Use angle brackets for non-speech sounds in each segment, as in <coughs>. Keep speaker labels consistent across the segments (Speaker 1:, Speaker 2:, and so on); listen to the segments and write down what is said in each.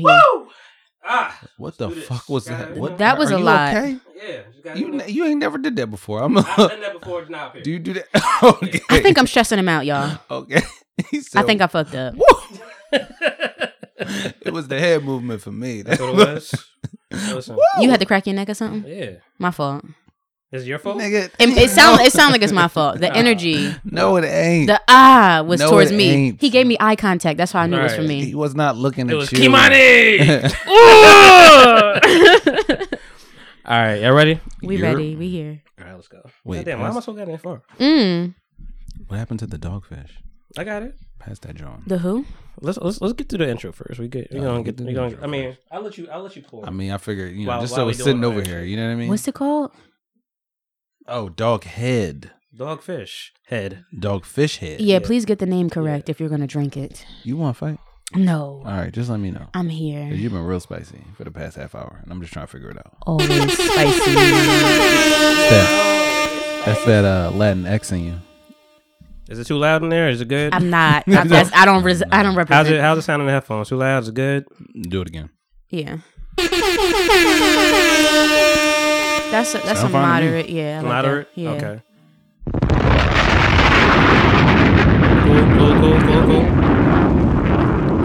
Speaker 1: Woo!
Speaker 2: Ah,
Speaker 3: What the
Speaker 2: Shoot it.
Speaker 3: fuck was
Speaker 2: Got
Speaker 3: that?
Speaker 2: it.
Speaker 3: What
Speaker 1: That was
Speaker 3: are
Speaker 1: a
Speaker 3: you
Speaker 1: lot.
Speaker 3: Okay?
Speaker 2: yeah. You, gotta
Speaker 3: You
Speaker 2: do
Speaker 3: ne-
Speaker 2: it.
Speaker 3: you ain't never did that before. I'm.
Speaker 2: <laughs> I've done that before. It's not
Speaker 3: <laughs> do
Speaker 2: here.
Speaker 3: you do that? <laughs> okay.
Speaker 1: I think I'm stressing him out, y'all.
Speaker 3: <laughs> Okay. He
Speaker 1: I
Speaker 3: said,
Speaker 1: think I fucked up.
Speaker 3: <laughs> Woo! it was the head movement for
Speaker 2: <laughs>
Speaker 3: me.
Speaker 2: That's what it
Speaker 3: <laughs>
Speaker 2: was. Listen,
Speaker 1: You had to crack your neck or something.
Speaker 2: yeah.
Speaker 1: My fault.
Speaker 2: Is it your fault?
Speaker 3: Nigga,
Speaker 1: It, it sound it sound like it's
Speaker 3: <laughs>
Speaker 1: my fault. The
Speaker 2: Nah.
Speaker 1: energy,
Speaker 3: no, it ain't.
Speaker 1: the ah was
Speaker 3: Hmm. No,
Speaker 1: towards
Speaker 3: it
Speaker 1: me.
Speaker 3: ain't.
Speaker 1: He gave me eye contact. That's how I knew it was for
Speaker 2: Right.
Speaker 1: me.
Speaker 3: he was not looking
Speaker 2: It
Speaker 3: at
Speaker 2: was
Speaker 3: you. <laughs>
Speaker 2: Kimani. <laughs> All right, y'all ready?
Speaker 1: we
Speaker 3: You're-
Speaker 1: ready. We here.
Speaker 2: All right, let's go.
Speaker 3: Wait,
Speaker 2: Wait, damn, why am I so goddamn far?
Speaker 1: Mm.
Speaker 3: What happened to the dogfish?
Speaker 2: I got it.
Speaker 3: Pass that drawing.
Speaker 1: The who?
Speaker 2: Let's let's let's get to the intro first. We get we
Speaker 3: Yeah,
Speaker 2: gonna
Speaker 3: we
Speaker 2: get
Speaker 3: do
Speaker 2: we
Speaker 3: the
Speaker 2: gonna.
Speaker 3: intro
Speaker 2: I mean, I'll let you I'll let you pull.
Speaker 3: I mean, I figured, you know,
Speaker 2: Why-
Speaker 3: just
Speaker 2: why
Speaker 3: so
Speaker 2: we
Speaker 3: it's
Speaker 2: doing
Speaker 3: sitting
Speaker 2: all
Speaker 3: over
Speaker 2: that?
Speaker 3: here. You know what I mean?
Speaker 1: What's it called?
Speaker 3: oh, dog head.
Speaker 2: Dogfish head.
Speaker 3: Dogfish head.
Speaker 1: Yeah, please get the name correct if you're gonna drink it.
Speaker 3: You want to fight?
Speaker 1: No,
Speaker 3: All right, just let me know.
Speaker 1: I'm here.
Speaker 3: Cause you've been real spicy for the past half hour, and I'm just trying to figure it out.
Speaker 1: Always spicy.
Speaker 3: that's that uh, Latin X in you.
Speaker 2: Is it too loud in there? Is it good?
Speaker 1: I'm not. I'm just- I don't. Res- I don't
Speaker 2: How's
Speaker 1: represent.
Speaker 2: it how's it sound in the headphones? Too loud? Is it good?
Speaker 3: Do it again.
Speaker 1: Yeah. That's a, that's a
Speaker 3: Sound fine to me.
Speaker 1: moderate. Yeah. I like that.
Speaker 2: Moderate.
Speaker 1: Yeah.
Speaker 2: Okay. Cool, cool, cool, cool, cool.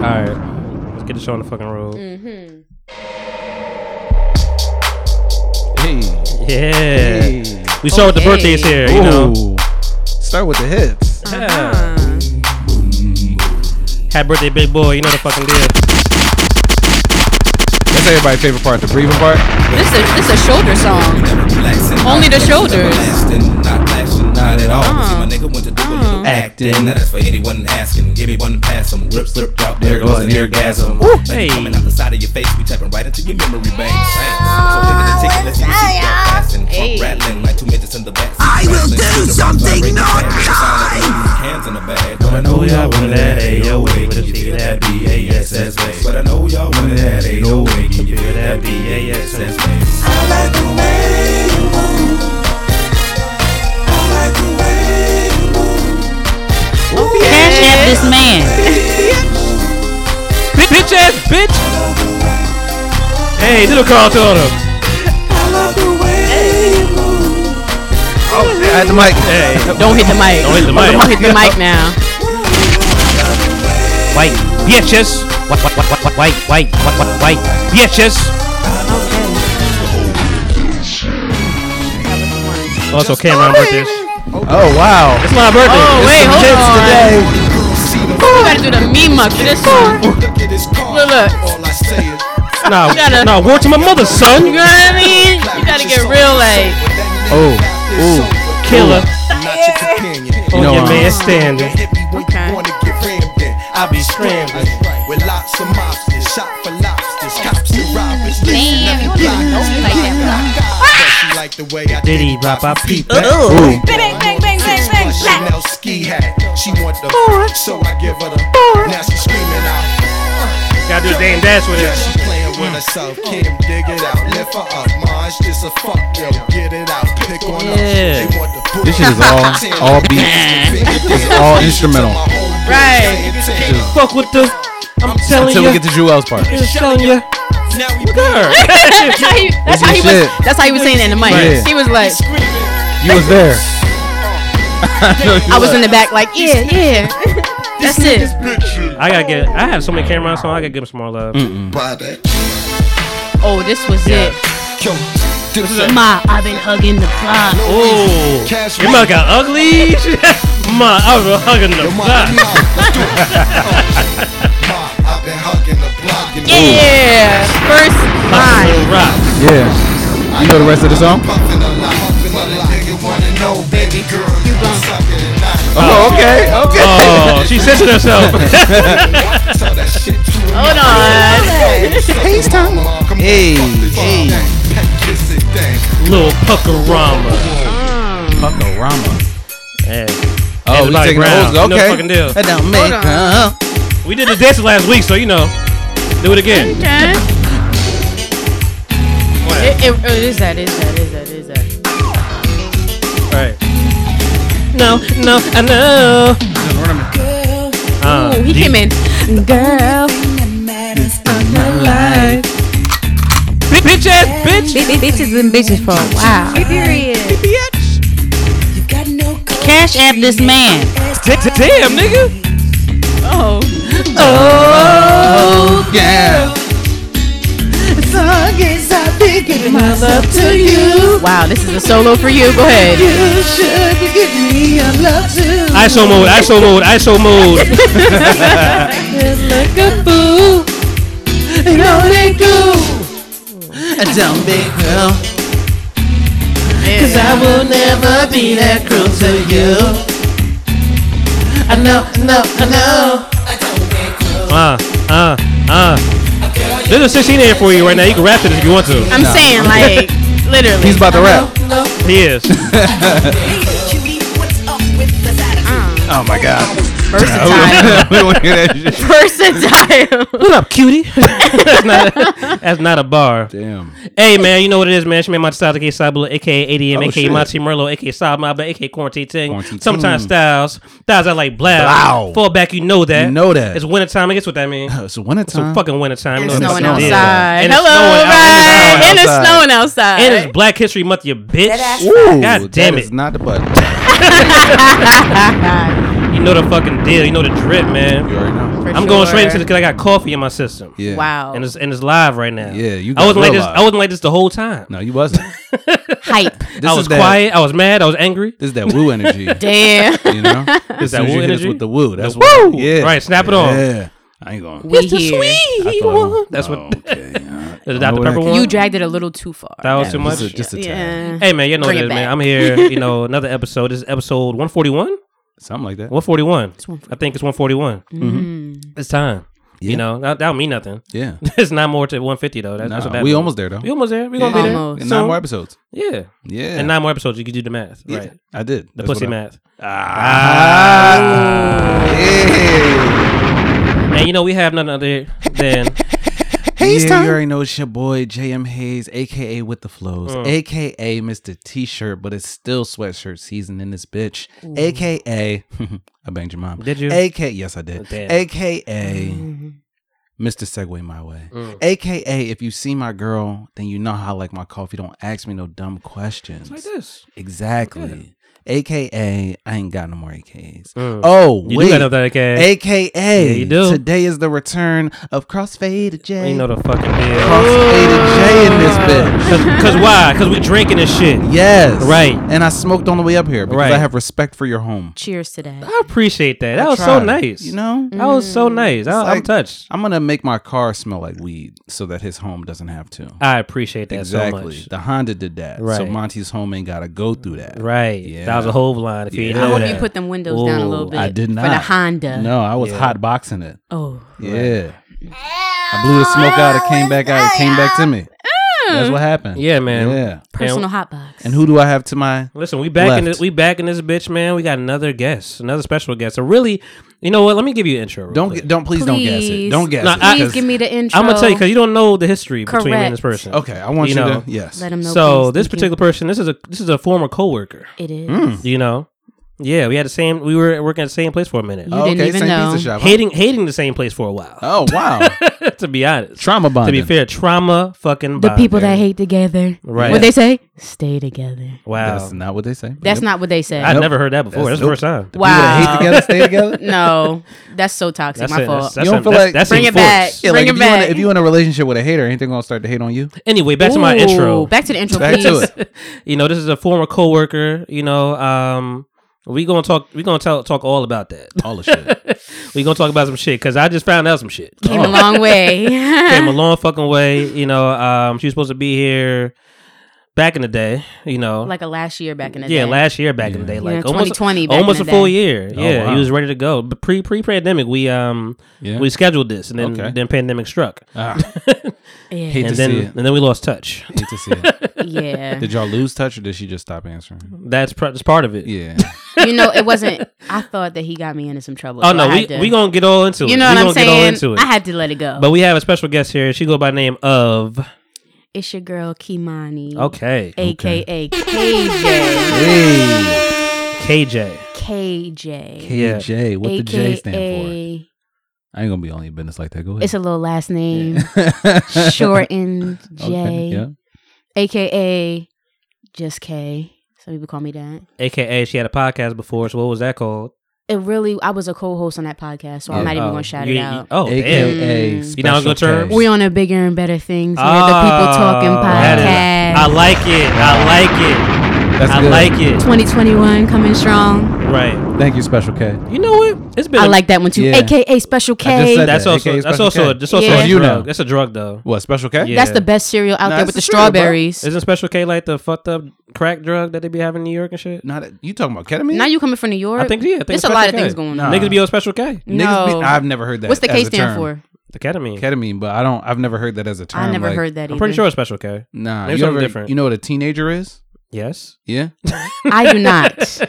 Speaker 2: All right, let's get the show on the fucking road.
Speaker 1: Mm-hmm.
Speaker 3: Hey.
Speaker 2: Yeah.
Speaker 3: Hey.
Speaker 2: We saw what the
Speaker 1: Okay.
Speaker 2: birthday is here, you know.
Speaker 3: Ooh. Start with the hits.
Speaker 2: Yeah. Happy birthday, big boy. You know the fucking deal.
Speaker 3: That's everybody's favorite part, the breathing part.
Speaker 1: This is this is a shoulder song. Only the shoulders. Ah.
Speaker 4: Not blasting, not at all. See, my nigga went to do a little acting.
Speaker 3: Acting.
Speaker 4: Now that's for anyone asking. Give me one pass, some grip slipped out. There goes an orgasm.
Speaker 2: Hey.
Speaker 4: Hey. Coming out the side of your face, we tapping right into your memory bank. So look at the ticket, let's see the seatbelt fasten. Trunk rattling like two midgets in the back. I will do something not Hands in the bag. But I know y'all wanted that 808. But you feel that BASS bass. But I know y'all wanted that 808. Can you feel that BASS bass?
Speaker 5: Cash app this man.
Speaker 2: Bitch ass bitch. Hey, little Carl Turner.
Speaker 3: I had the mic.
Speaker 2: Hey,
Speaker 1: Don't hit the mic.
Speaker 2: Don't hit the mic.
Speaker 1: Don't hit the mic now.
Speaker 2: white bitches. White, white, white, white, white, white, white, white, white bitches. Also, Cameron birthdays.
Speaker 3: Oh, wow.
Speaker 2: It's my birthday.
Speaker 1: Oh,
Speaker 2: It's
Speaker 1: wait,
Speaker 2: the
Speaker 1: hold
Speaker 2: kids
Speaker 1: on.
Speaker 2: today.
Speaker 1: You gotta do the meme muck for this one. Look, look.
Speaker 2: No,
Speaker 1: gotta-
Speaker 2: no, word to my mother,
Speaker 1: You
Speaker 2: son.
Speaker 1: know what <laughs> I mean? You gotta get real, like.
Speaker 3: Oh, ooh.
Speaker 2: Killer
Speaker 1: <laughs>
Speaker 2: on
Speaker 3: know,
Speaker 2: your
Speaker 3: um,
Speaker 2: man standing.
Speaker 1: Okay.
Speaker 4: I be scrambling with lots of mobsters, shot for lobsters, cops and robbers.
Speaker 5: Damn, you don't even know me like that, Ah! bro.
Speaker 4: that. She like the way I
Speaker 2: Diddy, rap, I peep.
Speaker 3: Ooh.
Speaker 5: Bang, bang, bang, bang, bang,
Speaker 4: My
Speaker 5: bang.
Speaker 4: Chanel ski hat. She want the so I give her the Now she screaming out.
Speaker 2: Gotta do the damn dash with it.
Speaker 4: Yeah, she playing with herself. Kim, dig it out. Lift her up. Mine, just a fuck yo. Get it out. Pick on up.
Speaker 2: Yeah.
Speaker 4: They want the book.
Speaker 3: This shit is all, all beats. It's all instrumental.
Speaker 1: Right.
Speaker 2: Fuck with the. I'm telling
Speaker 3: Until
Speaker 2: you.
Speaker 3: we get to Jewel's part.
Speaker 2: I'm telling <laughs> you.
Speaker 4: Now we
Speaker 2: Look at her.
Speaker 1: that's how he, that's
Speaker 3: This
Speaker 1: how he
Speaker 3: is
Speaker 1: was.
Speaker 3: shit.
Speaker 1: That's how he was saying it in the mic.
Speaker 3: Yeah.
Speaker 1: He was like,
Speaker 3: You was <laughs> there.
Speaker 1: I was in the back, like, yeah, yeah. that's it.
Speaker 2: I gotta get. I have so many Cameron songs. I gotta give him some more love.
Speaker 1: Oh, this was
Speaker 2: Yeah.
Speaker 1: it. Ma, I've been hugging the fly.
Speaker 2: Ooh,
Speaker 4: Cash
Speaker 2: your mug got ugly. <laughs> Ma, I was hugging the butt.
Speaker 3: <laughs>
Speaker 4: I've been hugging the block and
Speaker 1: Yeah, first line.
Speaker 2: Little rock.
Speaker 3: Yeah. You know the rest of the song?
Speaker 4: puffing a lot. Puffing a lot. Nigga wanna know, baby girl, you gon' suck it or not.
Speaker 3: Oh, okay. Okay.
Speaker 2: Oh, she censored herself. <laughs>
Speaker 3: <laughs>
Speaker 4: Tell that shit to a
Speaker 1: Hold on.
Speaker 4: mom. Come on,
Speaker 3: Hey,
Speaker 4: fuck this
Speaker 3: hey.
Speaker 4: thing. Hey, kiss it, dang.
Speaker 2: Little puckarama.
Speaker 3: Fuckorama.
Speaker 2: Hey,
Speaker 3: Oh, we
Speaker 2: Everybody
Speaker 3: taking the
Speaker 2: brown.
Speaker 3: whole
Speaker 2: You know the
Speaker 3: Okay.
Speaker 2: fucking deal.
Speaker 3: That don't make up.
Speaker 2: we did the dance last week, so you know, do it again.
Speaker 1: Okay. It, it, it is that, is that, is that, is that.
Speaker 2: All right. No, no, I know.
Speaker 3: Just run 'em.
Speaker 2: Uh,
Speaker 1: Ooh, Oh, he
Speaker 2: deep-
Speaker 1: came in. Girl.
Speaker 3: my life. Bitch ass bitch.
Speaker 5: Bi- bi- Bitches been bitches for a while.
Speaker 1: Period.
Speaker 5: Cash app this man.
Speaker 3: D- Damn, nigga.
Speaker 1: Oh.
Speaker 3: Oh, yeah.
Speaker 1: Wow, this is a solo for you. Go ahead.
Speaker 2: ISO mode, ISO mode, ISO mode.
Speaker 3: A dumb big girl. Cause
Speaker 1: Yeah.
Speaker 3: I will never be that cruel to you. I know, I know, I
Speaker 2: Uh,
Speaker 3: know.
Speaker 2: uh, uh. There's a 16 here for you right now. You can rap to this if you want to.
Speaker 1: I'm saying, like, literally.
Speaker 3: He's about to rap.
Speaker 2: He is.
Speaker 3: Oh my god.
Speaker 1: <laughs> versatile.
Speaker 3: <laughs> we don't hear that shit.
Speaker 1: versatile.
Speaker 2: What up, <laughs> cutie? that's, not a, that's not a bar.
Speaker 3: Damn.
Speaker 2: Hey man, you know what it is, man. It's your man Monty Styles, aka Sabula, aka ADM,
Speaker 3: Oh,
Speaker 2: aka
Speaker 3: shit.
Speaker 2: Monty Merlo, aka Sal Maba, aka Quarantine Ting.
Speaker 3: Quarantine
Speaker 2: Sometimes
Speaker 3: Ting.
Speaker 2: Styles. Styles I like black.
Speaker 3: Blow.
Speaker 2: Fall back, you know that.
Speaker 3: You know that.
Speaker 2: It's wintertime, I guess what that means.
Speaker 3: It's wintertime.
Speaker 2: Some fucking wintertime.
Speaker 1: And
Speaker 2: You
Speaker 1: it's
Speaker 2: know what
Speaker 1: snowing
Speaker 2: that is.
Speaker 1: outside.
Speaker 2: And it's snowing out-
Speaker 1: Hello, right? And it's
Speaker 3: outside.
Speaker 1: snowing outside.
Speaker 2: And it's Black History Month, you bitch.
Speaker 3: Ooh,
Speaker 2: God damn
Speaker 3: that
Speaker 2: it.
Speaker 3: is not the button.
Speaker 2: You know the fucking deal. You know the drip, man.
Speaker 3: already know.
Speaker 1: For
Speaker 2: I'm going straight
Speaker 1: sure.
Speaker 2: into this because I got coffee in my system.
Speaker 3: Yeah.
Speaker 1: Wow.
Speaker 2: And it's and it's live right now.
Speaker 3: Yeah, you
Speaker 2: I
Speaker 3: got
Speaker 2: wasn't like
Speaker 3: real
Speaker 2: this.
Speaker 3: live.
Speaker 2: I wasn't like this the whole time.
Speaker 3: No, you wasn't. <laughs>
Speaker 1: hype.
Speaker 2: I
Speaker 3: This is
Speaker 2: was
Speaker 3: that-
Speaker 2: quiet. I was mad. I was angry.
Speaker 3: This is that
Speaker 2: <laughs>
Speaker 3: woo energy.
Speaker 1: Damn.
Speaker 3: You know? This
Speaker 2: that woo energy?
Speaker 3: with the woo. That's
Speaker 2: The
Speaker 3: what.
Speaker 2: woo!
Speaker 3: Yeah.
Speaker 2: Right, snap it on.
Speaker 3: Yeah. I ain't going.
Speaker 1: We here.
Speaker 2: That's what- <laughs>
Speaker 3: Okay. uh,
Speaker 2: The
Speaker 3: I
Speaker 2: Dr Pepper
Speaker 3: know that-
Speaker 2: one.
Speaker 1: You dragged it a little too far.
Speaker 2: that was too
Speaker 3: Yeah,
Speaker 2: much.
Speaker 3: Just a, just a tad.
Speaker 1: yeah.
Speaker 2: hey man, you know what
Speaker 1: Bring
Speaker 2: it
Speaker 1: it
Speaker 2: is, man.
Speaker 1: back.
Speaker 2: I'm
Speaker 3: <laughs>
Speaker 2: here. You know, another episode. This is episode 141.
Speaker 3: Something like that.
Speaker 2: 141.
Speaker 1: It's one-
Speaker 2: I think it's 141.
Speaker 1: Mm.
Speaker 2: It's time.
Speaker 3: Mm-hmm. Yeah.
Speaker 2: You know, that, that don't mean nothing. <laughs>
Speaker 3: Yeah.
Speaker 2: it's not more to 150 though. That's, that's
Speaker 3: Nah,
Speaker 2: what that
Speaker 3: we
Speaker 2: means.
Speaker 3: almost there though.
Speaker 2: We almost there. We gonna be there.
Speaker 1: Almost.
Speaker 3: And
Speaker 2: So-
Speaker 3: nine more episodes.
Speaker 2: Yeah.
Speaker 3: Yeah.
Speaker 2: And nine more episodes. You can do the math.
Speaker 3: Yeah,
Speaker 2: Right.
Speaker 3: I did.
Speaker 2: The
Speaker 3: That's
Speaker 2: pussy
Speaker 3: what I-
Speaker 2: math.
Speaker 3: Ah. Yeah.
Speaker 2: And you know we have none other than
Speaker 3: yeah, you already know it's your boy JM Hayes, aka with the flows,
Speaker 2: Mm.
Speaker 3: aka Mr. T-shirt, but it's still sweatshirt season in this bitch, aka <laughs> I banged your mom.
Speaker 2: Did you?
Speaker 3: Aka yes, I did.
Speaker 2: Oh, Damn. Mm.
Speaker 3: Aka
Speaker 1: Mm-hmm.
Speaker 3: Mr. Segway my way. Aka if you see my girl, then you know how I like my coffee. Don't ask me no dumb questions.
Speaker 2: like this.
Speaker 3: Exactly. AKA, I ain't got no more AKAs.
Speaker 2: Mm.
Speaker 3: Oh,
Speaker 2: You
Speaker 3: wait.
Speaker 2: do got another AKA.
Speaker 3: AKA,
Speaker 2: Yeah, you do.
Speaker 3: today is the return of Crossfade J.
Speaker 2: You know the fucking deal.
Speaker 3: Crossfaded J in this bitch.
Speaker 2: <laughs> Cause, Cause why? Cause we drinking this shit.
Speaker 3: Yes.
Speaker 2: Right.
Speaker 3: And I smoked on the way up here because
Speaker 2: Right.
Speaker 3: I have respect for your home.
Speaker 1: Cheers to that.
Speaker 2: I appreciate that. That
Speaker 3: I
Speaker 2: was so
Speaker 3: tried,
Speaker 2: nice.
Speaker 3: You know? Mm.
Speaker 2: That was so nice. I, I'm
Speaker 3: like-
Speaker 2: touched.
Speaker 3: I'm going to make my car smell like weed so that his home doesn't have to.
Speaker 2: I appreciate that
Speaker 3: exactly.
Speaker 2: so
Speaker 3: The Honda did that. So
Speaker 2: Right.
Speaker 3: Monty's home ain't got to go through that.
Speaker 2: much. Right. That was a
Speaker 3: Yeah.
Speaker 2: whole line. If you didn't
Speaker 3: Yeah.
Speaker 1: I
Speaker 2: know
Speaker 1: hope
Speaker 2: that.
Speaker 1: you put them windows down a little
Speaker 2: Ooh,
Speaker 1: bit.
Speaker 3: I did not.
Speaker 1: For the Honda.
Speaker 3: No, I was hot boxing it.
Speaker 1: Oh.
Speaker 3: Yeah. I blew the smoke out. It came back out. It came back to me. That's what happened.
Speaker 2: Yeah, man.
Speaker 3: Yeah.
Speaker 1: Personal
Speaker 2: And-
Speaker 1: hot box.
Speaker 3: And who do I have to my?
Speaker 2: Listen, we back in
Speaker 3: Left.
Speaker 2: this, we back in this bitch, man. We got another guest, another special guest. So really, you know what? Let me give you an intro. Real
Speaker 3: Don't
Speaker 2: quick.
Speaker 3: get. Don't please, don't guess it.
Speaker 1: Please.
Speaker 3: Don't guess
Speaker 2: No,
Speaker 3: it.
Speaker 2: I-
Speaker 1: Please
Speaker 3: 'cause-
Speaker 1: give me the intro.
Speaker 2: I'm gonna tell you because you don't know the history between me and this
Speaker 1: Correct.
Speaker 2: person.
Speaker 3: Okay, I want
Speaker 2: You
Speaker 3: you,
Speaker 2: know.
Speaker 3: to. Yes.
Speaker 1: Let them know.
Speaker 2: So
Speaker 1: please.
Speaker 2: this
Speaker 1: Thank
Speaker 2: particular person, this is a this is a former coworker.
Speaker 1: you. It is.
Speaker 3: Mm.
Speaker 2: You know, yeah, we had the same. We were working at the same place for a minute,
Speaker 1: You didn't even
Speaker 3: Oh, same
Speaker 1: know.
Speaker 3: pizza shop. huh?
Speaker 2: hating hating the same place for a
Speaker 3: <laughs>
Speaker 2: while.
Speaker 3: Oh wow,
Speaker 2: to be honest,
Speaker 3: trauma
Speaker 2: to
Speaker 3: bonding.
Speaker 2: be fair, trauma fucking.
Speaker 1: The
Speaker 2: bonding.
Speaker 1: people that hate together.
Speaker 2: Right.
Speaker 1: What they say? Stay together.
Speaker 2: Wow,
Speaker 3: That's not what they say.
Speaker 1: That's not what they say.
Speaker 2: I
Speaker 3: Nope.
Speaker 2: never heard that before. That's,
Speaker 3: That's
Speaker 2: the first time.
Speaker 1: wow.
Speaker 3: People that hate together,
Speaker 1: <laughs>
Speaker 3: stay together.
Speaker 1: no, that's so toxic.
Speaker 2: That's
Speaker 1: My
Speaker 2: it.
Speaker 1: fault.
Speaker 2: That's, that's
Speaker 3: You don't feel
Speaker 2: that's-
Speaker 3: like-
Speaker 2: that's
Speaker 1: Bring it back.
Speaker 2: enforced.
Speaker 3: Yeah,
Speaker 1: Bring
Speaker 3: like
Speaker 1: it
Speaker 3: if you, in a,
Speaker 1: back.
Speaker 3: if you in a relationship with a hater, ain't they gonna start to hate on you?
Speaker 2: Anyway, back to my
Speaker 1: Ooh,
Speaker 2: intro.
Speaker 1: Back to the intro,
Speaker 3: Back
Speaker 1: please.
Speaker 3: to it.
Speaker 2: you know, this is a former coworker. You know, um, we gonna talk. We gonna talk talk all about
Speaker 1: <laughs>
Speaker 2: that.
Speaker 3: All the shit.
Speaker 2: we gonna talk about some shit because I just found out some
Speaker 1: <laughs>
Speaker 2: shit.
Speaker 1: Came a long way.
Speaker 2: <laughs>
Speaker 1: <laughs>
Speaker 2: Came a long fucking way. You know, um, she was supposed to be here back in the day. You know,
Speaker 1: like a last year back in the
Speaker 2: yeah,
Speaker 1: day.
Speaker 2: last year back in the day, like almost
Speaker 1: 2020 back in
Speaker 2: almost
Speaker 1: the
Speaker 2: a full
Speaker 1: day.
Speaker 2: year.
Speaker 3: Oh,
Speaker 2: yeah,
Speaker 3: wow.
Speaker 2: he was ready to go. But pre pre pandemic, we um
Speaker 3: Yeah.
Speaker 2: we scheduled this, and then
Speaker 3: Okay.
Speaker 2: then pandemic struck,
Speaker 3: Ah,
Speaker 1: Yeah.
Speaker 3: hate to
Speaker 2: and then
Speaker 3: see it.
Speaker 2: and then we lost touch.
Speaker 3: Hate to see it.
Speaker 1: <laughs>
Speaker 2: <laughs>
Speaker 1: yeah.
Speaker 3: Did y'all lose touch or did she just stop answering?
Speaker 2: That's pr- that's part of it.
Speaker 1: <laughs>
Speaker 3: Yeah.
Speaker 1: you know, it wasn't. I thought that he got me into some trouble.
Speaker 2: Oh
Speaker 1: so I
Speaker 2: no,
Speaker 1: had
Speaker 2: we
Speaker 1: to-
Speaker 2: we gonna get all into it.
Speaker 1: You know
Speaker 2: we
Speaker 1: what I'm
Speaker 2: gonna Get all
Speaker 1: saying?
Speaker 2: into it.
Speaker 1: I had to let it go.
Speaker 2: But we have a special guest here. She go by name of
Speaker 1: it's your girl Kimani,
Speaker 2: okay
Speaker 1: aka KJ,
Speaker 3: Hey,
Speaker 2: KJ.
Speaker 1: KJ,
Speaker 2: Yeah.
Speaker 3: KJ, what the J stand for?
Speaker 1: aka
Speaker 3: I ain't gonna be on your business like that. Go ahead.
Speaker 1: It's a little last name,
Speaker 2: <laughs>
Speaker 3: <laughs> a
Speaker 1: shortened J,
Speaker 3: yeah.
Speaker 1: aka just K. Some people call me that.
Speaker 2: AKA, she had a podcast before, so what was that called?
Speaker 1: It really, I was a co-host on that podcast, so
Speaker 3: Yeah.
Speaker 1: I'm not even
Speaker 2: Oh,
Speaker 1: gonna shout
Speaker 2: you-
Speaker 1: it
Speaker 2: you-
Speaker 1: out.
Speaker 2: Oh, damn.
Speaker 3: AKA.
Speaker 1: Mm.
Speaker 2: You know I'm gonna
Speaker 3: Special
Speaker 2: turn-
Speaker 3: K.
Speaker 1: We on a bigger and better things. we the
Speaker 2: Oh,
Speaker 1: people talking
Speaker 2: that is- I
Speaker 1: podcast.
Speaker 2: like it. I like it.
Speaker 3: That's
Speaker 2: I
Speaker 3: good.
Speaker 2: like it.
Speaker 1: 2021 coming strong.
Speaker 2: Right.
Speaker 3: Thank you, Special K.
Speaker 2: You know what? It's been.
Speaker 1: I
Speaker 2: a-
Speaker 1: like that one too.
Speaker 3: Yeah.
Speaker 1: AKA Special K.
Speaker 3: just said
Speaker 2: That's
Speaker 3: that,
Speaker 2: also.
Speaker 3: AKA
Speaker 2: That's
Speaker 3: Special
Speaker 2: also.
Speaker 3: K.
Speaker 2: That's also
Speaker 1: Yeah.
Speaker 2: a
Speaker 3: You know.
Speaker 2: drug. That's a drug though.
Speaker 3: What Special K?
Speaker 2: Yeah.
Speaker 1: That's the best cereal out
Speaker 3: Nah,
Speaker 1: there
Speaker 3: it's
Speaker 1: with the
Speaker 3: the cereal, bro.
Speaker 1: strawberries.
Speaker 2: Isn't Special K like the fucked up crack drug that they be having in New York and shit?
Speaker 3: Not you talking about ketamine?
Speaker 1: Now you coming from New York?
Speaker 2: I think yeah. I think
Speaker 1: There's a
Speaker 2: Special
Speaker 1: lot of
Speaker 2: K.
Speaker 1: things going on.
Speaker 3: Nah.
Speaker 2: Niggas be on Special K.
Speaker 3: Niggas be-
Speaker 1: No.
Speaker 3: I've never heard that.
Speaker 1: What's the
Speaker 3: as
Speaker 1: K
Speaker 3: a
Speaker 1: stand
Speaker 3: term.
Speaker 1: for?
Speaker 2: The ketamine.
Speaker 3: Ketamine, but I don't. I've never heard that as a term.
Speaker 1: I never
Speaker 3: like-
Speaker 1: heard that. Either.
Speaker 2: I'm pretty sure it's Special K.
Speaker 3: Nah,
Speaker 2: Maybe
Speaker 3: you
Speaker 2: something
Speaker 3: ever-
Speaker 2: different.
Speaker 3: You know what a teenager is?
Speaker 2: Yes.
Speaker 3: Yeah,
Speaker 2: <laughs>
Speaker 1: I do not.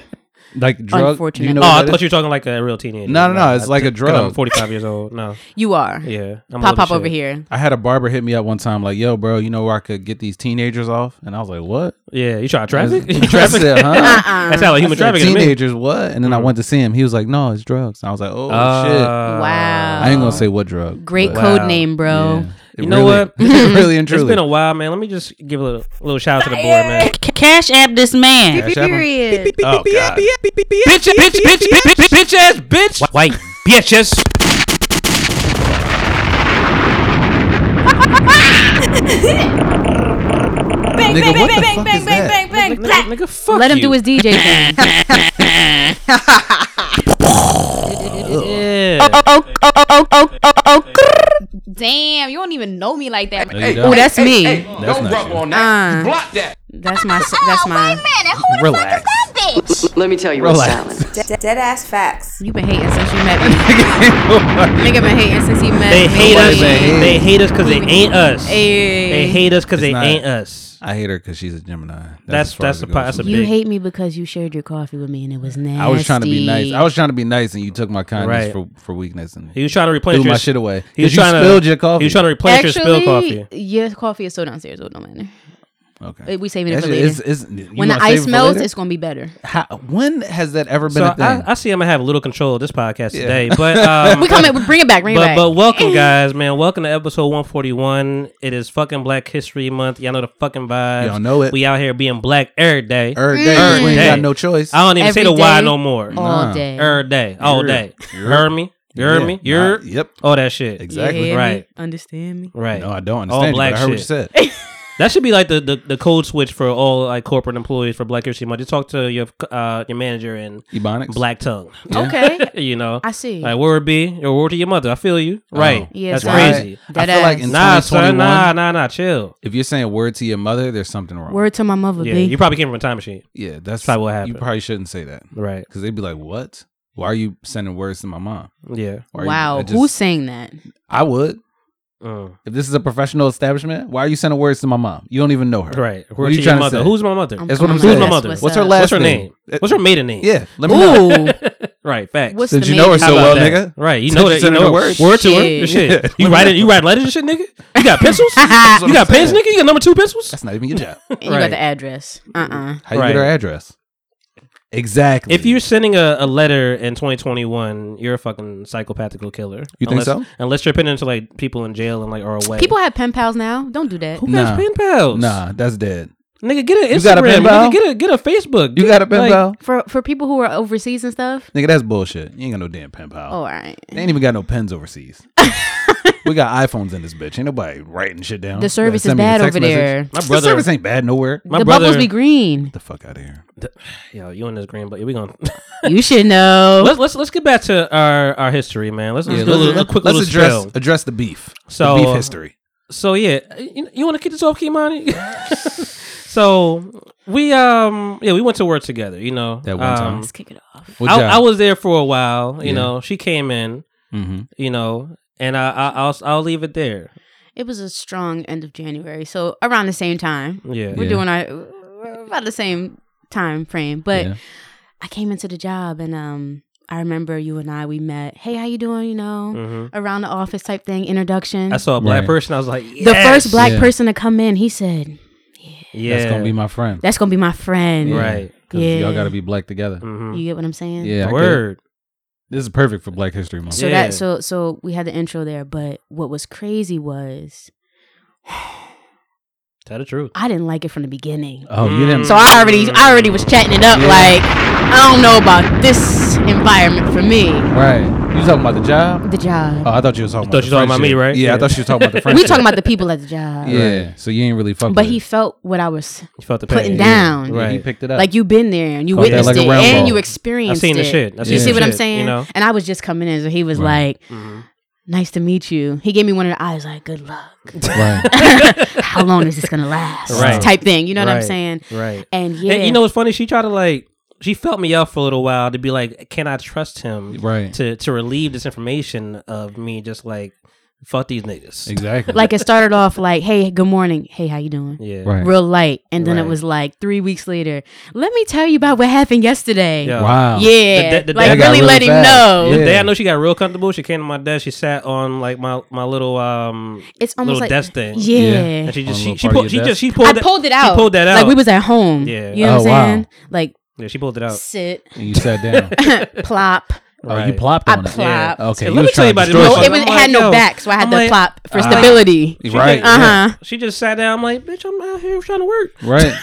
Speaker 3: like drug. do You
Speaker 1: Unfortunately.
Speaker 3: know
Speaker 2: Oh, I
Speaker 3: what that
Speaker 2: thought
Speaker 3: is?
Speaker 2: you were talking like a real teenager.
Speaker 3: No, no, no, it's
Speaker 2: I
Speaker 3: like a
Speaker 2: think- 'cause I'm
Speaker 3: drug.
Speaker 2: 45 years old. No.
Speaker 1: You are.
Speaker 2: Yeah. I'm
Speaker 1: Pop
Speaker 2: old as
Speaker 1: pop over
Speaker 2: shit.
Speaker 1: here.
Speaker 3: I had a barber hit me up one time, like, "Yo, bro, you know where I could get these teenagers off?" And I was like, "What?"
Speaker 2: Yeah. You try traffic? <laughs>
Speaker 3: I
Speaker 2: traffic?
Speaker 3: said, huh?
Speaker 1: Uh-uh.
Speaker 2: That's how like <laughs>
Speaker 1: <laughs>
Speaker 3: I
Speaker 2: human
Speaker 3: said,
Speaker 2: trafficking. is made.
Speaker 3: teenagers, what? And then I went to see him. He was like, "No, it's drugs." And I was like, "Oh shit!"
Speaker 2: Uh,
Speaker 1: Wow.
Speaker 3: I ain't gonna say what drug.
Speaker 1: Great
Speaker 3: but-
Speaker 1: code
Speaker 2: Wow.
Speaker 1: name, bro.
Speaker 3: Yeah. It
Speaker 2: You know
Speaker 3: <laughs>
Speaker 2: what?
Speaker 3: really- really and
Speaker 2: It's
Speaker 3: truly.
Speaker 2: been a while, man. Let me just give a little, little shout out to the boy, man.
Speaker 5: C- Cash app this man.
Speaker 3: Cash App him.
Speaker 1: Period.
Speaker 2: Oh, God. Bitch, bitch, bitch, bitch, bitch, bitch ass bitch. White bitches.
Speaker 3: Nigga, what the fuck is that?
Speaker 2: Nigga, nigga, fuck
Speaker 1: Let him
Speaker 2: you.
Speaker 1: do his <laughs> DJ thing. Oh,
Speaker 2: Yeah.
Speaker 6: Damn, you don't even know me like that.
Speaker 3: No, you
Speaker 1: Oh,
Speaker 3: don't.
Speaker 1: that's me.
Speaker 3: That's not you.
Speaker 1: Uh, That's my. That's my.
Speaker 3: Relax.
Speaker 7: Let me tell you
Speaker 1: <laughs>
Speaker 7: what's
Speaker 3: Relax.
Speaker 7: silent.
Speaker 8: Dead ass facts.
Speaker 1: You been hating since you met me.
Speaker 3: <laughs>
Speaker 2: Oh
Speaker 1: Nigga been hating since he met
Speaker 2: They
Speaker 1: me.
Speaker 2: hate us.
Speaker 3: Nobody been
Speaker 2: They hate us because they ain't us.
Speaker 1: Ayy.
Speaker 2: They hate us because they
Speaker 3: not-
Speaker 2: ain't us.
Speaker 3: I hate her because she's a Gemini.
Speaker 2: That's-
Speaker 3: as far
Speaker 2: that's
Speaker 3: as
Speaker 2: the
Speaker 3: it goes
Speaker 2: part- that's
Speaker 3: for
Speaker 2: the
Speaker 3: me.
Speaker 1: You
Speaker 2: Big.
Speaker 1: hate me because you shared your coffee with me and it was nasty.
Speaker 3: I was trying to be nice. I was trying to be nice, and you took my kindness
Speaker 2: Right.
Speaker 3: for, for weakness and
Speaker 2: He was trying to replenish
Speaker 3: threw my
Speaker 2: your-
Speaker 3: shit away.
Speaker 2: He was
Speaker 3: Because you
Speaker 2: trying to
Speaker 3: spilled your coffee.
Speaker 2: He was trying to replenish
Speaker 1: Actually,
Speaker 2: your spilled coffee.
Speaker 1: your coffee is so downstairs. so it don't matter.
Speaker 3: Okay.
Speaker 1: Uh, We saving it
Speaker 3: That's
Speaker 1: for
Speaker 3: just-
Speaker 1: later.
Speaker 3: it's- it's- you
Speaker 1: when the
Speaker 3: wanna save it
Speaker 1: ice
Speaker 3: for
Speaker 1: melts,
Speaker 3: later?
Speaker 1: it's gonna be better.
Speaker 3: How, when has that ever been
Speaker 2: So
Speaker 3: a thing?
Speaker 2: I, I see I'm gonna have little control of this podcast
Speaker 3: Yeah.
Speaker 2: today,
Speaker 3: <laughs>
Speaker 2: but um,
Speaker 1: We come in, we bring it back, bring it
Speaker 2: but
Speaker 1: back.
Speaker 2: but welcome guys, man. Welcome to episode 141. It is fucking Black History Month. Y'all know the fucking vibes.
Speaker 3: Y'all know it. Er-
Speaker 2: We out here being black every day.
Speaker 3: Every day, 'cause
Speaker 1: Mm.
Speaker 3: we ain't
Speaker 2: Every
Speaker 3: got
Speaker 2: day.
Speaker 3: no choice.
Speaker 2: I don't even say
Speaker 1: Every
Speaker 2: the why
Speaker 1: day.
Speaker 2: no more.
Speaker 1: all
Speaker 3: Nah. Er,
Speaker 1: day.
Speaker 2: Every day, all day. You
Speaker 3: You're-
Speaker 2: heard me? You heard me? You
Speaker 3: er- Yeah,
Speaker 2: heard?
Speaker 3: nah, yep.
Speaker 2: All that shit.
Speaker 1: You hear
Speaker 3: Exactly.
Speaker 1: me?
Speaker 2: Right.
Speaker 1: Understand me?
Speaker 2: Right.
Speaker 3: No, I don't
Speaker 2: All
Speaker 3: understand. you,
Speaker 2: black
Speaker 3: but I heard what
Speaker 2: shit.
Speaker 3: you said.
Speaker 2: <laughs> That should be like the, the, the code switch for all like corporate employees for Black History Month. Just talk to your uh, your manager in
Speaker 3: Ebonics.
Speaker 2: black tongue.
Speaker 1: Okay.
Speaker 2: <laughs> you know,
Speaker 1: Oh. I see.
Speaker 2: Like word be or word to your mother. I feel you. Right.
Speaker 1: Yeah,
Speaker 2: That's
Speaker 1: son.
Speaker 2: crazy.
Speaker 3: Oh. I
Speaker 1: Dead
Speaker 3: feel like
Speaker 1: ass.
Speaker 3: in
Speaker 2: Nah, son.
Speaker 3: 2021,
Speaker 2: Nah, nah, nah. Chill.
Speaker 3: if you're saying word to your mother, there's something wrong.
Speaker 1: Word to my mother,
Speaker 2: Yeah,
Speaker 1: B.
Speaker 2: you probably came from a time machine.
Speaker 3: Yeah, that's
Speaker 2: probably what happened.
Speaker 3: You probably shouldn't say that
Speaker 2: Right.
Speaker 3: because they'd be like, "What? Why are you sending words to my mom?"
Speaker 2: Yeah.
Speaker 3: Why are you-
Speaker 1: wow,
Speaker 3: I just-
Speaker 1: who's saying that?
Speaker 3: I would.
Speaker 2: Mm.
Speaker 3: If this is a professional establishment, why are you sending words to my mom? You don't even know her.
Speaker 2: Right.
Speaker 3: What are
Speaker 2: Word
Speaker 3: you
Speaker 2: to your
Speaker 3: trying to
Speaker 2: mother.
Speaker 3: say?
Speaker 2: Who's my mother?
Speaker 1: I'm
Speaker 3: That's what I'm
Speaker 1: coming
Speaker 3: saying.
Speaker 2: Who's my
Speaker 1: up.
Speaker 2: mother?
Speaker 1: That's
Speaker 3: What's her
Speaker 1: up.
Speaker 3: last
Speaker 2: What's her name?
Speaker 3: name?
Speaker 2: What's her maiden name?
Speaker 3: Yeah, let me know.
Speaker 1: Ooh,
Speaker 3: <laughs>
Speaker 2: Right. Facts.
Speaker 1: what's
Speaker 3: Since
Speaker 1: the
Speaker 3: you know her
Speaker 1: major-
Speaker 2: How
Speaker 3: so
Speaker 2: about
Speaker 3: well,
Speaker 2: that?
Speaker 3: nigga.
Speaker 2: Right, you
Speaker 3: Since
Speaker 2: know
Speaker 3: you
Speaker 2: that. You
Speaker 3: sending
Speaker 2: know
Speaker 3: her
Speaker 2: words.
Speaker 3: words.
Speaker 2: Word to her.
Speaker 1: Shit.
Speaker 2: Shit. You write it. You write letters and shit, nigga. You
Speaker 3: <laughs>
Speaker 2: got pencils.
Speaker 3: what
Speaker 2: you got
Speaker 3: I'm
Speaker 2: pens,
Speaker 3: saying.
Speaker 2: nigga. You got number two pencils.
Speaker 3: That's not even
Speaker 1: <laughs>
Speaker 3: your job.
Speaker 1: and you got
Speaker 2: Right.
Speaker 1: the address. Uh uh
Speaker 3: How you
Speaker 2: Right.
Speaker 3: get her address? Exactly.
Speaker 2: If you're sending a, a letter in 2021, you're a fucking psychopathical killer.
Speaker 3: You think
Speaker 2: unless,
Speaker 3: so?
Speaker 2: Unless you're pinning to like people in jail and like are away.
Speaker 1: People have pen pals now. Don't do that.
Speaker 2: who has
Speaker 3: Nah.
Speaker 2: pen pals?
Speaker 3: nah, that's dead.
Speaker 2: nigga, get an Instagram.
Speaker 3: You got a pen pal?
Speaker 2: Nigga, get a get a Facebook.
Speaker 3: You
Speaker 2: Get-
Speaker 3: got a pen
Speaker 2: like,
Speaker 3: pal,
Speaker 1: For for people who are overseas and stuff.
Speaker 3: nigga? That's bullshit. You ain't got no damn pen pal.
Speaker 1: Oh, all right.
Speaker 3: They ain't even got no pens
Speaker 1: <laughs>
Speaker 3: overseas. we got iPhones in this bitch. Ain't nobody writing shit down.
Speaker 1: The service
Speaker 3: Send
Speaker 1: is
Speaker 3: me a
Speaker 1: bad
Speaker 3: text
Speaker 1: over
Speaker 3: message.
Speaker 1: there.
Speaker 2: My
Speaker 3: The
Speaker 2: brother.
Speaker 3: service ain't bad nowhere.
Speaker 2: my
Speaker 1: the
Speaker 2: brother,
Speaker 1: bubbles be green.
Speaker 3: Get the fuck out of here.
Speaker 2: Yo, you in this green, but we gonna <laughs>
Speaker 1: You should know.
Speaker 2: let's let's let's get back to our our history, man. Let's, let's do a, little, a quick
Speaker 3: let's
Speaker 2: little
Speaker 3: address
Speaker 2: spill.
Speaker 3: address the beef.
Speaker 2: So,
Speaker 3: the
Speaker 2: uh,
Speaker 3: beef history.
Speaker 2: So yeah, you, you want to kick this off, Kimani? <laughs> so we um yeah we went to work together. You know
Speaker 3: That one time.
Speaker 2: Um,
Speaker 1: Let's kick it off.
Speaker 3: What
Speaker 2: I,
Speaker 3: job?
Speaker 2: I was there for a while. You
Speaker 3: Yeah.
Speaker 2: know she came in.
Speaker 3: Mhm.
Speaker 2: You know and I, I I'll I'll leave it there.
Speaker 1: It was a strong end of January, so around the same time.
Speaker 2: Yeah.
Speaker 1: We're
Speaker 3: Yeah.
Speaker 1: doing our we're about the same time frame, but
Speaker 3: Yeah.
Speaker 1: I came into the job and um I remember you and I we met. Hey, how you doing? You know,
Speaker 2: hmm
Speaker 1: around the office type thing, introduction.
Speaker 2: I saw a black
Speaker 3: Right.
Speaker 2: person. I was like,
Speaker 1: the
Speaker 2: "Yes!"
Speaker 1: first black
Speaker 3: Yeah.
Speaker 1: person to come in, he said,
Speaker 2: Yeah,
Speaker 3: That's gonna be my friend.
Speaker 1: "That's gonna be my friend."
Speaker 2: right.
Speaker 3: 'Cause
Speaker 1: Yeah.
Speaker 3: Y'all gotta be black together.
Speaker 2: hmm
Speaker 1: You get what I'm saying?
Speaker 3: Yeah. I get it.
Speaker 2: Word.
Speaker 3: This is perfect for Black History Month.
Speaker 1: So
Speaker 2: Yeah.
Speaker 1: that so so we had the intro there, but what was crazy was
Speaker 2: Tell the truth.
Speaker 1: I didn't like it from the beginning.
Speaker 3: Oh, you didn't.
Speaker 1: So I already I already was chatting it up like I don't know about this environment for me.
Speaker 3: right. You talking about the job?
Speaker 1: The job.
Speaker 3: Oh, I thought you was talking.
Speaker 2: thought
Speaker 3: about
Speaker 2: you
Speaker 3: the
Speaker 2: talking about me,
Speaker 3: friendship.
Speaker 2: right?
Speaker 3: Yeah, I
Speaker 2: Yeah.
Speaker 3: thought you was talking about the friendship.
Speaker 1: we talking about the people at the job.
Speaker 3: Yeah. So you ain't really fucking.
Speaker 1: But he felt what I was
Speaker 2: You felt the pain.
Speaker 1: putting down.
Speaker 2: Right.
Speaker 3: He picked it up.
Speaker 1: Like you've been there and you
Speaker 3: Caught that
Speaker 1: witnessed
Speaker 3: like a
Speaker 1: it
Speaker 3: round
Speaker 1: and
Speaker 3: ball.
Speaker 1: you
Speaker 2: I've
Speaker 1: experienced
Speaker 2: seen the
Speaker 1: it.
Speaker 2: shit. I've
Speaker 1: You
Speaker 2: seen
Speaker 1: see
Speaker 2: the
Speaker 1: what I'm
Speaker 2: shit,
Speaker 1: saying?
Speaker 2: You know. Mm-hmm.
Speaker 1: And I was just coming in, so he was
Speaker 3: Right.
Speaker 1: like, "Nice to meet you." He gave me one of the eyes, like, "Good luck."
Speaker 3: Right.
Speaker 1: How long is this gonna last?
Speaker 3: <laughs>
Speaker 2: Right.
Speaker 1: Type thing. You know what I'm
Speaker 2: Right.
Speaker 1: saying?
Speaker 2: Right.
Speaker 1: And yeah,
Speaker 2: And you know what's funny? She tried to like she felt me out for a little while to be like, can I trust him?
Speaker 3: Right.
Speaker 2: To to relieve this information of me, just like fuck these niggas.
Speaker 3: <laughs> Exactly.
Speaker 1: like it started off like, "Hey, good morning. Hey, how you doing?"
Speaker 2: Yeah.
Speaker 3: Right.
Speaker 1: Real light, and then
Speaker 2: Right.
Speaker 1: it was like three weeks later. Let me tell you about what happened yesterday.
Speaker 2: Yeah.
Speaker 3: Wow.
Speaker 1: Yeah,
Speaker 2: The- the- the- That
Speaker 1: like
Speaker 2: got
Speaker 1: really,
Speaker 3: really
Speaker 1: let him
Speaker 3: fast.
Speaker 1: know.
Speaker 3: Yeah.
Speaker 2: The day I know she got real comfortable, she came to my desk. She sat on like my my little um
Speaker 1: It's
Speaker 2: little
Speaker 1: almost like
Speaker 2: desk thing.
Speaker 1: Yeah,
Speaker 2: And she just
Speaker 3: On
Speaker 2: she
Speaker 3: the
Speaker 2: she,
Speaker 3: part of
Speaker 2: pulled she
Speaker 3: your
Speaker 2: just she pulled
Speaker 6: I
Speaker 2: that-
Speaker 6: pulled it
Speaker 2: she
Speaker 6: out.
Speaker 2: pulled that out.
Speaker 1: like we was at home.
Speaker 2: Yeah.
Speaker 1: you know
Speaker 3: Oh,
Speaker 1: what
Speaker 3: wow.
Speaker 1: I'm saying? Like
Speaker 2: yeah, she pulled it out.
Speaker 1: sit,
Speaker 3: And you sat down.
Speaker 1: <laughs> plop.
Speaker 3: Oh, you
Speaker 2: Right.
Speaker 3: plopped
Speaker 1: I
Speaker 3: on it.
Speaker 1: plop.
Speaker 2: Yeah.
Speaker 3: Okay.
Speaker 2: Let me
Speaker 3: was
Speaker 2: tell you
Speaker 3: trying
Speaker 2: about
Speaker 3: to
Speaker 2: it.
Speaker 3: destroy
Speaker 2: No,
Speaker 1: it
Speaker 3: something.
Speaker 1: was
Speaker 2: I'm
Speaker 1: it
Speaker 2: like,
Speaker 1: had no
Speaker 2: yo,
Speaker 1: back, so I had
Speaker 2: I'm
Speaker 1: the
Speaker 2: like,
Speaker 1: plop for
Speaker 2: uh,
Speaker 1: stability.
Speaker 2: She
Speaker 3: Right.
Speaker 2: just-
Speaker 1: Uh huh.
Speaker 2: She just sat down. I'm like, bitch, I'm out here trying to work.
Speaker 3: Right.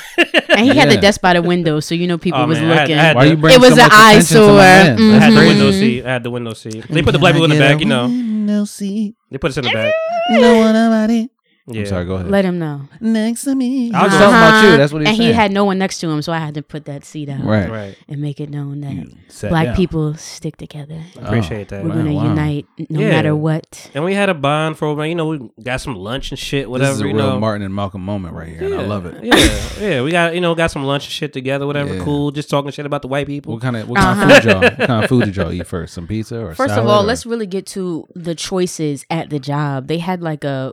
Speaker 1: And he had the
Speaker 3: Yeah.
Speaker 1: desk by the window, so you know people
Speaker 2: Oh,
Speaker 1: was
Speaker 2: man, I had-
Speaker 1: looking.
Speaker 2: I had-
Speaker 3: Why you bringing
Speaker 1: It was
Speaker 3: so much
Speaker 1: an
Speaker 3: attention to
Speaker 1: eyesore.
Speaker 3: my man?
Speaker 2: I had the
Speaker 3: That's
Speaker 2: window
Speaker 3: crazy.
Speaker 2: seat. I had the window seat. They Mm-hmm. put the black people in the back. You know,
Speaker 3: Window seat.
Speaker 2: they put us in the back.
Speaker 3: No one about it.
Speaker 2: Yeah.
Speaker 3: I'm sorry. Go ahead.
Speaker 1: Let him know.
Speaker 3: Next to me.
Speaker 2: I
Speaker 3: I
Speaker 2: was
Speaker 3: was
Speaker 2: just-
Speaker 3: talking about you.
Speaker 1: Uh-huh.
Speaker 3: That's what he
Speaker 1: and
Speaker 3: saying.
Speaker 1: he had no one next to him, so I had to put that seat out
Speaker 3: right.
Speaker 2: Right.
Speaker 1: and make it known that
Speaker 3: Sat
Speaker 1: black
Speaker 3: down.
Speaker 1: people stick together.
Speaker 2: Appreciate that.
Speaker 1: We're gonna
Speaker 3: wow.
Speaker 1: unite no
Speaker 2: Yeah.
Speaker 1: matter what.
Speaker 2: And we had a bond for a while. You know, we got some lunch and shit, whatever.
Speaker 3: This is a
Speaker 2: you
Speaker 3: real
Speaker 2: know.
Speaker 3: Martin and Malcolm moment right here, and I love it.
Speaker 2: yeah, yeah. We got you know got some lunch and shit together, whatever.
Speaker 3: Yeah.
Speaker 2: Cool. Just talking shit about the white people.
Speaker 3: What kind of what kind of food y'all? What kind of food did y'all eat first? Some pizza or
Speaker 1: Uh-huh. First of
Speaker 3: salad
Speaker 1: all,
Speaker 3: or-
Speaker 1: let's really get to the choices at the job. They had like a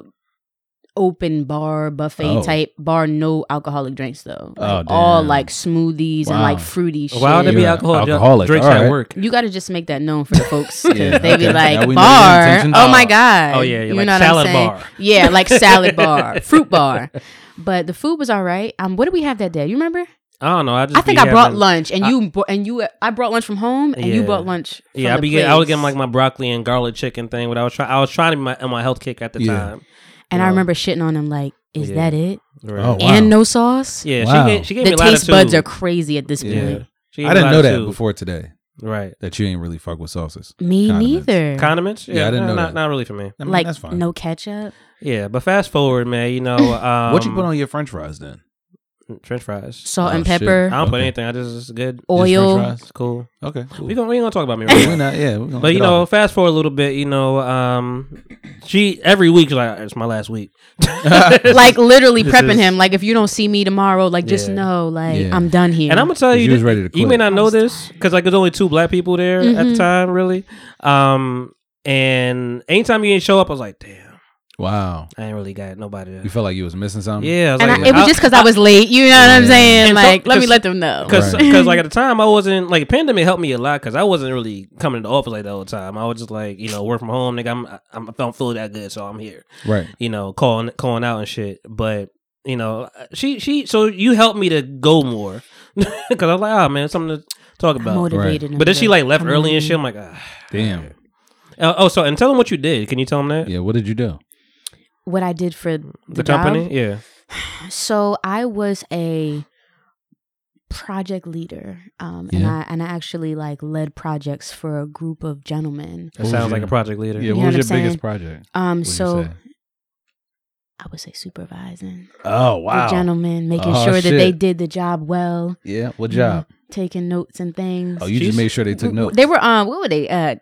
Speaker 1: open bar buffet
Speaker 3: Oh.
Speaker 1: type bar, no alcoholic drinks though. Like,
Speaker 3: Oh,
Speaker 1: all
Speaker 3: damn.
Speaker 1: like smoothies and
Speaker 3: Wow.
Speaker 1: like fruity shit.
Speaker 2: Why would there be
Speaker 3: Yeah.
Speaker 2: alcohol
Speaker 3: Alcoholic,
Speaker 2: drinks
Speaker 3: alright.
Speaker 2: at work?
Speaker 1: You got to just make that known for the folks. 'cause
Speaker 3: <laughs> Yeah,
Speaker 1: they be
Speaker 3: okay. Now
Speaker 1: like,
Speaker 3: we know your
Speaker 1: bar.
Speaker 3: intentions.
Speaker 1: Oh my
Speaker 3: Oh.
Speaker 1: God.
Speaker 2: Oh, yeah,
Speaker 1: You
Speaker 2: like
Speaker 1: know what
Speaker 2: salad
Speaker 1: I'm saying?
Speaker 2: bar.
Speaker 1: Yeah, like
Speaker 2: <laughs>
Speaker 1: salad bar, fruit bar. But the food was all right. Um, what did we have that day? You remember?
Speaker 2: I don't know. I just
Speaker 1: I think
Speaker 2: be
Speaker 1: I brought
Speaker 2: having-
Speaker 1: lunch, and you bro- and you I brought lunch from home, and you
Speaker 2: Yeah.
Speaker 1: brought lunch. From
Speaker 2: Yeah, I
Speaker 1: the
Speaker 2: be getting, I was
Speaker 1: place.
Speaker 2: getting like my broccoli and garlic chicken thing. What I was trying, I was trying to be my, on my health kick at the
Speaker 3: Yeah.
Speaker 2: time.
Speaker 1: and
Speaker 2: you
Speaker 1: I
Speaker 2: know.
Speaker 1: remember shitting on him like, is
Speaker 2: Oh, Yeah.
Speaker 1: that it?
Speaker 2: Right.
Speaker 3: Oh, wow.
Speaker 1: And no sauce.
Speaker 2: Yeah,
Speaker 3: Wow.
Speaker 2: she gave, she gave
Speaker 1: The
Speaker 2: me a lot
Speaker 1: taste
Speaker 2: of
Speaker 1: buds
Speaker 2: too.
Speaker 1: are crazy at this
Speaker 3: Yeah.
Speaker 1: point.
Speaker 2: She gave
Speaker 3: I
Speaker 2: me a
Speaker 3: didn't
Speaker 2: lot
Speaker 3: know
Speaker 2: of
Speaker 3: that
Speaker 2: too.
Speaker 3: before today
Speaker 2: Right.
Speaker 3: that you ain't really fuck with sauces.
Speaker 1: Me
Speaker 3: Condiments.
Speaker 1: neither.
Speaker 2: Condiments?
Speaker 3: Yeah, I didn't
Speaker 2: no,
Speaker 3: know
Speaker 2: not,
Speaker 3: that.
Speaker 2: not really for me.
Speaker 3: I mean,
Speaker 1: like
Speaker 3: that's fine.
Speaker 1: no ketchup.
Speaker 2: Yeah, but fast forward, man. You
Speaker 3: <laughs>
Speaker 2: know, um,
Speaker 3: what you put on your French fries then?
Speaker 2: French fries?
Speaker 1: Salt
Speaker 3: Oh,
Speaker 1: and
Speaker 3: shit.
Speaker 1: pepper,
Speaker 2: I don't put
Speaker 3: Okay.
Speaker 2: anything. I just it's good.
Speaker 3: Just French
Speaker 1: oil.
Speaker 3: fries?
Speaker 2: It's cool.
Speaker 3: Okay, cool.
Speaker 2: We gonna we ain't gonna talk about me. Right
Speaker 3: We're
Speaker 2: now.
Speaker 3: not, yeah, we're gonna
Speaker 2: But you
Speaker 3: get
Speaker 2: know,
Speaker 3: off
Speaker 2: fast forward a little bit. You know, um, she every week she's like it's my last week. <laughs>
Speaker 1: Like literally
Speaker 2: This
Speaker 1: prepping
Speaker 2: is-
Speaker 1: him. Like if you don't see me tomorrow, like just
Speaker 2: Yeah.
Speaker 1: know, like
Speaker 3: Yeah.
Speaker 1: I'm done here.
Speaker 2: And I'm gonna tell
Speaker 3: Cause
Speaker 2: you,
Speaker 3: you was
Speaker 2: this-
Speaker 3: ready to
Speaker 2: you may
Speaker 3: quit.
Speaker 2: not know this because like there's only two black people there at
Speaker 3: Mm-hmm.
Speaker 2: the
Speaker 1: Mhm.
Speaker 2: time, really. Um, and anytime you didn't show up, I was like, damn,
Speaker 3: it. Wow,
Speaker 2: I ain't really got nobody. There.
Speaker 3: you felt like you was missing something.
Speaker 2: Yeah, I was
Speaker 1: and
Speaker 2: like,
Speaker 1: I, it was
Speaker 2: I-
Speaker 1: just because I was late. You know what I'm
Speaker 3: Yeah.
Speaker 1: saying?
Speaker 2: And so-
Speaker 1: Like, let me
Speaker 2: cause-
Speaker 1: let them know.
Speaker 2: Cause,
Speaker 3: Right.
Speaker 2: cause, like at the time, I wasn't like pandemic helped me a lot because I wasn't really coming to the office like the whole time. I was just like, you know, work from home, nigga. I'm, I'm, I don't feel that good, so I'm here.
Speaker 3: right.
Speaker 2: You know, calling, calling out and shit. But you know, uh, she, she, so you helped me to go more <laughs> because I was like, ah, man, something to talk
Speaker 1: I'm
Speaker 2: about.
Speaker 1: motivated.
Speaker 2: But then she like left
Speaker 1: I'm
Speaker 2: early and
Speaker 1: motivated.
Speaker 2: shit. I'm like, ah.
Speaker 3: Damn.
Speaker 2: Uh, oh, so and tell them what you did. Can you tell them that
Speaker 3: Yeah. What did you do?
Speaker 1: What I did for the,
Speaker 2: the,
Speaker 1: job?
Speaker 2: company? Yeah.
Speaker 1: So I was a project leader, um, and
Speaker 3: Yeah.
Speaker 1: I and I actually like led projects for a group of gentlemen.
Speaker 2: That
Speaker 3: What
Speaker 2: sounds
Speaker 3: was
Speaker 2: like
Speaker 3: your-
Speaker 2: a project leader.
Speaker 3: Yeah.
Speaker 1: know what
Speaker 3: What was
Speaker 1: I'm
Speaker 3: your
Speaker 1: saying?
Speaker 3: biggest project?
Speaker 1: Um,
Speaker 3: What'd you
Speaker 1: so
Speaker 3: say?
Speaker 1: I would say supervising
Speaker 3: Oh
Speaker 1: the gentlemen, making
Speaker 3: Oh,
Speaker 1: sure that
Speaker 3: shit.
Speaker 1: they did the job well,
Speaker 3: Yeah. What job?
Speaker 1: taking notes and things.
Speaker 3: Oh, you
Speaker 2: She's-
Speaker 3: just made sure they took
Speaker 1: Mm-hmm. W- w-
Speaker 3: notes.
Speaker 1: They were um, what were they? Uh,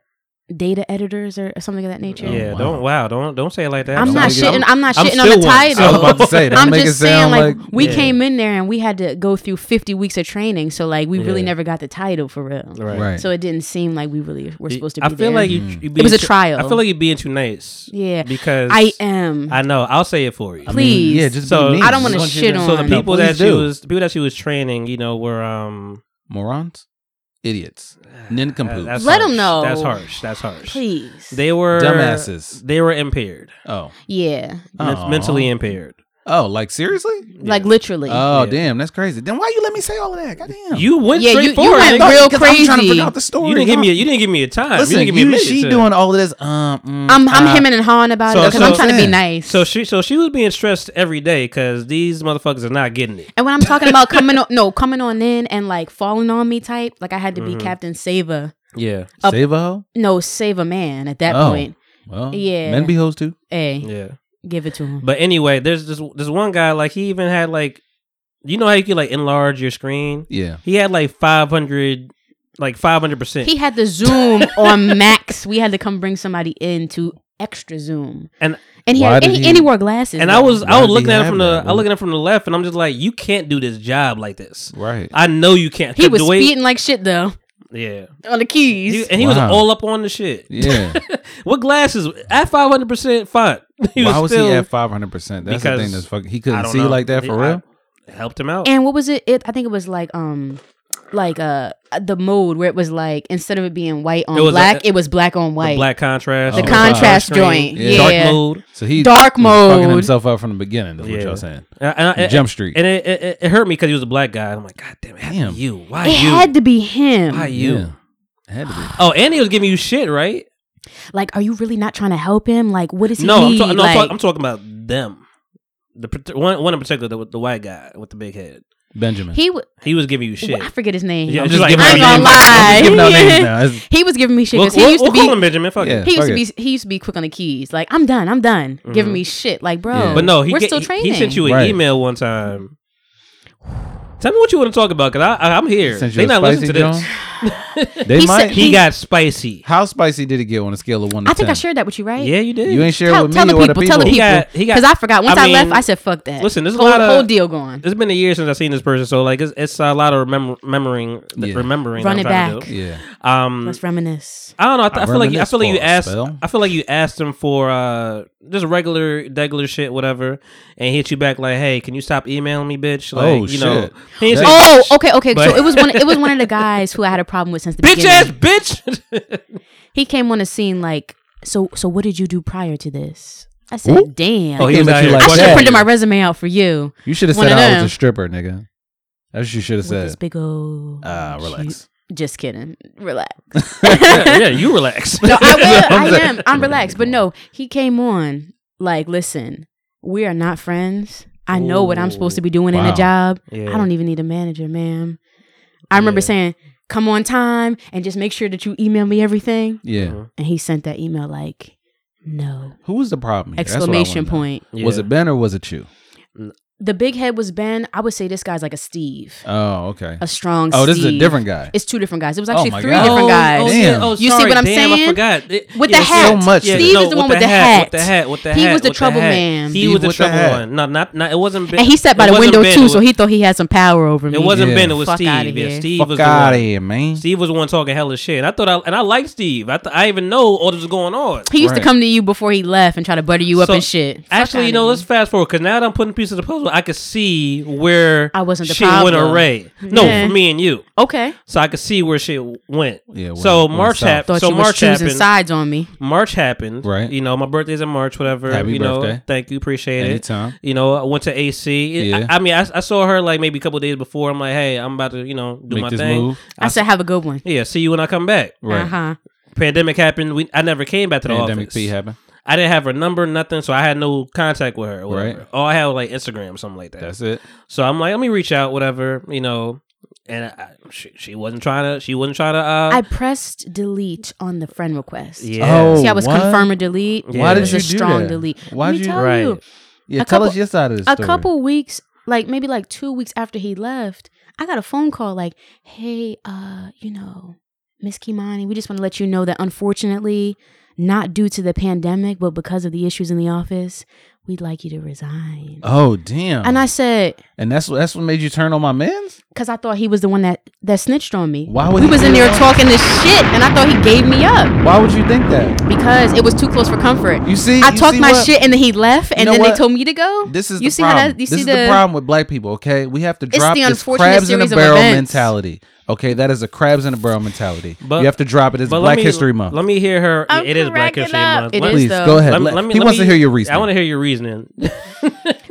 Speaker 1: data editors or, or something of that nature.
Speaker 2: Yeah.
Speaker 3: Oh, wow.
Speaker 2: Don't wow. Don't don't say it like that.
Speaker 1: I'm
Speaker 3: Don't
Speaker 1: not
Speaker 3: make it-
Speaker 1: shitting. I'm not
Speaker 2: I'm
Speaker 1: shitting on the
Speaker 2: still one. I was
Speaker 1: title. <laughs>
Speaker 3: about to say, don't
Speaker 1: I'm
Speaker 3: make
Speaker 1: just
Speaker 3: it
Speaker 1: saying,
Speaker 3: sound
Speaker 1: like,
Speaker 3: like-
Speaker 1: we
Speaker 2: Yeah.
Speaker 1: came in there and we had to go through 50 weeks of training, so like we really
Speaker 2: Yeah.
Speaker 1: never got the title for real.
Speaker 2: Right.
Speaker 3: Right.
Speaker 1: So it didn't seem like we really were supposed to. be
Speaker 2: I feel
Speaker 1: there.
Speaker 2: like you.
Speaker 3: Mm.
Speaker 2: you
Speaker 1: it was a
Speaker 2: being-
Speaker 1: trial.
Speaker 2: I feel like you're being too nice.
Speaker 1: yeah,
Speaker 2: Because
Speaker 1: I am.
Speaker 2: I know. I'll say it for you.
Speaker 3: I mean,
Speaker 1: please.
Speaker 3: yeah. Just
Speaker 2: So-
Speaker 3: be mean.
Speaker 1: I don't wanna
Speaker 3: Just want you
Speaker 1: shit
Speaker 2: so the
Speaker 1: on-
Speaker 2: people
Speaker 3: No,
Speaker 2: that
Speaker 3: please
Speaker 2: she
Speaker 3: do.
Speaker 2: was, the people that she was training, you know, were um.
Speaker 3: morons,
Speaker 2: <sighs>
Speaker 3: idiots, nincompoops,
Speaker 2: that's
Speaker 1: Let
Speaker 2: harsh.
Speaker 1: 'em know.
Speaker 2: That's harsh. That's harsh.
Speaker 1: please.
Speaker 2: They were
Speaker 3: dumbasses.
Speaker 2: They were impaired,
Speaker 3: Oh,
Speaker 1: yeah,
Speaker 2: Men-
Speaker 3: Aw.
Speaker 2: mentally impaired.
Speaker 3: Oh, like seriously?
Speaker 1: Like literally.
Speaker 3: Oh,
Speaker 2: Yeah.
Speaker 3: damn, that's crazy. Then why you let me say all of that? Goddamn.
Speaker 2: You went
Speaker 1: Yeah, you-
Speaker 2: straight
Speaker 1: you
Speaker 2: forward.
Speaker 1: went
Speaker 2: nigga.
Speaker 1: real
Speaker 3: Because I'm trying to
Speaker 1: crazy.
Speaker 3: figure out the story.
Speaker 2: You didn't give me. A,
Speaker 3: y'all.
Speaker 2: you didn't give me a time.
Speaker 3: Listen,
Speaker 2: you didn't
Speaker 3: you,
Speaker 2: give me a minute.
Speaker 3: she
Speaker 2: to-
Speaker 3: doing all of this. Um, mm,
Speaker 1: I'm I'm
Speaker 3: uh,
Speaker 1: hemming and hawing about
Speaker 2: So-
Speaker 1: it because
Speaker 2: so-
Speaker 1: I'm trying to be
Speaker 3: Yeah.
Speaker 1: nice.
Speaker 2: So she, so she was being stressed every day because these motherfuckers are not getting it. <laughs>
Speaker 1: and when I'm talking about coming on, no, coming on in and like falling on me type, like I had to be
Speaker 2: Mm-hmm.
Speaker 1: Captain Save a,
Speaker 2: Yeah,
Speaker 1: up-
Speaker 3: Save a hoe?
Speaker 1: no, save a man at that
Speaker 3: Oh.
Speaker 1: point.
Speaker 3: Well,
Speaker 1: Yeah.
Speaker 3: Men be hoes too.
Speaker 1: Hey,
Speaker 2: yeah.
Speaker 1: give it to him.
Speaker 2: But anyway, there's this this one guy. Like he even had like, you know how you could like enlarge your screen.
Speaker 3: Yeah.
Speaker 2: He had like five hundred, like five hundred percent.
Speaker 1: He had the Zoom on max. We had to come bring somebody in to extra Zoom,
Speaker 2: And-
Speaker 1: and he
Speaker 3: Why
Speaker 1: had, and
Speaker 3: did
Speaker 1: he,
Speaker 3: he-
Speaker 1: and he wore glasses.
Speaker 2: And
Speaker 1: though.
Speaker 2: I was
Speaker 3: Why
Speaker 2: I was
Speaker 3: did
Speaker 2: looking
Speaker 3: he
Speaker 2: at it
Speaker 3: have
Speaker 2: from the
Speaker 3: that,
Speaker 2: I
Speaker 3: dude?
Speaker 2: looking at it from the left, and I'm just like, you can't do this job like this.
Speaker 3: Right.
Speaker 2: I know you can't.
Speaker 1: he was
Speaker 2: The way-
Speaker 1: speeding like shit though
Speaker 2: Yeah,
Speaker 1: on the keys.
Speaker 2: He- and he was
Speaker 3: Wow.
Speaker 2: all up on the shit.
Speaker 3: Yeah.
Speaker 2: What glasses at five hundred percent fine. <laughs> He
Speaker 3: Why was
Speaker 2: still-
Speaker 3: he at five hundred percent? That's the
Speaker 2: Because-
Speaker 3: thing. That's fucking. He
Speaker 2: I
Speaker 3: couldn't
Speaker 2: don't
Speaker 3: see
Speaker 2: know.
Speaker 3: like that for
Speaker 2: I-
Speaker 3: real.
Speaker 2: I helped him out.
Speaker 1: and what was it? it? I think it was like um, like uh, the mode where it was like instead of it being white on
Speaker 2: It was a- uh,
Speaker 1: black, it was black on white.
Speaker 2: the black contrast,
Speaker 1: The
Speaker 3: Oh,
Speaker 1: contrast
Speaker 2: dark screen,
Speaker 1: joint,
Speaker 3: Yeah.
Speaker 2: dark
Speaker 1: yeah.
Speaker 2: mode.
Speaker 3: So he
Speaker 1: Dark
Speaker 3: was fucking
Speaker 1: mode.
Speaker 3: himself up from the beginning. That's what
Speaker 2: Yeah.
Speaker 3: y'all saying.
Speaker 2: And, and, I-
Speaker 3: Jump Street.
Speaker 2: and it, it, it hurt me because he was a black guy. I'm like, God damn it, it had to be
Speaker 3: Damn.
Speaker 2: you? Why
Speaker 1: It
Speaker 2: you?
Speaker 1: had to be him.
Speaker 2: Why you?
Speaker 3: Yeah. It had to be.
Speaker 2: Oh, and he was giving you shit, right?
Speaker 1: Like, are you really not trying to help him? Like, what does he
Speaker 2: No, I'm,
Speaker 1: need?
Speaker 2: ta- no I'm,
Speaker 1: like,
Speaker 2: ta- I'm talking about them. The part- one, one in particular, the, the white guy with the big head.
Speaker 3: Benjamin.
Speaker 1: he was.
Speaker 2: He was giving you shit.
Speaker 1: I forget his name.
Speaker 2: Yeah,
Speaker 1: I'm
Speaker 2: just like-
Speaker 1: I ain't
Speaker 2: I'm
Speaker 1: gonna
Speaker 2: just
Speaker 1: lie.
Speaker 3: giving out names now. It's-
Speaker 1: he was giving me shit
Speaker 2: We'll,
Speaker 1: because
Speaker 2: we'll-
Speaker 1: he used
Speaker 2: we'll
Speaker 1: to be.
Speaker 2: call him Benjamin. Fuck
Speaker 3: Yeah.
Speaker 2: it. Mm-hmm.
Speaker 1: He used to
Speaker 3: fuck
Speaker 1: be he used to be quick on the keys. Like I'm done, I'm done. Giving me shit. Like bro,
Speaker 3: Yeah.
Speaker 2: But no, he
Speaker 1: we're
Speaker 2: ga-
Speaker 1: still
Speaker 2: he-
Speaker 1: training.
Speaker 2: He sent you an
Speaker 3: Right.
Speaker 2: email one time. Tell me what you want to talk about because I, I, I'm here.
Speaker 3: Sent you
Speaker 2: They
Speaker 3: a
Speaker 2: not listening
Speaker 3: spicy
Speaker 2: to this.
Speaker 3: <laughs> Jones? they
Speaker 1: He
Speaker 3: might.
Speaker 1: said-
Speaker 2: He got spicy.
Speaker 3: how spicy did it get on a scale of one to
Speaker 1: I think I
Speaker 3: ten?
Speaker 1: shared that with you, right?
Speaker 2: Yeah, you did.
Speaker 3: You ain't shared
Speaker 1: Tell,
Speaker 3: with
Speaker 1: tell
Speaker 3: me
Speaker 1: the
Speaker 3: or
Speaker 1: people, tell the
Speaker 2: He
Speaker 1: people,
Speaker 2: got- he got-
Speaker 1: because I forgot. Once
Speaker 2: I
Speaker 1: I,
Speaker 2: mean,
Speaker 1: left, I said, "Fuck that."
Speaker 2: listen, there's a
Speaker 1: whole,
Speaker 2: lot of-
Speaker 1: whole deal going.
Speaker 2: It's been a year since I've seen this person, so like it's, it's a lot of remem- remembering, th-
Speaker 3: Yeah.
Speaker 2: remembering.
Speaker 1: Run
Speaker 2: I'm
Speaker 1: it
Speaker 2: trying to
Speaker 1: back.
Speaker 2: do.
Speaker 3: Yeah.
Speaker 2: Um,
Speaker 1: Let's reminisce.
Speaker 2: I don't know. I, th- I feel like you, I
Speaker 3: reminisce
Speaker 2: feel like you
Speaker 3: for a
Speaker 2: asked.
Speaker 3: spell.
Speaker 2: I feel like you asked him for uh just regular, regular shit, whatever, and he hit you back like, "Hey, can you stop emailing me, bitch?" Like,
Speaker 3: Oh,
Speaker 2: you know,
Speaker 3: shit.
Speaker 2: he ain't say,
Speaker 3: That-
Speaker 1: Oh, okay, okay.
Speaker 2: But-
Speaker 1: so it was one. It was one of
Speaker 2: <laughs>
Speaker 1: the guys who I had a problem with since the
Speaker 2: "Bitch ass,
Speaker 1: beginning. <laughs>
Speaker 2: bitch."
Speaker 1: He came on the scene like, so, so what did you do prior to this? I said, "Damn,
Speaker 2: Oh, he was
Speaker 3: Came at
Speaker 2: out
Speaker 3: you
Speaker 2: here
Speaker 1: I should
Speaker 3: like that.
Speaker 1: have
Speaker 2: questioning
Speaker 1: printed my resume out for you."
Speaker 3: You should have
Speaker 1: One
Speaker 3: said
Speaker 1: of
Speaker 3: I
Speaker 1: them.
Speaker 3: was a stripper, nigga. That's what you should have
Speaker 1: With this
Speaker 3: said.
Speaker 1: big old.
Speaker 2: Uh,
Speaker 3: Ah, relax.
Speaker 1: Just kidding.
Speaker 2: <laughs>
Speaker 1: Relax.
Speaker 2: yeah, yeah, you relax. <laughs>
Speaker 1: No, I will.
Speaker 3: I'm
Speaker 1: I
Speaker 3: saying-
Speaker 1: am. I'm relaxed. But no, he came on like, listen, we are not friends. I know what I'm supposed to be doing in
Speaker 3: Wow.
Speaker 1: the job.
Speaker 2: Yeah.
Speaker 1: I don't even need a manager, ma'am. I remember
Speaker 2: Yeah.
Speaker 1: saying, come on time and just make sure that you email me everything.
Speaker 3: Yeah.
Speaker 2: Mhm.
Speaker 1: And he sent that email like, no.
Speaker 3: Who was the problem? here? That's what I wanna
Speaker 1: Exclamation
Speaker 3: know.
Speaker 1: point.
Speaker 2: Yeah.
Speaker 3: Was it Ben or was it you?
Speaker 1: The big head was Ben. I would say this guy's like a Steve,
Speaker 3: Oh, okay.
Speaker 1: a strong
Speaker 3: Oh, this is a
Speaker 1: Steve.
Speaker 3: different guy.
Speaker 1: It's two different guys. It was
Speaker 3: Oh
Speaker 1: actually
Speaker 3: my
Speaker 1: three
Speaker 3: God.
Speaker 1: different
Speaker 2: Oh,
Speaker 1: guys.
Speaker 2: Oh,
Speaker 3: Damn.
Speaker 2: yeah. Oh,
Speaker 1: You see
Speaker 2: sorry.
Speaker 1: what I'm
Speaker 2: Damn, I
Speaker 1: saying?
Speaker 2: forgot. It-
Speaker 1: With
Speaker 2: yeah,
Speaker 1: the
Speaker 2: so
Speaker 1: hat.
Speaker 3: much
Speaker 2: Yeah,
Speaker 3: to
Speaker 1: Steve
Speaker 2: no,
Speaker 1: is the one with the
Speaker 2: With
Speaker 1: hat.
Speaker 2: the hat. With the
Speaker 1: He
Speaker 2: hat.
Speaker 1: was the
Speaker 2: with
Speaker 1: trouble
Speaker 2: hat.
Speaker 1: man.
Speaker 2: He
Speaker 3: Steve
Speaker 2: was the
Speaker 3: with the
Speaker 2: trouble
Speaker 3: hat.
Speaker 2: one. No, not, not. It wasn't. Ben.
Speaker 1: And he sat by
Speaker 2: It
Speaker 1: the
Speaker 2: wasn't
Speaker 1: window
Speaker 2: Ben.
Speaker 1: too,
Speaker 2: It
Speaker 1: so
Speaker 2: was-
Speaker 1: he thought he had some power over me.
Speaker 2: It wasn't
Speaker 3: Yeah.
Speaker 2: Ben. It was
Speaker 1: Fuck
Speaker 2: Steve.
Speaker 1: outta
Speaker 2: Yeah,
Speaker 1: here.
Speaker 2: Steve was
Speaker 3: Fuck
Speaker 2: the one.
Speaker 3: out of here, man.
Speaker 2: Steve was the one talking hella shit. And I thought I and I liked Steve. I th- I even know all this was going on.
Speaker 1: He used
Speaker 3: Right.
Speaker 1: to come to you before he left and try to butter you up
Speaker 2: So,
Speaker 1: and shit. Fuck
Speaker 2: Actually, you
Speaker 1: outta
Speaker 2: know,
Speaker 1: here.
Speaker 2: let's fast forward because now that I'm putting pieces of the puzzle, I could see where
Speaker 1: I wasn't the
Speaker 2: shit went
Speaker 1: problem.
Speaker 2: array. No,
Speaker 1: Yeah.
Speaker 2: for me and you,
Speaker 1: okay.
Speaker 2: so I could see where shit went.
Speaker 3: Yeah, went-
Speaker 2: so
Speaker 3: went
Speaker 2: March
Speaker 3: south.
Speaker 2: happened.
Speaker 1: Thought
Speaker 2: So
Speaker 1: you were
Speaker 2: March
Speaker 1: choosing
Speaker 2: happened.
Speaker 1: sides on me.
Speaker 2: March happened.
Speaker 3: Right.
Speaker 2: You know, my birthday's in March. Whatever.
Speaker 3: Happy
Speaker 2: you know,
Speaker 3: birthday.
Speaker 2: Thank you. Appreciate
Speaker 3: Anytime.
Speaker 2: it. You know, I went to AC. It-
Speaker 3: Yeah.
Speaker 2: I, I mean, I, I saw her like maybe a couple days before. I'm like, hey, I'm about to you know do
Speaker 3: Make
Speaker 2: my
Speaker 3: this
Speaker 2: thing.
Speaker 3: move.
Speaker 1: I, said, have a good one.
Speaker 2: Yeah. See you when I come back.
Speaker 3: Right.
Speaker 1: Uh huh.
Speaker 2: Pandemic happened. We I never came back to the
Speaker 3: Pandemic
Speaker 2: office.
Speaker 3: P happened.
Speaker 2: I didn't have her number, nothing, so I had no contact with her. Or whatever.
Speaker 3: Right.
Speaker 2: All I had was like Instagram, something like that.
Speaker 3: That's it.
Speaker 2: So I'm like, let me reach out, whatever, you know. And I, she, she wasn't trying to. She wasn't trying to. Uh,
Speaker 1: I pressed delete on the friend request.
Speaker 2: yeah.
Speaker 3: Oh,
Speaker 1: See, I was confirm or delete.
Speaker 2: Why
Speaker 1: It
Speaker 2: did
Speaker 1: was
Speaker 2: you
Speaker 1: a
Speaker 3: do
Speaker 1: strong
Speaker 3: that?
Speaker 1: delete.
Speaker 3: Why'd
Speaker 1: Let me
Speaker 3: you-
Speaker 1: tell
Speaker 2: Right.
Speaker 1: you,
Speaker 3: Yeah,
Speaker 1: A
Speaker 3: tell us
Speaker 1: couple-
Speaker 3: your side of the
Speaker 1: a
Speaker 3: story.
Speaker 1: couple weeks, like maybe like two weeks after he left, I got a phone call like, hey, uh, you know, Miss Kimani, we just want to let you know that unfortunately, not due to the pandemic, but because of the issues in the office, we'd like you to resign.
Speaker 3: Oh damn!
Speaker 1: And I said,
Speaker 3: and that's what that's what made you turn on my man's.
Speaker 1: because I thought he was the one that that snitched on me.
Speaker 3: Why would
Speaker 1: we
Speaker 3: he
Speaker 1: was
Speaker 3: do
Speaker 1: in there
Speaker 3: that?
Speaker 1: talking this shit, and I thought he gave me up
Speaker 3: Why would you think that?
Speaker 1: because it was too close for comfort.
Speaker 3: You see,
Speaker 1: I
Speaker 3: you
Speaker 1: talked
Speaker 3: see
Speaker 1: my
Speaker 3: what?
Speaker 1: shit, and then he left, and
Speaker 3: know
Speaker 1: then
Speaker 3: what?
Speaker 1: they told me to go.
Speaker 3: This is
Speaker 1: you
Speaker 3: the
Speaker 1: see
Speaker 3: problem.
Speaker 1: how that you
Speaker 3: this
Speaker 1: see
Speaker 3: is the, problem with black people. Okay, we have to
Speaker 1: It's
Speaker 3: drop
Speaker 1: the
Speaker 3: this
Speaker 1: unfortunate
Speaker 3: crabs in a
Speaker 1: series of
Speaker 3: barrel
Speaker 1: events.
Speaker 3: mentality. Okay, that is a crabs in a barrel mentality.
Speaker 2: But-
Speaker 3: you have to drop it. It's
Speaker 2: But
Speaker 3: Black
Speaker 2: me,
Speaker 3: History Month.
Speaker 2: Let me hear her.
Speaker 1: I'm
Speaker 2: it is Black
Speaker 1: cracking
Speaker 2: History
Speaker 1: up.
Speaker 2: Month.
Speaker 1: It
Speaker 2: Let-
Speaker 1: is,
Speaker 3: Please
Speaker 1: though.
Speaker 3: go ahead.
Speaker 2: Let me-
Speaker 3: Let-
Speaker 2: let me-
Speaker 3: he
Speaker 2: let
Speaker 3: wants
Speaker 2: me-
Speaker 3: to hear your reasoning.
Speaker 2: I want to hear your reasoning.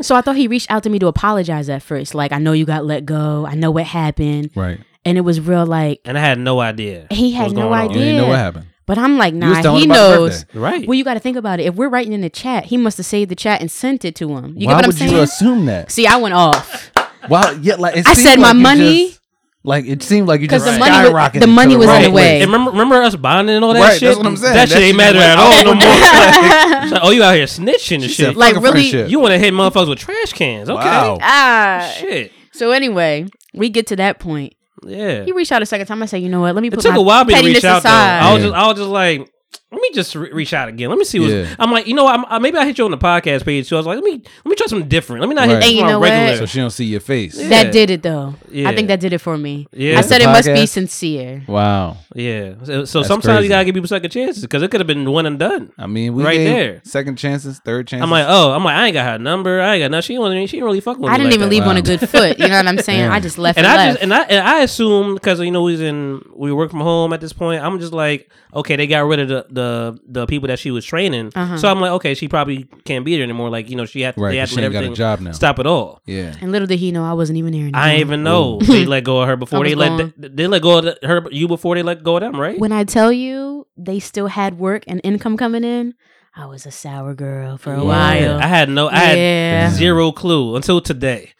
Speaker 1: So I thought he reached out to me to apologize at first. Like, I know you got let go. I know what happened.
Speaker 3: Right.
Speaker 1: And it was real like
Speaker 2: and I had no idea.
Speaker 1: he
Speaker 2: what was
Speaker 1: had no
Speaker 2: going on.
Speaker 1: idea.
Speaker 3: You didn't know what happened.
Speaker 1: But I'm like,
Speaker 3: was
Speaker 1: nah,
Speaker 3: telling
Speaker 1: he
Speaker 3: him about his
Speaker 1: knows.
Speaker 3: birthday.
Speaker 2: Right.
Speaker 1: Well, you got to think about it. If we're writing in the chat, he must have saved the chat and sent it to him. You get
Speaker 3: Why
Speaker 1: what I'm
Speaker 3: would
Speaker 1: saying?
Speaker 3: you assume that?
Speaker 1: See, I went off
Speaker 3: Wow. Yeah. Like it
Speaker 1: I
Speaker 3: seemed
Speaker 1: said my
Speaker 3: like you
Speaker 1: money-
Speaker 3: just- like it seemed like you
Speaker 1: because
Speaker 3: just
Speaker 1: the
Speaker 2: Right.
Speaker 1: money, wa-
Speaker 3: skyrocketed.
Speaker 1: the money was in
Speaker 2: Right.
Speaker 1: the way.
Speaker 2: And remember, remember us bonding and all that
Speaker 3: Right, that's
Speaker 2: shit?
Speaker 3: what I'm saying.
Speaker 2: That,
Speaker 3: That
Speaker 2: shit ain't
Speaker 3: shit
Speaker 2: matter
Speaker 3: went
Speaker 2: at all no
Speaker 3: <laughs>
Speaker 2: more. It's like, oh, you out here snitching and shit.
Speaker 1: like, really-
Speaker 2: you want to hit motherfuckers with trash cans. Okay.
Speaker 3: Wow.
Speaker 1: ah.
Speaker 2: Shit.
Speaker 1: So anyway, we get to that point.
Speaker 2: Yeah.
Speaker 1: He reached out a second time. I said, you know what? Let me
Speaker 2: It
Speaker 1: put
Speaker 2: took
Speaker 1: my
Speaker 2: a while for me to
Speaker 1: pettiness
Speaker 2: reach out, though.
Speaker 1: aside.
Speaker 2: I was
Speaker 3: Yeah.
Speaker 2: just, I was just like, let me just re- reach out again. Let me see what's.
Speaker 3: Yeah.
Speaker 2: I'm like, you know what? I'm, uh, maybe I hit you on the podcast page, too. I was like, let me let me try something different. Let me not
Speaker 3: Right.
Speaker 2: hit
Speaker 3: And
Speaker 2: you
Speaker 1: you
Speaker 2: on
Speaker 1: know what?
Speaker 2: regular.
Speaker 3: So she don't see your face.
Speaker 2: Yeah.
Speaker 1: That did it though.
Speaker 2: Yeah.
Speaker 1: I think that did it for me.
Speaker 2: Yeah.
Speaker 1: I said it must be
Speaker 3: Podcast?
Speaker 1: sincere.
Speaker 3: Wow.
Speaker 2: Yeah. So, so
Speaker 3: That's
Speaker 2: sometimes
Speaker 3: crazy.
Speaker 2: you gotta give people second chances because it could have been one and done.
Speaker 3: I mean, we
Speaker 2: Right
Speaker 3: gave
Speaker 2: there.
Speaker 3: second chances, third chances.
Speaker 2: I'm like, oh, I'm like, I ain't got her number. I ain't got nothing. She wasn't. She didn't really fuck with me.
Speaker 1: I didn't
Speaker 2: like
Speaker 1: even
Speaker 2: that.
Speaker 1: leave on a
Speaker 3: Wow.
Speaker 1: good foot. You
Speaker 2: <laughs>
Speaker 1: know what I'm saying?
Speaker 3: Yeah.
Speaker 1: I just left
Speaker 2: And
Speaker 1: and,
Speaker 2: I
Speaker 1: left.
Speaker 2: just and I and I assumed because you know we was in we work from home at this point. I'm just like, okay, they got rid of the the, the people that she was training.
Speaker 1: Uh-huh.
Speaker 2: So I'm like, okay, she probably can't be there anymore. Like you know, she had
Speaker 3: Right,
Speaker 2: they had to
Speaker 3: 'cause she
Speaker 2: let
Speaker 3: ain't got a
Speaker 2: oh, everything
Speaker 3: job now.
Speaker 2: Stop it all. <laughs>
Speaker 3: yeah.
Speaker 1: and little did he know I wasn't even there. Anymore.
Speaker 2: I didn't even know they let go of her
Speaker 1: Mm-hmm. <laughs> I
Speaker 2: before they
Speaker 1: was
Speaker 2: let
Speaker 1: gone.
Speaker 2: th- they let go of the, her you before they let go of them, right?
Speaker 1: When I tell you they still had work and income coming in, I was a sour girl for a while.
Speaker 2: I had no, I had
Speaker 1: Yeah.
Speaker 2: zero clue until today.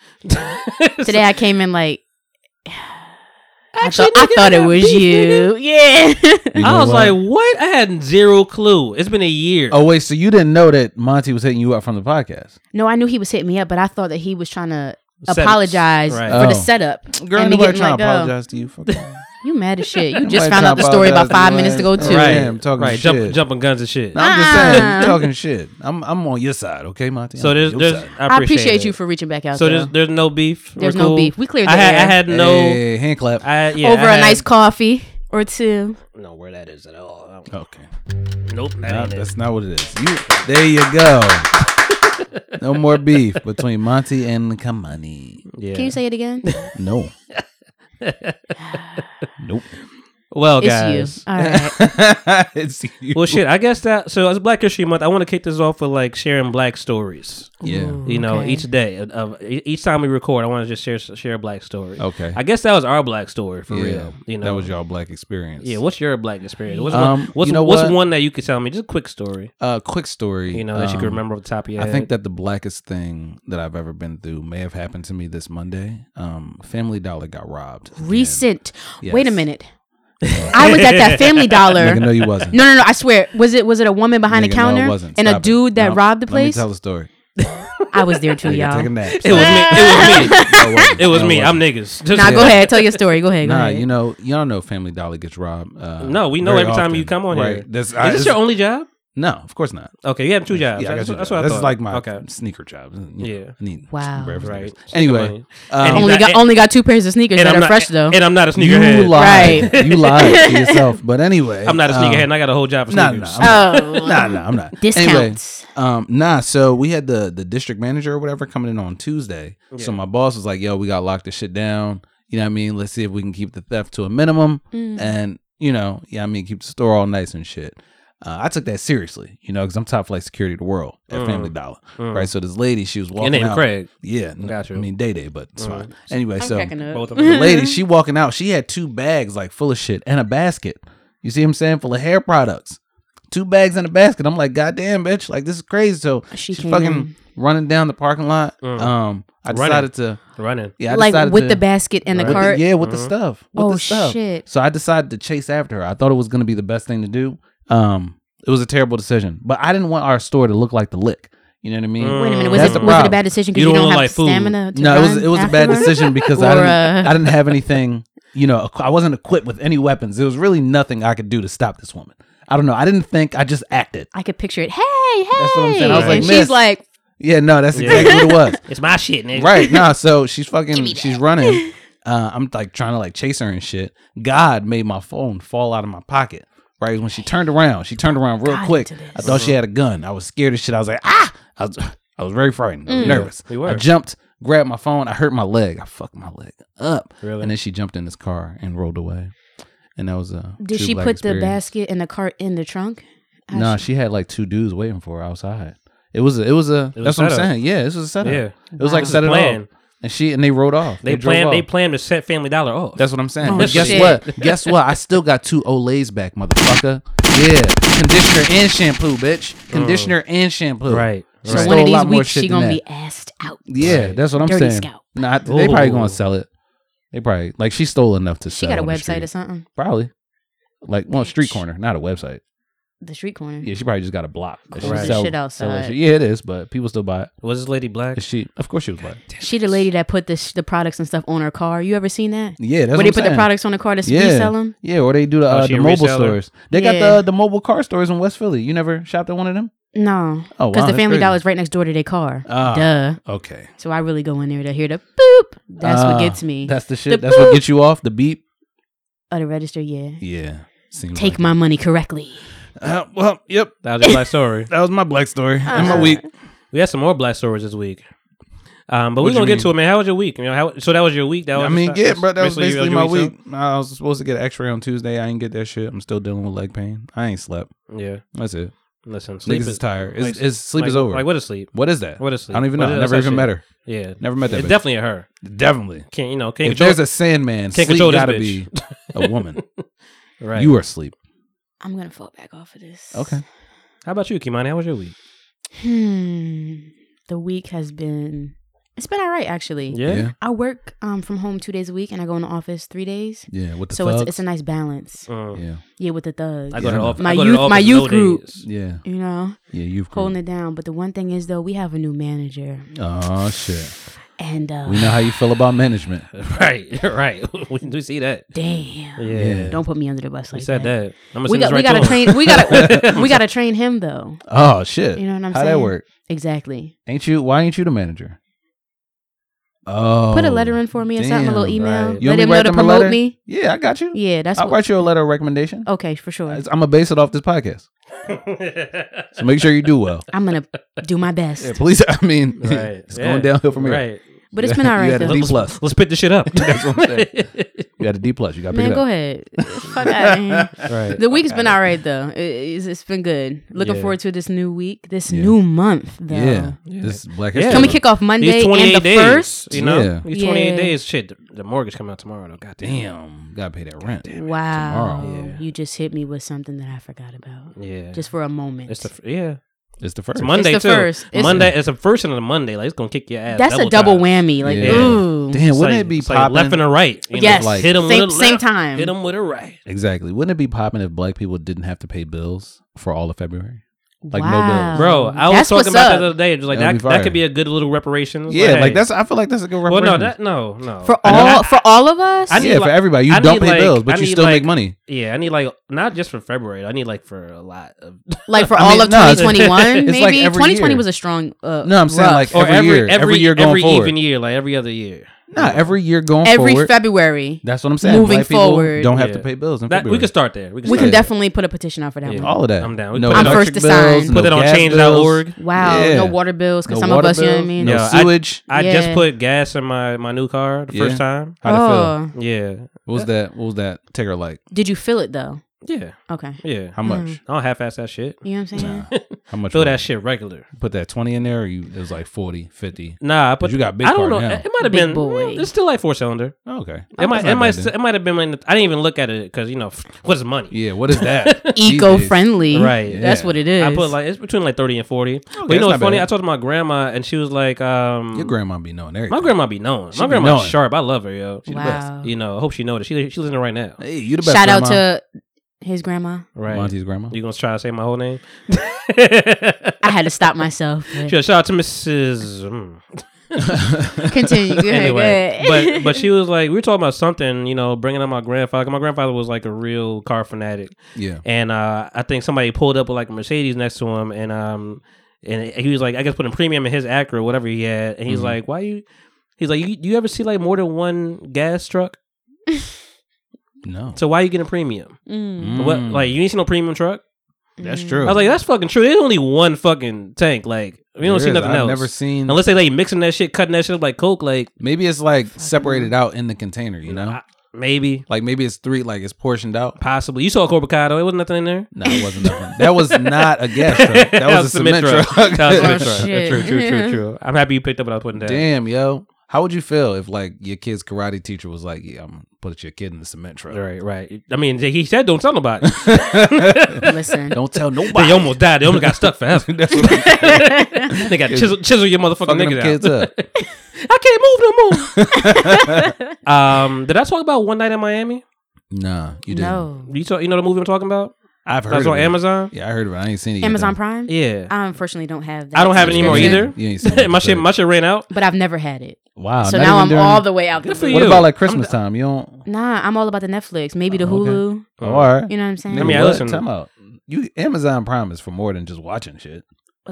Speaker 2: <laughs>
Speaker 1: Today I came in like.
Speaker 2: Actually,
Speaker 1: I thought,
Speaker 2: nigga,
Speaker 1: I thought
Speaker 2: I
Speaker 1: it
Speaker 2: got
Speaker 1: was
Speaker 2: beef,
Speaker 1: you. <laughs> Yeah.
Speaker 3: You
Speaker 2: I
Speaker 3: know
Speaker 2: was
Speaker 3: what?
Speaker 2: like, what? I had zero clue. It's been a year.
Speaker 3: oh wait, so you didn't know that Monty was hitting you up from the podcast?
Speaker 1: no, I knew he was hitting me up, but I thought that he was trying to
Speaker 2: Set-
Speaker 1: apologize
Speaker 2: right.
Speaker 1: for the
Speaker 3: Oh.
Speaker 1: setup.
Speaker 3: Girl,
Speaker 1: and me
Speaker 3: nobody
Speaker 1: getting
Speaker 3: trying
Speaker 1: let
Speaker 3: to
Speaker 1: go.
Speaker 3: apologize to
Speaker 2: <laughs>
Speaker 3: you. Fuck off.
Speaker 1: You mad as shit. You just
Speaker 3: Nobody
Speaker 1: found
Speaker 3: trying
Speaker 1: out
Speaker 3: to
Speaker 1: the story about
Speaker 3: apologize
Speaker 1: five
Speaker 3: you,
Speaker 1: minutes ago,
Speaker 3: man.
Speaker 1: too.
Speaker 2: Right.
Speaker 3: Yeah, I'm talking
Speaker 2: right,
Speaker 3: shit.
Speaker 2: jump, jumping guns and shit.
Speaker 3: No, I'm just saying,
Speaker 1: Ah.
Speaker 3: you talking shit. I'm I'm on your side, okay, Monty?
Speaker 2: so
Speaker 3: I'm
Speaker 2: there's,
Speaker 3: on your
Speaker 2: there's
Speaker 3: side.
Speaker 2: I appreciate,
Speaker 1: I appreciate
Speaker 2: it.
Speaker 1: you for reaching back out.
Speaker 2: So
Speaker 1: though.
Speaker 2: there's there's no beef.
Speaker 1: There's
Speaker 2: We're
Speaker 1: no
Speaker 2: cool?
Speaker 1: beef. We cleared
Speaker 2: I
Speaker 1: the
Speaker 2: had
Speaker 1: air.
Speaker 2: I had no.
Speaker 3: Hey, hand clap.
Speaker 2: I, yeah,
Speaker 1: over
Speaker 2: I
Speaker 1: a nice
Speaker 2: had-
Speaker 1: coffee or two.
Speaker 2: No, where that is at all. I don't-
Speaker 3: okay,
Speaker 2: Nope, that
Speaker 3: No,
Speaker 2: ain't it.
Speaker 3: that's not what it is.
Speaker 2: <laughs>
Speaker 3: You, there you go. no more beef between Monty and Kamani.
Speaker 2: Yeah.
Speaker 1: Can you say
Speaker 2: <laughs>
Speaker 1: it again?
Speaker 3: No. nope.
Speaker 2: Well, guys.
Speaker 1: it's you.
Speaker 2: <laughs>
Speaker 1: All right.
Speaker 3: it's you. <laughs>
Speaker 2: Well, shit. I guess that. So as Black History Month, I want to kick this off with like sharing Black stories.
Speaker 3: Yeah.
Speaker 2: You know,
Speaker 1: Okay.
Speaker 2: each day of, of e, each time we record, I want to just share share a Black story.
Speaker 3: Okay.
Speaker 2: I guess that was our Black story for
Speaker 3: Yeah.
Speaker 2: real. You know,
Speaker 3: That was y'all black experience.
Speaker 2: Yeah. What's your Black experience? What's
Speaker 3: Um,
Speaker 2: one, what's,
Speaker 3: you know
Speaker 2: what's
Speaker 3: what?
Speaker 2: one that you could tell me? Just a quick story.
Speaker 3: Uh, quick story.
Speaker 2: You know that you can
Speaker 3: um,
Speaker 2: remember off the top of your
Speaker 3: I
Speaker 2: head.
Speaker 3: think that the blackest thing that I've ever been through may have happened to me this Monday. Um, Family Dollar got robbed. again.
Speaker 1: Recent.
Speaker 3: Yes.
Speaker 1: Wait a minute. I was at that
Speaker 3: <laughs>
Speaker 1: Family Dollar.
Speaker 3: Nigga, no, you
Speaker 2: <laughs>
Speaker 3: wasn't.
Speaker 1: No, no, no! I swear, was it was it a woman behind
Speaker 3: Nigga,
Speaker 1: the
Speaker 3: no, it
Speaker 1: counter
Speaker 3: wasn't.
Speaker 1: and a
Speaker 3: Stop it.
Speaker 1: dude that
Speaker 3: No,
Speaker 1: robbed the
Speaker 3: Let me
Speaker 1: place?
Speaker 3: tell the story.
Speaker 1: I was there too,
Speaker 3: Nigga,
Speaker 1: y'all.
Speaker 3: Take a nap.
Speaker 2: it was me. <laughs> It was me.
Speaker 3: <laughs>
Speaker 2: It was me. I'm
Speaker 3: nigga.
Speaker 2: niggas. <laughs> Just,
Speaker 1: Now go ahead, tell your story. Go ahead, go
Speaker 3: Nah,
Speaker 1: ahead.
Speaker 3: you know, y'all know Family Dollar gets robbed. Uh,
Speaker 2: No, we know
Speaker 3: very
Speaker 2: every time
Speaker 3: often,
Speaker 2: you come on
Speaker 3: right?
Speaker 2: here.
Speaker 3: This,
Speaker 2: Is this your only job?
Speaker 3: No, of course not.
Speaker 2: Okay, you have two jobs.
Speaker 3: Yeah, I got
Speaker 2: that's,
Speaker 3: you.
Speaker 2: that's what I
Speaker 3: this
Speaker 2: thought.
Speaker 3: is like my
Speaker 2: okay.
Speaker 3: sneaker job.
Speaker 2: Yeah.
Speaker 3: I need
Speaker 1: Wow.
Speaker 3: bread for
Speaker 2: Right.
Speaker 3: sneakers.
Speaker 2: Sneaker money.
Speaker 3: Anyway,
Speaker 2: And
Speaker 3: um,
Speaker 2: he's
Speaker 1: only
Speaker 2: not-
Speaker 1: got
Speaker 2: and-
Speaker 1: only got two pairs of sneakers that
Speaker 2: I'm
Speaker 1: are
Speaker 2: not,
Speaker 1: fresh though.
Speaker 2: And I'm not a
Speaker 3: you
Speaker 2: sneakerhead.
Speaker 3: lied.
Speaker 1: <laughs> Right.
Speaker 3: You lied to yourself. But anyway,
Speaker 2: I'm not a
Speaker 3: um,
Speaker 2: sneakerhead. and I got a whole job for
Speaker 3: Nah,
Speaker 2: sneakers.
Speaker 3: nah, I'm
Speaker 1: oh,
Speaker 3: nah, nah, I'm not.
Speaker 1: Discounts.
Speaker 3: Anyway, um, nah. So we had the the district manager or whatever coming in on Tuesday. So my boss was like, "Yo, we got to lock this shit down. You know what I mean? Let's see if we can keep the theft to a minimum,
Speaker 1: Mm.
Speaker 3: and you know, yeah, I mean, keep the store all nice and shit." Uh, I took that seriously, you know, because I'm top flight security of the world at Family
Speaker 2: Mm.
Speaker 3: Dollar, right? So this lady, she was walking
Speaker 2: name
Speaker 3: out.
Speaker 2: Craig.
Speaker 3: Yeah, n-
Speaker 2: Gotcha. Mm.
Speaker 3: I mean, Day Day, but it's fine. Anyway,
Speaker 1: I'm
Speaker 3: so
Speaker 1: cracking up.
Speaker 2: Both of
Speaker 1: <laughs>
Speaker 3: the
Speaker 2: them.
Speaker 1: Mm-hmm.
Speaker 3: lady, she walking out, she had two bags like full of shit and a basket. You see what I'm saying? Full of hair products. Two bags in a basket. I'm like, God damn, bitch. Like, this is crazy. So
Speaker 1: She
Speaker 3: she's
Speaker 1: came
Speaker 3: fucking
Speaker 1: in.
Speaker 3: running down the parking lot. Um, I
Speaker 2: Running.
Speaker 3: decided to,
Speaker 2: Running.
Speaker 3: yeah, I
Speaker 1: like
Speaker 3: decided
Speaker 1: with
Speaker 3: to-
Speaker 1: the basket and the
Speaker 3: with the-
Speaker 1: cart.
Speaker 3: yeah, with the stuff. With
Speaker 1: Oh,
Speaker 3: the stuff.
Speaker 1: shit.
Speaker 3: So I decided to chase after her. I thought it was going to be the best thing to do. Um, it was a terrible decision, but I didn't want our store to look like the lick. You know what I mean?
Speaker 1: Wait a minute,
Speaker 2: Mm.
Speaker 1: was
Speaker 3: That's
Speaker 1: it
Speaker 3: the
Speaker 1: was it a
Speaker 3: problem.
Speaker 1: bad decision
Speaker 2: You
Speaker 1: because you,
Speaker 2: don't
Speaker 1: don't
Speaker 2: look
Speaker 1: have
Speaker 2: like food.
Speaker 1: stamina? To
Speaker 3: no, it was
Speaker 1: run
Speaker 3: it was a bad
Speaker 1: afterwards?
Speaker 3: decision because I
Speaker 1: Or,
Speaker 3: didn't
Speaker 1: uh,
Speaker 3: I didn't have anything. You know, I wasn't equipped with any weapons. There was really nothing I could do to stop this woman. I don't know. I didn't think. I just acted.
Speaker 1: I could picture it. Hey, hey!
Speaker 3: That's what I'm saying. I was like,
Speaker 1: and
Speaker 3: miss.
Speaker 1: she's like,
Speaker 3: Yeah, no, that's exactly what it was.
Speaker 2: It's my shit, nigga.
Speaker 3: Right
Speaker 1: <laughs>
Speaker 3: now, so she's fucking. She's running. Uh, I'm like trying to like chase her and shit. God made my phone fall out of my pocket. Right when she turned around, she turned around real
Speaker 1: God
Speaker 3: quick.
Speaker 1: into this.
Speaker 3: I thought
Speaker 2: Uh-huh.
Speaker 3: she had a gun. I was scared as shit. I was like, ah! I was, <laughs> I was very frightened.
Speaker 1: Mm.
Speaker 3: I was nervous.
Speaker 2: we were.
Speaker 3: I jumped, grabbed my phone. I hurt my leg. I fucked my leg up.
Speaker 2: Really?
Speaker 3: And then she jumped in this car and rolled away. And that was a.
Speaker 1: did
Speaker 3: true
Speaker 1: she
Speaker 3: black
Speaker 1: put the
Speaker 3: experience.
Speaker 1: basket and the cart in the trunk?
Speaker 3: No, nah, she had like two dudes waiting for her outside. It was a, it was a.
Speaker 2: was
Speaker 3: that's
Speaker 2: a
Speaker 3: what I'm
Speaker 2: setup.
Speaker 3: saying. Yeah, this was a setup.
Speaker 2: Yeah.
Speaker 3: it was like
Speaker 2: This is
Speaker 3: set it
Speaker 2: planned.
Speaker 3: off, and she and they rode off.
Speaker 2: They
Speaker 3: drove
Speaker 2: plan.
Speaker 3: off.
Speaker 2: They plan to set Family Dollar off.
Speaker 3: That's what I'm saying.
Speaker 1: Oh,
Speaker 3: but guess
Speaker 6: shit.
Speaker 3: what? guess what? I still got two Olays back, motherfucker. Yeah, conditioner and shampoo, bitch. Conditioner and shampoo.
Speaker 2: Mm. right.
Speaker 3: So
Speaker 2: right.
Speaker 3: Stole
Speaker 1: One
Speaker 3: a
Speaker 1: of
Speaker 3: lot
Speaker 1: these
Speaker 3: more
Speaker 1: weeks,
Speaker 3: shit
Speaker 1: she
Speaker 3: than
Speaker 1: gonna
Speaker 3: that.
Speaker 1: be assed out.
Speaker 3: Yeah, that's what I'm
Speaker 1: Dirty
Speaker 3: saying.
Speaker 1: Scout.
Speaker 3: Nah, I- they probably
Speaker 2: Ooh.
Speaker 3: gonna sell it. They probably like she stole enough to
Speaker 1: She
Speaker 3: sell.
Speaker 1: got a
Speaker 3: on the
Speaker 1: website
Speaker 3: street.
Speaker 1: or something.
Speaker 3: probably. Like well, street
Speaker 1: Bitch.
Speaker 3: corner, not a website.
Speaker 1: The street corner.
Speaker 3: Yeah, she probably just got a block. that she
Speaker 2: Right.
Speaker 3: sell-
Speaker 1: Shit
Speaker 3: sell that
Speaker 1: outside.
Speaker 3: shit. Yeah, it is, but people still buy it.
Speaker 2: Was this lady black?
Speaker 3: Is she, of course, she was black.
Speaker 1: She the lady that put the sh- the products and stuff on her car. You ever seen that?
Speaker 3: Yeah, that's
Speaker 1: Where
Speaker 3: what
Speaker 1: they
Speaker 3: I'm
Speaker 1: put the
Speaker 3: saying.
Speaker 1: products on the car to
Speaker 3: Yeah,
Speaker 1: resell them.
Speaker 3: yeah, or they do the,
Speaker 2: Oh,
Speaker 3: uh,
Speaker 2: she
Speaker 3: the
Speaker 2: a
Speaker 3: mobile
Speaker 2: reseller?
Speaker 3: stores. They got
Speaker 1: Yeah.
Speaker 3: the the mobile car stores in West Philly. You never shopped at one of them?
Speaker 1: No,
Speaker 3: Oh, wow,
Speaker 1: because the
Speaker 3: that's
Speaker 1: Family
Speaker 3: crazy.
Speaker 1: Dollar is right next door to their car.
Speaker 3: Ah.
Speaker 1: Duh.
Speaker 3: Okay,
Speaker 1: So I really go in there to hear the boop. That's
Speaker 3: Ah,
Speaker 1: what gets me.
Speaker 3: That's the shit.
Speaker 1: The
Speaker 3: that's what gets you off the beep.
Speaker 1: Oh, the register, yeah.
Speaker 3: Yeah, seems
Speaker 1: Take
Speaker 3: like
Speaker 1: my money correctly.
Speaker 3: it. Uh, well, yep.
Speaker 2: That was a black story.
Speaker 3: <laughs> That was my black story and my
Speaker 1: Uh-huh.
Speaker 3: week.
Speaker 2: We had some more black stories this week. Um, but
Speaker 3: What
Speaker 2: we're gonna
Speaker 3: you
Speaker 2: get to it, man. How was your week? You know, how, so that was your week. That was uh,
Speaker 3: I mean, yeah, bro. That was basically
Speaker 2: your
Speaker 3: my week. I was supposed to get an X-ray on Tuesday. I didn't get that shit. I'm still dealing with leg pain. I ain't slept.
Speaker 2: so- Yeah,
Speaker 3: That's it.
Speaker 2: listen, sleep
Speaker 3: Niggas
Speaker 2: is,
Speaker 3: is tired. It's,
Speaker 2: like-
Speaker 3: it's sleep
Speaker 2: like,
Speaker 3: is over.
Speaker 2: Like what is sleep?
Speaker 3: what is that?
Speaker 2: what is
Speaker 3: I don't
Speaker 2: sleep?
Speaker 3: even know. I
Speaker 2: What is-
Speaker 3: never
Speaker 2: that's
Speaker 3: even
Speaker 2: that
Speaker 3: met
Speaker 2: shit?
Speaker 3: her.
Speaker 2: Yeah,
Speaker 3: Never met that.
Speaker 2: it's
Speaker 3: bitch.
Speaker 2: definitely a her.
Speaker 3: definitely.
Speaker 2: Can't you know? Can't
Speaker 3: If
Speaker 2: control.
Speaker 3: there's a Sandman,
Speaker 2: can't
Speaker 3: sleep
Speaker 2: control this
Speaker 3: gotta
Speaker 2: bitch.
Speaker 3: be
Speaker 2: <laughs>
Speaker 3: a woman.
Speaker 2: right.
Speaker 3: You are asleep.
Speaker 1: I'm gonna fall back off of this.
Speaker 3: Okay.
Speaker 2: How about you, Kimani? How was your week?
Speaker 1: Hmm. The week has been. It's been all right actually.
Speaker 2: Yeah.
Speaker 1: I work um, from home two days a week, and I go in the office three days.
Speaker 3: Yeah. With the
Speaker 1: so
Speaker 3: thugs.
Speaker 1: it's it's a nice balance.
Speaker 2: Mm.
Speaker 3: yeah.
Speaker 1: Yeah, with the thugs.
Speaker 2: I go to
Speaker 3: Yeah.
Speaker 2: the off-
Speaker 1: My
Speaker 2: I go to
Speaker 1: youth-
Speaker 2: the office
Speaker 1: my youth
Speaker 2: no
Speaker 1: group.
Speaker 2: days. <laughs>
Speaker 3: Yeah.
Speaker 1: you know,
Speaker 3: Yeah. You've
Speaker 1: holding it down. But the one thing is though, we have a new manager,
Speaker 3: Oh shit.
Speaker 1: and uh,
Speaker 3: We know how you feel
Speaker 2: <laughs>
Speaker 3: about management.
Speaker 2: Right, right. <laughs> we do see that.
Speaker 1: damn,
Speaker 2: Yeah,
Speaker 1: don't put me under the bus
Speaker 2: we
Speaker 1: like
Speaker 2: said that.
Speaker 1: that.
Speaker 2: I'm gonna
Speaker 1: We
Speaker 2: send this
Speaker 1: got we
Speaker 2: right
Speaker 1: gotta
Speaker 2: him.
Speaker 1: train we
Speaker 3: <laughs>
Speaker 2: <laughs>
Speaker 1: gotta we gotta train him though.
Speaker 3: Oh shit.
Speaker 1: You know what I'm
Speaker 3: How
Speaker 1: saying?
Speaker 3: that work?
Speaker 1: Exactly.
Speaker 3: Ain't you? Why ain't you the manager? Oh.
Speaker 1: Put a letter in for me or something, a little
Speaker 3: damn,
Speaker 1: email.
Speaker 2: right.
Speaker 3: You
Speaker 1: Let
Speaker 3: want me
Speaker 1: him
Speaker 3: write
Speaker 1: know to
Speaker 3: them a
Speaker 1: promote
Speaker 3: letter?
Speaker 1: me. oh.
Speaker 3: Yeah, I got you.
Speaker 1: Yeah, that's
Speaker 3: I'll
Speaker 1: what,
Speaker 3: write you a letter of recommendation.
Speaker 1: okay for sure.
Speaker 3: I'm gonna base it off
Speaker 2: <laughs>
Speaker 3: this podcast, so make sure you do well.
Speaker 1: I'm gonna do
Speaker 3: <laughs>
Speaker 1: my best.
Speaker 3: Please, I mean,
Speaker 2: Right.
Speaker 3: <laughs> it's
Speaker 2: yeah.
Speaker 3: going downhill from here.
Speaker 2: Right.
Speaker 1: But it's been all
Speaker 3: you
Speaker 1: right
Speaker 3: had a
Speaker 1: though.
Speaker 3: D plus.
Speaker 2: Let's pick the shit up. <laughs>
Speaker 3: <laughs> That's what I'm saying. You got a D plus. You got to pick
Speaker 1: <laughs> Man,
Speaker 3: it
Speaker 1: go
Speaker 3: up.
Speaker 1: ahead.
Speaker 3: <laughs>
Speaker 1: <laughs> Fuck outta here.
Speaker 2: <laughs> right.
Speaker 1: The week's been all right though. It, it's, it's been good. Looking
Speaker 2: Yeah.
Speaker 1: forward to this new week, this
Speaker 3: Yeah.
Speaker 1: new month though.
Speaker 3: Yeah. this is black.
Speaker 2: Yeah.
Speaker 3: History
Speaker 1: Can we
Speaker 3: Month.
Speaker 1: kick off Monday
Speaker 2: These
Speaker 1: and
Speaker 2: 28
Speaker 1: the
Speaker 2: days,
Speaker 1: first?
Speaker 2: you know,
Speaker 3: Yeah.
Speaker 2: these 28
Speaker 1: Yeah.
Speaker 2: days. Shit, the, the mortgage coming out tomorrow though. God damn.
Speaker 3: Damn, gotta pay that rent.
Speaker 1: Wow.
Speaker 3: Tomorrow.
Speaker 2: Yeah.
Speaker 1: You just hit me with something that I forgot about.
Speaker 2: Yeah.
Speaker 1: Just for a moment.
Speaker 2: it's the f- yeah.
Speaker 3: It's the first.
Speaker 2: It's Monday
Speaker 1: It's the
Speaker 2: too.
Speaker 1: first. It's-
Speaker 2: Monday. It's the first and the Monday. Like it's gonna kick your ass.
Speaker 1: That's a double
Speaker 2: time.
Speaker 1: whammy. Like,
Speaker 3: Yeah.
Speaker 1: ooh.
Speaker 3: Damn,
Speaker 2: It's
Speaker 3: wouldn't
Speaker 2: like-
Speaker 3: it be
Speaker 2: it's like
Speaker 3: popping?
Speaker 2: left and a right? you know,
Speaker 1: Yes.
Speaker 2: like,
Speaker 3: Like-
Speaker 2: hit them
Speaker 1: Same-
Speaker 2: with a
Speaker 1: same
Speaker 2: left,
Speaker 1: time.
Speaker 2: Hit them with a right.
Speaker 3: exactly. Wouldn't it be popping if black people didn't have to pay bills for all of February? Like, no bills.
Speaker 1: wow.
Speaker 2: Bro, I was
Speaker 1: Um, That's
Speaker 2: talking
Speaker 1: what's
Speaker 2: about that
Speaker 1: up.
Speaker 2: the other day. Just like
Speaker 3: That'd
Speaker 2: that,
Speaker 3: be
Speaker 2: that
Speaker 3: fire.
Speaker 2: could be a good little reparations.
Speaker 3: Yeah, like
Speaker 2: hey.
Speaker 3: that's. I feel like that's a good.
Speaker 2: Well, no,
Speaker 3: referendum.
Speaker 2: that no, no.
Speaker 1: For
Speaker 2: And
Speaker 1: all
Speaker 2: I-
Speaker 1: for all of us?
Speaker 2: I need,
Speaker 3: yeah,
Speaker 2: like-
Speaker 3: for everybody, you
Speaker 2: I
Speaker 3: don't
Speaker 2: need,
Speaker 3: pay
Speaker 2: like-
Speaker 3: bills,
Speaker 2: I
Speaker 3: but you
Speaker 2: need,
Speaker 3: still
Speaker 2: like-
Speaker 3: make money.
Speaker 2: yeah, I need like not just for February. I need like for a lot of
Speaker 1: like for
Speaker 3: I mean,
Speaker 1: all of
Speaker 3: no, it's-
Speaker 1: 2021
Speaker 3: <laughs> it's
Speaker 1: maybe?
Speaker 3: like every year.
Speaker 1: 2020 was a strong uh,
Speaker 3: No, I'm saying
Speaker 1: rough.
Speaker 3: like every, year, every, year going
Speaker 2: every
Speaker 3: forward.
Speaker 2: even year, like every other year.
Speaker 3: Nah, every year going
Speaker 1: every
Speaker 3: forward.
Speaker 1: February.
Speaker 3: that's what I'm saying.
Speaker 1: moving
Speaker 3: Black people
Speaker 1: forward.
Speaker 3: don't have to
Speaker 2: Yeah.
Speaker 3: pay bills. In
Speaker 2: That we
Speaker 3: February.
Speaker 2: can start there. We can,
Speaker 1: we
Speaker 2: start
Speaker 1: can
Speaker 3: Yeah.
Speaker 1: definitely put a petition out for that
Speaker 2: Yeah.
Speaker 1: one.
Speaker 3: all of that.
Speaker 2: I'm down. We
Speaker 3: No
Speaker 2: put it on-
Speaker 1: I'm
Speaker 3: electric
Speaker 1: first to sign.
Speaker 3: bills,
Speaker 1: Put
Speaker 3: no
Speaker 2: it on
Speaker 3: gas
Speaker 2: change.org.
Speaker 3: bills,
Speaker 1: Wow,
Speaker 3: Yeah.
Speaker 1: no water bills because
Speaker 3: no
Speaker 1: some
Speaker 3: water
Speaker 1: of us, you know what I
Speaker 3: bills,
Speaker 1: mean?
Speaker 3: No
Speaker 2: Yeah, I-
Speaker 3: sewage.
Speaker 2: there. I just
Speaker 1: Yeah.
Speaker 2: put gas in my my new car the
Speaker 3: Yeah.
Speaker 2: first time.
Speaker 3: How'd it feel?
Speaker 1: Oh,
Speaker 2: Yeah,
Speaker 3: What was that? What was that ticker like?
Speaker 1: did you feel it though?
Speaker 2: yeah,
Speaker 1: Okay,
Speaker 2: yeah.
Speaker 3: How much?
Speaker 2: I don't half-ass that shit.
Speaker 1: you know what I'm saying?
Speaker 3: How much?
Speaker 2: Feel
Speaker 3: was
Speaker 2: that
Speaker 3: it?
Speaker 2: shit regular.
Speaker 3: Put that twenty in there. Or you, it was like 40, 50.
Speaker 2: Nah, but
Speaker 3: you got big
Speaker 2: I don't
Speaker 3: car
Speaker 2: know.
Speaker 3: now.
Speaker 2: It might have
Speaker 1: Big
Speaker 2: been. mm,
Speaker 1: boy.
Speaker 2: It's still like four cylinder.
Speaker 3: Oh, okay.
Speaker 2: It might.
Speaker 3: That's
Speaker 2: It
Speaker 3: not
Speaker 2: might.
Speaker 3: bad
Speaker 2: st- It might have been. Like, I didn't even look at it because you know what is money.
Speaker 3: then. Yeah. What is <laughs> that? These days.
Speaker 1: Eco-friendly,
Speaker 2: Right.
Speaker 1: That's
Speaker 3: Yeah.
Speaker 1: what it is.
Speaker 2: I put like it's between like thirty and forty. but you
Speaker 3: that's
Speaker 2: know what's
Speaker 3: not
Speaker 2: funny?
Speaker 3: bad.
Speaker 2: I talked to my grandma and she was like, um,
Speaker 3: Your grandma be knowing everything.
Speaker 2: my grandma be knowing. My
Speaker 3: be
Speaker 2: grandma's
Speaker 3: knowing.
Speaker 2: sharp. I love her, yo.
Speaker 1: the best. Wow.
Speaker 2: You know, I hope she knows. She she listening right now,
Speaker 3: Hey, you the best.
Speaker 1: shout out
Speaker 3: grandma.
Speaker 1: to his grandma.
Speaker 2: right?
Speaker 3: Monty's grandma.
Speaker 2: You gonna try to say my whole
Speaker 1: <laughs>
Speaker 2: name? <laughs>
Speaker 1: I had to stop <laughs> myself. but-
Speaker 2: Shout out to Mrs. mm.
Speaker 3: <laughs>
Speaker 1: Continue. Go ahead,
Speaker 2: anyway,
Speaker 1: go ahead.
Speaker 2: but
Speaker 1: <laughs>
Speaker 2: but she was like, we were talking about something, you know, bringing up my grandfather. My grandfather was like a real car fanatic,
Speaker 3: Yeah.
Speaker 2: and uh, I think somebody pulled up with like a Mercedes next to him, and um, and he was like, I guess putting premium in his Acura, or whatever he had, and he's
Speaker 3: Mhm.
Speaker 2: like, why you? He's like, you, you ever see like more than one gas truck?
Speaker 3: No.
Speaker 2: So why you getting premium?
Speaker 1: Mm,
Speaker 2: What
Speaker 3: Mm.
Speaker 2: like you ain't see no premium truck?
Speaker 3: That's
Speaker 1: mm.
Speaker 3: true.
Speaker 2: I was like, that's fucking true. There's only one fucking tank. Like we don't
Speaker 3: There
Speaker 2: see
Speaker 3: is.
Speaker 2: nothing
Speaker 3: I've
Speaker 2: else.
Speaker 3: Never seen.
Speaker 2: Unless they like mixing that shit, cutting that shit up like coke. Like
Speaker 3: Maybe it's like separated out in the container. You know.
Speaker 2: I, Maybe,
Speaker 3: Like maybe it's three, like it's portioned <laughs> out.
Speaker 2: possibly. You saw Corbicado. It wasn't nothing in there.
Speaker 3: No, it wasn't nothing. That was not a
Speaker 2: <laughs>
Speaker 3: gas <laughs> truck. That was a cement truck.
Speaker 2: That was
Speaker 3: <laughs>
Speaker 2: a cement
Speaker 1: Oh,
Speaker 2: truck.
Speaker 1: shit.
Speaker 2: True, true, true, true. I'm happy you picked up what I was putting down.
Speaker 3: Damn, yo. How would you feel if like your kid's karate teacher was like, "Yeah, I'm gonna put your kid in the cement truck.
Speaker 2: Right, right. I mean, he said, "Don't tell
Speaker 3: <laughs>
Speaker 2: nobody."
Speaker 1: Listen,
Speaker 3: Don't <laughs> tell nobody."
Speaker 2: they almost died. They almost got stuck forever. <laughs>
Speaker 3: <laughs>
Speaker 2: they got chisel, chisel your motherfucking
Speaker 3: fucking them
Speaker 2: niggas
Speaker 3: kids
Speaker 2: out.
Speaker 3: up.
Speaker 2: <laughs> I can't move no
Speaker 3: <laughs>
Speaker 2: more. um, did I talk about One Night in Miami?
Speaker 3: Nah, you didn't.
Speaker 1: no.
Speaker 2: You talk, you know the movie I'm talking about?
Speaker 3: I've heard
Speaker 2: That's
Speaker 3: of
Speaker 2: on
Speaker 3: it.
Speaker 2: Amazon.
Speaker 3: Yeah, I heard of it. I ain't seen it. yet,
Speaker 1: Amazon
Speaker 3: though.
Speaker 1: Prime.
Speaker 2: Yeah,
Speaker 1: I unfortunately don't have. that.
Speaker 2: I don't have it anymore
Speaker 3: You ain't-
Speaker 2: either.
Speaker 3: You
Speaker 2: <laughs>
Speaker 3: ain't seen it.
Speaker 2: my shit, my shit ran out.
Speaker 1: <laughs> But I've never had it.
Speaker 3: Wow.
Speaker 1: so
Speaker 3: Oh, not
Speaker 1: now
Speaker 3: even
Speaker 1: I'm
Speaker 3: during-
Speaker 1: all the way out.
Speaker 2: Good
Speaker 1: The
Speaker 2: for
Speaker 1: loop.
Speaker 2: you.
Speaker 3: What about like Christmas time? You don't.
Speaker 1: Nah, I'm all about the Netflix. Maybe the
Speaker 3: Oh, okay.
Speaker 1: Hulu.
Speaker 2: Oh.
Speaker 3: all right.
Speaker 1: You know what I'm saying?
Speaker 2: I mean, I
Speaker 3: What?
Speaker 2: listen-
Speaker 3: Time out. You Amazon Prime is for more than just watching shit.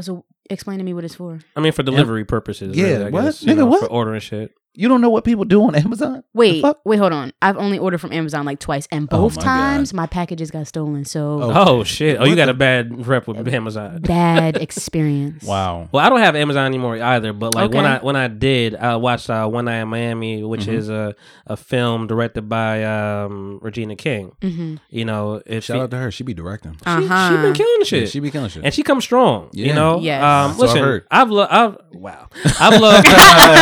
Speaker 1: so explain to me what it's for.
Speaker 2: I mean, for delivery purposes.
Speaker 3: Yeah,
Speaker 2: really, I
Speaker 3: what?
Speaker 2: guess, you
Speaker 3: Nigga,
Speaker 2: know,
Speaker 3: what?
Speaker 2: For ordering shit.
Speaker 3: You don't know what people do on Amazon.
Speaker 1: Wait,
Speaker 3: fuck?
Speaker 1: wait, hold on. I've only ordered from Amazon like twice, and
Speaker 3: Oh
Speaker 1: both
Speaker 3: my God.
Speaker 1: times my packages got stolen. So
Speaker 3: Oh.
Speaker 2: Oh shit! Oh, you
Speaker 3: What
Speaker 2: got
Speaker 3: the-
Speaker 2: a bad rep with Amazon.
Speaker 1: bad experience.
Speaker 3: Wow.
Speaker 2: Well, I don't have Amazon anymore either. But like when
Speaker 1: Okay.
Speaker 2: I when I did, I watched uh, One Night in Miami, which
Speaker 3: Mm-hmm.
Speaker 2: is a a film directed by um, Regina King.
Speaker 1: Mm-hmm.
Speaker 2: You know, if
Speaker 3: Shout
Speaker 2: she,
Speaker 3: out to her. She be directing.
Speaker 2: she,
Speaker 1: Uh-huh.
Speaker 2: she been killing shit.
Speaker 3: Yeah, she be killing shit.
Speaker 2: and she comes strong, you
Speaker 3: Yeah.
Speaker 2: know.
Speaker 1: Yes.
Speaker 2: Um,
Speaker 3: That's what I
Speaker 2: listen,
Speaker 3: heard.
Speaker 2: I've lo- I've wow, <laughs> I've
Speaker 3: <laughs>
Speaker 2: loved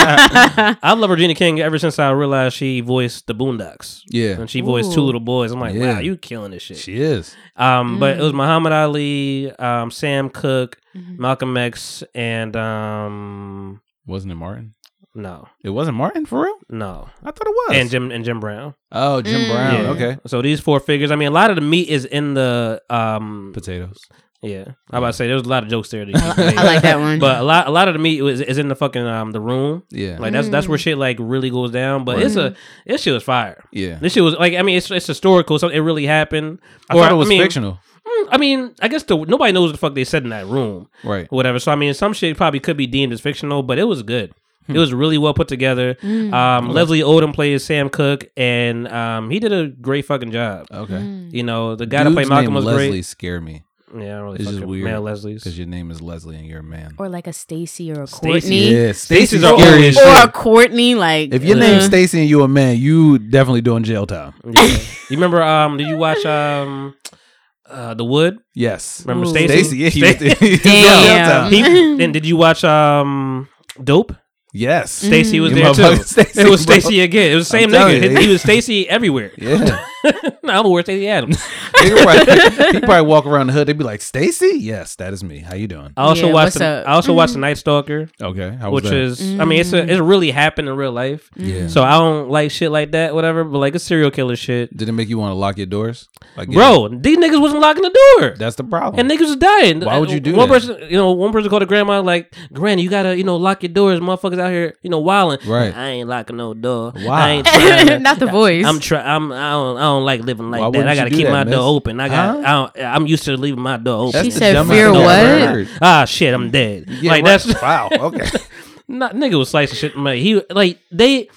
Speaker 2: I love Regina King ever since I realized she voiced the Boondocks.
Speaker 3: yeah,
Speaker 2: And she voiced two
Speaker 1: Ooh.
Speaker 2: little boys. I'm like,
Speaker 3: Yeah.
Speaker 2: wow, you killing this shit.
Speaker 3: she is.
Speaker 2: Um, but it
Speaker 1: Mm.
Speaker 2: was Muhammad Ali, um, Sam Cooke,
Speaker 1: Mhm.
Speaker 2: Malcolm X, and um,
Speaker 3: Wasn't it Martin?
Speaker 2: no,
Speaker 3: It wasn't Martin for real.
Speaker 2: no,
Speaker 3: I thought it was.
Speaker 2: and Jim and Jim Brown.
Speaker 3: oh, Jim
Speaker 1: Mm.
Speaker 3: Brown.
Speaker 2: Yeah.
Speaker 3: Okay.
Speaker 2: So these four figures. I mean, a lot of the meat is in the um,
Speaker 3: Potatoes.
Speaker 2: yeah. I'm about to say there was a lot of jokes there.
Speaker 1: <laughs>
Speaker 2: That you
Speaker 1: I like that one.
Speaker 2: But a lot, a lot of the meat is, is in the fucking um the room.
Speaker 3: Yeah.
Speaker 2: Like that's
Speaker 1: Mm.
Speaker 2: that's where shit like really goes down. But it's a this shit was fire.
Speaker 3: yeah.
Speaker 2: This shit was like I mean it's it's historical, so it really happened.
Speaker 3: I thought it was
Speaker 2: mean,
Speaker 3: fictional.
Speaker 2: mm, I mean, I guess the, nobody knows what the fuck they said in that room,
Speaker 3: Right.
Speaker 2: whatever. So I mean, some shit probably could be deemed as fictional, but it was good.
Speaker 1: Hmm.
Speaker 2: It was really well put together.
Speaker 1: Mm.
Speaker 2: Um, Leslie Odom plays Sam Cook, and um, he did a great fucking job.
Speaker 3: Okay.
Speaker 1: Mm.
Speaker 2: You know, the guy that played
Speaker 3: Oh. Dude's
Speaker 2: Malcolm was
Speaker 3: name Leslie
Speaker 2: great.
Speaker 3: scare me
Speaker 2: Yeah, I don't really
Speaker 3: It's just
Speaker 2: fucking
Speaker 3: weird.
Speaker 2: male Leslie's.
Speaker 3: because your name is Leslie and you're a man.
Speaker 1: or like a Stacy or a
Speaker 2: Stacey.
Speaker 1: Courtney.
Speaker 3: Yeah, Stacy's
Speaker 2: are
Speaker 3: scary
Speaker 2: always-
Speaker 3: as
Speaker 1: Or a
Speaker 3: shit.
Speaker 1: Courtney, like
Speaker 3: If your
Speaker 1: uh,
Speaker 3: name's Stacy and you a man, you definitely doing jail time.
Speaker 2: Yeah. you remember? Um, did you watch um, uh, The Wood?
Speaker 3: Yes.
Speaker 2: Remember
Speaker 1: Ooh.
Speaker 2: Stacy? <laughs>
Speaker 3: Stacy, yeah, he was- <laughs> he
Speaker 1: <laughs> Damn.
Speaker 3: was jail time.
Speaker 2: He,
Speaker 1: <laughs>
Speaker 2: and did you watch um, Dope?
Speaker 3: Yes.
Speaker 1: Mm.
Speaker 2: Stacy was
Speaker 3: Mm. You
Speaker 2: there too.
Speaker 3: motherfucker, Stacey,
Speaker 2: it was
Speaker 3: bro.
Speaker 2: Stacy again. It was the
Speaker 3: I'm
Speaker 2: same
Speaker 3: telling
Speaker 2: nigga.
Speaker 3: you.
Speaker 2: He, he was Stacy everywhere. <laughs>
Speaker 3: Yeah. <laughs>
Speaker 2: no, I'm where Stacy Adams.
Speaker 3: he, probably, he probably walk around the hood. They'd be like, Stacy? Yes, that is me. How you doing?
Speaker 2: I also
Speaker 1: Yeah,
Speaker 2: watched.
Speaker 1: what's
Speaker 2: The,
Speaker 1: up? Mm-hmm.
Speaker 2: I also watched The Night Stalker,
Speaker 3: Okay.
Speaker 2: Uh,
Speaker 3: How was
Speaker 2: which
Speaker 3: that?
Speaker 2: is. I mean, it's a, it's really happened in real life.
Speaker 3: Yeah.
Speaker 2: So I don't like shit like that, whatever. But like a serial killer shit,
Speaker 3: Did it make you want to lock your doors? Like, yeah,
Speaker 2: bro. These niggas wasn't locking the door.
Speaker 3: that's the problem.
Speaker 2: and niggas was dying.
Speaker 3: Why would you do
Speaker 2: one
Speaker 3: that?
Speaker 2: person, you know, one person called to grandma like, "Granny, you gotta, you know, lock your doors. Motherfuckers out here, you know, wilding.
Speaker 3: Right.
Speaker 2: I ain't locking no door.
Speaker 3: Wow.
Speaker 2: I ain't
Speaker 1: <laughs>
Speaker 2: trying
Speaker 1: not the voice.
Speaker 2: I'm try. I'm. I don't. I don't like living like
Speaker 3: Why
Speaker 2: that.
Speaker 3: wouldn't
Speaker 2: I
Speaker 3: you
Speaker 2: gotta
Speaker 3: do
Speaker 2: keep
Speaker 3: that,
Speaker 2: my
Speaker 3: miss?
Speaker 2: door open. I got. I don't, I'm used to leaving my door open.
Speaker 1: She
Speaker 3: the
Speaker 1: said
Speaker 3: dumbest
Speaker 1: fear
Speaker 3: thing I've
Speaker 1: what?
Speaker 3: ever heard.
Speaker 2: ah shit, I'm dead.
Speaker 3: Yeah,
Speaker 2: like
Speaker 3: right.
Speaker 2: that's <laughs>
Speaker 3: <laughs> wow. Okay.
Speaker 2: not nigga was slicing shit. Like he like they.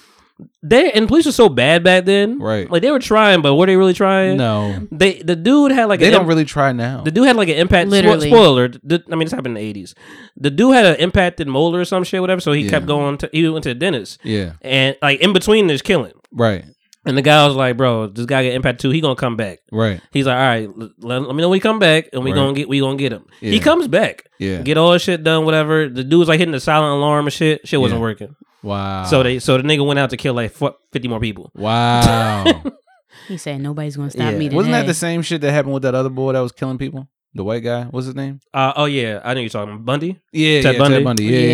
Speaker 2: They and police were so bad back then.
Speaker 3: Right.
Speaker 2: Like they were trying, but were they really trying?
Speaker 3: No,
Speaker 2: They the dude had like
Speaker 3: they
Speaker 2: an
Speaker 3: don't
Speaker 2: imp-
Speaker 3: really try now.
Speaker 2: the dude had like an impact. spo-
Speaker 1: Literally.
Speaker 2: spoiler. The, I mean, this happened in the eighties. The dude had an impacted molar or some shit, whatever. So he
Speaker 3: Yeah.
Speaker 2: kept going. to He went to the dentist,
Speaker 3: Yeah.
Speaker 2: and like in between, there's killing.
Speaker 3: Right.
Speaker 2: And the guy was like, "Bro, this guy got impacted too. He gonna come back."
Speaker 3: Right.
Speaker 2: He's like, "All right, l- let, let me know when he come back, and we
Speaker 3: Right.
Speaker 2: gonna get we gonna get him." He
Speaker 3: Yeah.
Speaker 2: comes back.
Speaker 3: Yeah.
Speaker 2: Get all his shit done, whatever. The dude was like hitting the silent alarm and shit. Shit wasn't
Speaker 3: Yeah.
Speaker 2: working.
Speaker 3: Wow.
Speaker 2: So they, so the nigga went out to kill like fu- fifty more people.
Speaker 3: Wow.
Speaker 1: he said nobody's gonna stop
Speaker 2: Yeah.
Speaker 1: me. Today.
Speaker 3: <laughs> Wasn't that the same shit that happened with that other boy that was killing people? The white guy. What's his name?
Speaker 2: Uh, oh yeah, I know you're talking about Bundy.
Speaker 3: Yeah.
Speaker 2: Ted
Speaker 3: yeah,
Speaker 2: Bundy?
Speaker 3: Ted Bundy. Yeah. yeah.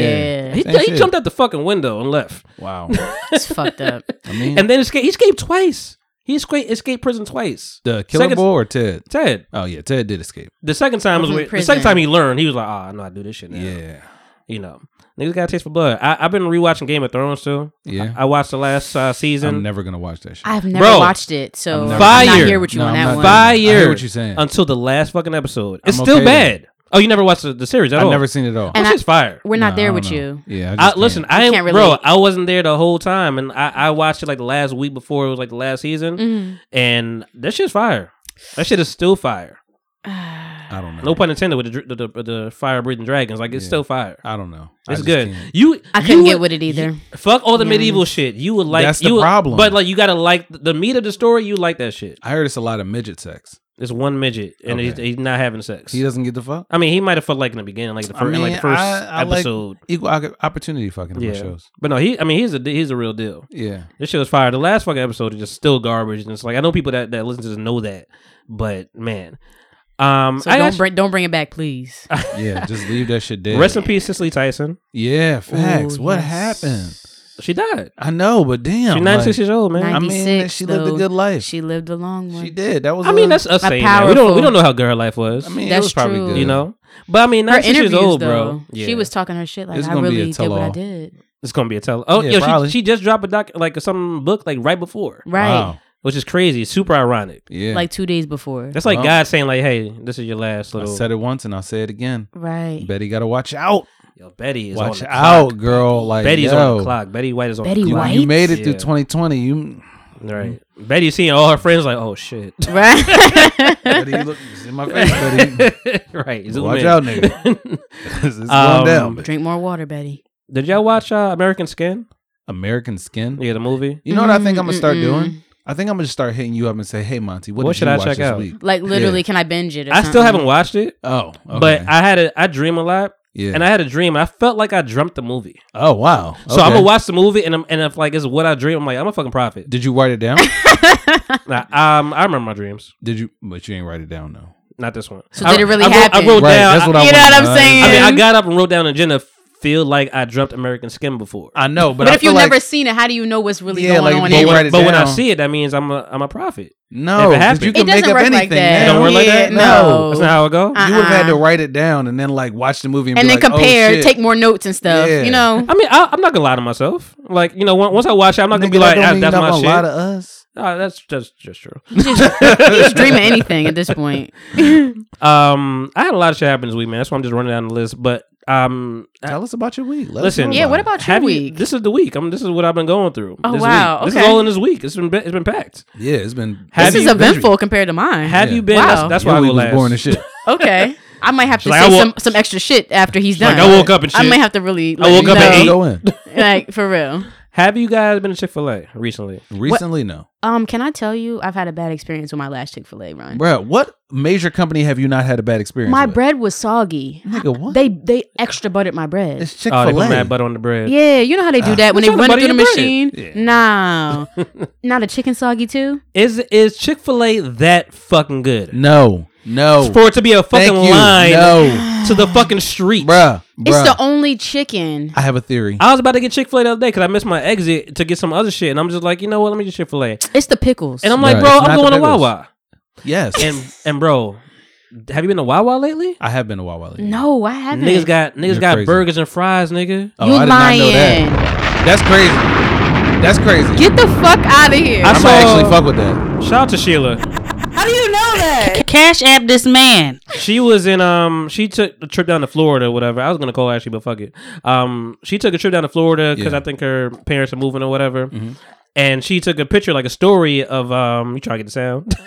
Speaker 1: Yeah.
Speaker 2: He,
Speaker 3: Same
Speaker 2: he
Speaker 3: shit.
Speaker 2: jumped out the fucking window and left.
Speaker 3: <laughs> Wow.
Speaker 1: It's fucked
Speaker 3: <laughs>
Speaker 1: up.
Speaker 3: I mean,
Speaker 2: And then escape, he escaped twice. He escaped, escaped prison twice.
Speaker 3: the killer
Speaker 2: second-
Speaker 3: boy or Ted?
Speaker 2: Ted,
Speaker 3: Oh yeah, Ted did escape.
Speaker 2: the second time was
Speaker 1: Mhm,
Speaker 2: where, the
Speaker 1: prison.
Speaker 2: second time he learned, he was like, "Ah, I know I do this shit now."
Speaker 3: Yeah.
Speaker 2: You know, niggas got a taste for blood. I, I've been rewatching Game of Thrones too.
Speaker 3: Yeah.
Speaker 2: I watched the last uh,
Speaker 3: I'm
Speaker 2: season.
Speaker 3: never gonna watch that shit.
Speaker 1: I've never
Speaker 2: Bro.
Speaker 1: watched it, so
Speaker 3: I'm
Speaker 1: I'm
Speaker 3: never-
Speaker 1: not
Speaker 2: Fire.
Speaker 1: here with you
Speaker 3: No,
Speaker 1: on
Speaker 3: I'm
Speaker 1: that
Speaker 3: not-
Speaker 1: one.
Speaker 3: I
Speaker 2: Fire
Speaker 3: hear what you're saying.
Speaker 2: until the last fucking episode. It's
Speaker 3: I'm
Speaker 2: still
Speaker 3: okay.
Speaker 2: bad. Oh, you never watched the, the series at
Speaker 3: I've
Speaker 2: all?
Speaker 3: never seen it at all.
Speaker 2: That
Speaker 1: And I-
Speaker 2: shit's fire.
Speaker 1: We're not
Speaker 3: No, I
Speaker 1: there
Speaker 3: don't
Speaker 1: with
Speaker 3: know.
Speaker 1: you.
Speaker 3: Yeah.
Speaker 2: I,
Speaker 3: just
Speaker 2: listen,
Speaker 3: can't.
Speaker 2: I
Speaker 1: You
Speaker 2: am,
Speaker 1: can't
Speaker 2: bro.
Speaker 1: relate.
Speaker 2: I wasn't there the whole time, and I, I watched it like the last week before it was
Speaker 3: Mm-hmm.
Speaker 2: like the last season, and that shit's fire. That shit is still fire.
Speaker 3: I don't know.
Speaker 2: No pun intended with the dr- the, the, the fire breathing dragons. Like it's
Speaker 3: Yeah.
Speaker 2: still fire.
Speaker 3: I don't know. I
Speaker 2: It's
Speaker 3: just
Speaker 2: good.
Speaker 3: can't.
Speaker 2: You
Speaker 1: I
Speaker 2: you
Speaker 1: couldn't get
Speaker 2: would-
Speaker 1: with it either.
Speaker 3: e-
Speaker 2: Fuck all the
Speaker 1: Yeah.
Speaker 2: medieval shit. You would like
Speaker 3: That's the
Speaker 2: you would-
Speaker 3: problem.
Speaker 2: But like you gotta like the meat of the story. You like that shit.
Speaker 3: I heard it's a lot of midget sex.
Speaker 2: It's one midget and he's,
Speaker 3: Okay.
Speaker 2: he's not having sex.
Speaker 3: He doesn't get the fuck.
Speaker 2: I mean, he might have felt like in the beginning, like the first, like the first episode.
Speaker 3: like equal oc- opportunity fucking in my
Speaker 2: yeah,
Speaker 3: shows.
Speaker 2: but no, he. I mean, he's a he's a real deal.
Speaker 3: Yeah,
Speaker 2: This shit was fire. The last fucking episode is just still garbage, and it's like I know people that, that listen to this know that, but man, um,
Speaker 1: So
Speaker 2: I
Speaker 1: don't
Speaker 2: actually-
Speaker 1: bring don't bring it back, please.
Speaker 3: yeah. Just leave that shit dead.
Speaker 2: rest in peace, Oh, Cicely Tyson.
Speaker 3: yeah, facts.
Speaker 1: Ooh,
Speaker 3: what
Speaker 1: yes.
Speaker 3: happened?
Speaker 2: She died.
Speaker 3: I know, but damn,
Speaker 2: She's ninety
Speaker 3: like,
Speaker 2: six years old, man.
Speaker 3: I mean,
Speaker 1: 96,
Speaker 3: she lived a
Speaker 1: though.
Speaker 3: good life. She,
Speaker 1: She lived a long one.
Speaker 3: did. That was.
Speaker 2: I
Speaker 3: a-
Speaker 2: mean, that's us
Speaker 1: A
Speaker 2: saying that. We don't we
Speaker 1: powerful-
Speaker 2: don't know how good her life was.
Speaker 3: I mean, it
Speaker 1: That's
Speaker 3: was probably
Speaker 1: true.
Speaker 3: good.
Speaker 2: you know, but I mean,
Speaker 1: Her
Speaker 2: ninety six
Speaker 1: interviews,
Speaker 2: years old,
Speaker 1: though,
Speaker 2: bro. Yeah.
Speaker 1: she was talking her shit like
Speaker 3: It's
Speaker 1: I
Speaker 3: gonna be a
Speaker 1: really did what I
Speaker 3: tell-all.
Speaker 1: did.
Speaker 2: It's gonna be a tell. Oh,
Speaker 3: Yeah,
Speaker 2: yeah,
Speaker 3: probably.
Speaker 2: she, she just dropped a doc like some book like right before,
Speaker 1: Right,
Speaker 3: Wow.
Speaker 2: which is crazy. Super ironic.
Speaker 3: Yeah.
Speaker 1: like two days before.
Speaker 2: That's like
Speaker 3: Well-
Speaker 2: God saying like, "Hey, this is your last
Speaker 3: I
Speaker 2: little."
Speaker 3: said it once and I'll say it again.
Speaker 1: Right.
Speaker 3: Betty got to watch out.
Speaker 2: Yo, Betty is on
Speaker 3: Watch
Speaker 2: the
Speaker 3: out,
Speaker 2: clock.
Speaker 3: girl. Like
Speaker 2: Betty's
Speaker 3: yo,
Speaker 2: on the clock. Betty White is on
Speaker 1: Betty
Speaker 2: the
Speaker 3: You,
Speaker 2: clock.
Speaker 1: White?
Speaker 3: you made it through
Speaker 2: Yeah. <laughs>
Speaker 3: 2020. You
Speaker 2: Right. Betty's Mm. seeing all her friends like, "Oh shit."
Speaker 3: <laughs>
Speaker 1: Right. <laughs>
Speaker 3: Betty, look it's in my face,
Speaker 2: <laughs>
Speaker 3: Betty.
Speaker 2: right. Zoom
Speaker 3: Watch
Speaker 2: in.
Speaker 3: out, nigga. It's going
Speaker 2: Um,
Speaker 3: down. Betty.
Speaker 1: Drink more water, Betty.
Speaker 2: <laughs> Did y'all watch uh, American Skin?
Speaker 3: American Skin.
Speaker 2: Yeah, the movie.
Speaker 3: You know what I think I'm gonna start
Speaker 1: Mm, Mm-mm.
Speaker 3: doing? I think I'm gonna start hitting you up and say, "Hey, Monty, what,
Speaker 2: What
Speaker 3: did
Speaker 2: should
Speaker 3: you
Speaker 2: I
Speaker 3: watch
Speaker 2: check
Speaker 3: this
Speaker 2: out?
Speaker 3: week?"
Speaker 1: Like literally,
Speaker 3: Yeah.
Speaker 1: can I binge it? Or
Speaker 2: I still
Speaker 1: something?
Speaker 2: haven't watched it,
Speaker 3: Oh, okay.
Speaker 2: but I had a I dream a lot,
Speaker 3: yeah.
Speaker 2: and I had a dream. I felt like I dreamt the movie,
Speaker 3: oh wow.
Speaker 2: so I'm
Speaker 3: Okay.
Speaker 2: gonna watch the movie, and I'm, and if like it's what I dream, I'm like I'm a fucking prophet.
Speaker 3: Did you write it down?
Speaker 2: Nah, um, I remember my dreams,
Speaker 3: did you? But you ain't write it down though.
Speaker 2: not this one.
Speaker 1: So
Speaker 2: I,
Speaker 1: did it really
Speaker 2: I wrote,
Speaker 1: happen?
Speaker 2: I wrote
Speaker 3: Right.
Speaker 2: down.
Speaker 3: that's what I,
Speaker 1: you know
Speaker 3: want
Speaker 1: what I'm
Speaker 3: to
Speaker 1: saying?
Speaker 2: I mean, I got up and wrote down an agenda. Feel like I dreamt American Skin before,
Speaker 3: I know, but
Speaker 1: But
Speaker 3: I
Speaker 1: if you've
Speaker 3: feel like-
Speaker 1: never seen it, how do you know what's really
Speaker 3: Yeah,
Speaker 1: going
Speaker 3: like,
Speaker 1: on?
Speaker 3: but
Speaker 1: in
Speaker 2: but,
Speaker 1: it?
Speaker 3: write
Speaker 2: when,
Speaker 3: it
Speaker 2: but when I
Speaker 3: down.
Speaker 2: see it, that means I'm a I'm a prophet. if
Speaker 3: no,
Speaker 2: it
Speaker 3: 'cause
Speaker 2: happened-
Speaker 3: you
Speaker 2: It
Speaker 3: can make
Speaker 1: doesn't work
Speaker 3: up
Speaker 1: like
Speaker 3: anything.
Speaker 1: that.
Speaker 2: It
Speaker 3: now.
Speaker 2: don't work like that.
Speaker 1: No.
Speaker 2: that's not how it go.
Speaker 1: Uh-uh.
Speaker 3: You would have had to write it down and then like watch the movie and,
Speaker 1: and
Speaker 3: be
Speaker 1: then
Speaker 3: like, oh,
Speaker 1: compare,
Speaker 3: shit.
Speaker 1: take more notes and stuff.
Speaker 3: Yeah.
Speaker 1: You know,
Speaker 2: <laughs> I mean, I, I'm not gonna lie to myself. Like you know, on- once I watch it, I'm not gonna
Speaker 3: Nigga,
Speaker 2: be
Speaker 3: that
Speaker 2: like,
Speaker 3: don't
Speaker 2: "Ah,
Speaker 3: mean
Speaker 2: "That's
Speaker 3: you're
Speaker 2: my
Speaker 3: not
Speaker 2: shit."
Speaker 3: gonna lie to us.
Speaker 2: Nah, that's just just true. <laughs>
Speaker 1: just dream of anything at this point. <laughs>
Speaker 2: Um, I had a lot of shit happen this week, man. That's why I'm just running down the list. But um, I-
Speaker 3: Tell us about your week. Let us
Speaker 2: listen,
Speaker 3: know
Speaker 1: Yeah, what about your
Speaker 2: have you-
Speaker 1: week?
Speaker 2: this is the week. I'm. This is what I've been going through.
Speaker 1: Oh,
Speaker 2: this
Speaker 1: wow,
Speaker 2: Week. This
Speaker 1: okay.
Speaker 2: is all in this week. It's been it's been packed.
Speaker 3: it. Yeah, it's been.
Speaker 2: Have
Speaker 1: this is
Speaker 2: you-
Speaker 1: eventful compared to mine.
Speaker 2: Have
Speaker 3: Yeah.
Speaker 2: you been?
Speaker 1: Wow.
Speaker 2: That's, that's
Speaker 3: Your
Speaker 2: why I
Speaker 3: week
Speaker 2: go
Speaker 3: was
Speaker 2: last.
Speaker 3: boring as shit.
Speaker 1: okay, I might have to
Speaker 2: She's like,
Speaker 1: say
Speaker 2: I woke-
Speaker 1: some some extra shit after he's
Speaker 2: Like
Speaker 1: done.
Speaker 2: I woke up and shit.
Speaker 1: I might have to really.
Speaker 2: I woke
Speaker 1: let
Speaker 2: up
Speaker 1: you
Speaker 2: at
Speaker 1: know.
Speaker 2: eight.
Speaker 3: Go in.
Speaker 1: <laughs> Like for real.
Speaker 2: Have you guys been to Chick Fil A recently?
Speaker 3: Recently, no,
Speaker 1: Um, can I tell you? I've had a bad experience with my last Chick Fil A run.
Speaker 3: bro. What major company have you not had a bad experience?
Speaker 1: my
Speaker 3: with?
Speaker 1: bread was soggy.
Speaker 3: Nigga, what?
Speaker 1: They they extra buttered my bread.
Speaker 3: It's Chick
Speaker 2: Oh, they
Speaker 3: Fil
Speaker 2: put mad
Speaker 3: A.
Speaker 2: butter on the bread.
Speaker 1: <laughs> yeah, you know how they do that when they
Speaker 2: You're
Speaker 1: run
Speaker 2: trying
Speaker 1: it
Speaker 2: to
Speaker 1: through the
Speaker 2: butter your
Speaker 1: machine.
Speaker 3: bread.
Speaker 1: Nah, <laughs> not a chicken soggy too.
Speaker 2: Is is Chick Fil A that fucking good?
Speaker 3: No, no.
Speaker 2: For it to be a fucking
Speaker 3: Thank you.
Speaker 2: line
Speaker 3: No,
Speaker 2: to the fucking street,
Speaker 3: bruh, bruh.
Speaker 1: It's the only chicken.
Speaker 3: I have a theory.
Speaker 2: I was about to get Chick Fil A the other day because I missed my exit to get some other shit, and I'm just like, you know what? Let me get Chick Fil A,
Speaker 1: It's the pickles.
Speaker 2: and I'm like,
Speaker 3: Right,
Speaker 2: bro,
Speaker 3: it's not
Speaker 2: I'm
Speaker 3: the
Speaker 2: going to
Speaker 3: pickles.
Speaker 2: Wawa,
Speaker 3: Yes,
Speaker 2: and and bro, have you been to Wawa lately?
Speaker 3: I have been a Wawa. lately.
Speaker 1: no, I haven't.
Speaker 2: Niggas got niggas
Speaker 3: You're
Speaker 2: got
Speaker 3: crazy.
Speaker 2: burgers and fries, nigga.
Speaker 3: Oh,
Speaker 1: you
Speaker 3: I did
Speaker 1: lying.
Speaker 3: not know that. That's crazy. That's crazy.
Speaker 6: Get the fuck out of here.
Speaker 2: I
Speaker 3: I
Speaker 2: saw.
Speaker 3: might actually fuck with that.
Speaker 2: shout out to Sheila.
Speaker 6: How do you know that?
Speaker 5: Cash app this man.
Speaker 2: She was in um. She took a trip down to Florida, or whatever. I was gonna call her actually, but fuck it. Um, she took a trip down to Florida because
Speaker 3: Yeah. Mm-hmm.
Speaker 2: I think her parents are moving or whatever. And she took a picture, like a story of um. You try to get the sound. <laughs>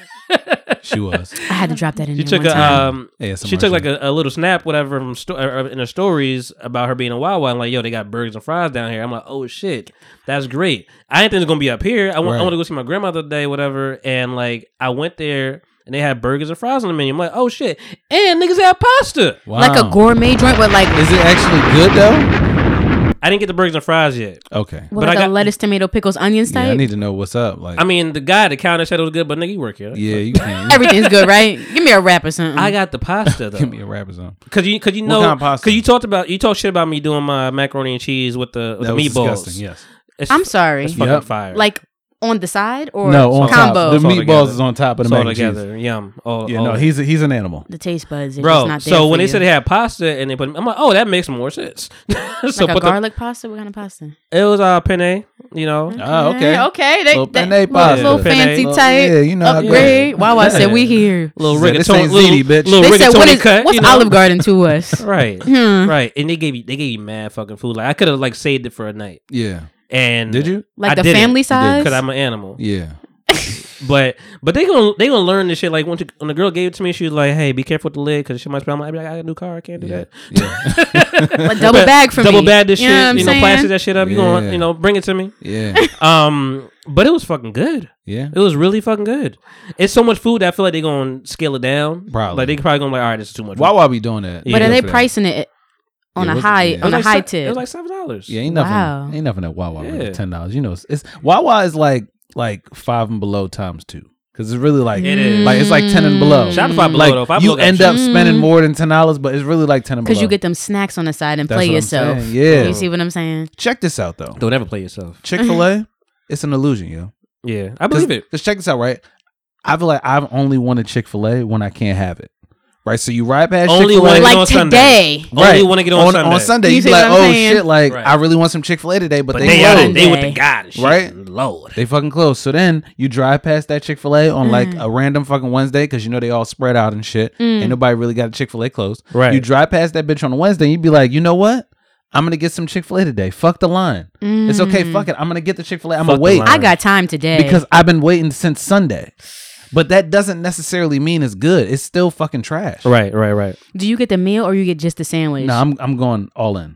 Speaker 3: She was.
Speaker 1: I had to drop that in.
Speaker 2: She
Speaker 1: there
Speaker 2: took
Speaker 1: one
Speaker 2: a
Speaker 1: time.
Speaker 2: um.
Speaker 3: ASMR
Speaker 2: she took like
Speaker 3: shit.
Speaker 2: a, a little snap, whatever, from sto- uh, in her stories about her being a Wawa, and like, yo, they got burgers and fries down here. I'm like, oh shit, that's great. I didn't think it's gonna be up here. I want,
Speaker 3: Right.
Speaker 2: I want to go see my grandmother today, whatever. And like, I went there and they had burgers and fries on the menu. I'm like, oh shit, and niggas had pasta.
Speaker 1: <laughs>
Speaker 3: Wow.
Speaker 1: like a gourmet joint with like
Speaker 3: Is it actually good though?
Speaker 2: I didn't get the burgers and fries yet.
Speaker 3: Okay.
Speaker 1: with
Speaker 2: but
Speaker 1: like
Speaker 2: I
Speaker 1: a
Speaker 2: got-
Speaker 1: lettuce, tomato, pickles, onions
Speaker 3: Yeah, I
Speaker 1: type.
Speaker 3: need to know what's up. Like,
Speaker 2: I mean, the guy at the counter said it was good, but nigga, you work here.
Speaker 3: yeah,
Speaker 1: <laughs>
Speaker 3: you can't.
Speaker 1: Everything's good, right? Give me a wrap or something.
Speaker 2: I got the pasta though.
Speaker 3: <laughs> Give me a rapper song.
Speaker 2: Cause you, cause you
Speaker 3: What
Speaker 2: know,
Speaker 3: kind of pasta?
Speaker 2: cause you talked about, you talked shit about me doing my macaroni and cheese with the, with the
Speaker 3: That was
Speaker 2: meatballs.
Speaker 3: disgusting. Yes.
Speaker 2: It's
Speaker 1: I'm
Speaker 2: f-
Speaker 1: sorry.
Speaker 2: It's fucking
Speaker 3: Yep.
Speaker 2: fire.
Speaker 1: Like on the side or
Speaker 3: no, on
Speaker 1: combo.
Speaker 3: top. The
Speaker 2: It's all
Speaker 3: meatballs
Speaker 2: together.
Speaker 3: is on top of
Speaker 2: it's
Speaker 3: the
Speaker 2: all
Speaker 3: mac and cheese.
Speaker 2: together. Yum. All,
Speaker 3: Yeah,
Speaker 2: all
Speaker 3: no,
Speaker 2: that.
Speaker 3: he's a, he's an animal.
Speaker 1: The taste buds, it's
Speaker 2: bro.
Speaker 1: Not there
Speaker 2: so
Speaker 1: for
Speaker 2: when they
Speaker 1: you.
Speaker 2: said they had pasta and they put, I'm like, oh, that makes more sense. <laughs> so
Speaker 1: like a
Speaker 2: put the,
Speaker 1: garlic pasta, what kind of pasta?
Speaker 2: it was uh penne, you know.
Speaker 1: Mm-hmm.
Speaker 3: Oh, okay. <laughs>
Speaker 6: Okay, they,
Speaker 3: Little
Speaker 6: they,
Speaker 3: penne pasta.
Speaker 1: little
Speaker 2: Penne.
Speaker 1: fancy
Speaker 2: Little-
Speaker 1: type.
Speaker 3: yeah, you know how it
Speaker 1: upgrade.
Speaker 3: goes.
Speaker 1: Wawa said
Speaker 2: Yeah.
Speaker 1: we here.
Speaker 2: Little
Speaker 3: She said, "This
Speaker 2: rigatoni,
Speaker 3: ain't
Speaker 2: little,
Speaker 3: ziti, bitch."
Speaker 2: little
Speaker 1: They said what
Speaker 2: rigatoni
Speaker 1: is
Speaker 2: cut.
Speaker 1: what's
Speaker 2: you know?
Speaker 1: Olive Garden
Speaker 2: <laughs>
Speaker 1: to us?
Speaker 2: Right,
Speaker 1: Hmm.
Speaker 2: right. And they gave you, they gave you mad fucking food. Like I could have like saved it for a night.
Speaker 3: Yeah.
Speaker 2: And
Speaker 3: Did you?
Speaker 1: Like
Speaker 2: I
Speaker 1: the
Speaker 2: didn't.
Speaker 1: family
Speaker 2: You
Speaker 1: size.
Speaker 2: Because I'm an animal.
Speaker 3: Yeah.
Speaker 2: But but they gonna they gonna learn this shit. Like when, she, when the girl gave it to me, she was like, "Hey, be careful with the lid because she might spill." I'm like, "I got a new car, I can't do
Speaker 1: <laughs>
Speaker 3: Yeah.
Speaker 2: that."
Speaker 3: Yeah.
Speaker 2: <laughs>
Speaker 1: But double bag for me.
Speaker 2: double bag this
Speaker 1: You
Speaker 2: shit.
Speaker 1: know what I'm
Speaker 2: you know,
Speaker 1: saying?
Speaker 2: plastic that shit up. You gonna
Speaker 3: Yeah.
Speaker 2: you know bring it to me.
Speaker 3: Yeah.
Speaker 2: Um, but it was fucking good.
Speaker 1: <laughs>
Speaker 3: Yeah.
Speaker 2: It was really fucking good. It's so much food that I feel like they're gonna scale it down.
Speaker 3: Probably.
Speaker 2: Like they probably gonna be like, all right, this is too much.
Speaker 3: Wawa be doing that.
Speaker 2: Yeah.
Speaker 1: But are they
Speaker 3: for that.
Speaker 1: pricing it on
Speaker 3: Yeah,
Speaker 1: a
Speaker 3: what's-
Speaker 1: high
Speaker 3: yeah. It
Speaker 1: on
Speaker 2: It
Speaker 1: a
Speaker 2: was
Speaker 1: high
Speaker 2: like se- It
Speaker 1: tip?
Speaker 2: was like seven dollars.
Speaker 3: Yeah, ain't nothing.
Speaker 1: Wow.
Speaker 3: Ain't nothing at Wawa really.
Speaker 2: Yeah.
Speaker 3: Ten dollars. You know, it's, it's Wawa is like like five and below times two because it's really like
Speaker 2: It is.
Speaker 3: like it's like ten and below.
Speaker 2: Shout out to Five Below,
Speaker 3: like
Speaker 2: though. Five
Speaker 3: you
Speaker 2: Below got
Speaker 3: end
Speaker 2: you.
Speaker 3: up spending more than ten dollars, but it's really like ten and below.
Speaker 1: Mm-hmm. Because you get them snacks on the side and
Speaker 3: That's
Speaker 1: play
Speaker 3: what I'm
Speaker 1: yourself.
Speaker 3: saying, yeah.
Speaker 1: You see what I'm saying?
Speaker 3: check this
Speaker 1: <laughs>
Speaker 3: out though.
Speaker 2: Don't ever play yourself.
Speaker 3: Chick Fil A, it's an illusion, yo.
Speaker 2: Yeah, I believe it.
Speaker 3: Just check this out, right? I feel like I've only wanted Chick Fil A when I can't have it, right? So you ride past
Speaker 2: Only
Speaker 3: Chick-fil-A,
Speaker 2: when- Like
Speaker 1: Like
Speaker 2: on Sunday.
Speaker 1: today.
Speaker 2: Only want to get on,
Speaker 3: on,
Speaker 2: Sunday.
Speaker 3: on Sunday.
Speaker 1: You
Speaker 3: You,
Speaker 1: see
Speaker 3: be
Speaker 1: what
Speaker 3: like,
Speaker 1: I'm
Speaker 3: oh
Speaker 1: saying?
Speaker 3: shit, like
Speaker 2: Right.
Speaker 3: I really want some Chick Fil A today, but,
Speaker 2: but
Speaker 3: they,
Speaker 2: they
Speaker 3: closed.
Speaker 2: out, they with the
Speaker 1: Sunday.
Speaker 2: God and shit.
Speaker 3: Right?
Speaker 2: Lord.
Speaker 3: They fucking close. So then you drive past that Chick Fil A on like
Speaker 1: Mm.
Speaker 3: a random fucking Wednesday because you know they all spread out and shit. Ain't nobody really got a Chick Fil A closed.
Speaker 2: Right.
Speaker 3: You drive past that bitch on a Wednesday. and You be like, you know what? I'm gonna get some Chick Fil A today. Fuck the line. It's okay.
Speaker 1: Mm.
Speaker 3: Fuck it. I'm gonna get the Chick Fil A. I'm
Speaker 2: Fuck
Speaker 3: gonna
Speaker 2: the
Speaker 3: wait
Speaker 2: line.
Speaker 1: I got time today.
Speaker 3: because I've been waiting since Sunday. But that doesn't necessarily mean it's good. It's still fucking trash.
Speaker 2: Right, right, right.
Speaker 1: do you get the meal or you get just the sandwich
Speaker 3: No, I'm I'm going all in.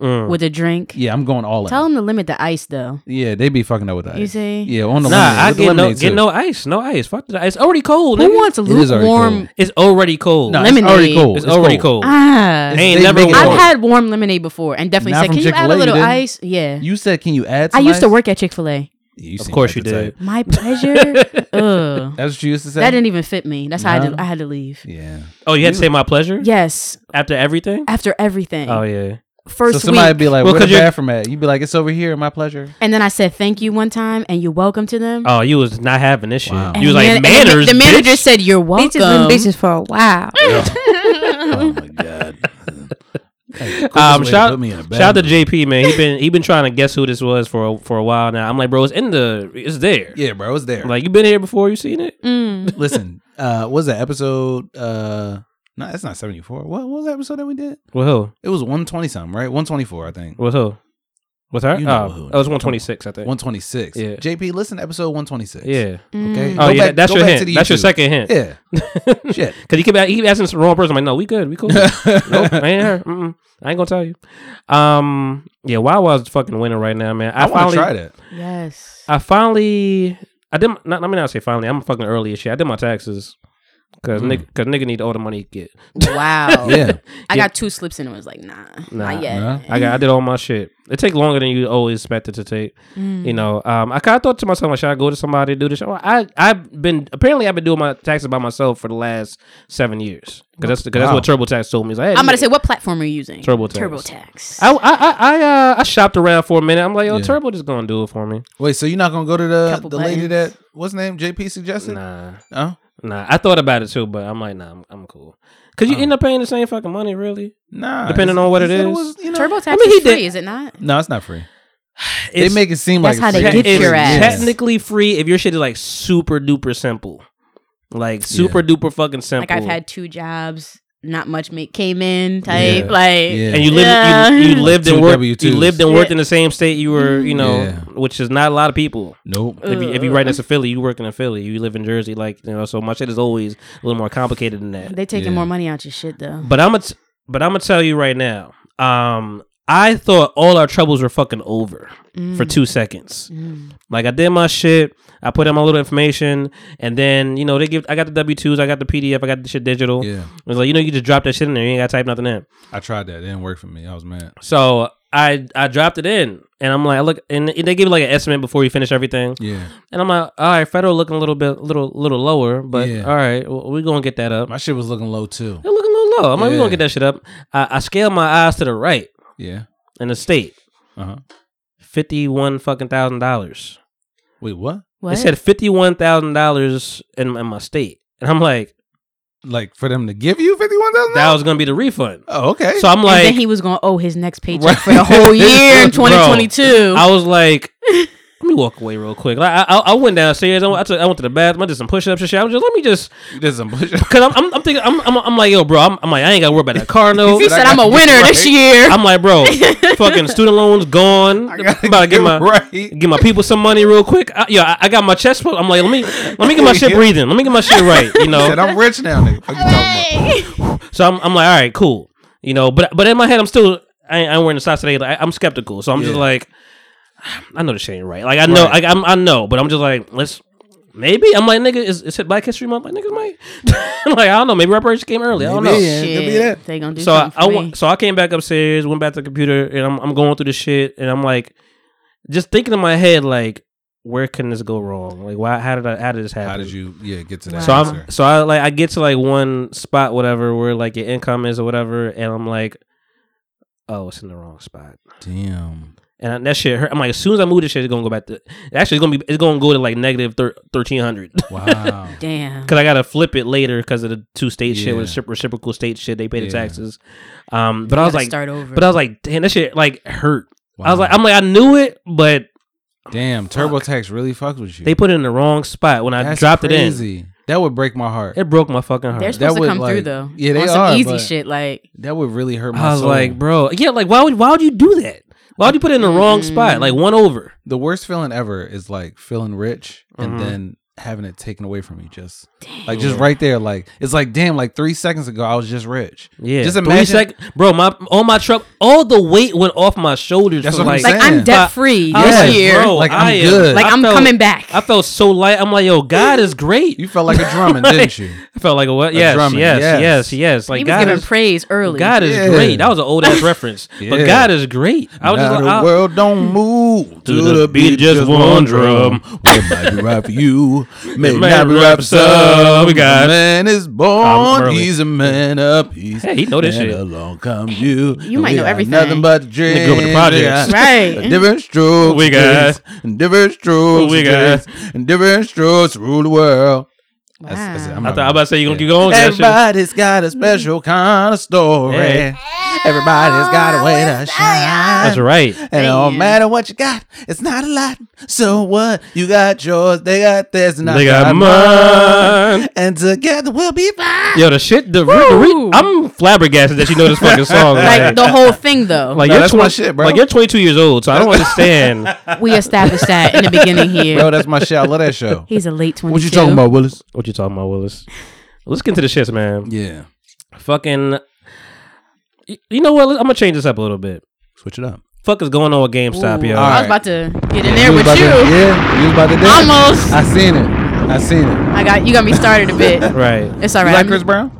Speaker 2: Mm.
Speaker 1: with a drink?
Speaker 3: Yeah, I'm going all in.
Speaker 1: Tell them to limit the ice though.
Speaker 3: yeah, they be fucking up with that.
Speaker 1: You see?
Speaker 3: Yeah, on the
Speaker 2: Nah,
Speaker 3: lemonade.
Speaker 2: I
Speaker 3: With the
Speaker 2: get no
Speaker 3: lemonade,
Speaker 2: get
Speaker 3: too.
Speaker 2: no ice, no ice. Fuck that. It's already cold.
Speaker 1: Who
Speaker 2: nigga.
Speaker 1: wants a
Speaker 3: It is already
Speaker 1: lukewarm?
Speaker 3: cold.
Speaker 2: It's already cold.
Speaker 3: No,
Speaker 2: it's,
Speaker 3: it's already
Speaker 1: Lemonade.
Speaker 3: cold.
Speaker 2: already cold.
Speaker 1: Ah,
Speaker 2: They ain't
Speaker 3: They
Speaker 2: never
Speaker 3: make
Speaker 2: get
Speaker 3: it
Speaker 1: I've
Speaker 2: cold.
Speaker 3: hard.
Speaker 1: had warm lemonade before and definitely
Speaker 3: Not
Speaker 1: said,
Speaker 3: from
Speaker 1: "Can you add
Speaker 3: Chick-fil-A,
Speaker 1: a
Speaker 3: you
Speaker 1: little
Speaker 3: didn't?
Speaker 1: ice?" Yeah.
Speaker 3: You said, can you add?
Speaker 1: I
Speaker 3: Some
Speaker 1: used to
Speaker 3: ice?
Speaker 1: work at Chick Fil A.
Speaker 3: You
Speaker 2: Of
Speaker 3: seem
Speaker 2: course
Speaker 3: like
Speaker 2: you
Speaker 3: the
Speaker 2: did.
Speaker 3: type.
Speaker 2: <laughs>
Speaker 1: My pleasure. Ugh.
Speaker 3: That's what you used to say.
Speaker 1: That didn't even fit me. That's how I,
Speaker 3: No.
Speaker 1: did, I had to leave.
Speaker 3: Yeah.
Speaker 2: Oh, you had to say my pleasure
Speaker 1: Yes,
Speaker 2: after everything.
Speaker 1: after everything.
Speaker 2: Oh yeah.
Speaker 1: First
Speaker 3: so somebody
Speaker 1: week,
Speaker 3: be like,
Speaker 2: Well,
Speaker 3: "Where
Speaker 2: 'cause
Speaker 3: the
Speaker 2: you're-
Speaker 3: bathroom at?" You'd be like, "It's over here. My pleasure."
Speaker 1: <laughs> and then I said thank you one time, and you're welcome to them.
Speaker 2: Oh, you was not having this shit.
Speaker 3: Wow.
Speaker 2: You was
Speaker 1: And
Speaker 2: like
Speaker 1: the man- and
Speaker 2: manners.
Speaker 1: The, the manager
Speaker 2: bitch."
Speaker 1: said you're
Speaker 6: Bitches
Speaker 1: welcome.
Speaker 6: been bitches for a while.
Speaker 3: <laughs> oh my god. <laughs>
Speaker 2: Um, shout, shout out to JP man. He been he been trying to guess who this was for a, for a while now. I'm like, bro, it's in the it's there.
Speaker 3: Yeah, bro, I was there. Like,
Speaker 2: Like you been here before. You seen it?
Speaker 1: Mm.
Speaker 3: listen, uh, what was that episode? Uh, no, that's not seventy four. What, what was that episode that we did?
Speaker 2: Well,
Speaker 3: It was one twenty something, right? One twenty four, I think.
Speaker 2: who? With who? With her?
Speaker 3: You know
Speaker 2: oh,
Speaker 3: who.
Speaker 2: that was 126, I think.
Speaker 3: One twenty six.
Speaker 2: Yeah.
Speaker 3: JP, listen, to episode one twenty six.
Speaker 2: yeah.
Speaker 1: Mm.
Speaker 3: Okay.
Speaker 2: Oh
Speaker 3: Go
Speaker 2: yeah,
Speaker 3: back-
Speaker 2: that's
Speaker 3: go
Speaker 2: your
Speaker 3: back
Speaker 2: hint.
Speaker 3: to the
Speaker 2: That's your
Speaker 3: YouTube.
Speaker 2: second hint. <laughs>
Speaker 3: Yeah. Shit. <laughs>
Speaker 2: Because he kept, he kept asking the wrong person. I'm like, no, we good. We cool. nope, I ain't her. Mm-mm. I ain't gonna tell you. Um, yeah, Wawa's fucking winning right now, man. I,
Speaker 3: I want
Speaker 2: finally,
Speaker 3: to try that.
Speaker 1: Yes.
Speaker 2: I <laughs> finally, I did. my- Not, let me not say finally. I'm fucking early as shit. I did my taxes because
Speaker 3: Mm.
Speaker 2: nigga, cause nigga need all the money he get.
Speaker 1: Wow.
Speaker 3: Yeah.
Speaker 1: I
Speaker 2: Yeah.
Speaker 1: got two slips in and was like, nah,
Speaker 2: Nah,
Speaker 1: not yet.
Speaker 3: nah.
Speaker 2: I got, I did all my shit. It take longer than you always expect it to take.
Speaker 3: Mm.
Speaker 2: You know, um, I kind of thought to myself, like, should I go to somebody to do this? Well, I, I've been apparently I've been doing my taxes by myself for the last seven years because that's because that's what TurboTax told me. It's Like, hey,
Speaker 1: I'm gonna
Speaker 2: nigga,
Speaker 1: say, what platform are you using?
Speaker 2: TurboTax.
Speaker 1: TurboTax.
Speaker 2: I I I I, uh, I shopped around for a minute. I'm like, oh, Turbo just gonna do it for me.
Speaker 3: Wait, so you're not gonna go to the
Speaker 1: Couple
Speaker 3: the lady
Speaker 1: buttons.
Speaker 3: that what's her name JP suggested?
Speaker 2: Nah,
Speaker 3: No,
Speaker 2: nah. I thought about it too, but I'm like, nah, I'm, I'm cool. Cause
Speaker 3: Oh.
Speaker 2: you end up paying the same fucking money, really.
Speaker 3: nah.
Speaker 2: Depending on what it
Speaker 3: he said
Speaker 2: is.
Speaker 3: you know-
Speaker 1: TurboTax
Speaker 2: I mean, he
Speaker 1: is free,
Speaker 2: did-
Speaker 1: is it not?
Speaker 3: No, it's not free.
Speaker 2: It's-
Speaker 3: they make it seem
Speaker 1: That's
Speaker 3: like
Speaker 1: how
Speaker 3: it's
Speaker 1: they
Speaker 3: free.
Speaker 1: get
Speaker 2: it's
Speaker 1: your ass.
Speaker 2: technically free if your shit is like super duper simple, like super duper fucking simple.
Speaker 1: Like I've had two jobs, not much make came in type. Like
Speaker 3: Yeah.
Speaker 2: and you lived
Speaker 1: Yeah.
Speaker 2: you, you lived and
Speaker 3: Two
Speaker 2: worked
Speaker 3: W2s.
Speaker 2: you lived and worked in the same state you were you know
Speaker 3: Yeah.
Speaker 2: which is not a lot of people
Speaker 3: Nope.
Speaker 2: if you, if you write us a Philly you working in Philly you live in Jersey like you know so my shit is always a little more complicated than that
Speaker 1: they taking
Speaker 3: Yeah.
Speaker 1: more money out your shit though.
Speaker 2: but I'm gonna t- but I'm gonna tell you right now um I thought all our troubles were fucking over for two seconds like I did my shit I put in my little information and then you know they give I got the W twos I got the PDF I got the shit digital
Speaker 3: Yeah.
Speaker 2: it was like you know you just drop that shit in there you ain't gotta type nothing in
Speaker 3: I tried that. It didn't work for me. I was mad.
Speaker 2: So I I dropped it in, and I'm like, I look, and they give you like an estimate before you finish everything,
Speaker 3: Yeah.
Speaker 2: and I'm like, all right, federal looking a little bit, little little lower, but
Speaker 3: Yeah.
Speaker 2: all right, well, we gonna get that up.
Speaker 3: My shit was looking low too.
Speaker 2: They're looking a little low. I'm like, we
Speaker 3: Yeah.
Speaker 2: gonna get that shit up. I, I scaled my eyes to the right
Speaker 3: Yeah.
Speaker 2: in the state,
Speaker 3: Uh huh.
Speaker 2: fifty one fucking thousand dollars.
Speaker 3: Wait, what?
Speaker 1: What?
Speaker 2: They said fifty one thousand dollars in in my state, and I'm like,
Speaker 3: Like for them to give you fifty one thousand?
Speaker 2: that was gonna be the refund.
Speaker 3: Oh, okay.
Speaker 2: So I'm
Speaker 1: and
Speaker 2: like, <laughs>
Speaker 1: then he was gonna owe his next paycheck
Speaker 3: Right.
Speaker 1: for the whole year in
Speaker 2: Bro,
Speaker 1: <laughs> 2022.
Speaker 2: I was like, Let me walk away real quick. Like, I, I I went downstairs. I, went- I, took, I went to the bathroom. I did some push ups and shit. I was just let me just
Speaker 3: There's some bullshit. <laughs>
Speaker 2: because I'm, I'm I'm thinking I'm, I'm I'm like yo bro. I'm, I'm like I ain't got to worry about that
Speaker 1: <laughs>
Speaker 2: car no.
Speaker 1: He said I'm a winner this year. <laughs>
Speaker 2: I'm like bro, fucking student loans gone.
Speaker 3: gotta
Speaker 2: about to get
Speaker 3: get
Speaker 2: my
Speaker 3: right.
Speaker 2: get my people some money real quick. I, yo, I, I got my chest. full. I'm like let me let me get my
Speaker 3: <laughs>
Speaker 2: shit breathing. Let me get my shit right. You know.
Speaker 3: Said I'm rich now, nigga. Fuck you talking about?
Speaker 2: So I'm, I'm like, all right, cool. You know, but but in my head, I'm still I, ain't- I ain't wearing the socks today. Like, I, am skeptical, so I'm just
Speaker 3: Yeah.
Speaker 2: like, I know this shit ain't right. Like I know,
Speaker 3: Right.
Speaker 2: like I'm, I know, but I'm just like, let's maybe. I'm like, nigga, is, is it Black History Month? Like niggas might. <laughs> like I don't know. Maybe reparations came early. I don't know.
Speaker 3: Maybe, yeah, it could be that.
Speaker 1: They gonna do
Speaker 2: So I,
Speaker 1: something for
Speaker 2: I
Speaker 1: me.
Speaker 2: went, so I came back upstairs, went back to the computer, and I'm I'm going through the shit, and I'm like, just thinking in my head, like, where can this go wrong? Like, why? How did I? How did this happen?
Speaker 3: How did you yeah get to that?
Speaker 2: So
Speaker 3: answer?
Speaker 2: I'm so I like I get to like one spot whatever where like your income is or whatever, and I'm like, oh, it's in the wrong spot,
Speaker 3: damn.
Speaker 2: and that shit hurt. I'm like, as soon as I move this shit, it's gonna go back to actually it's gonna be it's gonna go to like negative thirteen hundred <laughs>
Speaker 3: <laughs> Wow.
Speaker 5: Damn.
Speaker 2: because I gotta flip it later because of the two state shit with
Speaker 3: Yeah.
Speaker 2: recipro- reciprocal state shit. They pay the
Speaker 3: Yeah.
Speaker 2: taxes, um, but I was
Speaker 5: Gotta
Speaker 2: like,
Speaker 5: start over.
Speaker 2: but I was like, damn, that shit like hurt. I was
Speaker 3: Wow.
Speaker 2: like, I'm like, I knew it, but
Speaker 3: damn. TurboTax really fucked with you.
Speaker 2: they put it in the wrong spot when I
Speaker 3: That's
Speaker 2: dropped it
Speaker 3: crazy. That would break my heart.
Speaker 2: in. It broke my fucking heart.
Speaker 1: They're
Speaker 3: that
Speaker 1: supposed to
Speaker 3: would,
Speaker 1: come through
Speaker 3: like-
Speaker 1: though.
Speaker 3: yeah, they
Speaker 1: on some
Speaker 3: are,
Speaker 1: easy
Speaker 3: but-
Speaker 1: shit like
Speaker 3: That would really hurt my
Speaker 2: I was
Speaker 3: soul.
Speaker 2: like, bro, yeah, like why would why would you do that? Why would you put it in the wrong
Speaker 1: Mm-hmm.
Speaker 2: spot? Like one over.
Speaker 3: the worst feeling ever is like feeling rich
Speaker 2: Mhm.
Speaker 3: and then having it taken away from you. Just like just right there, like it's like damn, like three seconds ago I was just rich.
Speaker 2: Yeah,
Speaker 3: just
Speaker 2: Three
Speaker 3: imagine.
Speaker 2: sec- bro. My all my truck, all the weight went off my shoulders.
Speaker 3: That's
Speaker 2: for,
Speaker 3: what I'm
Speaker 2: like,
Speaker 1: like
Speaker 3: saying.
Speaker 1: I'm debt free
Speaker 2: I was
Speaker 3: Yes,
Speaker 1: this year.
Speaker 2: bro,
Speaker 3: Like, I'm
Speaker 2: I am-
Speaker 3: good.
Speaker 1: like
Speaker 2: I
Speaker 1: I'm
Speaker 2: felt-
Speaker 1: coming back.
Speaker 2: I felt so light. I'm like, yo, God is great. <laughs>
Speaker 3: You felt like a drumming, didn't you?
Speaker 2: I felt like a what? Yes,
Speaker 3: drumming.
Speaker 2: yes, yes,
Speaker 3: Yes.
Speaker 2: yes, Like
Speaker 1: he was
Speaker 2: God
Speaker 1: giving
Speaker 2: is
Speaker 1: praise early.
Speaker 2: God is
Speaker 3: Yeah.
Speaker 2: great. That was an old
Speaker 3: <laughs>
Speaker 2: ass reference, but
Speaker 3: Yeah.
Speaker 2: God is great. I was
Speaker 3: now
Speaker 2: just
Speaker 3: the
Speaker 2: like, I-
Speaker 3: world don't
Speaker 2: <laughs>
Speaker 3: move
Speaker 2: To the beat of just one drum.
Speaker 3: What might be right
Speaker 2: <laughs>
Speaker 3: for you may
Speaker 2: It
Speaker 3: not be right for some.
Speaker 2: We got-
Speaker 3: A man is
Speaker 2: I'm
Speaker 3: born,
Speaker 2: early.
Speaker 3: he's a man of peace.
Speaker 2: Hey, he know this
Speaker 3: and
Speaker 2: shit.
Speaker 3: Along comes you.
Speaker 1: You might
Speaker 3: We
Speaker 1: know
Speaker 3: got
Speaker 1: everything.
Speaker 3: Nothing but the dream.
Speaker 2: Nigga with the projects. <laughs>
Speaker 1: Right.
Speaker 3: Different strokes.
Speaker 2: We got-
Speaker 3: this, and different strokes.
Speaker 2: We
Speaker 3: for
Speaker 2: got-
Speaker 3: this, and different strokes rule the world.
Speaker 1: wow.
Speaker 2: I thought I was about to say you gonna keep going. with that shit.
Speaker 3: Everybody's got a special kind of story.
Speaker 2: Hey.
Speaker 3: Everybody's got a way to shine.
Speaker 2: That's right.
Speaker 3: And it don't
Speaker 1: Damn.
Speaker 3: matter what you got, it's not a lot. So what? You got yours, they got theirs, and I
Speaker 2: They got
Speaker 3: got, mine.
Speaker 2: mine.
Speaker 3: And together we'll be fine.
Speaker 2: Yo, the shit, the, re- the re-
Speaker 1: Woo.
Speaker 2: I'm flabbergasted that you know this fucking song.
Speaker 1: like the whole thing though.
Speaker 2: Like
Speaker 3: No,
Speaker 2: you're
Speaker 3: that's my
Speaker 2: 20
Speaker 3: shit, bro.
Speaker 2: Like you're 22 years old, so I don't understand. <laughs>
Speaker 1: we established that in the beginning here.
Speaker 3: Bro, that's my show. I love that <laughs> show.
Speaker 1: He's a late twenty.
Speaker 3: What you talking about, Willis?
Speaker 2: what you talking about, Willis? Let's get into the shits, man.
Speaker 3: Yeah.
Speaker 2: Fucking, y- you know what? I'm gonna change this up a little bit.
Speaker 3: Switch it up.
Speaker 2: Fuck is going on with GameStop, yo?
Speaker 1: I was
Speaker 3: All right.
Speaker 1: about to get in there
Speaker 3: was
Speaker 1: with
Speaker 3: about
Speaker 1: you.
Speaker 3: To, yeah, you was about to do it.
Speaker 1: Almost.
Speaker 3: I seen it. I seen it.
Speaker 1: I got you got me started a bit.
Speaker 2: Right.
Speaker 1: It's all
Speaker 3: <laughs> You
Speaker 1: right.
Speaker 3: like
Speaker 1: I'm-
Speaker 3: Chris <laughs> Brown?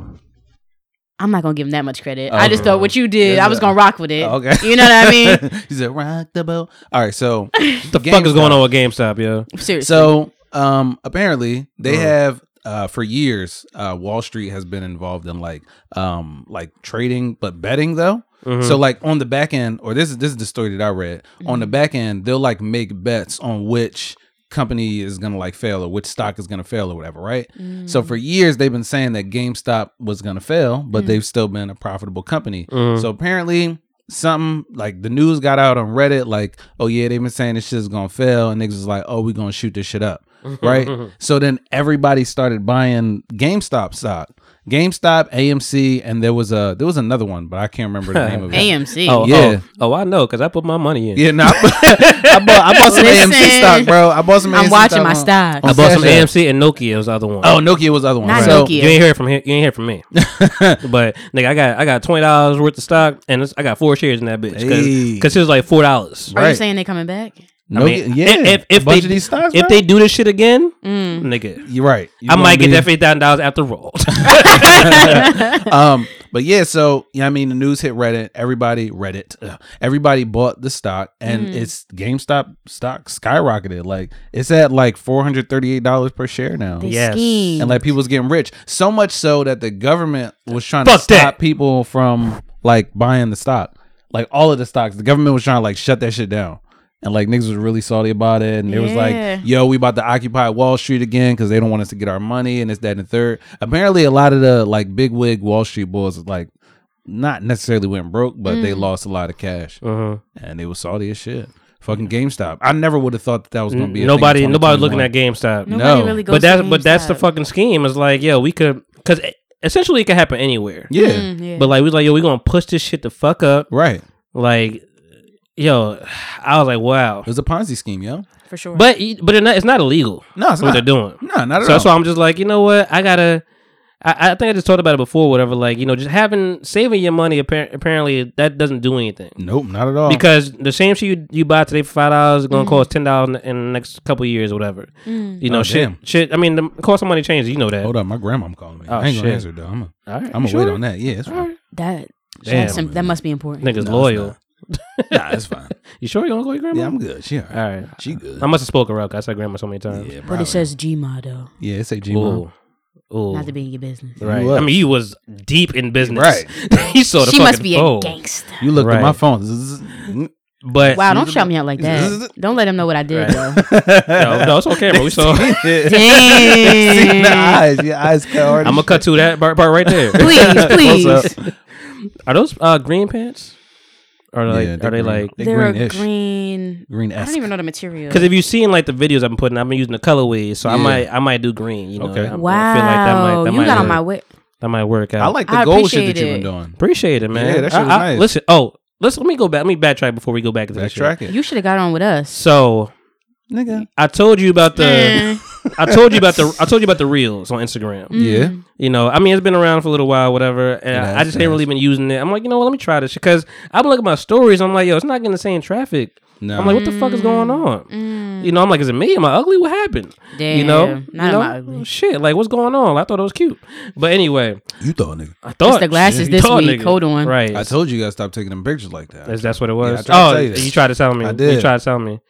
Speaker 1: I'm not gonna give him that much credit. I just
Speaker 3: Okay.
Speaker 1: thought what you did, I was gonna rock with it.
Speaker 3: Oh, Okay.
Speaker 1: You know what I
Speaker 3: <laughs>
Speaker 1: mean?
Speaker 3: he said, rock the boat. All right, <laughs> so.
Speaker 2: What the fuck is going on with GameStop, yo?
Speaker 1: Seriously.
Speaker 3: So, um, apparently they have uh, for years uh, Wall Street has been involved in like um, like trading, but betting though. So like on the back end, or this is this is the story that I read. On the back end, they'll like make bets on which company is gonna like fail or which stock is gonna fail or whatever, right? So for years they've been saying that GameStop was gonna fail, but they've still been a profitable company. So apparently something like the news got out on Reddit, like, oh yeah, they've been saying this shit's gonna fail, and niggas was like, oh, we gonna shoot this shit up, right? so then everybody started buying GameStop stock, GameStop, AMC, and there was a there was another one, but I can't remember the name
Speaker 1: <laughs>
Speaker 3: of it.
Speaker 1: AMC.
Speaker 2: Oh
Speaker 3: Yeah.
Speaker 2: Oh, oh, I know, cause I put my money in.
Speaker 3: Yeah, no, <laughs> I bought, I bought, I bought some AMC
Speaker 1: Listen.
Speaker 3: stock, bro. I bought some.
Speaker 1: I'm
Speaker 3: AMC
Speaker 1: watching my
Speaker 3: on-
Speaker 1: stock.
Speaker 3: on
Speaker 2: I bought some
Speaker 3: Cash App.
Speaker 2: AMC and Nokia was the other one.
Speaker 3: Oh, Nokia was the other one.
Speaker 1: Not
Speaker 3: so,
Speaker 1: Nokia.
Speaker 2: You ain't hear it from him. You ain't hear it from
Speaker 1: <laughs>
Speaker 2: me. but nigga, I got I got twenty dollars worth of stock, and it's, I got four shares in that bitch
Speaker 3: Hey.
Speaker 2: because it was like four dollars.
Speaker 1: Are you
Speaker 3: right.
Speaker 1: saying they coming back?
Speaker 3: Nokia, yeah,
Speaker 2: If, if,
Speaker 3: a
Speaker 2: if
Speaker 3: bunch
Speaker 2: they
Speaker 3: of these stocks,
Speaker 2: if
Speaker 3: bro.
Speaker 2: they do this shit again,
Speaker 1: Mm.
Speaker 2: nigga,
Speaker 3: you're right. You
Speaker 2: I
Speaker 3: gonna
Speaker 2: might get
Speaker 3: be-
Speaker 2: that fifty thousand dollars after
Speaker 3: <laughs>
Speaker 2: all.
Speaker 3: um, but yeah, so yeah, I mean, the news hit Reddit. Everybody Reddit, ugh, everybody bought the stock, and it's GameStop stock skyrocketed. Like it's at like four hundred thirty eight dollars per share now,
Speaker 1: They
Speaker 2: Yes.
Speaker 1: scheme.
Speaker 3: and like people's getting rich. So much so that the government was trying to
Speaker 2: Fuck
Speaker 3: stop
Speaker 2: that.
Speaker 3: people from like buying the stock, like all of the stocks. The government was trying to like shut that shit down. And like niggas was really salty about it, and it was
Speaker 1: Yeah.
Speaker 3: like, "Yo, we about to occupy Wall Street again because they don't want us to get our money and this, that, and the third. Apparently, a lot of the like big wig Wall Street boys like
Speaker 2: Mm.
Speaker 3: not necessarily went broke, but they lost a lot of cash
Speaker 2: Mhm.
Speaker 3: and they was salty as shit. Fucking GameStop. I never would have thought that, that was going to be a
Speaker 2: nobody nobody looking at GameStop.
Speaker 1: Nobody
Speaker 3: No.
Speaker 1: really goes
Speaker 2: but that's
Speaker 1: to
Speaker 2: but that's the
Speaker 1: GameStop.
Speaker 2: fucking scheme. It's like yo, we could because essentially it could happen anywhere.
Speaker 3: Yeah,
Speaker 1: Mm, yeah.
Speaker 2: But like we was like yo, we gonna push this shit the fuck up.
Speaker 3: right. It
Speaker 2: Like yo, <sighs> I was like wow.
Speaker 3: was a Ponzi scheme, yo.
Speaker 1: for sure.
Speaker 2: But e, but it's not, it's not illegal.
Speaker 3: No, it's
Speaker 2: what
Speaker 3: not.
Speaker 2: they're doing.
Speaker 3: No, not at
Speaker 2: so that's why
Speaker 3: all.
Speaker 2: I'm just like, you know what? I gotta. I, I think I just talked about it before, whatever. Like, you know, just having saving your money appar- apparently that doesn't do anything
Speaker 3: Nope, not at all.
Speaker 2: because the same shit you, you buy today for five dollars is gonna
Speaker 1: Mm.
Speaker 2: cost ten dollars in, the- in the next couple of years or whatever. You know,
Speaker 3: Oh,
Speaker 2: shit,
Speaker 3: damn.
Speaker 2: shit. I mean, the cost of money changes. You know that.
Speaker 3: hold up, my grandma calling me.
Speaker 2: Oh,
Speaker 3: I ain't gonna
Speaker 2: shit.
Speaker 3: answer though. I'm gonna
Speaker 2: All right,
Speaker 3: I'm
Speaker 2: you
Speaker 3: gonna wait
Speaker 2: sure?
Speaker 3: on that. Yeah, it's fine.
Speaker 1: that
Speaker 2: Damn.
Speaker 1: that's im- that must be important.
Speaker 2: Niggas
Speaker 3: it's
Speaker 2: loyal.
Speaker 3: Nah, it's fine.
Speaker 2: You sure you gonna go with your grandma?
Speaker 3: Yeah, I'm good. She all
Speaker 2: All
Speaker 3: right.
Speaker 2: right.
Speaker 3: She good.
Speaker 2: I must have spoke her up. 'cause I said grandma so many times.
Speaker 3: yeah,
Speaker 1: but
Speaker 3: probably.
Speaker 1: it says Gma though,
Speaker 3: yeah, it's a G.
Speaker 2: Ooh. Ooh.
Speaker 1: not to be in your business.
Speaker 2: Right.
Speaker 3: was.
Speaker 2: I mean, he was deep in <laughs> business. Right. he saw the
Speaker 1: She must
Speaker 2: fucking
Speaker 1: be
Speaker 2: phone.
Speaker 1: a gangster.
Speaker 3: You looked at my
Speaker 2: Right.
Speaker 3: phone. <laughs> Zzz, mm.
Speaker 2: But
Speaker 1: Wow, don't shout me out like that. Don't let them know what I did though.
Speaker 2: no, no, it's okay, bro.
Speaker 3: <laughs>
Speaker 2: We saw. I'm
Speaker 3: See the
Speaker 1: Dang.
Speaker 3: eyes. Your eyes cut
Speaker 2: gonna cut to that part, part right there.
Speaker 1: <laughs>
Speaker 3: <laughs>
Speaker 1: please, please.
Speaker 2: <laughs> Are those uh, green pants? Or like, are they like?
Speaker 1: They're a
Speaker 3: green
Speaker 1: green.
Speaker 3: green
Speaker 1: I don't even know the material.
Speaker 2: Because if you've seen like the videos I've been putting, I've been using the colorways, so I
Speaker 3: Yeah.
Speaker 2: might, I might do green. You know,
Speaker 3: Okay.
Speaker 2: I- I feel
Speaker 1: Wow, you got on
Speaker 2: work.
Speaker 1: my way.
Speaker 2: That might work out.
Speaker 3: I like the
Speaker 1: I
Speaker 3: gold shit that
Speaker 1: appreciate
Speaker 3: you've been
Speaker 1: it.
Speaker 3: doing.
Speaker 2: Appreciate it, man.
Speaker 3: Yeah, that shit
Speaker 2: I-
Speaker 3: was
Speaker 2: I-
Speaker 3: nice.
Speaker 2: Listen, oh, let's let me go back. Let me backtrack before we go back to the
Speaker 3: Backtrack it,
Speaker 1: You should have got on with us.
Speaker 2: So
Speaker 3: nigga.
Speaker 2: I told you about the.
Speaker 1: Hmm.
Speaker 2: I told you about the. I told you about the reels on Instagram.
Speaker 3: Yeah,
Speaker 2: You know, I mean, it's been around for a little while, whatever. And
Speaker 3: It
Speaker 2: I- I
Speaker 3: has,
Speaker 2: just
Speaker 3: it
Speaker 2: ain't
Speaker 3: has.
Speaker 2: really been using it. I'm like, you know what? Let me try this because I'm looking at my stories. I'm like, yo, it's not getting the same traffic.
Speaker 3: no.
Speaker 2: I'm like, what the fuck is going on? You know, I'm like, is it me? Am I ugly? What happened?
Speaker 1: Mm. Damn,
Speaker 2: you know,
Speaker 1: not
Speaker 2: you know?
Speaker 1: am I ugly.
Speaker 2: Shit, like, what's going on? I thought it was cute, but anyway,
Speaker 3: you thought, nigga?
Speaker 2: I thought
Speaker 1: the glasses
Speaker 2: You
Speaker 1: this
Speaker 2: thought,
Speaker 1: week.
Speaker 2: nigga.
Speaker 1: Hold on.
Speaker 2: right?
Speaker 3: I told you you gotta stop taking them pictures like that.
Speaker 2: That's, that's what it was.
Speaker 3: I tried to
Speaker 2: oh,
Speaker 3: tell
Speaker 2: you,
Speaker 3: you this.
Speaker 2: tried to tell me.
Speaker 3: I did.
Speaker 2: You tried to tell me.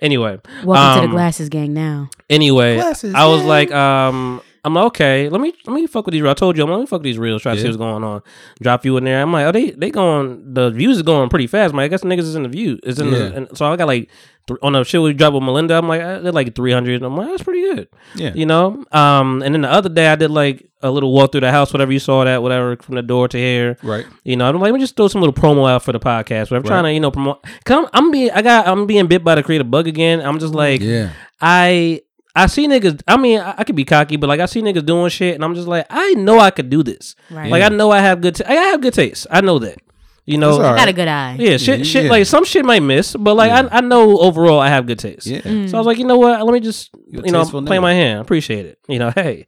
Speaker 2: Anyway,
Speaker 1: Welcome to
Speaker 2: um,
Speaker 1: the glasses gang now.
Speaker 2: Anyway,
Speaker 3: Glasses,
Speaker 2: I was
Speaker 3: yeah.
Speaker 2: like, um, I'm like, okay. Let me let me fuck with these. reels. I told you, I'm like, let me fuck with these reels. Try to see
Speaker 3: Yeah.
Speaker 2: what's going on. Drop you in there. I'm like, oh, they they going. The views is going pretty fast. i I guess the niggas is in the view. Is in
Speaker 3: Yeah.
Speaker 2: the, and so I got like th- on the shit we dropped with Melinda. I'm like, uh, they're like 300. I'm like, that's pretty good.
Speaker 3: Yeah.
Speaker 2: you know. Um, and then the other day I did like a little walk through the house, whatever you saw that, whatever from the door to here.
Speaker 3: Right.
Speaker 2: You know, I'm like, let me just throw some little promo out for the podcast. Whatever, trying to you know promote. Come, I'm being, I got, I'm being bit by the creative bug again. I'm just like,
Speaker 3: Yeah.
Speaker 2: I I see niggas. I mean, I, I could be cocky, but like I see niggas doing shit, and I'm just like, I know I could do this.
Speaker 1: Right.
Speaker 2: Like I know I have good. T- I have good taste. I know that. You know.
Speaker 3: It's all
Speaker 1: I
Speaker 3: right.
Speaker 1: got a good eye.
Speaker 2: Yeah, shit,
Speaker 3: Yeah,
Speaker 2: shit.
Speaker 3: yeah.
Speaker 2: Like some shit might miss, but like I, I know overall I have good taste.
Speaker 3: Yeah.
Speaker 2: So I was like, you know what? Let me just
Speaker 3: You're a
Speaker 2: you know
Speaker 3: tasteful
Speaker 2: play
Speaker 3: nigga.
Speaker 2: my hand. Appreciate it. You know, <laughs> hey.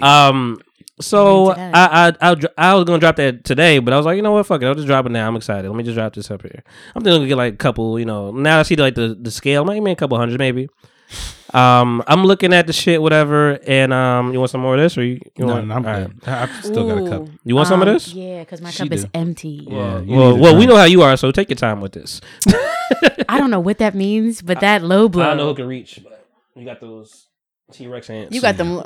Speaker 2: Um. So
Speaker 1: Into
Speaker 2: I
Speaker 1: that.
Speaker 2: I I'll, dr- I was gonna drop that today, but I was like, you know what? Fuck it. I'll just drop it now. I'm excited. Let me just drop this up here. I'm thinking gonna get like a couple. You know, now I see like the the scale. Maybe a couple hundred, maybe. Um, I'm looking at the shit, whatever, and um, you want some more of this, or you, you
Speaker 3: No,
Speaker 2: want?
Speaker 3: no, I'm
Speaker 2: all right.
Speaker 3: good. I- I've still got a cup.
Speaker 2: You want some of
Speaker 1: Um,
Speaker 2: this?
Speaker 1: Yeah, because my
Speaker 3: She
Speaker 1: cup is
Speaker 3: do.
Speaker 1: empty.
Speaker 3: Yeah, you
Speaker 2: well,
Speaker 3: need a
Speaker 2: well, we
Speaker 3: drink.
Speaker 2: know how you are, so take your time with this.
Speaker 1: I don't know what that means, but that low blow.
Speaker 2: I don't know who can reach, but you got those T Rex hands.
Speaker 1: You got them.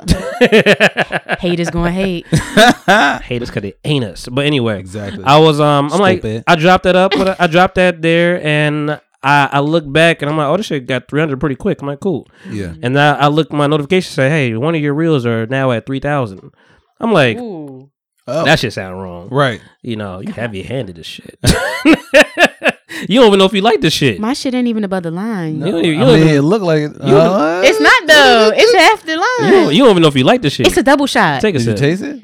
Speaker 2: <laughs>
Speaker 1: Haters going <laughs> hate.
Speaker 3: <laughs>
Speaker 2: haters because they ain't us. But anyway,
Speaker 3: Exactly.
Speaker 2: I was um, I'm like,
Speaker 3: Stupid.
Speaker 2: I dropped that up, but I dropped that there, and I I look back and I'm like, oh, this shit got 300 pretty quick. I'm like, cool.
Speaker 3: yeah.
Speaker 1: Mm-hmm.
Speaker 2: And I, I look my notification say, hey, one of your reels are now at 3,000. I'm like,
Speaker 1: Ooh.
Speaker 3: Oh.
Speaker 2: that shit sound wrong.
Speaker 3: Right.
Speaker 2: You know, you heavy handed this shit. <laughs> you don't even know if you like this shit.
Speaker 1: My shit ain't even above the line.
Speaker 2: You don't even- you
Speaker 3: I
Speaker 2: don't
Speaker 3: mean,
Speaker 2: even-
Speaker 3: it looked like it. Uh,
Speaker 1: It's not though. It's half the
Speaker 2: you
Speaker 1: line.
Speaker 2: don't- you don't even know if you like this shit.
Speaker 1: It's a double shot.
Speaker 2: Take a
Speaker 3: Did you
Speaker 2: sip.
Speaker 3: taste it?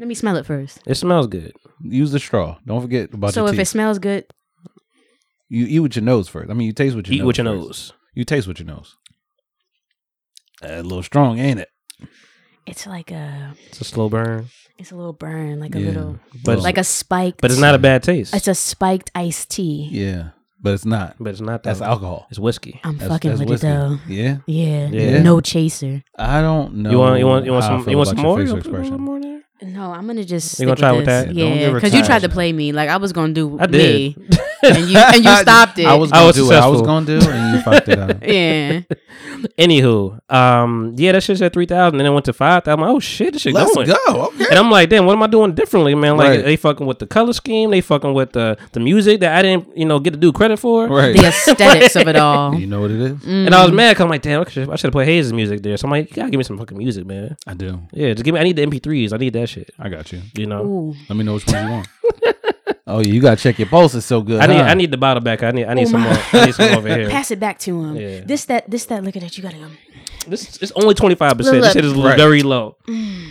Speaker 1: Let me smell it first.
Speaker 2: It smells good.
Speaker 3: Use the straw. Don't forget about
Speaker 1: So
Speaker 3: your
Speaker 1: if
Speaker 3: teeth.
Speaker 1: it smells good,
Speaker 3: you eat with your nose first. I mean, you taste with your
Speaker 2: Eat
Speaker 3: nose
Speaker 2: with your
Speaker 3: first.
Speaker 2: nose.
Speaker 3: You taste with your nose. That a little strong, ain't it?
Speaker 1: it's like a
Speaker 2: It's a slow burn,
Speaker 1: it's a little burn, like a
Speaker 3: Yeah.
Speaker 1: little
Speaker 2: but
Speaker 1: like a spiked.
Speaker 2: but it's not a bad taste.
Speaker 1: It's a spiked iced tea.
Speaker 3: Yeah, but it's not.
Speaker 2: but it's not. Though.
Speaker 3: That's alcohol.
Speaker 2: It's whiskey.
Speaker 1: I'm
Speaker 3: That's,
Speaker 1: fucking
Speaker 3: that's
Speaker 1: with
Speaker 3: whiskey.
Speaker 1: it though.
Speaker 3: Yeah,
Speaker 1: Yeah.
Speaker 2: Yeah.
Speaker 1: No chaser.
Speaker 3: I don't know.
Speaker 2: You want you want you want
Speaker 3: how I
Speaker 2: some
Speaker 3: feel
Speaker 2: you want
Speaker 3: about
Speaker 2: some
Speaker 3: your
Speaker 2: more? You
Speaker 3: facial
Speaker 2: want to put a little
Speaker 3: expression.
Speaker 2: more in there?
Speaker 1: No, I'm gonna just.
Speaker 2: You
Speaker 1: stick
Speaker 2: gonna try with
Speaker 1: with
Speaker 2: that?
Speaker 1: this.
Speaker 3: Yeah, don't
Speaker 1: Yeah,
Speaker 3: get
Speaker 1: because you
Speaker 3: retired.
Speaker 1: tried to play me. Like I was gonna do
Speaker 2: I
Speaker 1: me,
Speaker 2: did. <laughs>
Speaker 1: and you and you stopped it.
Speaker 3: I was
Speaker 2: I
Speaker 3: gonna
Speaker 2: was
Speaker 3: do what I was
Speaker 2: successful.
Speaker 3: gonna do, and you fucked it up.
Speaker 2: <laughs>
Speaker 1: Yeah.
Speaker 2: Anywho, um, yeah, that shit's at three thousand, and then it went to five thousand. Like, oh shit, this shit
Speaker 3: <laughs> Let's
Speaker 2: going.
Speaker 3: go. Okay.
Speaker 2: And I'm like, damn, what am I doing differently, man? Like
Speaker 3: Right.
Speaker 2: they fucking with the color scheme, they fucking with the the music that I didn't, you know, get to do credit for.
Speaker 1: the
Speaker 3: Right.
Speaker 1: aesthetics of it all.
Speaker 3: You know what it is?
Speaker 2: And
Speaker 1: Mm.
Speaker 2: I was mad 'cause I'm like, damn, I should have put Hayes' music there. So I'm like, you gotta give me some fucking music, man.
Speaker 3: I do.
Speaker 2: Yeah, just give me. I need the MP3s. I need that shit.
Speaker 3: I got you.
Speaker 2: You know.
Speaker 1: Ooh.
Speaker 3: Let me know which one you want. <laughs> Oh, you gotta check your pulse. It's so good.
Speaker 2: I need
Speaker 3: huh?
Speaker 2: I need the bottle back. I need I need some
Speaker 1: Oh my-
Speaker 2: more. I need
Speaker 1: <laughs>
Speaker 2: some more over here.
Speaker 1: Pass it back to him.
Speaker 2: Yeah.
Speaker 1: This that this that liquor that you gotta go.
Speaker 2: This it's only twenty five percent. This
Speaker 1: Look.
Speaker 2: shit is
Speaker 3: Right.
Speaker 2: very low.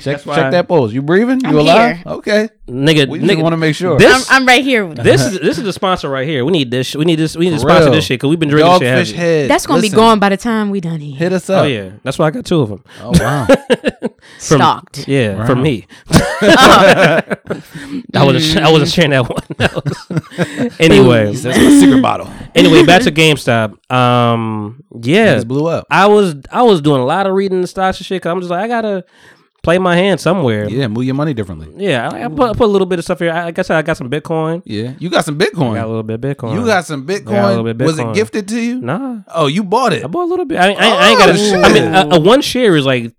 Speaker 3: check,
Speaker 2: why I-
Speaker 3: check that pulse. You breathing? You
Speaker 6: I'm
Speaker 3: alive?
Speaker 6: here.
Speaker 3: Okay.
Speaker 2: Nigga,
Speaker 3: We just
Speaker 2: nigga
Speaker 3: want to make sure.
Speaker 2: This
Speaker 1: Mm,
Speaker 6: I'm, I'm right here.
Speaker 2: <laughs> this is this is the sponsor right here. We need this. sh- We need this. We need to
Speaker 3: For
Speaker 2: sponsor
Speaker 3: real.
Speaker 2: this shit because we've been drinking shit.
Speaker 3: Dogfish
Speaker 2: heavy.
Speaker 1: <laughs>
Speaker 3: head.
Speaker 1: That's gonna
Speaker 3: Listen,
Speaker 1: be gone by the time we done here.
Speaker 3: Hit us up.
Speaker 2: Oh yeah, that's why I got two of them.
Speaker 3: Oh,
Speaker 2: <laughs>
Speaker 3: wow.
Speaker 2: From,
Speaker 1: Stocked.
Speaker 2: Yeah, from
Speaker 3: <laughs>
Speaker 2: me.
Speaker 3: Oh.
Speaker 2: <laughs> I was I was sharing <laughs> that
Speaker 3: <laughs>
Speaker 2: one. anyway,
Speaker 3: That's my secret bottle.
Speaker 2: anyway, back to GameStop. Um, yeah,
Speaker 3: Just blew up.
Speaker 2: I was I was doing a lot of reading the stocks and shit. Cause I'm just like I gotta play my hand somewhere. Yeah,
Speaker 3: Yeah, move your money differently.
Speaker 2: I, I put, I put a little bit of stuff here. I, I guess I got some Bitcoin.
Speaker 3: Yeah, you got some
Speaker 2: I got a
Speaker 3: Bitcoin.
Speaker 2: little bit of Bitcoin.
Speaker 3: You got some Bitcoin.
Speaker 2: little bit
Speaker 3: Was it
Speaker 2: Bitcoin.
Speaker 3: gifted to you?
Speaker 2: nah.
Speaker 3: Oh, you bought it.
Speaker 2: I bought a little bit. I, ain't- I, ain't- I ain't
Speaker 3: Oh,
Speaker 2: got.
Speaker 3: shit.
Speaker 2: A, I mean, a, a one share is like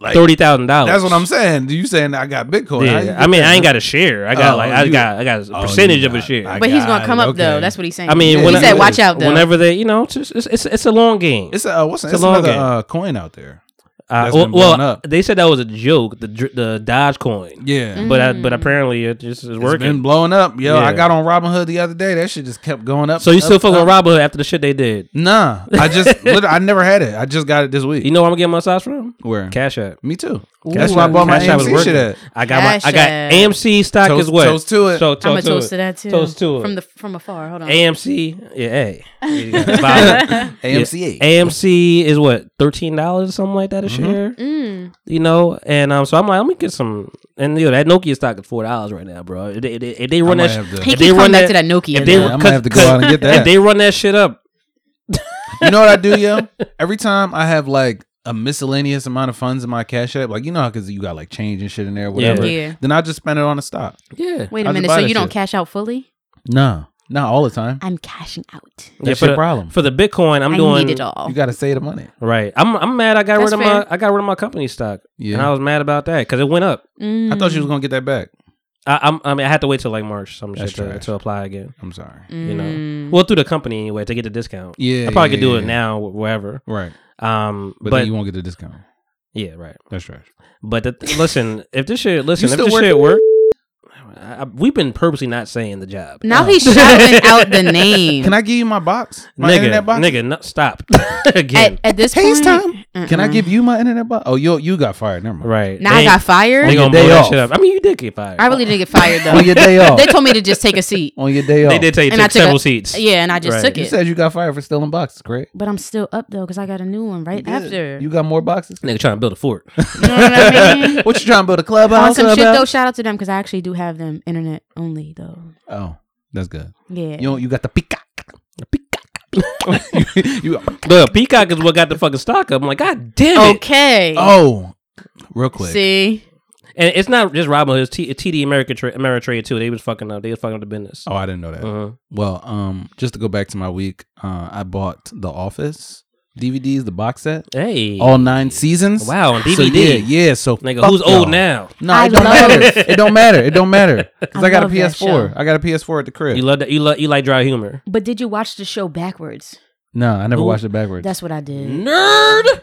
Speaker 3: Like,
Speaker 2: thirty thousand dollars.
Speaker 3: That's what I'm saying. You saying I got Bitcoin? How you
Speaker 2: Yeah.
Speaker 3: get
Speaker 2: I mean,
Speaker 3: that?
Speaker 2: I ain't got a share. I got
Speaker 3: Oh,
Speaker 2: like I
Speaker 3: you-
Speaker 2: got I got a
Speaker 3: Oh,
Speaker 2: percentage
Speaker 3: you
Speaker 2: of a
Speaker 3: got-
Speaker 2: share.
Speaker 3: I
Speaker 2: I,
Speaker 6: But he's
Speaker 3: got
Speaker 6: gonna
Speaker 3: it.
Speaker 6: come up though.
Speaker 3: Okay.
Speaker 6: That's what he's saying.
Speaker 2: mean,
Speaker 3: Yeah,
Speaker 2: when
Speaker 6: he
Speaker 2: I-
Speaker 6: said, "Watch out though."
Speaker 2: Whenever they, you know, it's just- it's it's, it's a long game.
Speaker 3: It's a uh, what's
Speaker 2: a
Speaker 3: it's
Speaker 2: long
Speaker 3: another
Speaker 2: game.
Speaker 3: uh, coin out there.
Speaker 2: uh,
Speaker 3: that's
Speaker 2: well,
Speaker 3: been blown
Speaker 2: well,
Speaker 3: up.
Speaker 2: they said that was a joke. The dr- the Dodge coin.
Speaker 3: Yeah,
Speaker 2: But I,
Speaker 6: Mm.
Speaker 2: but apparently it just is
Speaker 3: it's
Speaker 2: Mm.
Speaker 3: been
Speaker 2: working.
Speaker 3: blowing up. Yo,
Speaker 2: Yeah.
Speaker 3: I got on Robinhood the other day. That shit just kept going up.
Speaker 2: So you still
Speaker 3: up,
Speaker 2: fucking
Speaker 3: up.
Speaker 2: Robinhood after the shit they did?
Speaker 3: Nah, I just <laughs> literally, I never had it. I just got it this week.
Speaker 2: You know where I'm gonna get my stocks from?
Speaker 3: Where?
Speaker 2: Cash App.
Speaker 3: Me too.
Speaker 2: Cash
Speaker 3: That's where I
Speaker 2: App-
Speaker 3: bought my
Speaker 2: Cash App is
Speaker 3: AMC shit
Speaker 2: working.
Speaker 3: at.
Speaker 2: I got my I
Speaker 6: Cash
Speaker 2: got
Speaker 6: App.
Speaker 2: AMC stock
Speaker 3: Toast-
Speaker 2: as well.
Speaker 3: toast to it.
Speaker 2: So
Speaker 6: I'm
Speaker 2: toast
Speaker 6: gonna
Speaker 2: to
Speaker 6: toast
Speaker 2: it.
Speaker 6: to that too.
Speaker 2: Toast to it.
Speaker 6: from the from afar. Hold on.
Speaker 2: AMC, yeah,
Speaker 6: <laughs>
Speaker 2: hey.
Speaker 3: <laughs>
Speaker 2: Vibe.
Speaker 3: AMCA.
Speaker 2: AMC is what thirteen dollars or something like
Speaker 3: Mm-hmm.
Speaker 2: that a share,
Speaker 6: Mm.
Speaker 2: you know. And um, so I'm like, let me get some. And you know that Nokia stock is four dollars right now, bro. If they, if they run
Speaker 3: might
Speaker 2: that,
Speaker 3: have to-
Speaker 2: sh-
Speaker 3: He
Speaker 2: if
Speaker 6: He
Speaker 2: they
Speaker 6: keep coming
Speaker 2: run
Speaker 6: back
Speaker 2: that,
Speaker 6: to that Nokia.
Speaker 2: if they
Speaker 3: Yeah,
Speaker 6: though.
Speaker 3: I might
Speaker 2: cause-
Speaker 3: have to go
Speaker 2: <laughs>
Speaker 3: out and get
Speaker 2: cause If
Speaker 3: that.
Speaker 2: they run that shit up,
Speaker 3: You know what I do, yo? Every time I have like a miscellaneous amount of funds in my cash app, like you know, how because you got like change and shit in there, whatever.
Speaker 6: Yeah.
Speaker 3: Then I just spend it on a stock.
Speaker 2: yeah,
Speaker 1: Wait
Speaker 3: I
Speaker 1: a
Speaker 3: just
Speaker 1: minute.
Speaker 3: buy
Speaker 1: So
Speaker 3: that
Speaker 1: you don't
Speaker 3: shit.
Speaker 1: cash out fully?
Speaker 3: No, not all the time.
Speaker 1: I'm cashing out.
Speaker 2: yeah.
Speaker 3: That's
Speaker 2: For
Speaker 3: your
Speaker 2: the,
Speaker 3: problem.
Speaker 2: for the Bitcoin, I'm
Speaker 1: i
Speaker 2: doing
Speaker 1: need it all.
Speaker 3: You got to save the money.
Speaker 2: right. I'm I'm mad. I got
Speaker 6: That's
Speaker 2: rid of
Speaker 6: fair.
Speaker 2: my I got rid of my company stock,
Speaker 3: Yeah.
Speaker 2: and I was mad about that because it went up.
Speaker 1: Mm.
Speaker 3: I thought you was gonna get that back.
Speaker 2: I I'm, I mean I had to wait till like March some
Speaker 3: That's
Speaker 2: shit to,
Speaker 3: trash.
Speaker 2: to apply again.
Speaker 3: I'm sorry.
Speaker 2: You know,
Speaker 6: Mm.
Speaker 2: well through the company anyway to get the discount.
Speaker 3: Yeah,
Speaker 2: I probably
Speaker 3: yeah,
Speaker 2: could do
Speaker 3: yeah,
Speaker 2: it
Speaker 3: yeah.
Speaker 2: now wherever.
Speaker 3: Right,
Speaker 2: Um,
Speaker 3: but,
Speaker 2: but,
Speaker 3: then you won't get the discount.
Speaker 2: yeah, right.
Speaker 3: That's trash.
Speaker 2: But the, listen, if this shit, listen, if
Speaker 3: You still
Speaker 2: this
Speaker 3: working?
Speaker 2: shit work, I, I- we've been purposely not saying the job.
Speaker 6: Now he's
Speaker 2: <laughs>
Speaker 6: shouting out the name.
Speaker 3: Can I give you my box? My
Speaker 2: nigga,
Speaker 3: internet box.
Speaker 2: nigga, no,
Speaker 6: <laughs>
Speaker 2: stop <laughs> again.
Speaker 6: At, at this
Speaker 3: Hey, it's
Speaker 6: point,
Speaker 3: time. Can I
Speaker 1: Mm-mm.
Speaker 3: give you my internet box? Oh, you you got fired. Never mind.
Speaker 2: right
Speaker 6: now I got fired.
Speaker 2: They
Speaker 3: your
Speaker 2: gonna blow
Speaker 3: day
Speaker 2: that
Speaker 3: off.
Speaker 2: shit up. I mean, you did get fired.
Speaker 6: I really didn't get
Speaker 1: <laughs>
Speaker 6: fired though.
Speaker 3: On your day off.
Speaker 6: they told me to just take a seat.
Speaker 3: on your day off.
Speaker 2: they did tell you to
Speaker 6: And I
Speaker 2: take
Speaker 6: took a-
Speaker 2: several seats.
Speaker 6: Yeah, and I just
Speaker 2: Right.
Speaker 6: took
Speaker 3: You
Speaker 6: it.
Speaker 3: said you got fired for stealing boxes, Craig.
Speaker 1: But I'm still up though because I got a new one right after.
Speaker 3: You got more boxes.
Speaker 2: Nigga trying to build a fort.
Speaker 6: you know what
Speaker 3: <laughs>
Speaker 6: I mean?
Speaker 3: what you trying to build a
Speaker 1: On
Speaker 3: clubhouse
Speaker 1: some shit
Speaker 3: about?
Speaker 1: though, shout out to them because I actually do have them internet only though.
Speaker 3: Oh, that's good.
Speaker 1: Yeah.
Speaker 3: You know, you got the peacock. <laughs> The peacock. you, you-
Speaker 2: the peacock is what got the fucking stock up. I'm like, god damn it!
Speaker 6: Okay.
Speaker 3: oh, real quick.
Speaker 6: See,
Speaker 2: And it's not just Robin Hood. It's T- TD America Tra- Ameritrade too. They was fucking up. They was fucking up the business.
Speaker 3: Oh, I didn't know that.
Speaker 2: Uh-huh.
Speaker 3: Well, um, just to go back to my week, uh, I bought The Office DVDs, the box set,
Speaker 2: Hey,
Speaker 3: all nine seasons.
Speaker 2: wow, on DVD.
Speaker 3: So, yeah, yeah. So
Speaker 2: Nigga,
Speaker 3: fuck
Speaker 2: who's old
Speaker 3: y'all.
Speaker 2: now?
Speaker 3: No,
Speaker 1: I
Speaker 3: it don't
Speaker 1: love-
Speaker 3: matter. It don't matter. It don't matter. Because
Speaker 1: I
Speaker 3: I, got a
Speaker 1: love that
Speaker 3: PS4.
Speaker 1: show.
Speaker 3: I got a PS4 at the crib.
Speaker 2: You love that. You love. You like dry humor.
Speaker 1: But did you watch the show backwards?
Speaker 3: no, I never
Speaker 2: Who-
Speaker 3: watched it backwards.
Speaker 1: That's what I
Speaker 3: Mm.
Speaker 1: did.
Speaker 2: Nerd.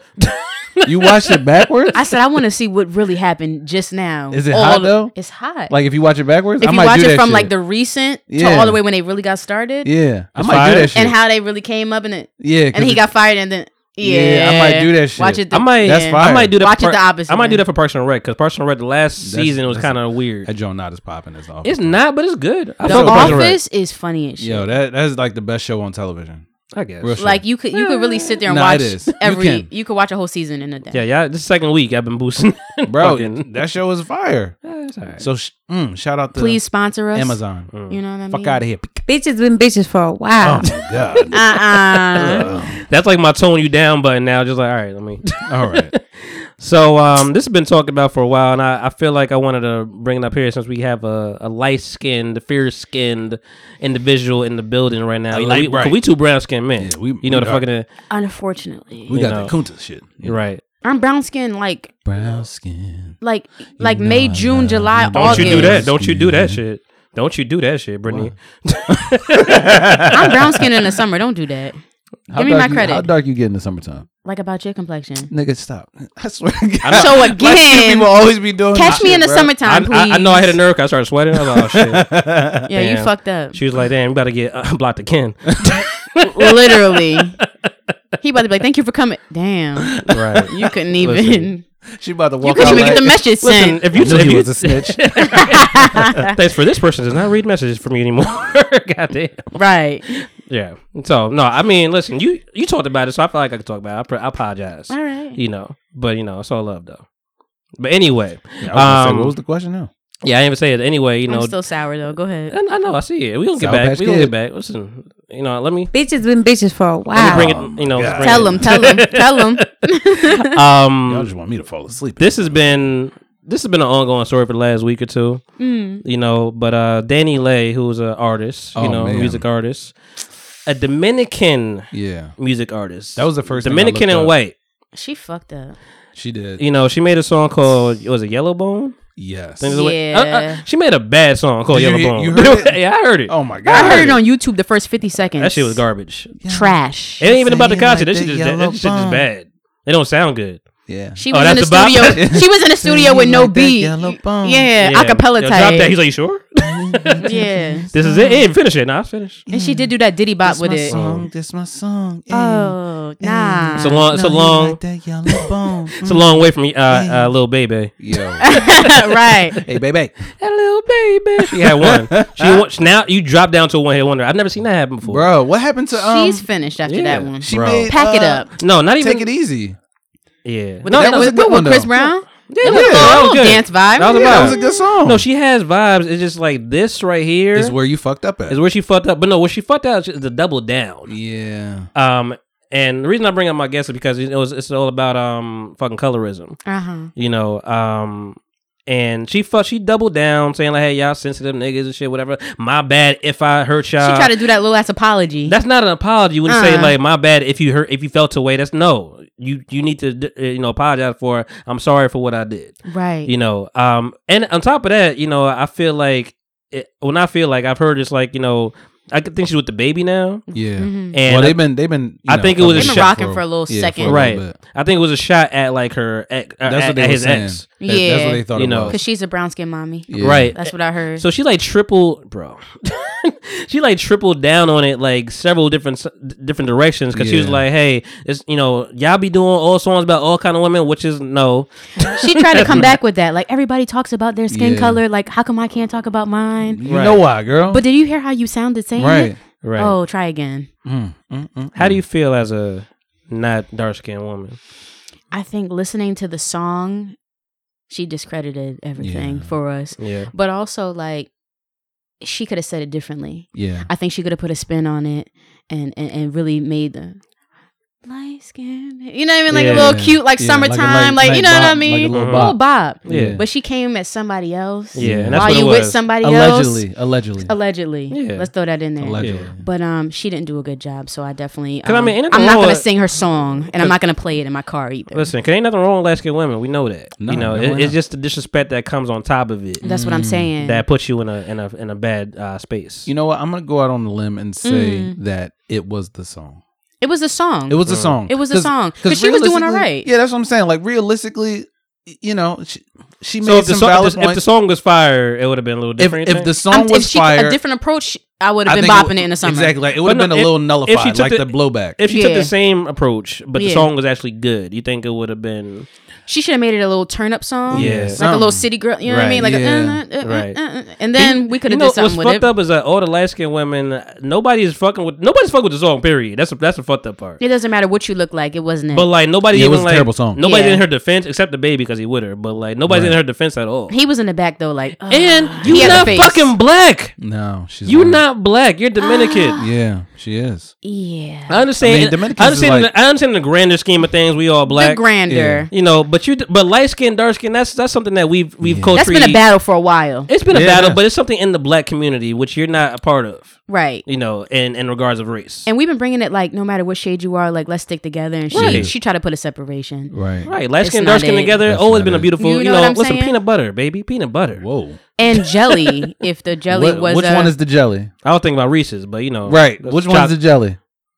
Speaker 3: You watched it backwards?
Speaker 1: I said I want to see what really happened just now.
Speaker 3: Is it
Speaker 1: All-
Speaker 3: hot though?
Speaker 1: It's hot.
Speaker 3: Like if you watch it backwards,
Speaker 1: if
Speaker 3: I
Speaker 1: you
Speaker 3: might
Speaker 1: watch
Speaker 3: do
Speaker 1: it
Speaker 3: that
Speaker 1: from
Speaker 3: shit.
Speaker 1: like the recent
Speaker 3: Yeah.
Speaker 1: to all the way when they really got started,
Speaker 3: yeah, I
Speaker 2: It's
Speaker 3: might do
Speaker 2: fire.
Speaker 3: that shit.
Speaker 6: And
Speaker 1: and how they really came up in it,
Speaker 3: yeah, 'cause
Speaker 6: and he
Speaker 3: it-
Speaker 6: got fired, and then
Speaker 3: Yeah,
Speaker 6: yeah,
Speaker 3: I might do that shit.
Speaker 6: Watch it.
Speaker 2: <laughs> I might-
Speaker 3: That's fire.
Speaker 2: I might do that.
Speaker 6: Watch
Speaker 2: for
Speaker 6: it the opposite
Speaker 2: I might do
Speaker 6: way.
Speaker 2: that for Parks and Rec because Parks and Rec the last
Speaker 3: That's-
Speaker 2: season was
Speaker 3: that's-
Speaker 2: kind of weird.
Speaker 3: that Joe not as popping as the office.
Speaker 2: it's not, but it's good. I
Speaker 1: The
Speaker 2: fuck with Parks and Rec.
Speaker 1: Office is funny as shit.
Speaker 3: Yo, that that's like the best show on television.
Speaker 2: I guess.
Speaker 3: Real shit.
Speaker 1: like you could you could really sit there and
Speaker 3: Nah, it
Speaker 1: watch
Speaker 3: is. You
Speaker 1: every you,
Speaker 3: can.
Speaker 1: could watch a whole season in a day.
Speaker 2: Yeah, yeah. This is second week I've been boosting, <laughs>
Speaker 3: bro,
Speaker 2: fucking-
Speaker 3: <laughs> that show is fire.
Speaker 2: Eh, it's all right.
Speaker 3: So sh- mm, shout out to
Speaker 1: Please sponsor us.
Speaker 3: Amazon.
Speaker 1: You know what I mean?
Speaker 3: Fuck out of here.
Speaker 5: Bitches been bitches for a
Speaker 3: Oh
Speaker 5: while.
Speaker 3: my
Speaker 1: <laughs>
Speaker 3: god.
Speaker 6: Uh-uh.
Speaker 2: That's like my tone you down button now. Just like all right, let me. <laughs>
Speaker 3: All right.
Speaker 2: so um, this has been talked about for a while, and I, I feel like I wanted to bring it up here since we have a, a light skinned, fair skinned individual in the building right now.
Speaker 3: A
Speaker 2: You know,
Speaker 3: light
Speaker 2: we, 'cause
Speaker 3: bright.
Speaker 2: we two brown skinned men.
Speaker 3: Yeah, we-
Speaker 2: you know
Speaker 3: we
Speaker 2: the
Speaker 3: dark.
Speaker 2: fucking
Speaker 1: Unfortunately,
Speaker 3: We
Speaker 2: You
Speaker 3: got
Speaker 2: know.
Speaker 3: that Kunta shit.
Speaker 2: right.
Speaker 1: I'm brown skinned like
Speaker 3: Brown skin.
Speaker 1: like like
Speaker 3: know I
Speaker 1: May,
Speaker 3: love
Speaker 1: June, July,
Speaker 3: you.
Speaker 2: Don't
Speaker 1: August.
Speaker 2: you do that? Don't you do that
Speaker 3: Skin.
Speaker 2: shit? Don't you do that shit, Brittany?
Speaker 1: I'm brown skinned in the summer. Don't do that.
Speaker 3: How
Speaker 1: Give me
Speaker 3: dark
Speaker 1: my
Speaker 3: you-
Speaker 1: credit.
Speaker 3: How dark you get in the summertime?
Speaker 1: like about your complexion?
Speaker 3: Nigga, stop. <laughs> I swear. To God. <laughs>
Speaker 2: know-
Speaker 1: So
Speaker 3: Black
Speaker 1: again,
Speaker 3: people always be doing
Speaker 1: catch
Speaker 3: this
Speaker 1: me
Speaker 3: shit,
Speaker 1: in the
Speaker 3: bro.
Speaker 1: summertime,
Speaker 2: I,
Speaker 1: please.
Speaker 2: I, I know I hit a nerve. 'cause I started sweating. I was like, oh shit. <laughs>
Speaker 1: Yeah,
Speaker 2: Damn.
Speaker 1: you fucked up.
Speaker 2: She was like, damn, we gotta get uh, blocked again.
Speaker 1: Literally. he about to be like, "Thank you for coming." Damn,
Speaker 2: <laughs> right.
Speaker 1: you couldn't even.
Speaker 3: Listen, She about to
Speaker 1: You
Speaker 3: walk
Speaker 1: couldn't
Speaker 3: out
Speaker 1: even get
Speaker 3: <laughs> like,
Speaker 1: the message
Speaker 2: Listen,
Speaker 1: sent.
Speaker 2: if you,
Speaker 3: I knew
Speaker 2: if
Speaker 3: he
Speaker 2: you
Speaker 3: was a snitch.
Speaker 2: <laughs> thanks for this person does not read messages from you anymore. <laughs> God damn.
Speaker 1: Right.
Speaker 2: Yeah. So no, I mean, listen, you you talked about it, so I feel like I could talk about it. I, pr- I apologize.
Speaker 1: All right.
Speaker 2: You know, but you know, it's all love though. But anyway,
Speaker 3: I was gonna say,
Speaker 2: um,
Speaker 3: what was the question now?
Speaker 2: yeah, I didn't even say it. Anyway, you know,
Speaker 1: I'm still sour though. Go ahead.
Speaker 2: I, I know, I see it. We gonna get
Speaker 3: Sour
Speaker 2: back.
Speaker 3: Patch
Speaker 2: We gonna get
Speaker 3: Kid.
Speaker 2: back. Listen, you know, let me
Speaker 5: Bitches been bitches for a
Speaker 2: let
Speaker 5: while.
Speaker 2: me bring it. You know, let's bring
Speaker 1: Tell
Speaker 2: it.
Speaker 1: him. Tell him. Tell
Speaker 3: <laughs>
Speaker 1: him.
Speaker 3: Y'all
Speaker 2: Um,
Speaker 3: just want me to fall asleep.
Speaker 2: this has been this has been an ongoing story for the last week or two.
Speaker 1: Mm.
Speaker 2: you know. But uh, Danny Lay, who's an artist, you
Speaker 3: Oh,
Speaker 2: know,
Speaker 3: man.
Speaker 2: music artist, a Dominican
Speaker 3: yeah,
Speaker 2: music artist.
Speaker 3: that was the first thing I
Speaker 2: Dominican
Speaker 3: looked
Speaker 2: and
Speaker 3: up.
Speaker 2: white.
Speaker 1: She fucked up.
Speaker 3: She did.
Speaker 2: You know, she made a song called was it Yellow Bone?
Speaker 3: Yes.
Speaker 2: Think it's what-
Speaker 1: Yeah.
Speaker 2: uh, uh, she made a bad song called
Speaker 3: Did you
Speaker 2: Yellow
Speaker 3: hear-
Speaker 2: Bone.
Speaker 3: you heard
Speaker 2: <laughs>
Speaker 3: it?
Speaker 2: yeah, I heard it.
Speaker 3: Oh my
Speaker 1: I
Speaker 3: god.
Speaker 1: heard it on YouTube the first 50 seconds.
Speaker 2: that shit was garbage. It
Speaker 1: Trash.
Speaker 2: ain't even about the
Speaker 3: Saying like
Speaker 2: concept. That
Speaker 3: the
Speaker 2: shit just that,
Speaker 3: yellow
Speaker 2: shit just
Speaker 3: bone.
Speaker 2: bad. They don't sound good.
Speaker 3: Yeah.
Speaker 1: She
Speaker 2: Oh,
Speaker 1: was in the
Speaker 2: that's the bop? <laughs>
Speaker 1: studio. she was in the studio with no
Speaker 3: Like that
Speaker 1: beat.
Speaker 3: yellow bone.
Speaker 1: Yeah,
Speaker 2: Yeah.
Speaker 1: acapella
Speaker 2: Yo, drop
Speaker 1: type.
Speaker 2: that. He's like, you sure? <laughs>
Speaker 3: <laughs>
Speaker 1: yeah.
Speaker 2: this is it. Hey, finish it. Nah, it's finished.
Speaker 1: And she did do that Diddy bop
Speaker 3: This
Speaker 1: with
Speaker 3: my
Speaker 1: it.
Speaker 3: song. This my song. Ayy.
Speaker 1: Oh, nah.
Speaker 2: It's a long. It's a
Speaker 3: No, you
Speaker 2: long.
Speaker 3: like that yellow bone.
Speaker 2: It's a long way from uh, uh, little baby.
Speaker 3: Yo.
Speaker 2: <laughs>
Speaker 1: <laughs> right.
Speaker 3: Hey, baby.
Speaker 2: Hello, baby. She had
Speaker 3: <laughs>
Speaker 2: one. She wa- she- now you drop down to a one hit wonder. I've never seen that happen before.
Speaker 3: Bro, what happened to um?
Speaker 1: She's finished after
Speaker 2: yeah.
Speaker 1: that one.
Speaker 3: she
Speaker 2: Bro.
Speaker 3: made,
Speaker 1: Pack it
Speaker 3: uh,
Speaker 1: up.
Speaker 2: No, not even.
Speaker 3: Take it easy.
Speaker 2: Yeah.
Speaker 1: With,
Speaker 2: No,
Speaker 1: that
Speaker 3: that was a
Speaker 1: with,
Speaker 3: good
Speaker 1: with
Speaker 3: one,
Speaker 1: Chris
Speaker 3: though.
Speaker 1: Brown.
Speaker 2: yeah,
Speaker 1: That was cool.
Speaker 2: that was good.
Speaker 1: Dance vibe.
Speaker 2: That was a
Speaker 3: Yeah, that
Speaker 2: vibe.
Speaker 3: was a good song.
Speaker 2: No, she has vibes. It's just like this right here is
Speaker 3: is
Speaker 2: where,
Speaker 3: where you fucked up at.
Speaker 2: she fucked up. But no, where she fucked up is the double down.
Speaker 3: yeah.
Speaker 2: Um, and the reason I bring up my guest is because it was it's all about um fucking colorism.
Speaker 1: Uh huh.
Speaker 2: you know um and she fuck, she doubled down saying like hey y'all sensitive niggas and shit whatever my bad if i hurt
Speaker 1: She
Speaker 3: Uh,
Speaker 2: y'all
Speaker 1: tried to do that little ass apology.
Speaker 2: that's not an apology when you say
Speaker 1: Uh.
Speaker 2: like my bad if you hurt if you felt away that's no you you need to d- uh, you know apologize for i'm sorry for what i did
Speaker 1: right.
Speaker 2: you know um and on top of that you know i feel like it, when i feel like i've heard it's like you know i could think she's with the baby now
Speaker 3: Yeah.
Speaker 1: Mhm.
Speaker 2: and
Speaker 3: well, they've been they've been. you
Speaker 2: I think it was a They've
Speaker 3: fucking
Speaker 2: been
Speaker 3: shit
Speaker 1: rocking for a little
Speaker 3: yeah,
Speaker 1: second.
Speaker 3: for a
Speaker 2: right
Speaker 3: little bit.
Speaker 2: i think it was a shot at like her ex, uh,
Speaker 3: That's
Speaker 2: at,
Speaker 3: what they
Speaker 2: at
Speaker 3: were
Speaker 2: his
Speaker 3: saying.
Speaker 2: ex
Speaker 3: That- That's
Speaker 1: Yeah.
Speaker 3: what they thought
Speaker 2: You
Speaker 3: it
Speaker 2: know.
Speaker 3: was.
Speaker 1: Because she's a brown skinned mommy.
Speaker 3: Yeah.
Speaker 2: right
Speaker 1: That's what I heard.
Speaker 2: So she like triple, bro. <laughs> she like tripled down on it like several different s- different directions because she was
Speaker 3: Yeah.
Speaker 2: like, "Hey, it's you know y'all be doing all songs about all kind of women, which is no,
Speaker 1: she tried
Speaker 3: <laughs>
Speaker 1: to come back with that. Like everybody talks about their skin
Speaker 3: Yeah.
Speaker 1: color. Like how come I can't talk about mine?
Speaker 3: You
Speaker 2: Right.
Speaker 3: know why, girl?
Speaker 1: But did you hear how you sounded saying
Speaker 3: right.
Speaker 1: it? Oh, try again.
Speaker 3: Mm, mm, mm,
Speaker 2: How do you feel as a not dark skinned woman?
Speaker 1: I think listening to the song, she discredited everything
Speaker 3: Yeah.
Speaker 1: for us.
Speaker 2: Yeah,
Speaker 1: But also like she could have said it differently.
Speaker 3: Yeah.
Speaker 1: I think she could have put a spin on it and and, and really made the light skin. You know what I mean? Like
Speaker 2: Yeah.
Speaker 1: a little cute, like
Speaker 3: Yeah, like a
Speaker 1: summertime,
Speaker 3: light-
Speaker 1: like,
Speaker 3: light
Speaker 1: you know what I
Speaker 3: bop, like a
Speaker 1: mean?
Speaker 3: little
Speaker 1: Little
Speaker 3: bop.
Speaker 1: bop.
Speaker 2: yeah,
Speaker 1: But she came at somebody else.
Speaker 2: yeah. And that's
Speaker 1: While
Speaker 2: what it
Speaker 1: you with
Speaker 2: was.
Speaker 1: somebody else.
Speaker 3: Allegedly, allegedly,
Speaker 1: Allegedly.
Speaker 2: Yeah.
Speaker 1: Let's throw that in there.
Speaker 3: allegedly.
Speaker 2: Yeah.
Speaker 1: But um, she didn't do a good job, so I definitely.
Speaker 2: 'Cause I
Speaker 1: um,
Speaker 2: mean, ain't nothing
Speaker 1: I'm not
Speaker 2: wrong
Speaker 1: gonna
Speaker 2: with-
Speaker 1: sing her song, and I'm not gonna play it in my car either.
Speaker 2: Listen, 'cause ain't nothing wrong with light skinned women. We know that.
Speaker 3: No,
Speaker 2: you know,
Speaker 3: no,
Speaker 2: it-
Speaker 3: why
Speaker 2: it's
Speaker 3: not?
Speaker 2: just the disrespect that comes on top of it
Speaker 1: That's
Speaker 3: Mm,
Speaker 1: what I'm saying.
Speaker 2: that puts you in a in a in a bad uh, space.
Speaker 3: You know what? I'm gonna go out on a limb and say
Speaker 1: Mm.
Speaker 3: that it was the song.
Speaker 1: it was a song.
Speaker 3: It was a song.
Speaker 1: It was a song. 'Cause she was doing
Speaker 3: realistically-
Speaker 1: alright.
Speaker 3: Yeah, that's what I'm saying. Like realistically, y- you know, she, she made
Speaker 2: so if the,
Speaker 3: some
Speaker 2: song, if,
Speaker 3: valid
Speaker 2: the, if the
Speaker 3: points.
Speaker 2: song was fire, it would have been a little
Speaker 3: If,
Speaker 2: different. you
Speaker 3: if
Speaker 2: think?
Speaker 3: the
Speaker 1: I'm-
Speaker 3: song
Speaker 1: if
Speaker 3: was
Speaker 1: she
Speaker 3: fire,
Speaker 1: a different approach, I would have
Speaker 3: I
Speaker 1: been
Speaker 3: think
Speaker 1: bopping
Speaker 3: would-
Speaker 1: it in the summer.
Speaker 3: Exactly, like it would have
Speaker 2: no,
Speaker 3: been a
Speaker 2: if-
Speaker 3: little
Speaker 2: if she
Speaker 3: nullified,
Speaker 2: took
Speaker 3: like
Speaker 2: the-
Speaker 3: the, blowback.
Speaker 2: If she took
Speaker 1: Yeah.
Speaker 2: the same approach, but the
Speaker 1: Yeah.
Speaker 2: song was actually good, you think it would have been
Speaker 1: She should have made it a little turn up song,
Speaker 2: Yeah,
Speaker 1: like a
Speaker 3: something.
Speaker 1: little city girl. You know what I mean?
Speaker 3: Right,
Speaker 1: Like,
Speaker 3: yeah,
Speaker 1: a, uh, uh, uh,
Speaker 2: right.
Speaker 1: uh, uh, and then we could
Speaker 2: You
Speaker 1: have
Speaker 2: know,
Speaker 1: did something
Speaker 2: what's
Speaker 1: with
Speaker 2: fucked
Speaker 1: it.
Speaker 2: up is that all the light skinned women, uh, nobody is fucking with nobody's fucking with the song. Period. That's a, that's the fucked up part.
Speaker 1: It doesn't matter what you look like. It wasn't it.
Speaker 2: But like nobody
Speaker 3: Yeah, it
Speaker 2: even
Speaker 3: was a
Speaker 2: like
Speaker 3: terrible song.
Speaker 2: nobody's
Speaker 1: Yeah.
Speaker 2: in her defense except the baby because he with her. But like nobody's in
Speaker 3: Right.
Speaker 2: her defense at all.
Speaker 1: he was in the back though, like, uh,
Speaker 2: and
Speaker 1: he
Speaker 2: you're
Speaker 1: had a
Speaker 2: not
Speaker 1: face.
Speaker 2: fucking black.
Speaker 3: no, she's
Speaker 2: You're
Speaker 3: lying.
Speaker 2: not black. You're Dominican.
Speaker 3: Yeah, she is.
Speaker 1: yeah,
Speaker 2: I understand.
Speaker 3: Ah. I
Speaker 2: I,
Speaker 3: mean, Dominicans is
Speaker 2: understand.
Speaker 3: like-
Speaker 2: the, I understand the grander scheme of things. We all
Speaker 1: the
Speaker 2: black.
Speaker 1: grander.
Speaker 2: you know, but you but light skin, dark skin. That's that's something that we've we've
Speaker 1: That's
Speaker 2: culturally.
Speaker 1: been a battle for a while,
Speaker 2: It's been a
Speaker 3: Yeah.
Speaker 2: battle, but it's something in the black community which you're not a part of.
Speaker 1: right?
Speaker 2: you know, in in regards of race.
Speaker 1: And we've been bringing it like, no matter what shade you are, like, let's stick together. And she
Speaker 2: Right.
Speaker 1: she tried to put a separation.
Speaker 3: Right.
Speaker 2: right, light skin,
Speaker 1: not
Speaker 2: dark skin
Speaker 1: it.
Speaker 2: together,
Speaker 3: That's
Speaker 2: always
Speaker 3: not
Speaker 2: been a
Speaker 3: it.
Speaker 2: beautiful. You
Speaker 1: You
Speaker 2: know,
Speaker 1: know what I'm
Speaker 2: listen,
Speaker 1: saying?
Speaker 2: peanut butter, baby, peanut butter.
Speaker 3: Whoa.
Speaker 2: <laughs>
Speaker 1: and jelly if the jelly
Speaker 3: What-
Speaker 1: was
Speaker 3: which
Speaker 1: a-
Speaker 3: one is the jelly?
Speaker 2: I don't think about Reese's, but you know,
Speaker 3: Right.
Speaker 2: let's
Speaker 3: Which one's
Speaker 2: chop-
Speaker 3: the jelly?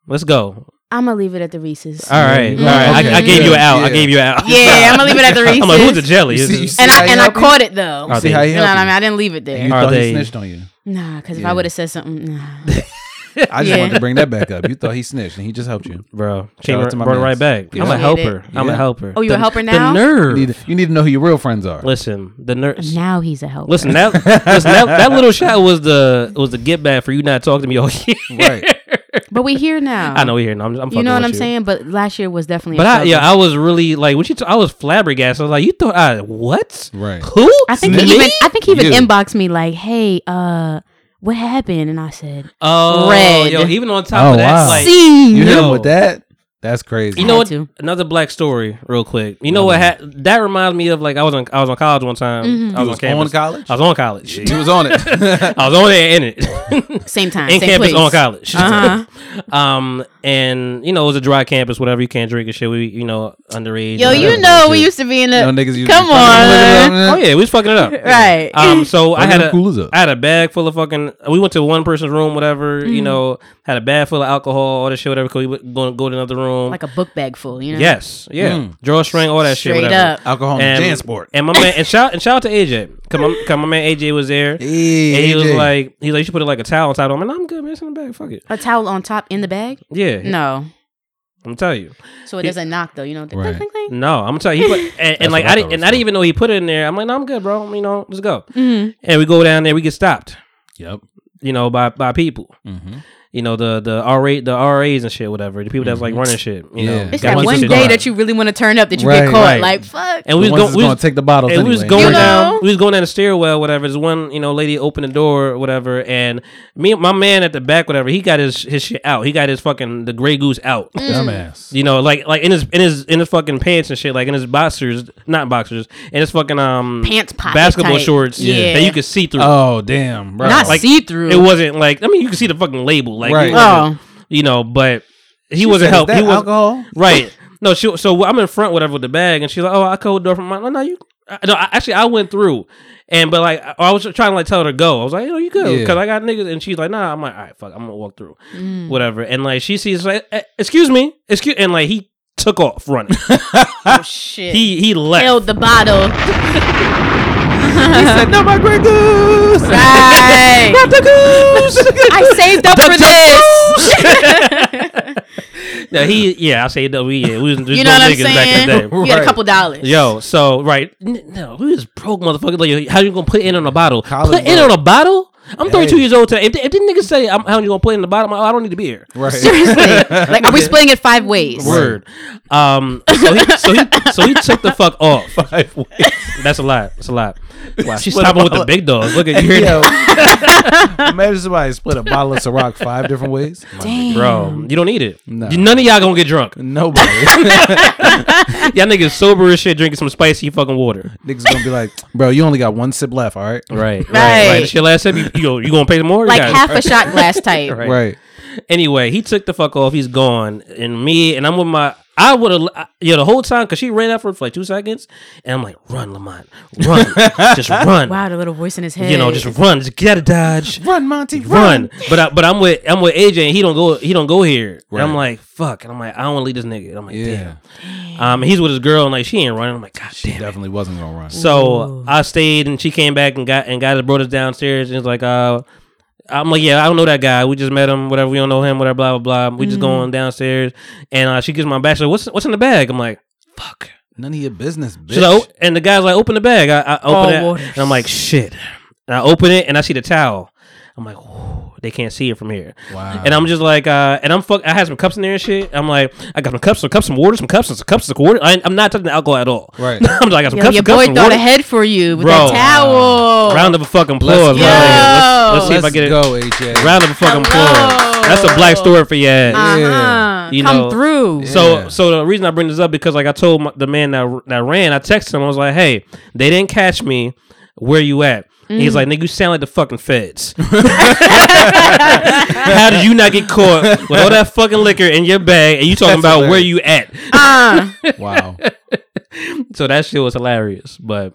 Speaker 2: Let's go.
Speaker 1: I'm gonna leave it at the Reese's.
Speaker 2: All right,
Speaker 3: Mm.
Speaker 2: all right.
Speaker 3: Okay.
Speaker 2: I, I gave you an out. I
Speaker 3: Yeah.
Speaker 2: gave you an out.
Speaker 6: Yeah, I'm gonna leave it at the
Speaker 2: <laughs> I'm like, who's the
Speaker 6: Reese's.
Speaker 2: jelly?
Speaker 3: You
Speaker 2: Is
Speaker 3: see- you
Speaker 2: this-
Speaker 3: see
Speaker 6: And
Speaker 3: how
Speaker 6: I
Speaker 3: he
Speaker 6: and I
Speaker 3: help you?
Speaker 6: caught it though.
Speaker 2: Are
Speaker 3: See
Speaker 2: they-
Speaker 3: how
Speaker 6: You
Speaker 3: he
Speaker 6: know what I mean?
Speaker 3: help
Speaker 6: I didn't leave it
Speaker 3: you?
Speaker 6: there.
Speaker 3: You
Speaker 2: Are
Speaker 3: thought
Speaker 2: they-
Speaker 3: he snitched <laughs> on you.
Speaker 1: Nah, because if
Speaker 3: Yeah.
Speaker 1: I would have said something,
Speaker 2: <laughs>
Speaker 1: nah.
Speaker 3: I just
Speaker 6: Yeah.
Speaker 3: wanted to bring that back up. You thought he snitched and <laughs> he just helped you.
Speaker 2: Bro,
Speaker 3: Shout
Speaker 2: came
Speaker 3: out
Speaker 2: r-
Speaker 3: to my
Speaker 2: brought it right
Speaker 3: mans.
Speaker 2: back. I'm a
Speaker 3: Yeah.
Speaker 2: helper. I'm a
Speaker 3: Yeah.
Speaker 2: helper.
Speaker 6: Oh, you
Speaker 2: The-
Speaker 6: a helper now?
Speaker 2: The
Speaker 3: You
Speaker 2: nerve.
Speaker 3: need, you need to know who your real friends are.
Speaker 2: Listen, the nurse.
Speaker 1: now he's a helper.
Speaker 2: Listen, that, listen that, that little shot was the was the get back for you not talking to me <laughs> all year.
Speaker 3: Right.
Speaker 1: but we here now.
Speaker 2: I know here, no, I'm, I'm
Speaker 1: You know
Speaker 2: fucking
Speaker 1: what
Speaker 2: with
Speaker 1: I'm saying? But last year was definitely.
Speaker 2: But
Speaker 1: a
Speaker 2: I,
Speaker 1: struggle.
Speaker 2: yeah, I was really like when she, t- I was flabbergasted. I was like, you thought I what?
Speaker 3: Right.
Speaker 2: Who?
Speaker 1: I think
Speaker 2: Me?
Speaker 1: he even I think he even
Speaker 3: You.
Speaker 1: inboxed me like, "Hey, uh, what happened?" And I said,
Speaker 2: oh,
Speaker 6: Red.
Speaker 2: Yo, even on top
Speaker 3: Oh,
Speaker 2: of that,
Speaker 3: wow.
Speaker 2: like
Speaker 1: "See,
Speaker 3: You hit
Speaker 2: No.
Speaker 3: him with that? That's crazy.
Speaker 2: You know
Speaker 1: had
Speaker 2: what?
Speaker 1: to.
Speaker 2: Another black story, real quick. You know what? Ha- that reminds me of like I was on I was on college one time.
Speaker 1: Mm-hmm.
Speaker 2: I was,
Speaker 3: You
Speaker 2: on campus.
Speaker 3: college?
Speaker 2: I was on college.
Speaker 3: He was on it. <laughs>
Speaker 2: I was on there in
Speaker 6: <laughs>
Speaker 2: it. <laughs>
Speaker 6: Same time,
Speaker 2: in
Speaker 6: same
Speaker 2: campus
Speaker 6: place.
Speaker 2: on college. <laughs>
Speaker 6: Uh-huh.
Speaker 2: um, and you know it was a dry campus, whatever. You can't drink and shit. We you know underage.
Speaker 6: Yo,
Speaker 2: and
Speaker 6: you
Speaker 2: whatever.
Speaker 6: know we used to be in the.
Speaker 3: no niggas used
Speaker 6: Come
Speaker 3: to
Speaker 2: Oh yeah, we was fucking it
Speaker 6: <laughs>
Speaker 2: up.
Speaker 6: Right.
Speaker 2: Um.
Speaker 3: <laughs>
Speaker 2: So I
Speaker 3: Fucking
Speaker 2: had a
Speaker 3: cool as up.
Speaker 2: I had a bag full of fucking. We went to one person's room, whatever. You
Speaker 6: Mm.
Speaker 2: know, had a bag full of alcohol, all that shit, whatever. Cause we would go go to another room.
Speaker 6: Like a book bag full, you know?
Speaker 2: yes. Yeah.
Speaker 3: Mm.
Speaker 2: Drawstring, all that shit.
Speaker 6: Straight
Speaker 2: Whatever.
Speaker 6: up.
Speaker 3: Alcohol and
Speaker 2: And,
Speaker 3: Jansport.
Speaker 2: and my man and shout and shout out to AJ. Cause my, cause my man AJ was there.
Speaker 3: Yeah,
Speaker 2: and he was
Speaker 3: AJ.
Speaker 2: like, he was like, you should put like a towel on top. I'm like, no, I'm good, man. It's in the bag. Fuck it.
Speaker 1: a towel on top in the bag."
Speaker 2: Yeah.
Speaker 6: No.
Speaker 2: I'm telling you.
Speaker 6: So it doesn't knock though, you know? the
Speaker 3: Right.
Speaker 6: cling, cling, cling.
Speaker 2: No, I'm telling you. He put, and, and like
Speaker 3: what I
Speaker 2: I
Speaker 3: thought
Speaker 2: didn't,
Speaker 3: it
Speaker 2: and I
Speaker 3: was
Speaker 2: didn't even know he put it in there. I'm like, no, I'm good, bro. You know, let's go.
Speaker 6: Mm-hmm.
Speaker 2: And we go down there. We get stopped.
Speaker 3: Yep.
Speaker 2: You know, by by people.
Speaker 3: Mm-hmm.
Speaker 2: You know the the RA the RAs and shit, whatever. The people that's like running shit. You
Speaker 3: Mm-hmm. Yeah.
Speaker 2: know,
Speaker 6: It's
Speaker 2: got
Speaker 6: that
Speaker 2: bunch of
Speaker 6: one
Speaker 2: shit
Speaker 6: day
Speaker 2: on.
Speaker 6: that you really want to turn up that you
Speaker 3: Right,
Speaker 6: get caught.
Speaker 3: right.
Speaker 6: Like, fuck.
Speaker 2: and we
Speaker 3: The
Speaker 2: was going.
Speaker 3: ones that's
Speaker 2: We
Speaker 3: going to
Speaker 2: was,
Speaker 3: take the bottles
Speaker 2: and
Speaker 3: anyway.
Speaker 2: we was going
Speaker 6: You
Speaker 2: down.
Speaker 6: know?
Speaker 2: We was going down the stairwell, whatever. There's one, you know, lady opened the door, or whatever, and me, my man at the back, whatever. He got his his shit out. He got his fucking the gray goose out.
Speaker 6: Mm.
Speaker 3: Dumbass.
Speaker 2: You know, like like in his in his in his fucking pants and shit, like in his boxers, not boxers, in his fucking um
Speaker 6: Pants pocket
Speaker 2: basketball
Speaker 6: type.
Speaker 2: shorts
Speaker 6: Yeah.
Speaker 2: that you could see through.
Speaker 3: Oh, damn, bro.
Speaker 6: Not
Speaker 2: Like,
Speaker 6: see through.
Speaker 2: it wasn't like I mean you could see the fucking label, like
Speaker 3: Right.
Speaker 2: it
Speaker 6: Oh.
Speaker 2: wasn't- you know, but he
Speaker 3: She
Speaker 2: wasn't
Speaker 3: said, "Is
Speaker 2: helped.
Speaker 3: that
Speaker 2: He was
Speaker 3: alcohol?
Speaker 2: <laughs> right. No, she, so I'm in front, whatever, with the bag, and she's like, "Oh, I code door from mine." No, no, you. I, no, I, actually, I went through, and but like I, I was trying to like tell her to go. I was like, "Oh, you good?"
Speaker 3: Yeah.
Speaker 2: Because I got niggas, and she's like, "Nah." I'm like, "All right, fuck, I'm gonna walk through,
Speaker 6: Mm.
Speaker 2: whatever." And like she sees, like, "Eh, "Excuse me, excuse," and like he took off
Speaker 3: <laughs>
Speaker 2: running.
Speaker 6: Oh, shit.
Speaker 2: he he left.
Speaker 6: held the bottle.
Speaker 3: He said, no, my great goose.
Speaker 6: Right.
Speaker 2: Not the goose.
Speaker 6: <laughs> I saved up for this.
Speaker 2: <laughs> no, he yeah. I say that we yeah, we was
Speaker 6: You know what I'm
Speaker 2: niggas back
Speaker 6: saying?
Speaker 2: in the day.
Speaker 6: <laughs>
Speaker 2: <laughs>
Speaker 6: You had
Speaker 3: Right.
Speaker 6: a couple dollars.
Speaker 2: Yo, so right, n- no, we was broke, motherfucker. Like, how you gonna put it in on a bottle?
Speaker 3: College
Speaker 2: put it on
Speaker 3: broke.
Speaker 2: a bottle? I'm 32
Speaker 3: Hey.
Speaker 2: years old today. If, if the nigga say I'm, how you gonna put it in the bottle, I'm like, oh, I don't need to be here.
Speaker 3: Right.
Speaker 2: <laughs>
Speaker 6: Like, are we splitting it five ways?
Speaker 2: Word. Um. So he,
Speaker 6: <laughs>
Speaker 2: so he, so he took the fuck off.
Speaker 3: <laughs> Five ways.
Speaker 2: That's a lot. That's a lot. Wow,
Speaker 3: <laughs>
Speaker 2: she's stopping with the big dogs. Look at you,
Speaker 3: Yo,
Speaker 2: here,
Speaker 3: <laughs> imagine somebody split a bottle of Ciroc five different ways.
Speaker 2: bro. You don't need it.
Speaker 3: No.
Speaker 2: None of y'all gonna get
Speaker 3: <laughs>
Speaker 2: drunk.
Speaker 3: Nobody.
Speaker 2: Y'all niggas sober as shit, drinking some spicy fucking water.
Speaker 3: Niggas gonna be like, bro, you only got one sip left, all right?
Speaker 6: <laughs>
Speaker 2: Right. Right.
Speaker 6: Right.
Speaker 2: Right. It's your last sip. You, you, go- you gonna pay more? You
Speaker 6: Like
Speaker 2: got it.
Speaker 6: half a shot
Speaker 2: <laughs>
Speaker 6: glass type.
Speaker 2: Right.
Speaker 3: Right.
Speaker 2: Anyway, he took the fuck off. He's gone, and me and I'm with my. I would have, yeah, the whole time because she ran out for like two seconds, and I'm like, "Run, Lamont,
Speaker 3: <laughs>
Speaker 2: run, just run,
Speaker 1: Wow, the little voice in his head.
Speaker 2: you know, just run, just get a dodge,
Speaker 3: Run, Monty,
Speaker 2: run." But I, but I'm with I'm with AJ, and he don't go he don't go here. And I'm
Speaker 3: Right.
Speaker 2: like, "Fuck," and I'm like, "I don't want to leave this nigga." And I'm like,
Speaker 3: Yeah.
Speaker 2: "Damn." Um, and he's with his girl, and like she ain't running. I'm like, "God
Speaker 3: She
Speaker 2: damn." it."
Speaker 3: definitely wasn't gonna run.
Speaker 2: So I stayed, and she came back and got and got his brothers downstairs, and was like, "Uh." I'm like, yeah, I don't know that guy. We just met him, whatever. We don't know him, whatever. Blah blah blah. We just
Speaker 6: Mm.
Speaker 2: going downstairs, and uh, she gives my bachelor. What's what's in the bag? I'm like, fuck.
Speaker 3: None of your business, bitch.
Speaker 2: She's like, "Oh," and the guy's like, open the bag. I, I open it, and I'm like, shit. And I open it, and I see the towel. I'm like, whew, they can't see it from here.
Speaker 3: Wow.
Speaker 2: And I'm just like, uh, and I'm fuck. I had some cups in there and shit. I'm like, I got some cups, some cups, some water, some cups, and some cups, some water. I, I'm not touching the alcohol at all.
Speaker 3: Right.
Speaker 2: <laughs> I'm like, I got some
Speaker 6: Yo,
Speaker 2: cups,
Speaker 6: your
Speaker 2: some cups,
Speaker 6: boy
Speaker 2: some
Speaker 6: thought
Speaker 2: water.
Speaker 6: ahead for you with
Speaker 2: Bro.
Speaker 6: that
Speaker 1: Oh.
Speaker 6: towel.
Speaker 2: Round of a fucking
Speaker 3: Let's
Speaker 2: applause. man.
Speaker 3: go.
Speaker 2: Let's, let's see if
Speaker 3: Let's
Speaker 2: I get it.
Speaker 3: go, AJ.
Speaker 2: Round of a fucking applause. That's a black story for your ass.
Speaker 3: Uh,
Speaker 6: Uh-huh.
Speaker 2: You
Speaker 6: Come
Speaker 2: know.
Speaker 6: through.
Speaker 2: So,
Speaker 3: Yeah.
Speaker 2: so the reason I bring this up because like I told my, the man that that ran, I texted him. I was like, "Hey, they didn't catch me. Where you at?" And He's like, "Nigga, you sound like the fucking
Speaker 3: <laughs>
Speaker 2: feds. How did you not get caught with all that fucking liquor in your bag and you talking
Speaker 3: That's
Speaker 2: about where
Speaker 3: hilarious.
Speaker 2: you at?" <laughs>
Speaker 6: Uh,
Speaker 3: Wow.
Speaker 2: So that shit was hilarious. But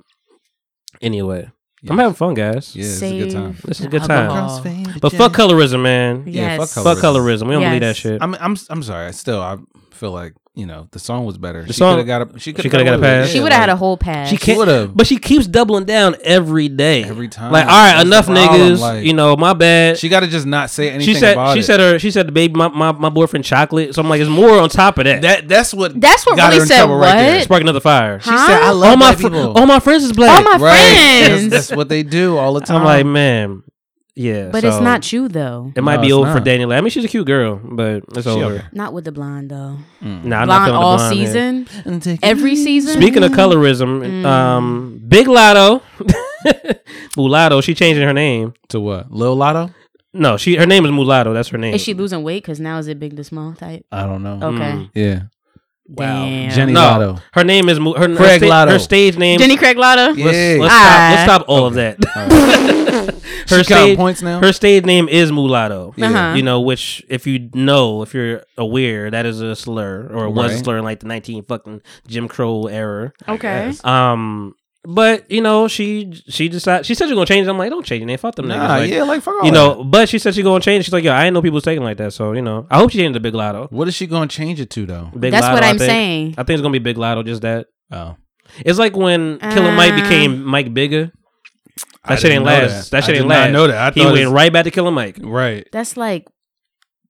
Speaker 2: anyway, I'm having fun, guys.
Speaker 3: Yeah, it's a good time.
Speaker 1: Save
Speaker 2: This is a good
Speaker 1: the
Speaker 2: time.
Speaker 1: alcohol.
Speaker 2: But fuck colorism, man.
Speaker 3: Yeah,
Speaker 6: Yes.
Speaker 3: fuck
Speaker 2: Fuck
Speaker 3: Colorism.
Speaker 2: colorism. We don't believe that
Speaker 6: Yes.
Speaker 2: shit.
Speaker 3: I'm I'm I'm sorry. I Still, I feel like you know the song was better. she
Speaker 2: song-
Speaker 3: could have got a she could
Speaker 2: coulda got a pass.
Speaker 1: She would have had a whole pass.
Speaker 2: She can't.
Speaker 3: would've.
Speaker 2: But she keeps doubling down every day.
Speaker 3: Every time.
Speaker 2: Like, all right,
Speaker 3: That's
Speaker 2: enough
Speaker 3: the problem,
Speaker 2: niggas.
Speaker 3: like-
Speaker 2: you know, my bad.
Speaker 3: She got to just not say
Speaker 2: she
Speaker 3: anything
Speaker 2: said.
Speaker 3: about
Speaker 2: She
Speaker 3: it.
Speaker 2: said her. She said the baby. My, my, my boyfriend chocolate. So I'm like, it's more on top of that.
Speaker 3: that that's what
Speaker 1: That's what
Speaker 3: got
Speaker 1: really
Speaker 3: her in
Speaker 1: said,
Speaker 3: trouble right there.
Speaker 1: what?
Speaker 2: spark another fire.
Speaker 3: She said, "I love
Speaker 2: all my
Speaker 3: black
Speaker 2: fr-
Speaker 3: people."
Speaker 2: all my friends is black.
Speaker 1: All my
Speaker 3: That's,
Speaker 1: friends.
Speaker 3: that's what they do all the time.
Speaker 2: I'm like, man, yeah.
Speaker 1: but it's
Speaker 2: so
Speaker 1: not you though.
Speaker 2: It might
Speaker 3: No,
Speaker 2: be
Speaker 3: it's
Speaker 2: old for
Speaker 3: not.
Speaker 2: Daniel. I mean, she's a cute girl, but it's over.
Speaker 3: okay.
Speaker 1: Not with the blonde though.
Speaker 2: Nah, I'm not
Speaker 1: blonde
Speaker 2: feeling the
Speaker 1: all
Speaker 2: blonde, man.
Speaker 1: season, Mm. every season.
Speaker 2: Speaking of colorism, um, Big Lotto, <laughs> Mulatto. She changing her name.
Speaker 3: to what? Lil Lotto?
Speaker 2: No, she her name is Mulatto. That's her name.
Speaker 1: is she losing weight? Because now is it big to small type?
Speaker 3: I don't know.
Speaker 1: Okay.
Speaker 3: Yeah,
Speaker 2: Mm. Wow.
Speaker 1: Damn.
Speaker 3: Jenny
Speaker 2: no,
Speaker 3: Lotto.
Speaker 2: her name is Mu- her, her
Speaker 3: Craig
Speaker 2: sta-
Speaker 3: Lotto.
Speaker 2: Her stage name.
Speaker 6: Jenny Craig Latta.
Speaker 3: Yeah.
Speaker 2: Let's, let's
Speaker 6: Ah.
Speaker 2: stop. Let's stop all of that. <laughs> her
Speaker 3: She counting
Speaker 2: stage
Speaker 3: points now?
Speaker 2: Her stage name is Mulatto.
Speaker 6: Uh-huh.
Speaker 2: You know, which if you know, if you're aware, that is a slur or it was a
Speaker 3: Right.
Speaker 2: slur in like the 19 fucking Jim Crow era.
Speaker 6: Okay.
Speaker 2: Um, but you know, she she decided she said she's gonna change. it. I'm like, don't change your name. Fuck them niggas.
Speaker 3: Nah,
Speaker 2: Like,
Speaker 3: yeah, like fuck all
Speaker 2: You
Speaker 3: that.
Speaker 2: know, but she said she's gonna change. She's like, yo, I ain't know people was taking like that. So you know, I hope she changed to Big Lotto.
Speaker 3: What is she gonna change it to though?
Speaker 2: Big
Speaker 1: That's
Speaker 2: Lotto,
Speaker 1: what
Speaker 2: I
Speaker 1: I'm
Speaker 2: think.
Speaker 1: saying.
Speaker 2: I think it's gonna be Big Lotto. Just that.
Speaker 3: Oh,
Speaker 2: It's like when Killer Mike
Speaker 1: Uh,
Speaker 2: became Mike Bigger.
Speaker 3: I
Speaker 2: That shit ain't
Speaker 3: didn't know
Speaker 2: last. That,
Speaker 3: I
Speaker 2: shit
Speaker 3: did
Speaker 2: ain't
Speaker 3: not
Speaker 2: last.
Speaker 3: know that. I
Speaker 2: he
Speaker 3: thought
Speaker 2: went
Speaker 3: it's-
Speaker 2: right back to Killer Mike.
Speaker 3: right.
Speaker 1: That's like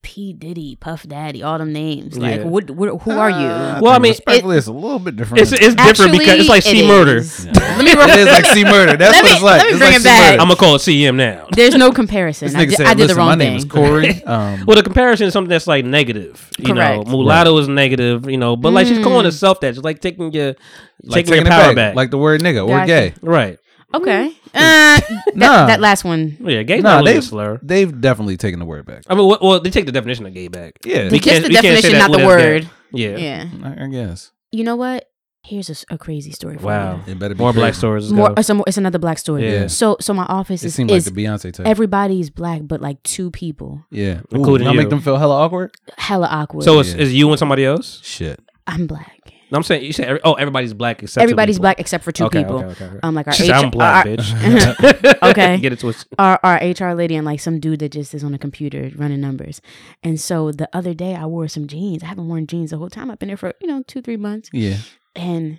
Speaker 1: P Diddy, Puff Daddy, all them names. Like,
Speaker 2: Yeah. Uh,
Speaker 1: what, what, who are you?
Speaker 2: Well, I mean,
Speaker 3: respectfully, it's a little bit different.
Speaker 2: It's it's different because it's like
Speaker 1: Actually,
Speaker 2: C
Speaker 1: it
Speaker 2: murder.
Speaker 1: is. <laughs>
Speaker 3: let me it is like C murder. That's
Speaker 1: Let
Speaker 3: what
Speaker 1: me-
Speaker 3: it's like.
Speaker 1: let me
Speaker 3: It's
Speaker 1: bring
Speaker 3: like
Speaker 1: it
Speaker 3: C murder.
Speaker 2: I'm gonna call it CM now. <laughs>
Speaker 1: There's no comparison.
Speaker 3: This
Speaker 1: I,
Speaker 3: nigga
Speaker 1: di-
Speaker 3: said,
Speaker 1: I did the
Speaker 3: "Listen,
Speaker 1: wrong
Speaker 3: my
Speaker 1: thing.
Speaker 3: name is Corey. Um,
Speaker 2: Well, the comparison is something that's like negative, you
Speaker 1: Correct. Mm.
Speaker 2: know. Mulatto is negative, you know, but like she's calling herself that, just like taking your
Speaker 3: like
Speaker 2: taking, your
Speaker 3: taking it
Speaker 2: power back,
Speaker 3: like the word nigga or
Speaker 1: Gotcha.
Speaker 3: gay.
Speaker 2: right? <laughs>
Speaker 1: okay. Uh, that,
Speaker 3: Nah.
Speaker 1: that last one.
Speaker 2: Yeah, gay
Speaker 3: Nah,
Speaker 2: not really a
Speaker 3: they've-
Speaker 2: slur.
Speaker 3: They've definitely taken the word back.
Speaker 2: I mean, well, well, they take the definition of gay back.
Speaker 3: Yeah,
Speaker 2: We
Speaker 1: Just the
Speaker 2: can't- we can't say
Speaker 1: definition,
Speaker 2: that
Speaker 1: not the
Speaker 2: with us gay.
Speaker 1: word.
Speaker 2: Yeah.
Speaker 1: Yeah.
Speaker 3: I, I guess
Speaker 1: You know what? Here's a, s- a crazy story. For
Speaker 2: Wow.
Speaker 1: you.
Speaker 3: it better be
Speaker 2: More black
Speaker 3: crazy.
Speaker 2: stories. let's
Speaker 1: More,
Speaker 2: go.
Speaker 1: it's, a, it's another black story.
Speaker 2: Yeah.
Speaker 1: So, so my office
Speaker 3: It
Speaker 1: is,
Speaker 3: seemed like
Speaker 1: is
Speaker 3: the Beyonce type.
Speaker 1: everybody's black, but like two people.
Speaker 3: yeah,
Speaker 2: Including
Speaker 3: Ooh, not
Speaker 2: you.
Speaker 3: make them feel hella awkward.
Speaker 1: Hella awkward.
Speaker 2: So it's,
Speaker 3: Yeah.
Speaker 2: it's you and somebody else.
Speaker 3: Shit.
Speaker 1: I'm black.
Speaker 2: No, I'm saying you said every, oh everybody's black except two
Speaker 1: Everybody's
Speaker 2: people.
Speaker 1: black except for two
Speaker 2: Okay,
Speaker 1: people.
Speaker 2: okay, okay, okay.
Speaker 1: Um, like our
Speaker 2: She said,
Speaker 1: HR
Speaker 2: I'm black,
Speaker 1: our-
Speaker 2: bitch.
Speaker 1: <laughs> Okay.
Speaker 2: get it twisted.
Speaker 1: our, our HR lady and like some dude that just is on a computer running numbers. And so the other day I wore some jeans. I haven't worn jeans the whole time. I've been there for, you know, two, three months.
Speaker 3: Yeah,
Speaker 1: And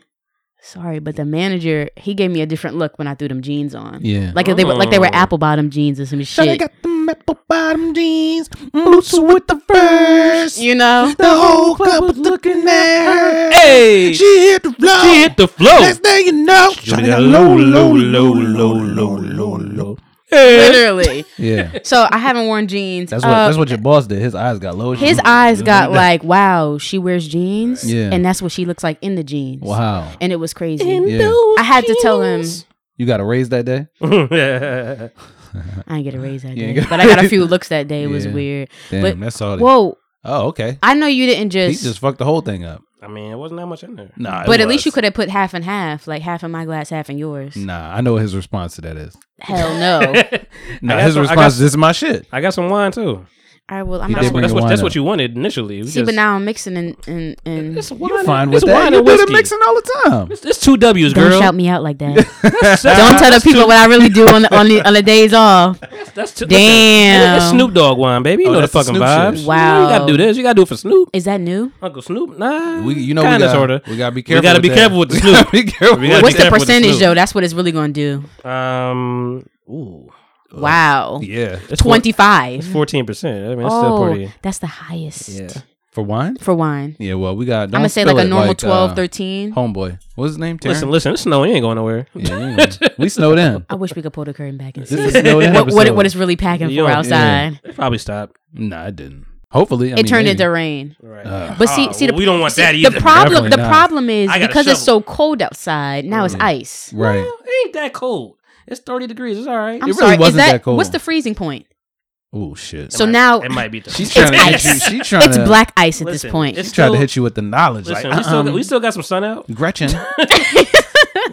Speaker 1: sorry, but the manager, he gave me a different look when I threw them jeans on.
Speaker 3: yeah.
Speaker 1: Like if they were like they were
Speaker 2: Oh.
Speaker 1: apple bottom jeans or some
Speaker 3: Shawty
Speaker 1: shit.
Speaker 3: them apple bottom jeans, boots with the furs.
Speaker 1: <laughs> You
Speaker 3: <laughs>
Speaker 1: know?
Speaker 3: The whole club was looking at her.
Speaker 2: Hey, she
Speaker 3: She hit the floor.
Speaker 2: hit the flow.
Speaker 3: thing you know,
Speaker 2: Shawty got low, low, low, low, low, low, low.
Speaker 1: Literally.
Speaker 3: <laughs> Yeah,
Speaker 1: So I haven't worn jeans.
Speaker 3: that's what
Speaker 1: Uh,
Speaker 3: that's what your boss did. His eyes got low. as
Speaker 1: his
Speaker 3: <laughs> shit.
Speaker 1: eyes got like, wow, she wears jeans.
Speaker 3: Yeah.
Speaker 1: And that's what she looks like in the jeans.
Speaker 3: <laughs> Wow.
Speaker 1: And it was crazy.
Speaker 3: Yeah.
Speaker 1: I had to tell him
Speaker 3: You got a raise that day.
Speaker 2: <laughs>
Speaker 1: I didn't get a raise that
Speaker 3: You
Speaker 1: day,
Speaker 3: ain't got- <laughs>
Speaker 1: but I got a few looks that day. It was
Speaker 3: Yeah.
Speaker 1: weird.
Speaker 3: Damn,
Speaker 1: But-
Speaker 3: that's all. Well,
Speaker 1: Whoa,
Speaker 3: oh, okay.
Speaker 1: I know you didn't
Speaker 3: He
Speaker 1: just,
Speaker 3: just fucked the whole thing up.
Speaker 2: I mean, it wasn't that much in there.
Speaker 3: Nah, it
Speaker 1: but at least
Speaker 3: was. Mm.
Speaker 1: you could have put half and half, like half in my glass, half in yours.
Speaker 3: Nah, I know what his response to that is.
Speaker 1: Hell
Speaker 3: <laughs>
Speaker 1: no.
Speaker 3: Nah,
Speaker 2: got
Speaker 3: his
Speaker 2: some- I got
Speaker 3: response is this is my shit.
Speaker 2: I got some wine too.
Speaker 1: I will. I'm
Speaker 3: He
Speaker 1: not.
Speaker 3: did
Speaker 2: That's,
Speaker 1: See,
Speaker 2: what,
Speaker 3: bring
Speaker 2: that's,
Speaker 3: the
Speaker 2: what,
Speaker 3: wine
Speaker 2: that's
Speaker 3: up.
Speaker 2: what you wanted initially. It's
Speaker 1: but
Speaker 2: just-
Speaker 1: now I'm mixing and and and.
Speaker 2: it's wine.
Speaker 3: You're fine
Speaker 2: it's
Speaker 3: with that.
Speaker 2: wine
Speaker 3: You
Speaker 2: and
Speaker 3: do the
Speaker 2: whiskey.
Speaker 3: mixing all the time.
Speaker 2: It's, it's two W's,
Speaker 1: Don't
Speaker 2: girl.
Speaker 1: shout me out like
Speaker 3: <laughs>
Speaker 1: that.
Speaker 2: <laughs> That's-
Speaker 1: Don't tell the
Speaker 2: that's
Speaker 1: people
Speaker 2: two-
Speaker 1: what I really do on the on the, on the days off.
Speaker 2: That's two,
Speaker 1: Damn.
Speaker 2: It's Snoop Dogg wine, baby. You
Speaker 3: Oh,
Speaker 2: know the
Speaker 3: that's the
Speaker 2: fucking
Speaker 3: Snoop
Speaker 2: vibes.
Speaker 3: shit.
Speaker 1: Wow.
Speaker 2: You gotta do this. You gotta do it for Snoop.
Speaker 1: Is that new?
Speaker 2: Uncle Snoop. Nah.
Speaker 3: We, you know,
Speaker 2: Kinda,
Speaker 3: we gotta,
Speaker 2: sorta.
Speaker 3: We gotta be careful.
Speaker 2: We gotta
Speaker 3: with
Speaker 2: be
Speaker 3: that.
Speaker 2: careful with the
Speaker 3: <laughs> We
Speaker 2: Snoop.
Speaker 3: gotta be careful.
Speaker 2: We gotta
Speaker 1: What's
Speaker 2: be
Speaker 1: the
Speaker 2: careful with the
Speaker 1: percentage
Speaker 2: Snoop.
Speaker 1: though? That's what it's really going to do.
Speaker 3: <laughs>
Speaker 2: Um. Ooh.
Speaker 1: Wow.
Speaker 3: Uh, yeah,
Speaker 1: Twenty five.
Speaker 2: Fourteen percent. I mean, it's still
Speaker 1: Oh,
Speaker 2: pretty.
Speaker 1: that's the highest
Speaker 3: for wine.
Speaker 1: for wine.
Speaker 3: Yeah, well, we got.
Speaker 1: I'm gonna say like a normal twelve, thirteen. 12, 13.
Speaker 3: uh, Homeboy, what's his name? Terrence?
Speaker 2: Listen, listen. It's snowing. You ain't going nowhere.
Speaker 3: Yeah,
Speaker 2: <laughs>
Speaker 3: you know, we snowed in.
Speaker 1: I wish we could pull the curtain back and
Speaker 3: This
Speaker 1: see
Speaker 3: is snowed in.
Speaker 1: what, what, it-
Speaker 3: episode.
Speaker 1: what it's really packing
Speaker 2: You
Speaker 1: for
Speaker 2: don't-
Speaker 1: outside.
Speaker 2: It probably stopped.
Speaker 3: Nah, it didn't. Hopefully, I
Speaker 1: It
Speaker 3: mean,
Speaker 1: turned
Speaker 3: maybe.
Speaker 1: into rain.
Speaker 2: Right.
Speaker 3: Uh,
Speaker 1: But see,
Speaker 2: Ah,
Speaker 1: see the
Speaker 2: well, we don't want
Speaker 1: see,
Speaker 2: that either.
Speaker 1: The problem,
Speaker 3: Definitely
Speaker 1: the
Speaker 3: not.
Speaker 1: problem is
Speaker 2: I got a
Speaker 1: because it's so
Speaker 2: shovel.
Speaker 1: cold outside. Now it's ice.
Speaker 3: right.
Speaker 2: Well, it ain't that cold. It's thirty degrees. It's all right.
Speaker 1: I'm
Speaker 3: really
Speaker 1: sorry. is
Speaker 3: wasn't
Speaker 1: that,
Speaker 3: that cold.
Speaker 1: what's the freezing point?
Speaker 3: Oh shit.
Speaker 1: So now
Speaker 2: it might be. The,
Speaker 3: she's trying to hit
Speaker 1: ice.
Speaker 3: you. She's trying
Speaker 1: it's
Speaker 3: to
Speaker 1: black ice at this
Speaker 2: Listen,
Speaker 1: point.
Speaker 2: it's-
Speaker 3: She tried to
Speaker 2: still-
Speaker 3: hit you with the knowledge.
Speaker 2: listen,
Speaker 3: like,
Speaker 2: we, still <laughs>
Speaker 3: um,
Speaker 2: got, we still got some sun out.
Speaker 3: Gretchen,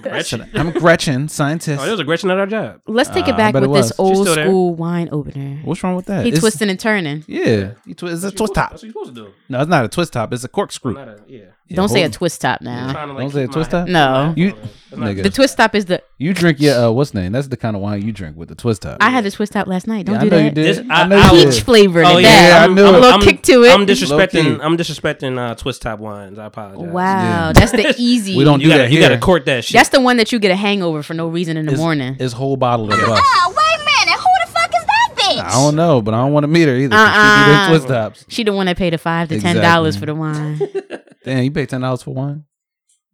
Speaker 2: Gretchen.
Speaker 3: I'm Gretchen, scientist.
Speaker 2: Oh, there was a Gretchen at our job.
Speaker 1: Let's take
Speaker 3: Uh,
Speaker 1: it back
Speaker 3: but
Speaker 1: with
Speaker 3: it
Speaker 1: this
Speaker 3: was.
Speaker 2: She's
Speaker 1: old
Speaker 2: still there.
Speaker 1: school wine opener.
Speaker 3: What's wrong with that?
Speaker 1: He
Speaker 3: It's-
Speaker 1: twisting and turning.
Speaker 3: Yeah, he twi- it's a twist top.
Speaker 2: That's what you're supposed to do.
Speaker 3: No, it's not a twist top. It's a corkscrew.
Speaker 2: Not a, yeah.
Speaker 1: Don't say a
Speaker 3: hold-
Speaker 1: twist top now.
Speaker 2: Trying to, like,
Speaker 3: Don't say a
Speaker 2: keep
Speaker 3: twist
Speaker 2: my-
Speaker 1: <laughs>
Speaker 3: top.
Speaker 1: No.
Speaker 3: You,
Speaker 2: not-
Speaker 1: The
Speaker 3: nigga,
Speaker 1: twist top is the.
Speaker 3: you drink your uh, what's name? That's the kind of wine you drink with the twist top.
Speaker 1: I had a twist top last night. Don't
Speaker 3: yeah,
Speaker 1: do
Speaker 3: I know you
Speaker 1: that.
Speaker 3: did.
Speaker 2: This-
Speaker 3: I,
Speaker 2: I-
Speaker 3: know
Speaker 2: I
Speaker 3: you
Speaker 2: was-
Speaker 1: Peach flavor.
Speaker 2: Oh
Speaker 1: in it.
Speaker 3: yeah,
Speaker 1: That-
Speaker 3: I knew
Speaker 1: a
Speaker 3: it.
Speaker 1: little
Speaker 2: I'm-
Speaker 1: kick to it.
Speaker 2: I'm disrespecting.
Speaker 3: Low-key.
Speaker 2: I'm disrespecting uh, twist top wines. I apologize.
Speaker 1: wow,
Speaker 3: Yeah.
Speaker 1: that's the easy.
Speaker 3: We don't
Speaker 2: You
Speaker 3: do
Speaker 2: gotta,
Speaker 3: that.
Speaker 2: you
Speaker 3: here.
Speaker 2: gotta court that shit.
Speaker 1: That's the one that you get a hangover for no reason in the
Speaker 3: It's-
Speaker 1: morning.
Speaker 3: It's whole bottle of us.
Speaker 8: Oh, wait a minute. Who the fuck is that bitch?
Speaker 1: <laughs>
Speaker 3: I don't know, but I don't want to meet her either. 'cause She do
Speaker 1: Uh-uh.
Speaker 3: them twist tops.
Speaker 1: She the one that paid the five to ten
Speaker 3: Exactly.
Speaker 1: dollars for the wine.
Speaker 3: Damn, you pay ten dollars for wine?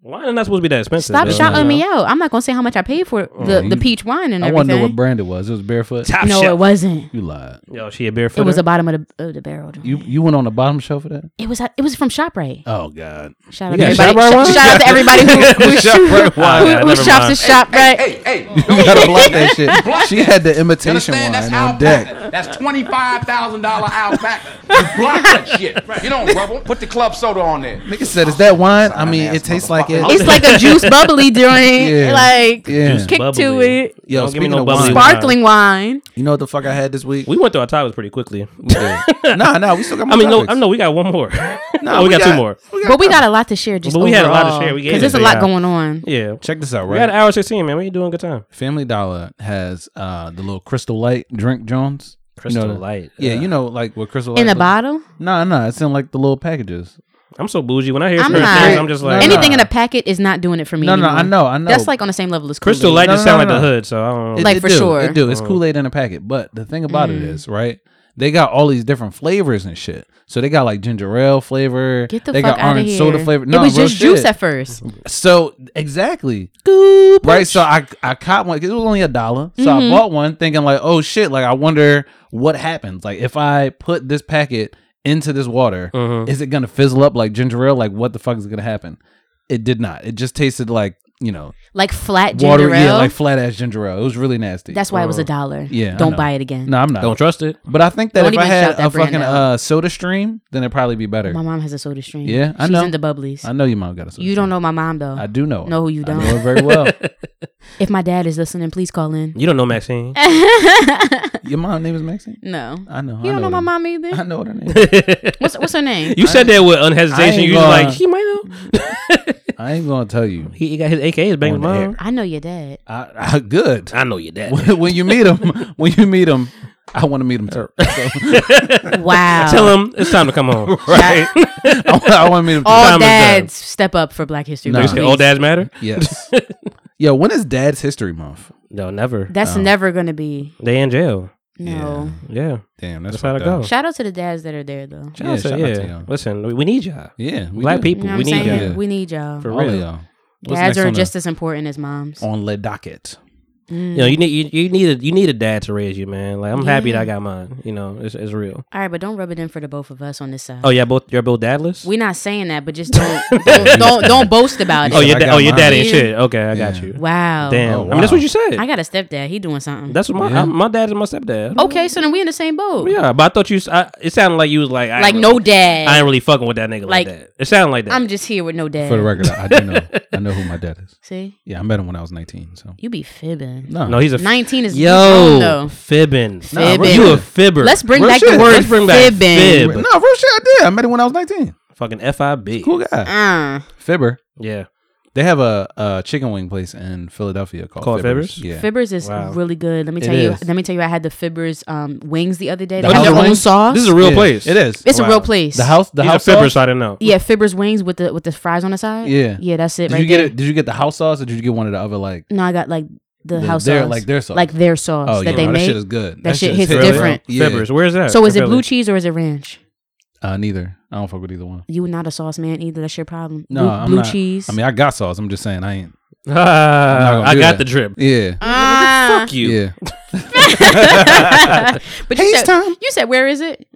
Speaker 2: Wine is not supposed to be that expensive.
Speaker 1: Stop
Speaker 2: though.
Speaker 1: shouting me out. I'm not gonna say how much I paid for the,
Speaker 3: you-
Speaker 1: the peach wine and
Speaker 3: I want to know what
Speaker 1: everything.
Speaker 3: brand it was. It was barefoot.
Speaker 2: Top
Speaker 1: no, it
Speaker 2: shelf.
Speaker 1: wasn't.
Speaker 3: You lied.
Speaker 2: Yo, she a
Speaker 1: It
Speaker 2: barefoot.
Speaker 1: was the bottom of the, of the barrel. joint.
Speaker 3: You you went on the bottom shelf of that?
Speaker 1: It was it was from Shoprite.
Speaker 3: Oh God.
Speaker 1: Shout out
Speaker 2: got
Speaker 1: to everybody.
Speaker 2: ShopRite wine?
Speaker 1: Sh- shout out to everybody who, who,
Speaker 3: ShopRite wine.
Speaker 1: who,
Speaker 2: Yeah,
Speaker 1: who
Speaker 2: never mind.
Speaker 1: shops at Shoprite.
Speaker 4: Hey,
Speaker 3: <laughs>
Speaker 4: hey,
Speaker 3: You gotta block that <laughs> shit. She had the imitation
Speaker 4: understand? That's
Speaker 3: wine on deck.
Speaker 4: alpaca. That's twenty-five thousand dollar alpaca. Block that shit.
Speaker 3: <laughs>
Speaker 4: You don't rub 'em. Put the club soda on there.
Speaker 3: Nigga said, "Is that wine?" I mean, it tastes like it.
Speaker 1: It's like a juice bubbly drink.
Speaker 3: Yeah.
Speaker 1: Like
Speaker 3: Yeah.
Speaker 2: Juice
Speaker 1: kick to
Speaker 2: bubbly.
Speaker 1: it.
Speaker 3: Yo,
Speaker 2: Don't give me
Speaker 3: speaking
Speaker 2: no
Speaker 3: of
Speaker 2: bubbly
Speaker 3: wine,
Speaker 2: wine.
Speaker 1: Sparkling wine.
Speaker 3: you know what the fuck I had this week?
Speaker 2: We went through our topics pretty quickly.
Speaker 3: nah, nah, we still got. More
Speaker 2: I mean, no,
Speaker 3: topics.
Speaker 2: I know we got one more.
Speaker 3: Nah,
Speaker 2: no, <laughs> we, got, two more.
Speaker 1: But we got a lot to share just
Speaker 2: But we had a lot to share. We gave
Speaker 1: Because there's
Speaker 2: it
Speaker 1: a
Speaker 2: to
Speaker 1: lot
Speaker 2: y'all.
Speaker 1: going on.
Speaker 2: Yeah,
Speaker 3: Check this out,
Speaker 2: we had
Speaker 3: right?
Speaker 2: an hour sixteen, man. We doing a good time.
Speaker 3: Family Dollar has uh the little Crystal Light drink, Jones. You know
Speaker 2: Crystal
Speaker 3: the-
Speaker 2: Light. uh,
Speaker 3: Yeah, you know, like uh, what Crystal Light
Speaker 1: In a
Speaker 3: looks-
Speaker 1: bottle?
Speaker 3: Nah, nah, it's in like the little packages.
Speaker 2: I'm so bougie. When I hear
Speaker 1: I'm
Speaker 2: certain
Speaker 1: not.
Speaker 2: things, I'm just like
Speaker 1: Anything
Speaker 3: nah.
Speaker 1: in a packet is not doing it for me.
Speaker 3: uh, No, no, I
Speaker 1: anymore.
Speaker 3: know, I know.
Speaker 1: That's like on the same level as
Speaker 2: Crystal
Speaker 1: Kool-Aid.
Speaker 2: Light just
Speaker 3: No, no,
Speaker 2: sound
Speaker 3: no,
Speaker 2: like the
Speaker 3: no.
Speaker 2: hood. So I don't.
Speaker 3: It-
Speaker 2: know.
Speaker 1: Like,
Speaker 3: it
Speaker 1: for
Speaker 3: do,
Speaker 1: sure.
Speaker 3: It do. It's
Speaker 2: Mm.
Speaker 3: Kool Aid in a packet. But the thing about it is, right? They got all these different flavors and shit. So they got like ginger ale flavor.
Speaker 1: Get the
Speaker 3: they
Speaker 1: fuck
Speaker 3: got
Speaker 1: out of
Speaker 3: orange
Speaker 1: here.
Speaker 3: soda flavor.
Speaker 1: it
Speaker 3: No,
Speaker 1: was
Speaker 3: real
Speaker 1: just juice
Speaker 3: shit.
Speaker 1: at first.
Speaker 3: So exactly. Right. So I I caught one. 'cause It was only a dollar. So
Speaker 1: Mm-hmm.
Speaker 3: I bought one, thinking like, oh shit, like I wonder what happens. Like if I put this packet into this water,
Speaker 1: Mm-hmm.
Speaker 3: is it gonna fizzle up like ginger ale? Like what the fuck is gonna happen? It did not. It just tasted like you know
Speaker 1: Like flat
Speaker 3: water.
Speaker 1: ginger ale.
Speaker 3: Yeah, like flat ass ginger ale. It was really nasty.
Speaker 1: That's why it was a dollar.
Speaker 3: Yeah, I
Speaker 1: Don't
Speaker 3: know.
Speaker 1: buy it again.
Speaker 3: no, I'm not.
Speaker 2: trust it.
Speaker 3: But I think that
Speaker 1: Don't
Speaker 3: if I
Speaker 1: even shout
Speaker 3: had
Speaker 1: that
Speaker 3: a
Speaker 1: brand
Speaker 3: fucking
Speaker 1: out.
Speaker 3: uh, soda stream, then it'd probably be better.
Speaker 1: My mom has a soda stream.
Speaker 3: Yeah, I
Speaker 1: She's
Speaker 3: know.
Speaker 1: in the bubblies.
Speaker 3: I know your mom got a soda.
Speaker 1: You don't know my mom though.
Speaker 3: I do know. her.
Speaker 1: No, you
Speaker 3: I know
Speaker 1: don't.
Speaker 3: her
Speaker 1: <laughs>
Speaker 3: very well.
Speaker 1: If my dad is listening, please call in.
Speaker 2: You don't know
Speaker 1: <laughs>
Speaker 2: Maxine.
Speaker 3: your mom name is Maxine.
Speaker 1: No.
Speaker 3: I know.
Speaker 1: You
Speaker 3: I
Speaker 1: don't know my
Speaker 3: her.
Speaker 1: mom
Speaker 3: I
Speaker 1: either.
Speaker 3: know what her name.
Speaker 1: <laughs>
Speaker 3: is.
Speaker 1: What's what's her name?
Speaker 2: You said that with
Speaker 3: I
Speaker 2: unhesitation.
Speaker 3: ain't
Speaker 2: You just
Speaker 3: gonna-
Speaker 2: like she might
Speaker 3: <laughs>
Speaker 2: know.
Speaker 3: I ain't gonna tell you.
Speaker 2: He, he got his AKs banging
Speaker 3: On the
Speaker 2: mom.
Speaker 1: I know your
Speaker 3: <laughs>
Speaker 1: dad.
Speaker 3: I, I, good.
Speaker 2: I know your dad.
Speaker 3: <laughs> When, when you meet
Speaker 2: <laughs>
Speaker 3: him, when you meet him, I want to meet him too.
Speaker 2: Er,
Speaker 3: <laughs> So,
Speaker 1: Wow.
Speaker 2: Tell him it's time to come home.
Speaker 3: <laughs> right? I, want to meet him. Too.
Speaker 1: All
Speaker 2: Time is done.
Speaker 1: dads step up for Black History
Speaker 3: No.
Speaker 2: You
Speaker 1: Month.
Speaker 2: say
Speaker 1: please.
Speaker 2: old dads
Speaker 3: <laughs>
Speaker 2: matter? <laughs>
Speaker 3: yes. Yo, when is Dad's History Month?
Speaker 2: No, never.
Speaker 1: That's never gonna be
Speaker 2: They in jail.
Speaker 1: no.
Speaker 2: Yeah.
Speaker 3: Damn, that's,
Speaker 2: That's how it
Speaker 3: fucked up.
Speaker 2: goes.
Speaker 1: <laughs> Shout out to the dads that are there though.
Speaker 2: Shout out to-
Speaker 3: shout out
Speaker 2: yeah.
Speaker 3: to y'all.
Speaker 2: Listen, we, we need y'all.
Speaker 3: Yeah, we
Speaker 2: Black
Speaker 3: do.
Speaker 1: You
Speaker 2: people,
Speaker 1: know what
Speaker 2: we
Speaker 1: I'm
Speaker 2: need
Speaker 1: saying?
Speaker 2: y'all.
Speaker 1: We need y'all.
Speaker 2: For
Speaker 3: All of
Speaker 2: real.
Speaker 3: y'all. What's
Speaker 1: Dads
Speaker 3: next
Speaker 1: are
Speaker 3: on the-
Speaker 1: just as important as moms.
Speaker 3: on the docket.
Speaker 1: Mm.
Speaker 2: You know, you need you, you need a you need a dad to raise you, man. Like I'm happy that I got mine. You know, it's it's real.
Speaker 1: All right, but don't rub it in for the both of us on this side.
Speaker 2: Oh yeah, both you're both dadless?
Speaker 1: We're not saying
Speaker 2: <laughs>
Speaker 1: that, but just don't don't don't, don't boast about it.
Speaker 2: oh your
Speaker 3: I
Speaker 2: da-
Speaker 3: got
Speaker 2: oh your
Speaker 3: mine.
Speaker 2: dad ain't
Speaker 1: Yeah.
Speaker 2: shit. Okay, I got you.
Speaker 1: Wow.
Speaker 2: Damn.
Speaker 3: Oh,
Speaker 2: I mean that's
Speaker 3: wow.
Speaker 2: what you said.
Speaker 1: I got a stepdad. He doing something.
Speaker 2: that's what my I- my dad's and my stepdad.
Speaker 1: okay, so then we in the same boat.
Speaker 2: Yeah, but I thought you s- I, it sounded like you was like I
Speaker 1: Like
Speaker 2: ain't
Speaker 1: no
Speaker 2: really-
Speaker 1: dad.
Speaker 2: I ain't really fucking with that nigga like,
Speaker 1: Like,
Speaker 2: that. It sounded like that.
Speaker 1: I'm just here with no dad.
Speaker 3: For the record, I I
Speaker 1: <laughs>
Speaker 3: do know. I know who my dad is.
Speaker 1: See,
Speaker 3: Yeah, I met him when I was 19. So
Speaker 1: you be fibbing.
Speaker 3: no,
Speaker 2: no, he's a f-
Speaker 1: Nineteen is
Speaker 2: Yo,
Speaker 1: grown, though.
Speaker 2: fibbing.
Speaker 1: Nah, real
Speaker 2: You a
Speaker 3: shit.
Speaker 2: fibber.
Speaker 1: Let's bring
Speaker 3: Real
Speaker 1: back
Speaker 3: shit.
Speaker 1: the word
Speaker 2: Let's bring back
Speaker 1: fibbing.
Speaker 2: fib.
Speaker 3: no, real shit. I did. I met him when I was 19.
Speaker 2: Fucking FIB.
Speaker 3: Cool guy.
Speaker 1: Uh,
Speaker 3: Fibber.
Speaker 2: Yeah.
Speaker 3: They have a, a chicken wing place in Philadelphia called,
Speaker 2: Called
Speaker 3: Fibbers.
Speaker 2: Fibbers?
Speaker 3: Yeah.
Speaker 1: Fibbers is
Speaker 2: Wow.
Speaker 1: really good. Let me
Speaker 3: It
Speaker 1: tell you.
Speaker 3: is.
Speaker 1: Let me tell you. I had the Fibbers um, wings the other day.
Speaker 3: The
Speaker 1: They have
Speaker 3: house
Speaker 1: their own
Speaker 3: wings?
Speaker 1: sauce.
Speaker 2: This is a real
Speaker 3: Yeah,
Speaker 2: place.
Speaker 3: It is.
Speaker 1: it's
Speaker 2: Wow.
Speaker 1: a real place.
Speaker 3: The house, the
Speaker 2: He's a
Speaker 3: house
Speaker 2: fibber,
Speaker 3: sauce.
Speaker 2: so I didn't know.
Speaker 1: Yeah, Fibbers wings with the with the fries on the side.
Speaker 3: Yeah.
Speaker 1: yeah, that's it.
Speaker 3: Did
Speaker 1: right
Speaker 3: you get
Speaker 1: there.
Speaker 3: it? Did you get the house sauce, or did you get one of the other like
Speaker 1: No, I got like the,
Speaker 3: The-
Speaker 1: house
Speaker 3: their-
Speaker 1: sauce,
Speaker 3: like their sauce.
Speaker 1: like their sauce
Speaker 3: Oh,
Speaker 1: that
Speaker 3: yeah,
Speaker 1: they
Speaker 3: no, that
Speaker 1: make.
Speaker 3: shit is good.
Speaker 1: That shit
Speaker 3: is
Speaker 1: hits
Speaker 3: hit
Speaker 2: Really?
Speaker 1: different.
Speaker 3: Yeah.
Speaker 2: Fibbers. Where is that?
Speaker 1: so is
Speaker 2: In
Speaker 1: it
Speaker 2: <laughs>
Speaker 1: blue
Speaker 2: Philly?
Speaker 1: cheese or is it ranch?
Speaker 3: Uh, neither. I don't fuck with either one.
Speaker 1: You not a sauce man either. That's your problem.
Speaker 3: No,
Speaker 1: blue,
Speaker 3: I'm
Speaker 1: blue
Speaker 3: not.
Speaker 1: cheese. <laughs>
Speaker 3: I mean, I got sauce. I'm just saying, I ain't.
Speaker 2: Ah,
Speaker 3: gonna
Speaker 2: I
Speaker 3: do
Speaker 2: got
Speaker 3: that.
Speaker 2: the drip.
Speaker 3: Yeah. <laughs>
Speaker 1: Ah. <laughs>
Speaker 2: Fuck you.
Speaker 3: Yeah.
Speaker 1: but you said, you said where is it?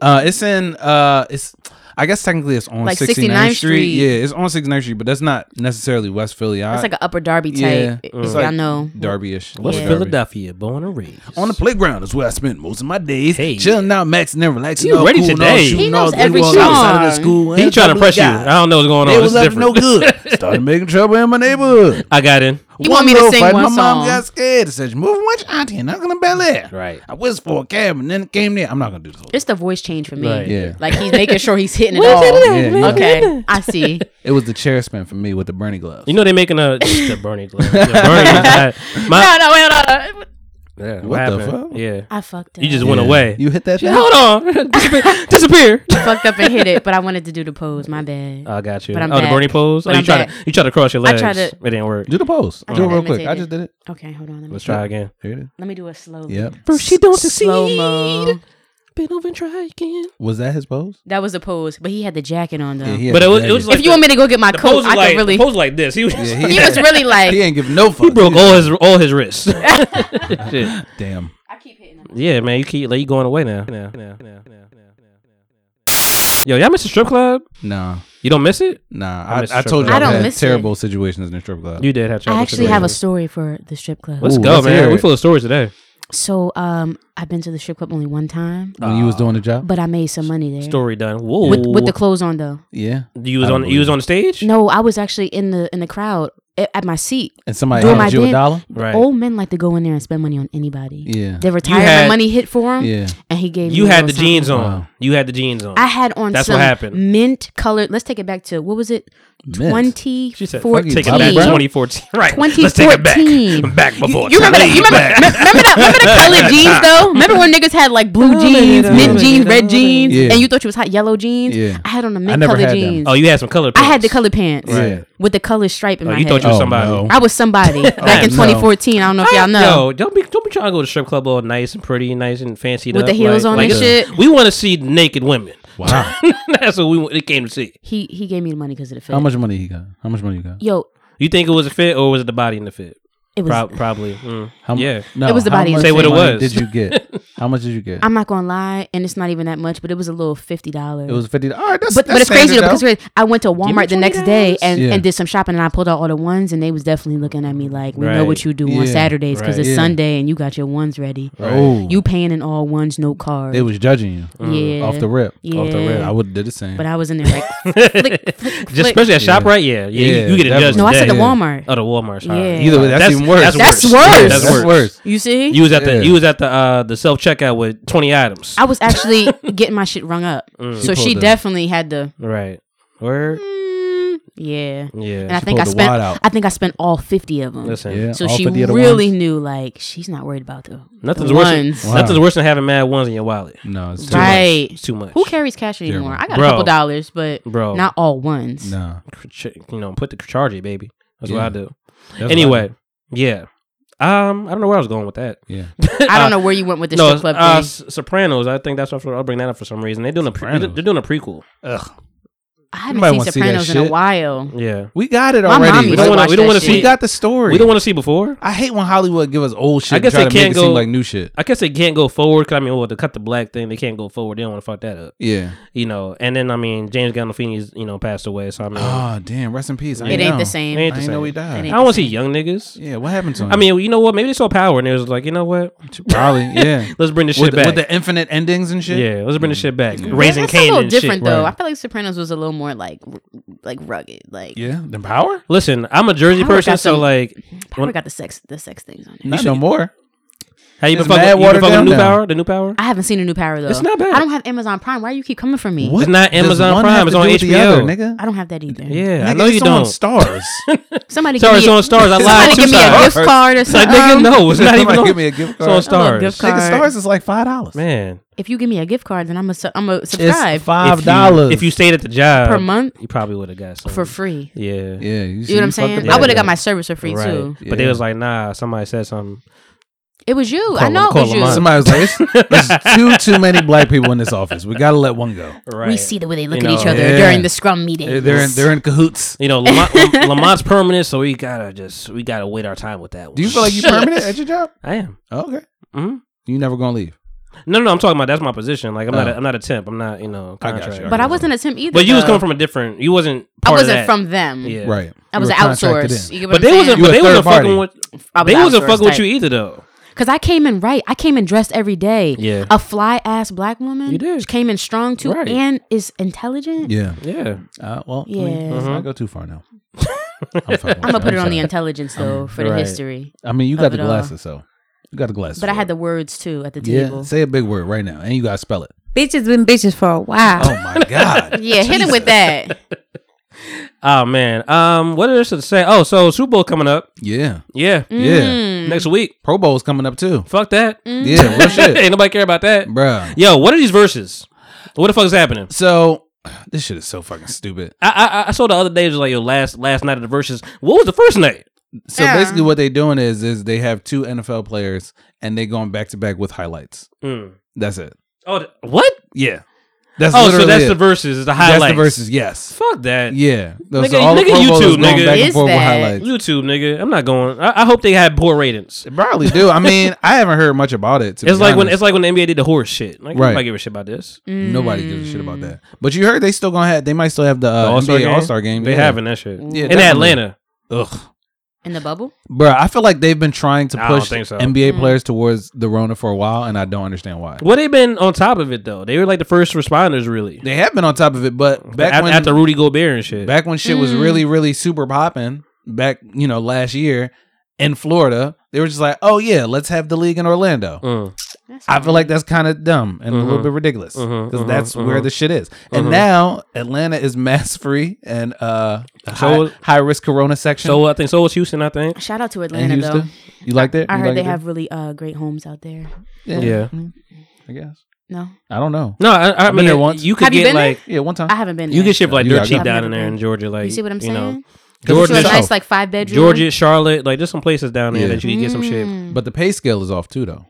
Speaker 3: Uh, it's in. Uh, it's. I guess technically it's on
Speaker 1: Like
Speaker 3: 69th,
Speaker 1: 69th
Speaker 3: Street.
Speaker 1: Street.
Speaker 3: Yeah, it's on 69th Street, but that's not necessarily West Philly. I,
Speaker 1: It's like an upper Derby
Speaker 3: yeah,
Speaker 1: type. if y'all know.
Speaker 3: Derby-ish.
Speaker 2: What's
Speaker 3: Derby.
Speaker 2: Philadelphia? Born and raised.
Speaker 3: On the playground is where I spent most of my days.
Speaker 2: Hey.
Speaker 3: Chilling out, maxing and relaxing.
Speaker 2: You
Speaker 3: all
Speaker 2: ready
Speaker 3: cool and all
Speaker 2: today.
Speaker 3: shooting
Speaker 1: He knows
Speaker 3: all the
Speaker 1: every
Speaker 3: balls outside of the
Speaker 1: song.
Speaker 3: school.
Speaker 2: He
Speaker 3: And
Speaker 2: trying to
Speaker 3: the
Speaker 2: press you.
Speaker 3: guy.
Speaker 2: I don't know what's going
Speaker 3: They
Speaker 2: on. It's
Speaker 3: was up to
Speaker 2: different.
Speaker 3: Oh, no good. <laughs> Started making trouble in my neighborhood.
Speaker 2: <laughs> I got in.
Speaker 1: You want me to
Speaker 3: little
Speaker 1: sing
Speaker 3: fight,
Speaker 1: one
Speaker 3: my
Speaker 1: song?
Speaker 3: mom got scared and said, "You moving with your auntie and not gonna Bel Air." Right. I whisked for a cab and then it came there. I'm not gonna do this. Whole
Speaker 1: It's the voice change for me.
Speaker 2: Right.
Speaker 3: Yeah.
Speaker 1: Like he's making sure he's
Speaker 2: <laughs>
Speaker 1: hitting it all.
Speaker 3: yeah, yeah.
Speaker 1: Okay, I see.
Speaker 3: It was the chair spin for me with the Bernie gloves.
Speaker 2: You know they making a the Bernie glove. The Bernie glove. My,
Speaker 1: no, wait, hold on.
Speaker 2: Yeah, what,
Speaker 3: What the
Speaker 2: happened?
Speaker 3: fuck?
Speaker 2: Yeah,
Speaker 1: I fucked up.
Speaker 2: you just
Speaker 3: Yeah.
Speaker 2: went away.
Speaker 3: You hit that thing.
Speaker 2: Hold on, <laughs> disappear. disappear.
Speaker 1: I fucked up and hit it, but I wanted to do the pose. My
Speaker 3: Uh,
Speaker 1: bad.
Speaker 2: I got you.
Speaker 1: But I'm
Speaker 2: oh, the
Speaker 1: back.
Speaker 2: Bernie pose.
Speaker 1: But
Speaker 2: oh, you
Speaker 1: I'm
Speaker 2: try to
Speaker 1: back.
Speaker 2: you try to cross your
Speaker 1: I
Speaker 2: legs.
Speaker 1: tried
Speaker 2: It didn't work.
Speaker 3: Do the pose.
Speaker 1: I
Speaker 3: Do it
Speaker 1: tried to
Speaker 3: real quick.
Speaker 1: imitate
Speaker 3: I
Speaker 1: it.
Speaker 3: just did it.
Speaker 1: okay, hold on. Let me,
Speaker 2: Let's try again.
Speaker 3: Here it is.
Speaker 1: let me do it slowly.
Speaker 3: Yep.
Speaker 1: Bro, she don't slow mo.
Speaker 2: Been over and try again.
Speaker 3: Was that his pose?
Speaker 1: That was the pose, but he had the jacket on though.
Speaker 3: Yeah, he had
Speaker 2: But it
Speaker 3: the
Speaker 2: was,
Speaker 3: jacket.
Speaker 2: it was like
Speaker 1: if you want me to go get my
Speaker 2: the pose
Speaker 1: coat,
Speaker 2: was
Speaker 1: I
Speaker 2: like
Speaker 1: could really.
Speaker 2: the pose was like this. He was <laughs>
Speaker 3: Yeah,
Speaker 1: <laughs> he was really like.
Speaker 3: He ain't give no fuck. He
Speaker 2: broke all his all his wrists. Shit.
Speaker 3: Damn.
Speaker 1: I keep hitting him.
Speaker 2: Yeah, man, you keep like you going away now. Now, now, now, now, now. Yo, y'all miss the strip club?
Speaker 3: Nah.
Speaker 2: You don't miss it?
Speaker 3: Nah.
Speaker 2: I
Speaker 3: I,
Speaker 2: miss
Speaker 3: I
Speaker 2: strip
Speaker 3: told you
Speaker 2: club.
Speaker 3: I
Speaker 1: I don't
Speaker 3: had
Speaker 1: miss
Speaker 3: terrible situations in the strip club.
Speaker 2: You did have. trouble
Speaker 1: I
Speaker 2: with
Speaker 1: actually
Speaker 2: the
Speaker 1: have a
Speaker 2: radio.
Speaker 1: story for the strip club.
Speaker 2: Let's
Speaker 3: Ooh,
Speaker 2: go,
Speaker 3: let's hear
Speaker 2: man. We
Speaker 3: it.
Speaker 2: full of stories today.
Speaker 1: So, um, I've been to the strip club only one time,
Speaker 3: when you was doing the job?
Speaker 1: but I made some money there.
Speaker 2: Story done. Whoa.
Speaker 1: With, with the clothes on though.
Speaker 3: Yeah.
Speaker 2: you was
Speaker 3: I don't
Speaker 2: on you was
Speaker 3: believe
Speaker 2: on the stage.
Speaker 1: No, I was actually in the in the crowd at, at my seat.
Speaker 3: And somebody
Speaker 1: Doing my
Speaker 3: handed you a
Speaker 1: dance.
Speaker 3: dollar?
Speaker 2: Right.
Speaker 1: Old men like to go in there and spend money on anybody.
Speaker 3: Yeah.
Speaker 1: The retirement
Speaker 2: had-
Speaker 1: money hit for him,
Speaker 3: Yeah.
Speaker 1: and he gave
Speaker 2: You
Speaker 1: me a
Speaker 2: had the
Speaker 1: little
Speaker 2: jeans
Speaker 1: something.
Speaker 2: on.
Speaker 3: Wow.
Speaker 2: You had the jeans on.
Speaker 1: I had on
Speaker 2: That's what
Speaker 1: some
Speaker 2: happened.
Speaker 1: mint colored. Let's take it back to what was it?
Speaker 3: Mint.
Speaker 1: Twenty
Speaker 2: She said,
Speaker 1: fourteen.
Speaker 2: "Fuck, take
Speaker 3: Bobby
Speaker 2: it back
Speaker 3: Brown?
Speaker 2: 2014. Right. Let's take it back.
Speaker 1: 2014.
Speaker 2: I'm back before.
Speaker 1: You remember that? You remember, me- remember that? Remember
Speaker 2: <laughs>
Speaker 1: the colored jeans though? Remember when niggas had like blue jeans, mint jeans, red jeans,
Speaker 3: Yeah.
Speaker 1: and you thought you was hot yellow jeans?
Speaker 3: Yeah.
Speaker 1: I had on the
Speaker 3: I
Speaker 1: mint
Speaker 3: never
Speaker 1: colored
Speaker 3: had them.
Speaker 1: jeans.
Speaker 2: Oh, you had some color.
Speaker 1: I had
Speaker 2: prints.
Speaker 1: the colored pants
Speaker 3: Yeah.
Speaker 1: with the color stripe in
Speaker 2: Oh,
Speaker 1: my
Speaker 2: you
Speaker 1: head.
Speaker 2: thought you was
Speaker 3: Oh,
Speaker 2: somebody.
Speaker 3: no.
Speaker 1: I was somebody
Speaker 3: <laughs>
Speaker 1: back in
Speaker 3: no.
Speaker 1: 2014. I don't know if y'all know.
Speaker 2: Yo, don't be don't be trying to go to strip club all nice and pretty, nice and fancy
Speaker 1: With the heels on and shit.
Speaker 2: We want to see naked women.
Speaker 3: Wow.
Speaker 2: <laughs> That's what we wa- they came to see.
Speaker 1: He he gave me the money because of the fit.
Speaker 3: How much money he got? How much money you got?
Speaker 1: Yo,
Speaker 2: You think it was a fit or was it the body in the fit?
Speaker 1: it was.
Speaker 2: Prob- probably. Mm.
Speaker 3: How, mu-
Speaker 2: yeah.
Speaker 3: No,
Speaker 1: It was the
Speaker 3: how
Speaker 1: body
Speaker 3: much
Speaker 2: Say what it
Speaker 3: money
Speaker 2: was.
Speaker 3: Did you <laughs> get? How much did you get?
Speaker 1: I'm not gonna lie, and it's not even that much, but it was a little fifty dollars.
Speaker 3: it was fifty. All right, that's
Speaker 1: but,
Speaker 3: that's
Speaker 1: but it's crazy though
Speaker 3: standard,
Speaker 1: because it's crazy. I went to Walmart the next day and,
Speaker 3: Yeah.
Speaker 1: and did some shopping and I pulled out all the ones and they was definitely looking at me like we know
Speaker 2: Right.
Speaker 1: what you do
Speaker 3: Yeah.
Speaker 1: on Saturdays because
Speaker 2: Right.
Speaker 1: it's
Speaker 3: Yeah.
Speaker 1: Sunday and you got your ones ready.
Speaker 3: Oh,
Speaker 1: You paying in all ones, no card. Mm,
Speaker 3: they was judging you
Speaker 1: yeah,
Speaker 3: off <laughs> the rip. Off the rip,
Speaker 1: Yeah.
Speaker 3: I would have did the same.
Speaker 1: But I was in there
Speaker 3: <laughs>
Speaker 1: like flick, flick,
Speaker 2: Just
Speaker 1: flick.
Speaker 2: especially at shop right. Yeah. Yeah.
Speaker 3: Yeah, Uh,
Speaker 2: you, you get a
Speaker 3: definitely.
Speaker 2: judge.
Speaker 1: No, I said the
Speaker 2: today.
Speaker 1: Walmart.
Speaker 2: Oh, the Walmart. sorry.
Speaker 1: Yeah.
Speaker 3: Either way, that's even worse.
Speaker 1: That's
Speaker 3: Yeah,
Speaker 1: worse.
Speaker 3: that's,
Speaker 2: That's
Speaker 3: worse.
Speaker 1: You see,
Speaker 2: You was at the
Speaker 3: Yeah.
Speaker 2: you was at the uh the self checkout with twenty items.
Speaker 1: I was
Speaker 3: <laughs>
Speaker 1: actually getting my shit rung up, so
Speaker 3: Mm.
Speaker 1: she
Speaker 3: She pulled a-
Speaker 1: definitely had to.
Speaker 2: right. Where?
Speaker 1: Mm, yeah, and I
Speaker 2: Yeah.
Speaker 1: think I
Speaker 3: pulled the
Speaker 1: spent.
Speaker 3: wad out.
Speaker 1: I think I spent all fifty of them.
Speaker 2: Listen.
Speaker 3: Yeah,
Speaker 1: So
Speaker 3: all
Speaker 1: she
Speaker 3: 50 of the
Speaker 1: really
Speaker 3: ones?
Speaker 1: knew, like, she's not worried about the
Speaker 2: Nothing's
Speaker 1: the
Speaker 2: worse.
Speaker 1: ones.
Speaker 2: Than, Nothing's worse than having mad ones in your wallet.
Speaker 3: No, it's too right.
Speaker 1: right?
Speaker 2: It's too much.
Speaker 1: Who carries cash anymore?
Speaker 3: Terrible.
Speaker 1: I got
Speaker 2: Bro.
Speaker 1: a couple dollars, but
Speaker 2: Bro.
Speaker 1: not all ones.
Speaker 3: No,
Speaker 2: Ch- You know, put the charge it, baby. That's what
Speaker 3: Yeah.
Speaker 2: I do.
Speaker 3: That's what I
Speaker 2: anyway, yeah. Um, I don't know where I was going with that.
Speaker 3: do. yeah,
Speaker 1: <laughs> I don't know where you went with the
Speaker 2: Uh, No,
Speaker 1: strip club
Speaker 2: uh,
Speaker 1: thing.
Speaker 2: S- Sopranos. I think that's what I'll bring that up for some reason. They're doing a pre- they're
Speaker 3: Sopranos.
Speaker 2: doing a prequel.
Speaker 1: I haven't
Speaker 3: nobody
Speaker 1: seen
Speaker 3: wanna see that
Speaker 1: Sopranos in a
Speaker 3: shit.
Speaker 1: while.
Speaker 2: Yeah,
Speaker 3: we got it
Speaker 1: My
Speaker 3: already.
Speaker 1: mom
Speaker 2: We
Speaker 1: used
Speaker 2: don't
Speaker 1: to
Speaker 2: wanna-
Speaker 1: watch
Speaker 2: we don't
Speaker 1: that
Speaker 2: wanna
Speaker 1: shit.
Speaker 2: see-
Speaker 3: we got the story.
Speaker 2: we don't want to see before.
Speaker 3: I hate when Hollywood give us old shit.
Speaker 2: I guess
Speaker 3: and try
Speaker 2: they
Speaker 3: to make
Speaker 2: can't
Speaker 3: it seem
Speaker 2: go-
Speaker 3: like new shit.
Speaker 2: I guess they can't go forward. 'cause, I mean, well, to cut the black thing, they can't go forward. They don't want to fuck that up,
Speaker 3: Yeah.
Speaker 2: you know. And then I mean, James Gandolfini's you know passed away, so I mean,
Speaker 3: Oh damn, rest in peace. I
Speaker 1: It
Speaker 3: didn't
Speaker 1: ain't
Speaker 3: know.
Speaker 1: the same.
Speaker 2: it
Speaker 3: I
Speaker 2: ain't the
Speaker 3: didn't know
Speaker 2: same.
Speaker 3: he died.
Speaker 1: It
Speaker 2: I
Speaker 1: ain't-
Speaker 2: don't want to see young niggas.
Speaker 3: Yeah, what happened to him?
Speaker 2: I mean, you know what? Maybe they saw power and they was like, you know
Speaker 3: <laughs>
Speaker 2: what?
Speaker 3: probably. <laughs> Yeah,
Speaker 2: Let's bring this shit
Speaker 3: with, the,
Speaker 2: back.
Speaker 3: with the infinite endings and shit.
Speaker 2: yeah, let's bring this shit back.
Speaker 1: Yeah,
Speaker 2: Raising
Speaker 1: that's
Speaker 2: Cain
Speaker 1: a little
Speaker 2: and shit.
Speaker 1: different though. I
Speaker 3: Right.
Speaker 1: feel like Sopranos was a little more like r- like rugged. Like
Speaker 3: yeah. The power.
Speaker 2: Listen, I'm a Jersey
Speaker 1: Power got
Speaker 2: person, so
Speaker 1: some-
Speaker 2: like,
Speaker 1: probably
Speaker 2: when-
Speaker 1: got the sex the sex things on there.
Speaker 3: Not no more.
Speaker 2: how you
Speaker 3: It's
Speaker 2: been fucking?
Speaker 3: mad
Speaker 2: You been
Speaker 3: watered
Speaker 2: fucking
Speaker 3: down
Speaker 2: new
Speaker 3: now.
Speaker 2: power? The new power?
Speaker 1: I haven't seen a new power though.
Speaker 2: It's not bad.
Speaker 1: I don't have Amazon Prime. Why do you keep coming for me?
Speaker 3: What
Speaker 2: not
Speaker 3: does
Speaker 2: Amazon
Speaker 3: one
Speaker 2: Prime,
Speaker 3: have
Speaker 2: it's
Speaker 3: to
Speaker 2: on
Speaker 3: do with the
Speaker 2: HBO.
Speaker 3: other, nigga.
Speaker 1: I don't have that either.
Speaker 2: Yeah, I
Speaker 3: Nigga,
Speaker 2: know you
Speaker 3: it's on
Speaker 2: don't. <laughs>
Speaker 3: Stars.
Speaker 1: Somebody give
Speaker 2: Sorry,
Speaker 1: me
Speaker 2: it's
Speaker 1: a,
Speaker 2: on stars. I
Speaker 1: somebody
Speaker 2: lied.
Speaker 1: give me a gift card <laughs> or
Speaker 2: It's like,
Speaker 1: something.
Speaker 2: nigga, no, it's not even
Speaker 3: Somebody
Speaker 2: on.
Speaker 3: give me a
Speaker 2: It's
Speaker 3: gift
Speaker 2: on
Speaker 3: card.
Speaker 1: A little
Speaker 2: stars.
Speaker 1: gift
Speaker 3: Nigga,
Speaker 1: card.
Speaker 3: Stars is like five dollars.
Speaker 2: Man,
Speaker 1: If you give me a gift card, then I'm a su- I'm a subscribe
Speaker 3: It's
Speaker 2: if
Speaker 3: five
Speaker 2: you-
Speaker 3: dollars
Speaker 2: If you stayed at the job
Speaker 1: per month
Speaker 2: you probably would have got something
Speaker 1: for free.
Speaker 2: Yeah,
Speaker 3: Yeah,
Speaker 1: You know what I'm saying? I
Speaker 2: that
Speaker 1: would have
Speaker 2: up.
Speaker 1: got my service for free
Speaker 2: right.
Speaker 1: too.
Speaker 2: But they
Speaker 3: Yeah.
Speaker 2: was like, nah. Somebody said something.
Speaker 1: It was you.
Speaker 2: Call
Speaker 1: I know
Speaker 2: them- call
Speaker 1: it was
Speaker 2: them
Speaker 1: you.
Speaker 2: up.
Speaker 3: Somebody was like, <laughs>
Speaker 2: <laughs>
Speaker 3: "There's there's too too many black people in this office. We gotta let one go."
Speaker 2: Right.
Speaker 1: We see the way they look
Speaker 2: You
Speaker 1: at each
Speaker 2: know,
Speaker 1: other
Speaker 3: yeah.
Speaker 1: during the scrum meeting.
Speaker 3: They're they're in, they're in cahoots.
Speaker 2: You know,
Speaker 1: <laughs>
Speaker 2: Lamont, Lam- Lamont's permanent, so we gotta just we <laughs> gotta wait our time with that. One.
Speaker 3: Do you feel like you permanent at your job?
Speaker 2: I am.
Speaker 3: Oh, Okay,
Speaker 2: Mhm.
Speaker 3: you never gonna leave.
Speaker 2: No, no, no, I'm talking about that's my position. Like I'm not,
Speaker 3: Oh.
Speaker 2: a, I'm not a temp. I'm not, you know,
Speaker 3: I got you, I
Speaker 2: contract.
Speaker 3: got
Speaker 1: But I wasn't a temp
Speaker 2: <laughs>
Speaker 1: either.
Speaker 2: But you was
Speaker 1: though.
Speaker 2: coming from a different. You wasn't.
Speaker 1: Uh, I
Speaker 2: part of
Speaker 1: wasn't
Speaker 2: that.
Speaker 1: from them.
Speaker 2: Yeah.
Speaker 3: Right.
Speaker 1: I
Speaker 3: You
Speaker 1: was
Speaker 3: were
Speaker 1: an
Speaker 3: contracted
Speaker 1: outsource.
Speaker 3: in.
Speaker 1: You get what
Speaker 2: But they wasn't.
Speaker 3: You
Speaker 2: But
Speaker 3: a
Speaker 2: they wasn't
Speaker 3: third party.
Speaker 2: fucking with.
Speaker 1: I was
Speaker 2: They wasn't
Speaker 1: outsourced
Speaker 2: fucking with
Speaker 1: type.
Speaker 2: you e- either though.
Speaker 1: Because I came in right. I came in dressed every day.
Speaker 2: Yeah.
Speaker 1: A fly ass black woman.
Speaker 2: You did.
Speaker 1: She came in strong too
Speaker 2: Right.
Speaker 1: and is intelligent.
Speaker 3: Yeah.
Speaker 2: Yeah.
Speaker 3: Uh, well,
Speaker 1: Yeah.
Speaker 3: I mean, let's not
Speaker 2: Mhm.
Speaker 3: go too
Speaker 2: <laughs>
Speaker 3: far now.
Speaker 1: I'm going to
Speaker 3: <laughs>
Speaker 1: put it on the intelligence though for the
Speaker 2: Right.
Speaker 1: history.
Speaker 3: I mean, you
Speaker 1: of
Speaker 3: got the
Speaker 1: it all.
Speaker 3: glasses, so you got the glasses.
Speaker 1: But I
Speaker 3: for
Speaker 1: had
Speaker 3: it.
Speaker 1: the words too at the
Speaker 3: yeah.
Speaker 1: table.
Speaker 3: Say a big word right now, and you gotta spell it.
Speaker 5: Bitches been bitches for a while.
Speaker 3: Oh
Speaker 1: <laughs>
Speaker 3: my god.
Speaker 1: Yeah, hit him with that.
Speaker 2: Oh man. Um. What is it to say? Oh, so Super Bowl coming up.
Speaker 3: Yeah.
Speaker 2: Yeah.
Speaker 1: Mm-hmm.
Speaker 3: Yeah.
Speaker 2: Next week.
Speaker 3: Pro Bowl's coming up too.
Speaker 2: Fuck that.
Speaker 1: Mm-hmm.
Speaker 3: Yeah.
Speaker 1: <laughs>
Speaker 3: Real
Speaker 2: <laughs>
Speaker 3: shit,
Speaker 2: Ain't nobody care about that.
Speaker 3: Bruh.
Speaker 2: Yo, what are these verses? What the fuck is happening?
Speaker 3: So <sighs> this shit is so fucking stupid.
Speaker 2: I I, I saw the other day it was like yo last last night of the verses. What was the first night?
Speaker 3: So basically, what they're doing is is they have two NFL players and they're going back to back with highlights.
Speaker 2: Mm.
Speaker 3: That's it.
Speaker 2: Oh, th- what?
Speaker 3: Yeah. That's
Speaker 2: Oh, so
Speaker 3: literally
Speaker 2: that's
Speaker 3: it.
Speaker 2: the verses. Is the highlights.
Speaker 3: That's the verses. Yes.
Speaker 2: Fuck that.
Speaker 3: Yeah. Those
Speaker 2: Nigga-
Speaker 3: are all the
Speaker 2: nigga
Speaker 3: Pro Bowlers
Speaker 2: YouTube,
Speaker 3: going
Speaker 2: nigga.
Speaker 3: back and
Speaker 1: Is
Speaker 3: forth with
Speaker 1: that-
Speaker 3: highlights.
Speaker 2: YouTube, nigga. I'm not going. I, I hope they had poor ratings.
Speaker 3: They probably do. I mean, I haven't heard much about it. To
Speaker 2: It's
Speaker 3: be
Speaker 2: like when
Speaker 3: honest.
Speaker 2: it's like when the NBA did the horse shit. Like
Speaker 3: Right.
Speaker 2: nobody give a shit about this.
Speaker 3: nobody gives a
Speaker 1: mm,
Speaker 3: shit about that. But you heard they still gonna have. They might still have the, uh,
Speaker 2: mm. All-Star
Speaker 3: NBA
Speaker 2: game?
Speaker 3: All Star game.
Speaker 2: They
Speaker 3: Yeah.
Speaker 2: having that shit
Speaker 3: Yeah,
Speaker 2: in
Speaker 3: definitely.
Speaker 2: Atlanta.
Speaker 3: Ugh.
Speaker 1: In the bubble?
Speaker 3: Bro, I feel like they've been trying to
Speaker 2: I don't
Speaker 3: push
Speaker 2: think so.
Speaker 3: NBA players towards the Rona for a while, and I don't understand why.
Speaker 2: Well, they been on top of it though. They were like the first responders, really.
Speaker 3: They have been on top of it, but back
Speaker 2: Back at,
Speaker 3: when
Speaker 2: after Rudy Gobert and shit.
Speaker 3: back when shit was really really super popping back you know last year in florida they were just like oh yeah let's have the league in orlando
Speaker 2: Mm.
Speaker 3: i feel like that's kind of dumb and a little
Speaker 2: Mhm.
Speaker 3: bit ridiculous because
Speaker 2: Mhm, mhm,
Speaker 3: that's where
Speaker 2: mhm.
Speaker 3: the shit is and
Speaker 2: Mhm.
Speaker 3: now atlanta is mass free and uh
Speaker 2: So-
Speaker 3: high, high risk corona section
Speaker 2: So I think so was Houston. I think.
Speaker 1: Shout out to
Speaker 3: in
Speaker 1: Atlanta
Speaker 3: houston
Speaker 1: though.
Speaker 3: you like that
Speaker 1: I
Speaker 3: You
Speaker 1: heard
Speaker 3: like
Speaker 1: they
Speaker 3: it?
Speaker 1: have really uh, great homes out there.
Speaker 2: Yeah.
Speaker 3: i guess
Speaker 1: No,
Speaker 3: i don't know
Speaker 2: No, I, I
Speaker 3: I've
Speaker 2: mean
Speaker 3: been there once.
Speaker 2: you could
Speaker 1: Have you
Speaker 2: get
Speaker 1: been there?
Speaker 2: like
Speaker 3: yeah one time
Speaker 1: I haven't been.
Speaker 2: you
Speaker 1: there.
Speaker 2: get shit for like
Speaker 3: Yeah,
Speaker 2: dirt
Speaker 3: I
Speaker 2: cheap
Speaker 3: got-
Speaker 2: down
Speaker 1: I've
Speaker 2: in
Speaker 1: never
Speaker 2: there in
Speaker 1: been.
Speaker 2: Georgia. Like
Speaker 1: You see what I'm
Speaker 2: you know,
Speaker 1: saying? Georgia,
Speaker 3: Georgia-
Speaker 1: a
Speaker 3: South.
Speaker 1: nice like five bedroom.
Speaker 2: Georgia, Charlotte, like there's some places down there
Speaker 3: Yeah.
Speaker 2: that you can get some
Speaker 1: Mm.
Speaker 2: shit.
Speaker 3: but the pay scale is off too though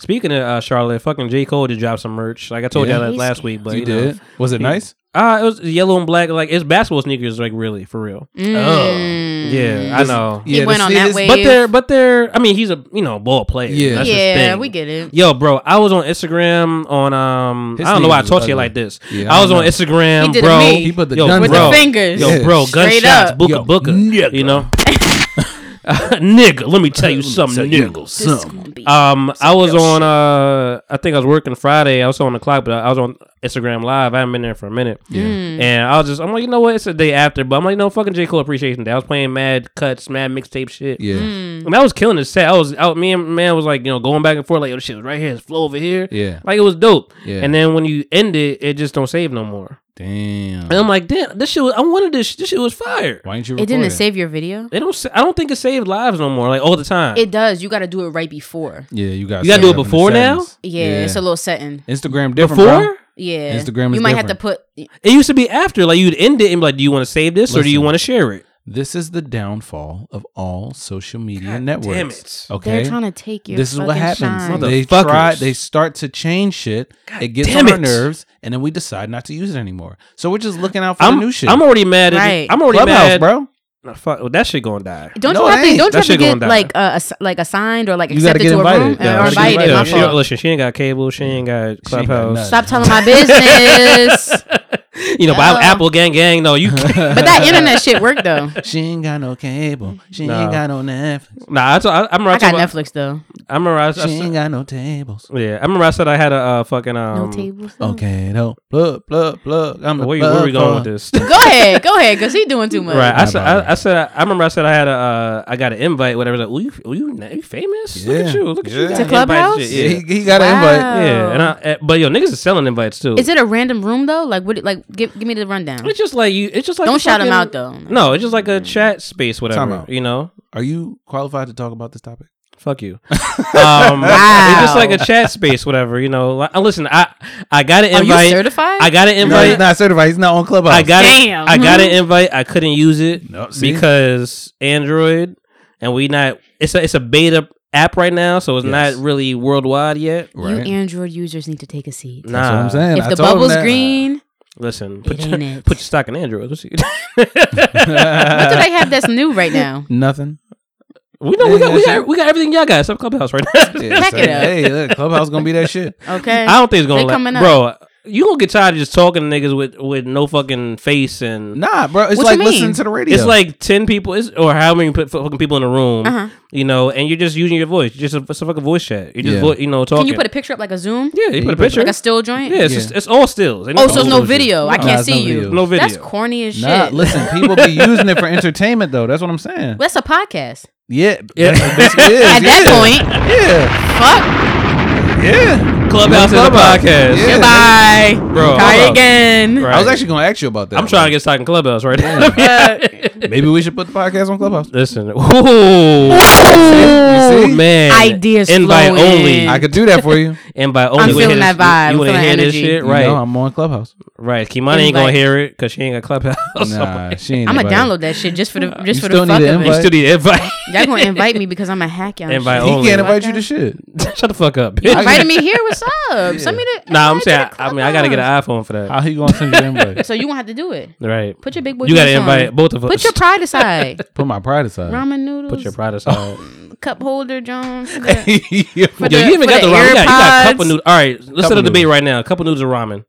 Speaker 2: Speaking of uh, Charlotte, fucking J Cole just dropped some merch. Like I told
Speaker 3: Yeah.
Speaker 2: you that
Speaker 1: He
Speaker 2: last
Speaker 1: scammed.
Speaker 2: week, but
Speaker 3: you
Speaker 2: you know.
Speaker 3: did was it nice
Speaker 2: Uh, it was yellow and black. Like it's basketball sneakers, like really for real.
Speaker 1: Mm.
Speaker 2: Yeah, I know.
Speaker 1: He
Speaker 3: the
Speaker 1: went on
Speaker 3: sneakers-
Speaker 1: that way.
Speaker 2: But they're, but they're. I mean, he's a you know ball player.
Speaker 3: Yeah.
Speaker 2: That's his
Speaker 1: yeah,
Speaker 2: thing.
Speaker 1: we get it.
Speaker 2: Yo, bro, I was on Instagram on um.
Speaker 3: His
Speaker 2: I don't know why I
Speaker 3: sneakers
Speaker 2: talked
Speaker 3: was
Speaker 2: to you
Speaker 3: ugly.
Speaker 2: like this.
Speaker 3: Yeah,
Speaker 2: I was
Speaker 3: I
Speaker 2: on
Speaker 3: know.
Speaker 2: Instagram,
Speaker 1: He did a
Speaker 2: bro.
Speaker 1: me.
Speaker 3: He put the
Speaker 2: Yo,
Speaker 3: gun
Speaker 1: With
Speaker 2: bro.
Speaker 1: the fingers.
Speaker 2: Yo,
Speaker 3: Yes.
Speaker 2: bro,
Speaker 1: Straight
Speaker 2: gunshots,
Speaker 1: up.
Speaker 2: booka
Speaker 3: Yo,
Speaker 2: booka.
Speaker 3: nigga.
Speaker 2: You know, <laughs> nigga. Let me tell you something, nigga.
Speaker 1: This is gonna be-
Speaker 2: Um, I was on. Uh, I think I was working Friday. I was on the clock, but I was on Instagram Live. I haven't been there for a minute. Yeah. And I was just, I'm like, you know what? It's a day after, but I'm like, no, fucking J Cole Appreciation Day. I was playing mad cuts, mad mixtape shit.
Speaker 3: yeah
Speaker 1: Mm.
Speaker 2: And I was killing the set. I was out. Me and man was like, you know, going back and forth. Like, oh, this shit was right here. It's flow over here.
Speaker 3: yeah
Speaker 2: Like it was dope.
Speaker 3: Yeah.
Speaker 2: And then when you end it, it just don't save no more.
Speaker 3: damn
Speaker 2: And I'm like, damn, this shit. Was, I wanted this. This shit was fire.
Speaker 3: why didn't you
Speaker 1: it didn't
Speaker 3: record
Speaker 1: save your video.
Speaker 2: They don't. sa- I don't think it saved lives no more. Like all the time.
Speaker 1: It does. You got to do it right before.
Speaker 3: Yeah, you got.
Speaker 2: You gotta do it before now?
Speaker 1: Yeah, it's a little setting.
Speaker 3: Instagram different.
Speaker 2: Before.
Speaker 1: Yeah,
Speaker 3: Instagram is
Speaker 1: You might have to
Speaker 3: different.
Speaker 1: put.
Speaker 2: It used to be after, like you'd end it and be like, "Do you want to save this or do you
Speaker 3: Listen.
Speaker 2: want to share it?"
Speaker 3: This is the downfall of all social media networks.
Speaker 2: damn it.
Speaker 3: Okay.
Speaker 1: They're trying to take your.
Speaker 3: this is what
Speaker 1: fucking
Speaker 3: happens.
Speaker 1: shine.
Speaker 3: They
Speaker 2: Motherfuckers.
Speaker 3: try. They start to change shit. it gets
Speaker 2: damn
Speaker 3: on our
Speaker 2: it.
Speaker 3: nerves, and then we decide not to use it anymore. So we're just looking out for
Speaker 2: I'm
Speaker 3: the new shit.
Speaker 2: I'm already mad. At
Speaker 1: Right.
Speaker 2: I'm already
Speaker 3: Clubhouse,
Speaker 2: mad,
Speaker 3: bro.
Speaker 2: Nah, fuck, well, that shit gonna die.
Speaker 1: Don't
Speaker 3: No,
Speaker 1: you
Speaker 3: it
Speaker 1: have to?
Speaker 3: ain't.
Speaker 2: That
Speaker 1: Don't you have to
Speaker 2: shit gonna
Speaker 1: get
Speaker 2: die.
Speaker 1: like uh, ass- like assigned or like
Speaker 3: You gotta
Speaker 1: accepted
Speaker 3: get
Speaker 1: to a room
Speaker 3: invited. Yeah,
Speaker 1: or
Speaker 3: she
Speaker 1: invited?
Speaker 3: invited.
Speaker 1: My
Speaker 2: she,
Speaker 1: fault.
Speaker 2: don't- listen, she ain't got cable. She ain't got
Speaker 3: got
Speaker 2: clubhouse.
Speaker 3: nothing.
Speaker 1: Stop telling my
Speaker 3: <laughs>
Speaker 1: business.
Speaker 2: <laughs> you know, but I'm Apple gang gang. No, you. Can't.
Speaker 1: but that internet shit worked though.
Speaker 3: She ain't got no cable. She
Speaker 2: Nah.
Speaker 3: ain't got no Netflix.
Speaker 2: nah, I, told, I, I remember. I,
Speaker 1: I got
Speaker 2: told my-
Speaker 1: Netflix though.
Speaker 2: I remember. I, I
Speaker 3: She ain't
Speaker 2: said,
Speaker 3: got no tables.
Speaker 2: yeah, I remember. I said I had a uh, fucking um.
Speaker 1: no tables. though.
Speaker 3: Okay, no. Plug, plug, plug. I'm a
Speaker 2: Where, you-
Speaker 3: plug
Speaker 2: where we going
Speaker 3: for-
Speaker 2: with this?
Speaker 1: <laughs> Go ahead, go ahead, because he doing too much.
Speaker 2: Right, I
Speaker 3: Not
Speaker 2: said.
Speaker 3: about
Speaker 2: I, I said. I, I remember. I said I had a. Uh, I got an invite. Whatever. Like, oh, you, oh, you, na- you famous? Look
Speaker 3: Yeah.
Speaker 2: at you. Look at you.
Speaker 3: Yeah.
Speaker 2: got
Speaker 3: To
Speaker 2: invite
Speaker 1: Clubhouse?
Speaker 2: shit.
Speaker 3: Yeah,
Speaker 2: Yeah.
Speaker 3: he, he got
Speaker 1: Wow.
Speaker 3: an invite.
Speaker 2: Yeah, and I, eh, but yo, niggas is selling invites too.
Speaker 1: Is it a random room though? Like what? Like give give me the rundown.
Speaker 2: It's just like you. It's just like
Speaker 1: Don't
Speaker 2: a
Speaker 1: shout 'em
Speaker 2: fucking-
Speaker 1: out, though.
Speaker 2: No, it's just like a chat space,
Speaker 3: Mm. Time
Speaker 2: whatever.
Speaker 3: out.
Speaker 2: You know,
Speaker 3: Are you qualified to talk about this topic?
Speaker 2: fuck
Speaker 3: <laughs>
Speaker 2: you. Um, It's just like a chat space, whatever. You know, like, uh, listen, I I got an
Speaker 1: Are you
Speaker 2: invite.
Speaker 1: certified?
Speaker 2: I got an
Speaker 3: No, he's
Speaker 2: invite.
Speaker 3: not certified. He's not on Clubhouse.
Speaker 2: I got it.
Speaker 1: Damn.
Speaker 2: I got an invite. I couldn't use it
Speaker 3: No, see?
Speaker 2: because Android, and we not. It's a it's a beta app right now, so it's
Speaker 3: Yes.
Speaker 2: not really worldwide yet.
Speaker 1: you
Speaker 3: Right.
Speaker 1: Android users need to take a seat.
Speaker 2: Nah,
Speaker 3: That's what I'm saying.
Speaker 1: if
Speaker 3: I
Speaker 1: the
Speaker 3: told him
Speaker 1: bubble's
Speaker 3: that. <laughs>
Speaker 1: green,
Speaker 2: Listen,
Speaker 1: it
Speaker 2: put your,
Speaker 1: ain't it.
Speaker 2: put your stock in Android. Let's see.
Speaker 1: what do they have that's new right now?
Speaker 3: <laughs> Nothing.
Speaker 2: We know we got we
Speaker 3: Yeah,
Speaker 2: got, we got everything y'all got except Clubhouse right now. <laughs>
Speaker 3: Yeah,
Speaker 6: Check
Speaker 3: so,
Speaker 6: it out.
Speaker 3: Hey, look, Clubhouse gonna be that shit.
Speaker 1: Okay.
Speaker 2: I don't think it's gonna
Speaker 1: They coming
Speaker 2: like,
Speaker 1: up.
Speaker 2: bro. You gonna get tired of just talking to niggas with with no fucking face and
Speaker 3: Nah, bro. It's
Speaker 1: What
Speaker 3: like
Speaker 1: you mean?
Speaker 3: listening to the radio.
Speaker 2: It's like ten people, is or how many p- fucking people in the room,
Speaker 1: Uh-huh.
Speaker 2: you know, and you're just using your voice. You're just a, it's a fucking voice chat. You just
Speaker 3: Yeah.
Speaker 2: vo- you know talking.
Speaker 1: Can you put a picture up like a zoom?
Speaker 2: yeah, you put a picture.
Speaker 1: Like a still joint?
Speaker 2: yeah, it's, Just, it's all stills. Ain't
Speaker 1: Oh,
Speaker 2: no
Speaker 1: so it's no
Speaker 2: photos.
Speaker 1: video. I
Speaker 3: Nah,
Speaker 1: can't
Speaker 3: it's no
Speaker 1: see you.
Speaker 3: video.
Speaker 2: No video.
Speaker 1: That's corny as shit.
Speaker 3: nah, listen, people be using it for entertainment though. That's what I'm saying.
Speaker 1: That's a podcast.
Speaker 3: Yeah,
Speaker 2: Yeah.
Speaker 3: that's basically it is,
Speaker 1: <laughs> At that point,
Speaker 3: yeah. yeah,
Speaker 1: fuck.
Speaker 3: yeah.
Speaker 2: Clubhouse is a
Speaker 3: Clubhouse.
Speaker 2: podcast,
Speaker 3: Yeah.
Speaker 1: Goodbye.
Speaker 2: bro.
Speaker 1: Try
Speaker 2: hold up.
Speaker 1: again.
Speaker 2: Right.
Speaker 3: I was actually gonna ask you about that.
Speaker 2: I'm trying to get talking clubhouse right now. <laughs>
Speaker 3: Maybe we should put the podcast
Speaker 1: <laughs>
Speaker 3: on Clubhouse.
Speaker 2: Listen, ooh,
Speaker 3: You see?
Speaker 2: man,
Speaker 1: Ideas
Speaker 2: invite
Speaker 1: flowing.
Speaker 2: only,
Speaker 1: I
Speaker 3: I could do that for you.
Speaker 2: invite only.
Speaker 1: I'm
Speaker 2: You wanna
Speaker 1: feeling
Speaker 2: hear
Speaker 1: that
Speaker 2: this- You
Speaker 1: vibe. I'm
Speaker 2: wanna
Speaker 1: feeling
Speaker 2: hear
Speaker 1: that
Speaker 2: this
Speaker 1: energy.
Speaker 2: shit,
Speaker 1: You
Speaker 2: right?
Speaker 3: No, I'm
Speaker 2: <laughs>
Speaker 3: on Clubhouse.
Speaker 2: right. Kimani ain't gonna
Speaker 1: Invite.
Speaker 2: hear it because she ain't got clubhouse. <laughs>
Speaker 3: Nah, she ain't.
Speaker 1: I'm gonna
Speaker 3: invited.
Speaker 1: download that shit just for the just
Speaker 3: You
Speaker 1: for the
Speaker 3: still
Speaker 1: fuck
Speaker 3: need an
Speaker 1: of
Speaker 2: you
Speaker 3: invite?
Speaker 1: it.
Speaker 2: still need invite.
Speaker 1: Y'all gonna invite me because I'm a hack y'all.
Speaker 2: Invite
Speaker 1: Invite.
Speaker 2: only.
Speaker 3: He can't invite you to shit.
Speaker 2: <laughs> Shut the fuck up. bitch.
Speaker 1: Invited me here. What's <laughs> up? Send me
Speaker 2: <laughs>
Speaker 1: the.
Speaker 2: Nah, I'm
Speaker 1: invite to the
Speaker 2: saying. I mean, I gotta get
Speaker 1: clubhouse.
Speaker 2: an iPhone for that.
Speaker 3: How he gonna send you an invite?
Speaker 1: So you gonna have to do it.
Speaker 2: Right.
Speaker 1: Put your big boy.
Speaker 2: You gotta
Speaker 1: pants on.
Speaker 2: invite both of us. <laughs>
Speaker 1: Put your pride aside.
Speaker 3: <laughs> Put my pride aside.
Speaker 1: Ramen noodles.
Speaker 2: Put your pride
Speaker 1: <laughs>
Speaker 2: aside.
Speaker 1: cup
Speaker 2: <laughs>
Speaker 1: holder, Jones.
Speaker 3: Yeah.
Speaker 2: Yo, you even
Speaker 1: for
Speaker 2: got the,
Speaker 1: the
Speaker 2: ramen. You got, you got a cup of
Speaker 1: AirPods.
Speaker 2: noodles. All right, let's set
Speaker 3: Cup
Speaker 2: a
Speaker 3: of
Speaker 2: debate
Speaker 3: noodles.
Speaker 2: right now. A cup of noodles or ramen.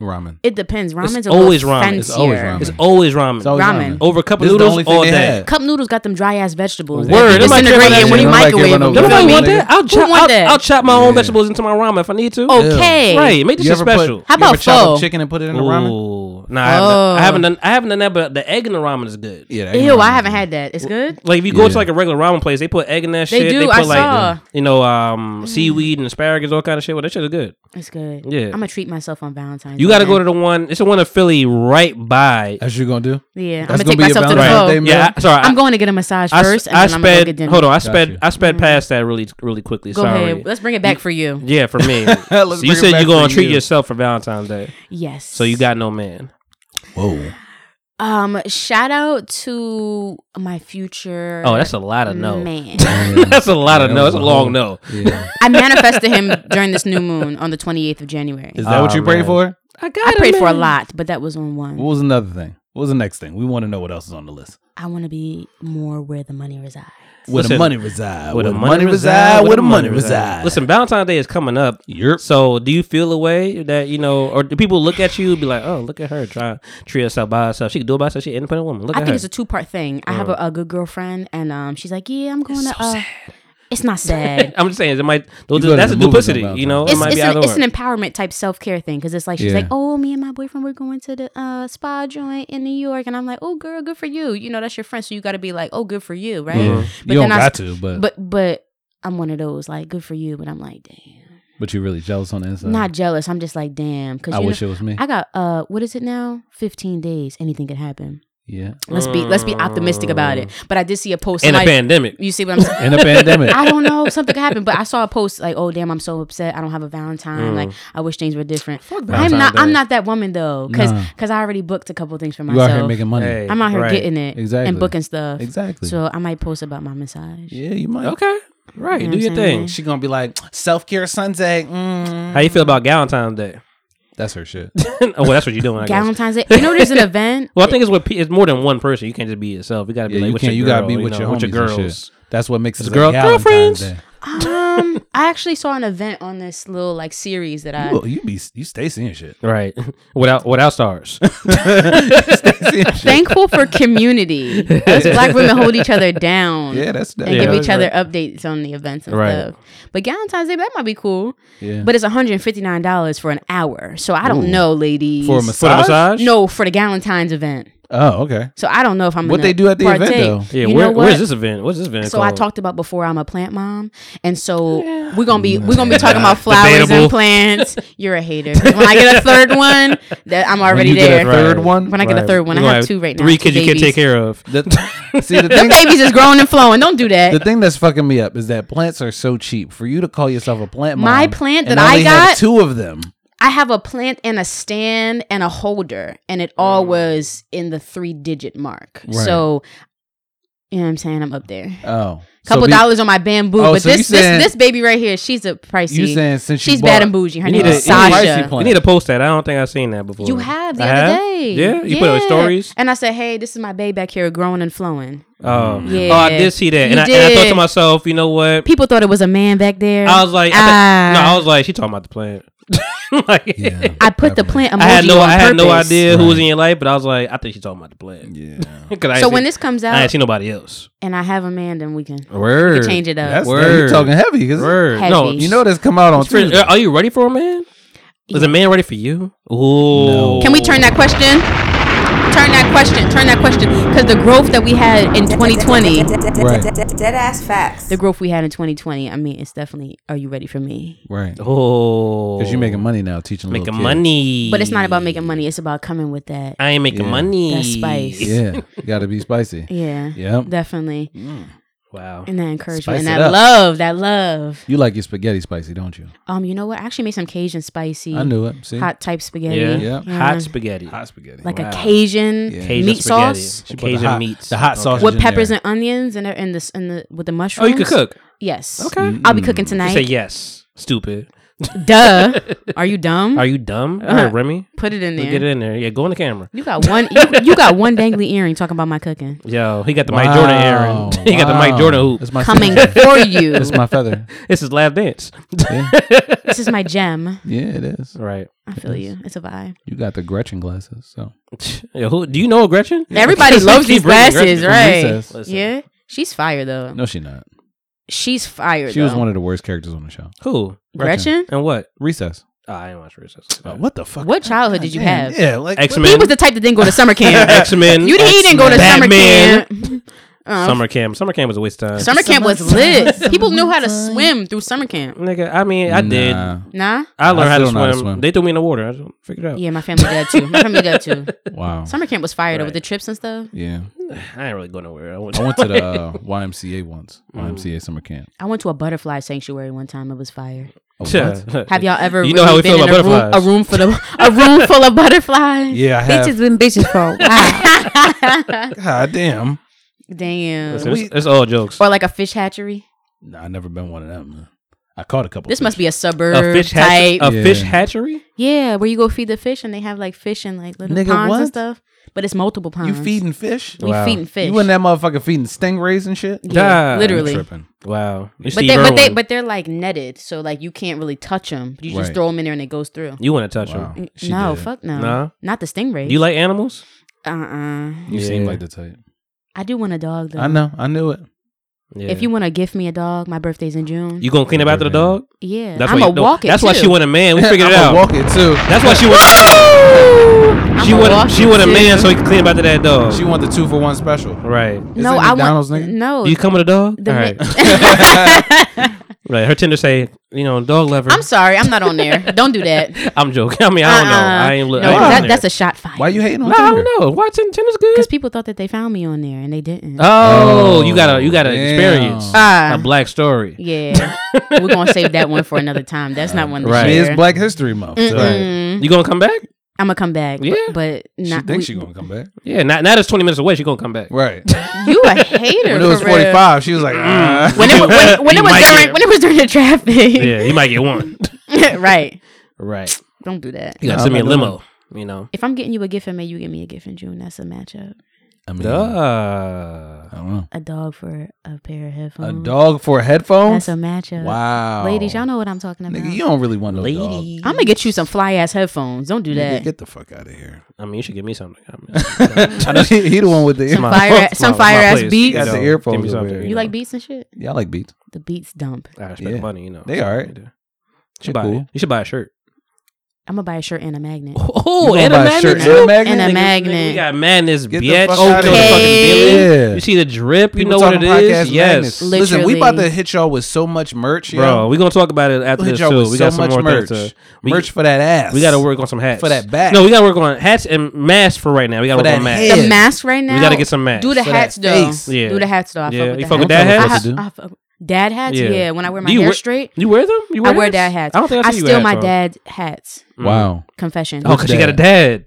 Speaker 3: Ramen.
Speaker 1: It depends. Ramen's a
Speaker 2: always
Speaker 1: little
Speaker 2: ramen. It's
Speaker 3: always
Speaker 1: fancier.
Speaker 3: ramen.
Speaker 2: It's always ramen.
Speaker 3: It's always
Speaker 1: Ramen.
Speaker 2: Over a cup of
Speaker 3: This is the
Speaker 2: noodles
Speaker 3: only thing
Speaker 2: all
Speaker 3: they
Speaker 2: day.
Speaker 3: have.
Speaker 1: Cup noodles got them dry ass vegetables.
Speaker 2: Word,
Speaker 1: They
Speaker 2: they might care about
Speaker 1: disintegrate
Speaker 2: that
Speaker 1: when
Speaker 2: shit.
Speaker 1: you
Speaker 2: Nobody
Speaker 3: care
Speaker 1: microwave them.
Speaker 3: about no
Speaker 2: Nobody
Speaker 3: Yeah.
Speaker 2: want that? I'll chop.
Speaker 1: want
Speaker 2: I'll,
Speaker 1: that?
Speaker 2: I'll chop my own
Speaker 3: Yeah.
Speaker 2: vegetables into my ramen if I need to.
Speaker 1: Okay.
Speaker 2: Right, make this
Speaker 3: You
Speaker 2: shit
Speaker 3: ever put-
Speaker 2: special.
Speaker 1: How
Speaker 3: you ever
Speaker 1: about
Speaker 3: chop up
Speaker 1: pho?
Speaker 3: chicken and put it in a
Speaker 2: Ooh.
Speaker 3: ramen?
Speaker 2: Nah, I haven't, done-
Speaker 1: Oh.
Speaker 2: I haven't done. I haven't done that, but the egg in the ramen is good.
Speaker 3: Yeah. that ain't
Speaker 1: Ew,
Speaker 3: ramen.
Speaker 1: I haven't had that. It's good.
Speaker 2: Like if you go to
Speaker 3: Yeah.
Speaker 2: like a regular ramen place, they put egg in that
Speaker 1: They
Speaker 2: shit.
Speaker 1: do,
Speaker 2: They put
Speaker 1: I
Speaker 2: like
Speaker 1: saw.
Speaker 2: you know um, seaweed and asparagus, all kind of shit. Well, that shit is good.
Speaker 1: It's good.
Speaker 2: Yeah.
Speaker 1: I'm gonna treat myself on Valentine's.
Speaker 2: You got to go to the one. It's the one in Philly right by.
Speaker 3: That's what you gonna do?
Speaker 1: Yeah, I'm
Speaker 3: That's
Speaker 1: gonna take
Speaker 3: gonna be
Speaker 1: myself
Speaker 3: a
Speaker 1: to the
Speaker 3: Valentine's
Speaker 1: pho.
Speaker 3: Day meal.
Speaker 2: Yeah, I, sorry. I-
Speaker 1: I'm going to get a massage
Speaker 2: I,
Speaker 1: first, and
Speaker 2: I
Speaker 1: then I'm gonna go
Speaker 2: sped.
Speaker 1: get dinner. Mm-hmm.
Speaker 2: hold on, I
Speaker 3: Got
Speaker 2: sped.
Speaker 3: you.
Speaker 2: I sped past that really, really quickly.
Speaker 1: Go
Speaker 2: sorry.
Speaker 1: ahead. Let's bring it back for you.
Speaker 2: Yeah, for me.
Speaker 3: <laughs> Let's
Speaker 2: so you
Speaker 3: bring it
Speaker 2: said
Speaker 3: back
Speaker 2: you're gonna
Speaker 3: for
Speaker 2: treat
Speaker 3: you.
Speaker 2: yourself for Valentine's Day.
Speaker 1: Yes.
Speaker 2: So you got no man.
Speaker 3: Whoa.
Speaker 1: um shout out to my future.
Speaker 2: Oh, that's a lot of no.
Speaker 1: man.
Speaker 2: <laughs> that's a lot of
Speaker 3: Yeah,
Speaker 2: no. That's a
Speaker 3: that was a
Speaker 2: long
Speaker 3: whole-
Speaker 2: no.
Speaker 3: Yeah.
Speaker 1: I manifested
Speaker 2: <laughs>
Speaker 1: him during this new moon on the 28th of January.
Speaker 3: <laughs> Is that what
Speaker 2: Oh,
Speaker 3: you pray
Speaker 2: man.
Speaker 3: for?
Speaker 2: I got.
Speaker 1: I prayed for a lot, but that was on one.
Speaker 3: What was another thing? What was the next thing? We want to know what else is on the list.
Speaker 1: I want to be more where the money resides.
Speaker 3: Where the
Speaker 2: Listen,
Speaker 3: money reside.
Speaker 2: Where
Speaker 3: Where
Speaker 2: the
Speaker 3: the
Speaker 2: money reside. Where the money reside. Listen, Valentine's Day is coming up.
Speaker 3: Yep.
Speaker 2: So, do you feel a way that you know, or do people look at you and be like, "Oh, look at her trying to treat herself by herself. She can do it by herself. She an independent woman. Look
Speaker 1: I
Speaker 2: at
Speaker 1: think
Speaker 2: her."
Speaker 1: it's a two part thing. I have a, a good girlfriend, and um, she's like, "Yeah, I'm going to." uh, It's not sad.
Speaker 2: <laughs> I'm just saying, it might. those-
Speaker 3: go to
Speaker 2: that's a
Speaker 3: the movies on
Speaker 2: duplicity. You know, it
Speaker 1: It's,
Speaker 2: might
Speaker 1: it's,
Speaker 2: be
Speaker 1: an,
Speaker 2: either
Speaker 1: it's
Speaker 2: or.
Speaker 1: an empowerment type self care thing because it's like she's
Speaker 3: Yeah.
Speaker 1: like, oh, me and my boyfriend we're going to the uh, spa joint in New York, and I'm like, oh, girl, good for you. You know, that's your friend, so you got to be like, oh, good for you, right?
Speaker 3: Yeah.
Speaker 1: But
Speaker 3: you don't
Speaker 1: then I
Speaker 3: got
Speaker 1: s-
Speaker 3: to,
Speaker 2: Mm-hmm.
Speaker 3: but, but
Speaker 1: But but I'm one of those like, good for you, but I'm like, damn,
Speaker 3: you're really jealous on the inside.
Speaker 1: not jealous. I'm just like, damn, because
Speaker 3: I wish it was me.
Speaker 1: I got uh, what is it now? 15 days, anything could happen.
Speaker 3: yeah.
Speaker 1: Let's be let's be optimistic about it. But I did see a post.
Speaker 2: Mm. in a
Speaker 1: somebody-
Speaker 2: pandemic.
Speaker 1: You see what I'm saying?
Speaker 3: <laughs> In a pandemic.
Speaker 1: <laughs> I don't know. Something happened, but I saw a post like, "Oh damn, I'm so upset. I don't have a
Speaker 2: Mm.
Speaker 1: Valentine. Like, I wish things were different." I'm
Speaker 2: Valentine's
Speaker 1: not.
Speaker 2: Day.
Speaker 1: I'm not that woman though, because
Speaker 3: Nah.
Speaker 1: I already booked a couple things for
Speaker 3: you
Speaker 1: myself.
Speaker 3: out here making money.
Speaker 2: Hey,
Speaker 1: I'm out here
Speaker 2: right.
Speaker 1: getting it
Speaker 3: Exactly.
Speaker 1: and booking stuff.
Speaker 3: Exactly.
Speaker 1: So I might post about my massage.
Speaker 3: yeah, you might.
Speaker 2: Okay, right.
Speaker 1: You know
Speaker 2: do
Speaker 1: what
Speaker 2: your
Speaker 1: I'm
Speaker 2: thing.
Speaker 1: saying?
Speaker 3: She gonna be like self care Sunday. Mm.
Speaker 2: How you feel about Valentine's Day? <laughs>
Speaker 3: That's her <laughs> shit.
Speaker 2: oh, well, that's what you're doing. I guess.
Speaker 1: Valentine's Day. You know, there's an event. <laughs>
Speaker 2: Well, I think it's what pe- it's more than one person. You can't just be yourself. You gotta be
Speaker 3: Yeah,
Speaker 2: like
Speaker 3: you
Speaker 2: with
Speaker 3: can't.
Speaker 2: your
Speaker 3: You
Speaker 2: girl,
Speaker 3: gotta be with
Speaker 2: know,
Speaker 3: your
Speaker 2: with your
Speaker 3: homies and
Speaker 2: girls.
Speaker 3: shit. That's what makes it a
Speaker 2: girl- girlfriends.
Speaker 3: Valentine's Day.
Speaker 1: Um, I actually saw an event on this little like series that I.
Speaker 3: You, you be you stay seeing shit.
Speaker 2: Right. <laughs> Without without stars. <laughs>
Speaker 1: Thankful for community. Us black women hold each other down.
Speaker 3: <laughs> Yeah, that's that.
Speaker 1: and
Speaker 2: Yeah.
Speaker 1: give each
Speaker 2: that's
Speaker 1: other updates on the events and
Speaker 2: Right.
Speaker 1: stuff. But Valentine's Day, that might be cool.
Speaker 3: Yeah.
Speaker 1: But it's $159 for an hour. So I don't
Speaker 3: Ooh.
Speaker 1: know, ladies.
Speaker 3: for a
Speaker 2: For the
Speaker 3: massage.
Speaker 2: massage?
Speaker 1: No, for the Valentine's event.
Speaker 3: Oh, okay.
Speaker 1: So I don't know if I'm
Speaker 3: What
Speaker 1: gonna
Speaker 3: they do at the event,
Speaker 1: partake.
Speaker 3: though?
Speaker 2: Yeah,
Speaker 1: You
Speaker 2: where,
Speaker 1: know what?
Speaker 2: where's this event? What's this event
Speaker 1: So I
Speaker 2: called?
Speaker 1: talked about before I'm a plant mom, and so we're gonna be we're gonna be talking
Speaker 2: <laughs>
Speaker 1: about flowers
Speaker 2: Mm. Debatable.
Speaker 1: and plants. You're a hater. 'Cause When I get a third one, that I'm already
Speaker 3: you get a
Speaker 1: there.
Speaker 3: third one?
Speaker 1: When I get a
Speaker 2: Right.
Speaker 1: third one,
Speaker 2: You
Speaker 1: I
Speaker 2: gonna
Speaker 1: have two right now.
Speaker 2: Three
Speaker 1: two
Speaker 2: kids you can't
Speaker 1: babies.
Speaker 2: take care of.
Speaker 3: The- <laughs> see the
Speaker 1: Them
Speaker 3: thing.
Speaker 1: babies is growing and flowing. Don't do that. <laughs>
Speaker 3: The thing that's fucking me up is that plants are so cheap. For you to call yourself a plant, mom
Speaker 1: My plant
Speaker 3: and
Speaker 1: that I
Speaker 3: only have
Speaker 1: got-
Speaker 3: two of them.
Speaker 1: I have a plant and a stand and a holder, and it
Speaker 2: Mm.
Speaker 1: all was in the three digit mark.
Speaker 3: Right.
Speaker 1: So, you know what I'm saying? I'm up there.
Speaker 3: Oh,
Speaker 1: Couple
Speaker 3: So be-
Speaker 1: dollars on my bamboo,
Speaker 3: Oh,
Speaker 1: but
Speaker 3: so you
Speaker 1: this,
Speaker 3: saying-
Speaker 1: this this baby right here, she's a pricey.
Speaker 3: You saying since you
Speaker 1: she's bad
Speaker 3: bought-
Speaker 1: and bougie. Her
Speaker 3: you
Speaker 1: name
Speaker 3: need
Speaker 1: is
Speaker 3: a- you need a pricey
Speaker 1: Sasha.
Speaker 3: plant.
Speaker 2: You need to post that. I don't think I've seen that before.
Speaker 1: You have the
Speaker 2: I
Speaker 1: other
Speaker 2: have?
Speaker 1: day.
Speaker 2: Yeah, you put it on
Speaker 1: Yeah.
Speaker 2: stories.
Speaker 1: And I said, hey, this is my babe back here growing and flowing.
Speaker 2: Oh,
Speaker 6: Yeah.
Speaker 2: oh, I did see that, and
Speaker 6: You
Speaker 2: I, and I thought to
Speaker 6: did.
Speaker 2: myself, you know what?
Speaker 1: People thought it was a man back there.
Speaker 2: I was like, I
Speaker 1: Ah.
Speaker 2: thi- no, I was like, she talking about the plant. <laughs> like,
Speaker 3: Yeah.
Speaker 1: <laughs> I put the plant emoji
Speaker 2: I had no,
Speaker 1: on
Speaker 2: I had no
Speaker 1: purpose.
Speaker 2: idea who was in your life, but I was like, I think she talking about the plant.
Speaker 3: Yeah.
Speaker 2: <laughs>
Speaker 1: So when this comes
Speaker 2: I ain't
Speaker 1: out
Speaker 2: seen nobody else.
Speaker 1: and I have a man, then we can
Speaker 2: Word.
Speaker 1: change it up.
Speaker 3: That's you're talking heavy because
Speaker 2: Word.
Speaker 1: Heavy.
Speaker 2: No,
Speaker 3: you know that's come out on Tuesday.
Speaker 2: are you ready for a man? Is a man ready for you? Ooh.
Speaker 6: Can we turn that question? Turn that question. Turn that question. Because the growth that we had in 2020,
Speaker 3: Right.
Speaker 9: Dead ass facts.
Speaker 1: the growth we had in 2020. I mean, it's definitely. Are you ready for me?
Speaker 3: Right.
Speaker 2: uh, Oh,
Speaker 3: Because you're making money now, teaching little
Speaker 2: making
Speaker 3: kids.
Speaker 2: money,
Speaker 1: But it's not about making money. It's about coming with that.
Speaker 2: I ain't making
Speaker 3: Yeah.
Speaker 2: money.
Speaker 1: That spice.
Speaker 3: Yeah, you got to
Speaker 1: <laughs>
Speaker 3: be spicy.
Speaker 1: Yeah,
Speaker 3: Yep.
Speaker 1: definitely.
Speaker 2: Wow.
Speaker 1: And that
Speaker 3: Spice
Speaker 1: encouragement,
Speaker 3: it
Speaker 1: and that
Speaker 3: up.
Speaker 1: love, that love.
Speaker 3: You like your spaghetti spicy, don't you?
Speaker 1: Um, you know what? I actually made some Cajun spicy,
Speaker 3: I knew it. See,
Speaker 1: hot type spaghetti.
Speaker 2: Yeah.
Speaker 3: Yeah.
Speaker 2: Hot spaghetti.
Speaker 3: Hot spaghetti,
Speaker 1: like
Speaker 2: Wow.
Speaker 1: a Cajun,
Speaker 3: Yeah.
Speaker 2: Cajun
Speaker 1: meat
Speaker 2: spaghetti.
Speaker 1: sauce
Speaker 3: She put the
Speaker 2: Cajun
Speaker 3: hot-
Speaker 2: meats.
Speaker 3: the hot sauce.
Speaker 1: with
Speaker 3: in
Speaker 1: peppers
Speaker 3: there.
Speaker 1: and onions, and in this, in the with the
Speaker 2: Oh,
Speaker 1: mushrooms.
Speaker 2: you could cook.
Speaker 1: Yes.
Speaker 2: Okay.
Speaker 1: I'll be cooking
Speaker 2: You say
Speaker 1: tonight.
Speaker 2: yes. Stupid.
Speaker 1: Duh.
Speaker 2: <laughs>
Speaker 1: Are you dumb?
Speaker 2: Are you dumb? All
Speaker 1: Mm-hmm. Uh-huh.
Speaker 2: right, Remy.
Speaker 1: Put it in
Speaker 2: Look, Get it
Speaker 1: there.
Speaker 2: in there. Yeah, go on the camera.
Speaker 1: You got one. You, you got one dangly earring talking about my cooking
Speaker 2: Yo, he got the Mike
Speaker 3: Wow,
Speaker 2: Jordan <laughs> Aaron. he got the Mike
Speaker 3: wow.
Speaker 2: Jordan hoop.
Speaker 3: That's my
Speaker 1: coming <laughs>
Speaker 3: feather.
Speaker 1: for
Speaker 3: <laughs>
Speaker 1: you.
Speaker 3: That's my feather.
Speaker 2: It's his last dance.
Speaker 3: Yeah.
Speaker 1: This is my gem.
Speaker 3: yeah, it is.
Speaker 2: Right. <laughs>
Speaker 1: I feel you. It's a vibe.
Speaker 3: You got the Gretchen glasses. So
Speaker 2: Yo, who do you know Gretchen? <laughs>
Speaker 1: Everybody
Speaker 2: Keep
Speaker 1: loves these
Speaker 2: bringing Gretchen
Speaker 1: glasses,
Speaker 2: from
Speaker 1: right?
Speaker 3: recess.
Speaker 2: Listen.
Speaker 1: Yeah. She's fire though.
Speaker 3: no, she not.
Speaker 1: She's fire.
Speaker 3: She was
Speaker 1: though.
Speaker 3: one of the worst characters on the show.
Speaker 2: Who?
Speaker 1: Gretchen.
Speaker 2: And what?
Speaker 3: Recess.
Speaker 2: Oh, I didn't watch Recess.
Speaker 3: what the fuck?
Speaker 1: What childhood did you have?
Speaker 3: Yeah, like
Speaker 2: X
Speaker 1: He
Speaker 2: Men.
Speaker 1: was the type that didn't go to summer
Speaker 3: <laughs>
Speaker 1: camp.
Speaker 2: X Men.
Speaker 1: You <laughs> he didn't go to summer camp. <laughs> Uh,
Speaker 2: Summer camp. Summer camp was a waste of time.
Speaker 1: Summer camp was lit. People knew how to swim through summer camp.
Speaker 2: Nigga, I mean, I did.
Speaker 3: Nah.
Speaker 1: Nah.
Speaker 2: I learned
Speaker 3: I
Speaker 2: how, to
Speaker 3: still know
Speaker 2: swim.
Speaker 3: how to swim.
Speaker 2: They threw me in the water. I just figured it out.
Speaker 1: Yeah, my family did too. My family did
Speaker 3: <laughs>
Speaker 1: too.
Speaker 3: Wow.
Speaker 1: Summer camp was fire though
Speaker 2: Right.
Speaker 1: with the trips and stuff.
Speaker 3: Yeah,
Speaker 2: <sighs> I ain't really go nowhere. I went
Speaker 3: I went
Speaker 2: <laughs>
Speaker 3: to the
Speaker 1: <laughs>
Speaker 3: uh, YMCA once. YMCA summer camp.
Speaker 1: I went to a butterfly sanctuary one time. It was fire.
Speaker 3: Oh, what?
Speaker 1: Have y'all ever
Speaker 2: You know how we
Speaker 1: been
Speaker 2: feel
Speaker 1: in
Speaker 2: about
Speaker 1: a room,
Speaker 2: butterflies.
Speaker 1: a room full of a room full of butterflies?
Speaker 3: Yeah, I
Speaker 5: Bitches
Speaker 3: have.
Speaker 5: been bitches for a while.
Speaker 3: God damn.
Speaker 1: <laughs> Damn.
Speaker 2: Listen, it's, it's all jokes.
Speaker 1: or like a fish hatchery.
Speaker 3: Nah, I never been one of them. Man. I caught a couple.
Speaker 1: This
Speaker 3: fish.
Speaker 1: must be a suburb
Speaker 2: A fish hatchery.
Speaker 1: type.
Speaker 2: A
Speaker 3: Yeah.
Speaker 2: fish hatchery.
Speaker 1: yeah, where you go feed the fish and they have like fish and like little
Speaker 3: Nigga,
Speaker 1: ponds
Speaker 3: what?
Speaker 1: and stuff. But it's multiple
Speaker 3: you
Speaker 1: ponds.
Speaker 3: feeding fish.
Speaker 1: We feeding fish.
Speaker 3: You wasn't that motherfucker feeding stingrays and shit.
Speaker 1: yeah,
Speaker 2: Nah,
Speaker 1: literally.
Speaker 3: Tripping.
Speaker 2: Wow.
Speaker 1: But they, but they, but they're like netted, so like you can't really touch them. You just
Speaker 3: Right.
Speaker 1: throw them in there and it goes through.
Speaker 2: you want to touch
Speaker 3: Wow.
Speaker 2: them.
Speaker 1: N-
Speaker 3: She
Speaker 1: no,
Speaker 3: did.
Speaker 1: fuck no,
Speaker 2: Nah?
Speaker 1: not the stingray.
Speaker 2: You like animals?
Speaker 1: Uh, uh
Speaker 3: You seem
Speaker 2: Yeah.
Speaker 3: like the type.
Speaker 1: I do want a dog though.
Speaker 3: I know. I knew it.
Speaker 2: Yeah.
Speaker 1: If you want to gift me a dog, my birthday's in June.
Speaker 2: you gonna clean up after the dog?
Speaker 1: yeah,
Speaker 2: That's
Speaker 1: I'm
Speaker 2: why
Speaker 1: a
Speaker 2: you- no,
Speaker 1: walk it.
Speaker 2: That's why
Speaker 1: too.
Speaker 2: she want a
Speaker 3: <laughs>
Speaker 2: man. We figured it
Speaker 3: I'ma
Speaker 2: out.
Speaker 3: Walk it too.
Speaker 2: That's why she want. she
Speaker 1: <laughs> I'ma walk
Speaker 2: want. She
Speaker 1: it,
Speaker 2: want a man
Speaker 1: too.
Speaker 2: so he can clean up after that dog.
Speaker 3: She want the two for one special.
Speaker 2: right.
Speaker 1: No,
Speaker 3: that
Speaker 1: I
Speaker 3: McDonald's,
Speaker 1: want
Speaker 3: nigga?
Speaker 1: no.
Speaker 2: You come with a dog?
Speaker 1: the
Speaker 2: All
Speaker 1: ma-
Speaker 2: right. right. Her Tinder say, you know, dog lover.
Speaker 1: I'm sorry, I'm not
Speaker 2: <laughs>
Speaker 1: on there. Don't do that.
Speaker 2: I'm joking. I mean, I don't know.
Speaker 1: Uh-uh.
Speaker 2: I ain't look.
Speaker 1: No,
Speaker 2: I ain't
Speaker 1: that,
Speaker 2: on
Speaker 1: that's
Speaker 2: there.
Speaker 1: a shot fight.
Speaker 3: <laughs> Why you hating on
Speaker 2: No, I
Speaker 3: Tinder?
Speaker 2: don't know. Why Tin- Tinder's good?
Speaker 1: Because people thought that they found me on there and they didn't.
Speaker 2: Oh,
Speaker 3: Oh,
Speaker 2: you got to you got to
Speaker 3: damn.
Speaker 2: experience
Speaker 1: Ah.
Speaker 2: a black story.
Speaker 1: <laughs> yeah, we're gonna save that one for another time. That's not one. This
Speaker 2: Uh, Right.
Speaker 3: It
Speaker 1: year.
Speaker 3: is Black History Month. so
Speaker 1: Mm-mm.
Speaker 2: You gonna come back?
Speaker 1: I'm gonna come back.
Speaker 2: Yeah.
Speaker 1: Yeah, but,
Speaker 3: She
Speaker 1: not.
Speaker 3: thinks
Speaker 1: we-
Speaker 3: she gonna come back.
Speaker 2: Yeah. Now, now that's twenty minutes away. She gonna come back.
Speaker 3: <laughs> Right.
Speaker 1: you a hater.
Speaker 3: when it was
Speaker 1: for real.
Speaker 3: forty five, she was
Speaker 2: Mm.
Speaker 3: like, "Ah."
Speaker 1: When it, wa- when, when
Speaker 2: You
Speaker 1: it was
Speaker 2: might
Speaker 1: during
Speaker 2: get-
Speaker 1: when it was during the traffic.
Speaker 2: Yeah, you might get
Speaker 1: <laughs>
Speaker 2: one.
Speaker 1: right.
Speaker 2: right.
Speaker 1: Don't do that.
Speaker 2: You
Speaker 3: No,
Speaker 2: got to
Speaker 3: I'm
Speaker 2: send me a
Speaker 3: not doing
Speaker 2: limo. You know.
Speaker 1: If I'm getting you a gift in May, you give me a gift in June. That's a matchup.
Speaker 3: I mean,
Speaker 2: Duh.
Speaker 3: I don't know.
Speaker 1: A dog for a pair of
Speaker 3: A
Speaker 1: headphones.
Speaker 3: dog for
Speaker 1: That's
Speaker 3: headphones.
Speaker 1: a matchup.
Speaker 3: wow.
Speaker 1: Ladies, y'all know what I'm talking about.
Speaker 3: Nigga, you don't really want no dog.
Speaker 1: I'm gonna get you some fly ass headphones. Don't do
Speaker 3: Nigga,
Speaker 1: that.
Speaker 3: get the fuck out of <laughs> here.
Speaker 2: I mean, you should give me something. I
Speaker 3: <laughs>
Speaker 2: mean, I know-
Speaker 3: he the one with the
Speaker 1: some
Speaker 3: earphones.
Speaker 1: fire,
Speaker 2: It's
Speaker 1: some
Speaker 2: my-
Speaker 1: fire
Speaker 2: my
Speaker 1: ass
Speaker 2: place.
Speaker 1: beats.
Speaker 3: got the
Speaker 2: know,
Speaker 3: earphones
Speaker 2: give me
Speaker 3: over
Speaker 2: something,
Speaker 3: there.
Speaker 1: You
Speaker 2: know.
Speaker 1: like beats and shit?
Speaker 3: Yeah, I like beats.
Speaker 1: The beats dump.
Speaker 2: I respect
Speaker 3: Yeah.
Speaker 2: money. You know.
Speaker 3: They all right.
Speaker 2: You should,
Speaker 3: They
Speaker 2: buy
Speaker 3: cool.
Speaker 2: it. you should buy a shirt.
Speaker 1: I'm gonna buy a shirt and a magnet.
Speaker 2: Oh,
Speaker 3: You gonna buy a shirt and a magnet?
Speaker 1: And a
Speaker 3: Nigga,
Speaker 1: magnet.
Speaker 2: We got madness,
Speaker 3: Get the
Speaker 2: bitch.
Speaker 3: fuck outta
Speaker 1: here.
Speaker 2: fucking
Speaker 3: Yeah.
Speaker 2: dealing. You see the drip. You
Speaker 3: People
Speaker 2: know what it
Speaker 3: talking podcast
Speaker 2: is.
Speaker 3: madness.
Speaker 2: Yes,
Speaker 1: Li-
Speaker 3: Listen, we
Speaker 1: Literally.
Speaker 3: about to hit y'all with so much merch, yo.
Speaker 2: bro. We gonna talk about it after
Speaker 3: We'll hit
Speaker 2: this
Speaker 3: y'all
Speaker 2: too.
Speaker 3: with
Speaker 2: We
Speaker 3: so
Speaker 2: got some
Speaker 3: much
Speaker 2: more
Speaker 3: merch.
Speaker 2: things to. We,
Speaker 3: merch for that ass.
Speaker 2: We got to work on some hats
Speaker 3: For that back.
Speaker 2: No, we got to work on hats and masks for right now. We got to
Speaker 3: For
Speaker 2: work on
Speaker 3: that
Speaker 2: masks.
Speaker 3: head.
Speaker 1: The
Speaker 3: Yeah.
Speaker 1: mask right now.
Speaker 2: We got to get some masks.
Speaker 1: Do the
Speaker 3: For that
Speaker 1: hats though.
Speaker 3: face.
Speaker 2: Yeah.
Speaker 1: Do the hats though.
Speaker 2: Yeah,
Speaker 1: I fuck with
Speaker 2: you
Speaker 1: the
Speaker 2: fuck with
Speaker 1: hats.
Speaker 2: dad
Speaker 1: I-
Speaker 3: hats?
Speaker 1: I- I fuck- dad hats. Yeah. When I wear my
Speaker 2: You
Speaker 1: hair
Speaker 2: wear-
Speaker 1: straight,
Speaker 2: You wear them? You wear
Speaker 1: I wear
Speaker 2: hats?
Speaker 1: dad hats.
Speaker 2: I don't think I, see you
Speaker 1: steal
Speaker 2: hats
Speaker 1: my
Speaker 2: on.
Speaker 1: dad's hats.
Speaker 3: Wow.
Speaker 2: <laughs>
Speaker 1: Confession.
Speaker 2: Oh, because you got a dad.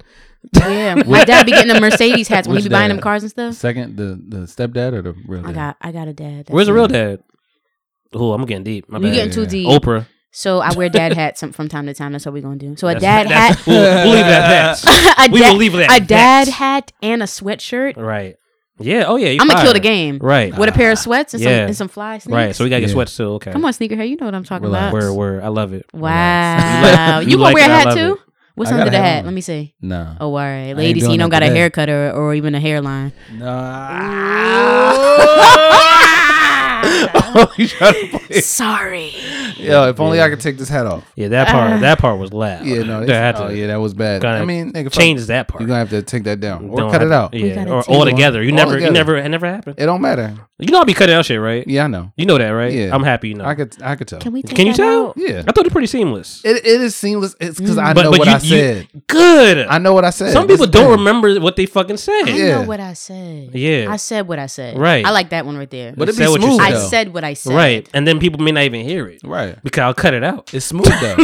Speaker 1: Yeah, my dad be
Speaker 2: <laughs>
Speaker 1: getting the Mercedes hats when he
Speaker 3: Which
Speaker 1: be buying
Speaker 3: dad?
Speaker 1: them cars and stuff.
Speaker 3: Second, the the stepdad or the real
Speaker 1: I
Speaker 3: dad?
Speaker 1: got, I got a dad. That's
Speaker 2: Where's the
Speaker 1: it.
Speaker 2: real dad? Oh, I'm getting deep. My
Speaker 1: You
Speaker 2: bad.
Speaker 1: getting too
Speaker 3: Yeah.
Speaker 1: deep.
Speaker 2: Oprah.
Speaker 1: So I wear
Speaker 2: <laughs>
Speaker 1: dad hats some- from time to time. That's what we gonna do. So a
Speaker 2: That's-
Speaker 1: dad
Speaker 2: that's-
Speaker 1: hat,
Speaker 3: <laughs>
Speaker 2: We'll, we'll leave that hats.
Speaker 1: <laughs> a
Speaker 2: we
Speaker 1: dad,
Speaker 2: will leave that
Speaker 1: a dad
Speaker 2: hats.
Speaker 1: hat and a sweatshirt
Speaker 2: Right. Yeah. Oh yeah.
Speaker 1: I'm gonna kill the
Speaker 2: fired.
Speaker 1: game.
Speaker 2: Right. Ah,
Speaker 1: With a pair of sweats and
Speaker 2: Yeah.
Speaker 1: some and some fly sneaks.
Speaker 2: Right. So we gotta get
Speaker 3: Yeah.
Speaker 2: sweats too. Okay.
Speaker 1: Come on, sneakerhead. You know what I'm talking about.
Speaker 3: Relax.
Speaker 2: Word, word. I love it.
Speaker 1: Wow.
Speaker 2: You
Speaker 1: you gonna
Speaker 2: like
Speaker 1: wear
Speaker 2: it,
Speaker 1: a
Speaker 2: I
Speaker 1: hat
Speaker 2: love
Speaker 1: too?
Speaker 2: it.
Speaker 1: What's
Speaker 3: I got
Speaker 1: under
Speaker 3: a
Speaker 1: the
Speaker 3: hat
Speaker 1: hat?
Speaker 3: on.
Speaker 1: Let me see.
Speaker 3: No.
Speaker 1: Oh, all right. Ladies,
Speaker 3: doing
Speaker 1: you don't
Speaker 3: it
Speaker 1: got a
Speaker 3: today.
Speaker 1: haircut or, or even
Speaker 2: <laughs>
Speaker 1: a hairline. Ah!
Speaker 2: <laughs>
Speaker 3: No.
Speaker 2: Oh,
Speaker 3: You trying to play-
Speaker 1: Sorry.
Speaker 3: Yo, if only I could take this hat off.
Speaker 2: Yeah. That part.
Speaker 1: Ah.
Speaker 2: that part was loud.
Speaker 3: Yeah, no.
Speaker 2: They had
Speaker 3: It's,
Speaker 2: to
Speaker 3: oh, yeah, that was bad.
Speaker 2: Gotta
Speaker 3: I mean, nigga, fuck
Speaker 2: change
Speaker 3: it.
Speaker 2: that part.
Speaker 3: You're gonna have to take that down or
Speaker 2: Don't
Speaker 3: cut
Speaker 2: have
Speaker 3: it
Speaker 2: to-
Speaker 3: out.
Speaker 2: Yeah.
Speaker 1: gotta
Speaker 2: Or
Speaker 1: take
Speaker 2: all
Speaker 1: it.
Speaker 2: together. You
Speaker 3: All
Speaker 2: never. You
Speaker 3: together.
Speaker 2: never. It never happened.
Speaker 3: It don't matter.
Speaker 2: You know I'll be cutting out shit, right?
Speaker 3: Yeah, I know.
Speaker 2: You know that, right?
Speaker 3: Yeah.
Speaker 2: I'm happy. You know.
Speaker 3: I could, I could tell.
Speaker 1: Can we take
Speaker 2: Can you
Speaker 1: that
Speaker 2: tell?
Speaker 1: out?
Speaker 3: yeah,
Speaker 2: I thought it pretty seamless.
Speaker 3: it, it is seamless. It's because I
Speaker 2: But-
Speaker 3: know
Speaker 2: but
Speaker 3: what
Speaker 2: you-
Speaker 3: I
Speaker 2: you-
Speaker 3: said.
Speaker 2: Good.
Speaker 3: I know what I said.
Speaker 2: Some
Speaker 3: That's
Speaker 2: people
Speaker 3: the
Speaker 2: don't
Speaker 3: thing.
Speaker 2: remember what they fucking said.
Speaker 1: I
Speaker 3: Yeah.
Speaker 1: know what I said.
Speaker 2: Yeah.
Speaker 1: I said what I said.
Speaker 2: Right.
Speaker 1: I like that one right there.
Speaker 3: But it
Speaker 2: Say
Speaker 3: be
Speaker 2: what you
Speaker 3: smooth.
Speaker 2: said.
Speaker 1: I
Speaker 3: though.
Speaker 1: said what I
Speaker 2: <laughs>
Speaker 1: said.
Speaker 2: Right. And then people may not even hear it
Speaker 3: right.
Speaker 2: because I'll cut it out.
Speaker 3: It's smooth
Speaker 2: <laughs>
Speaker 3: though.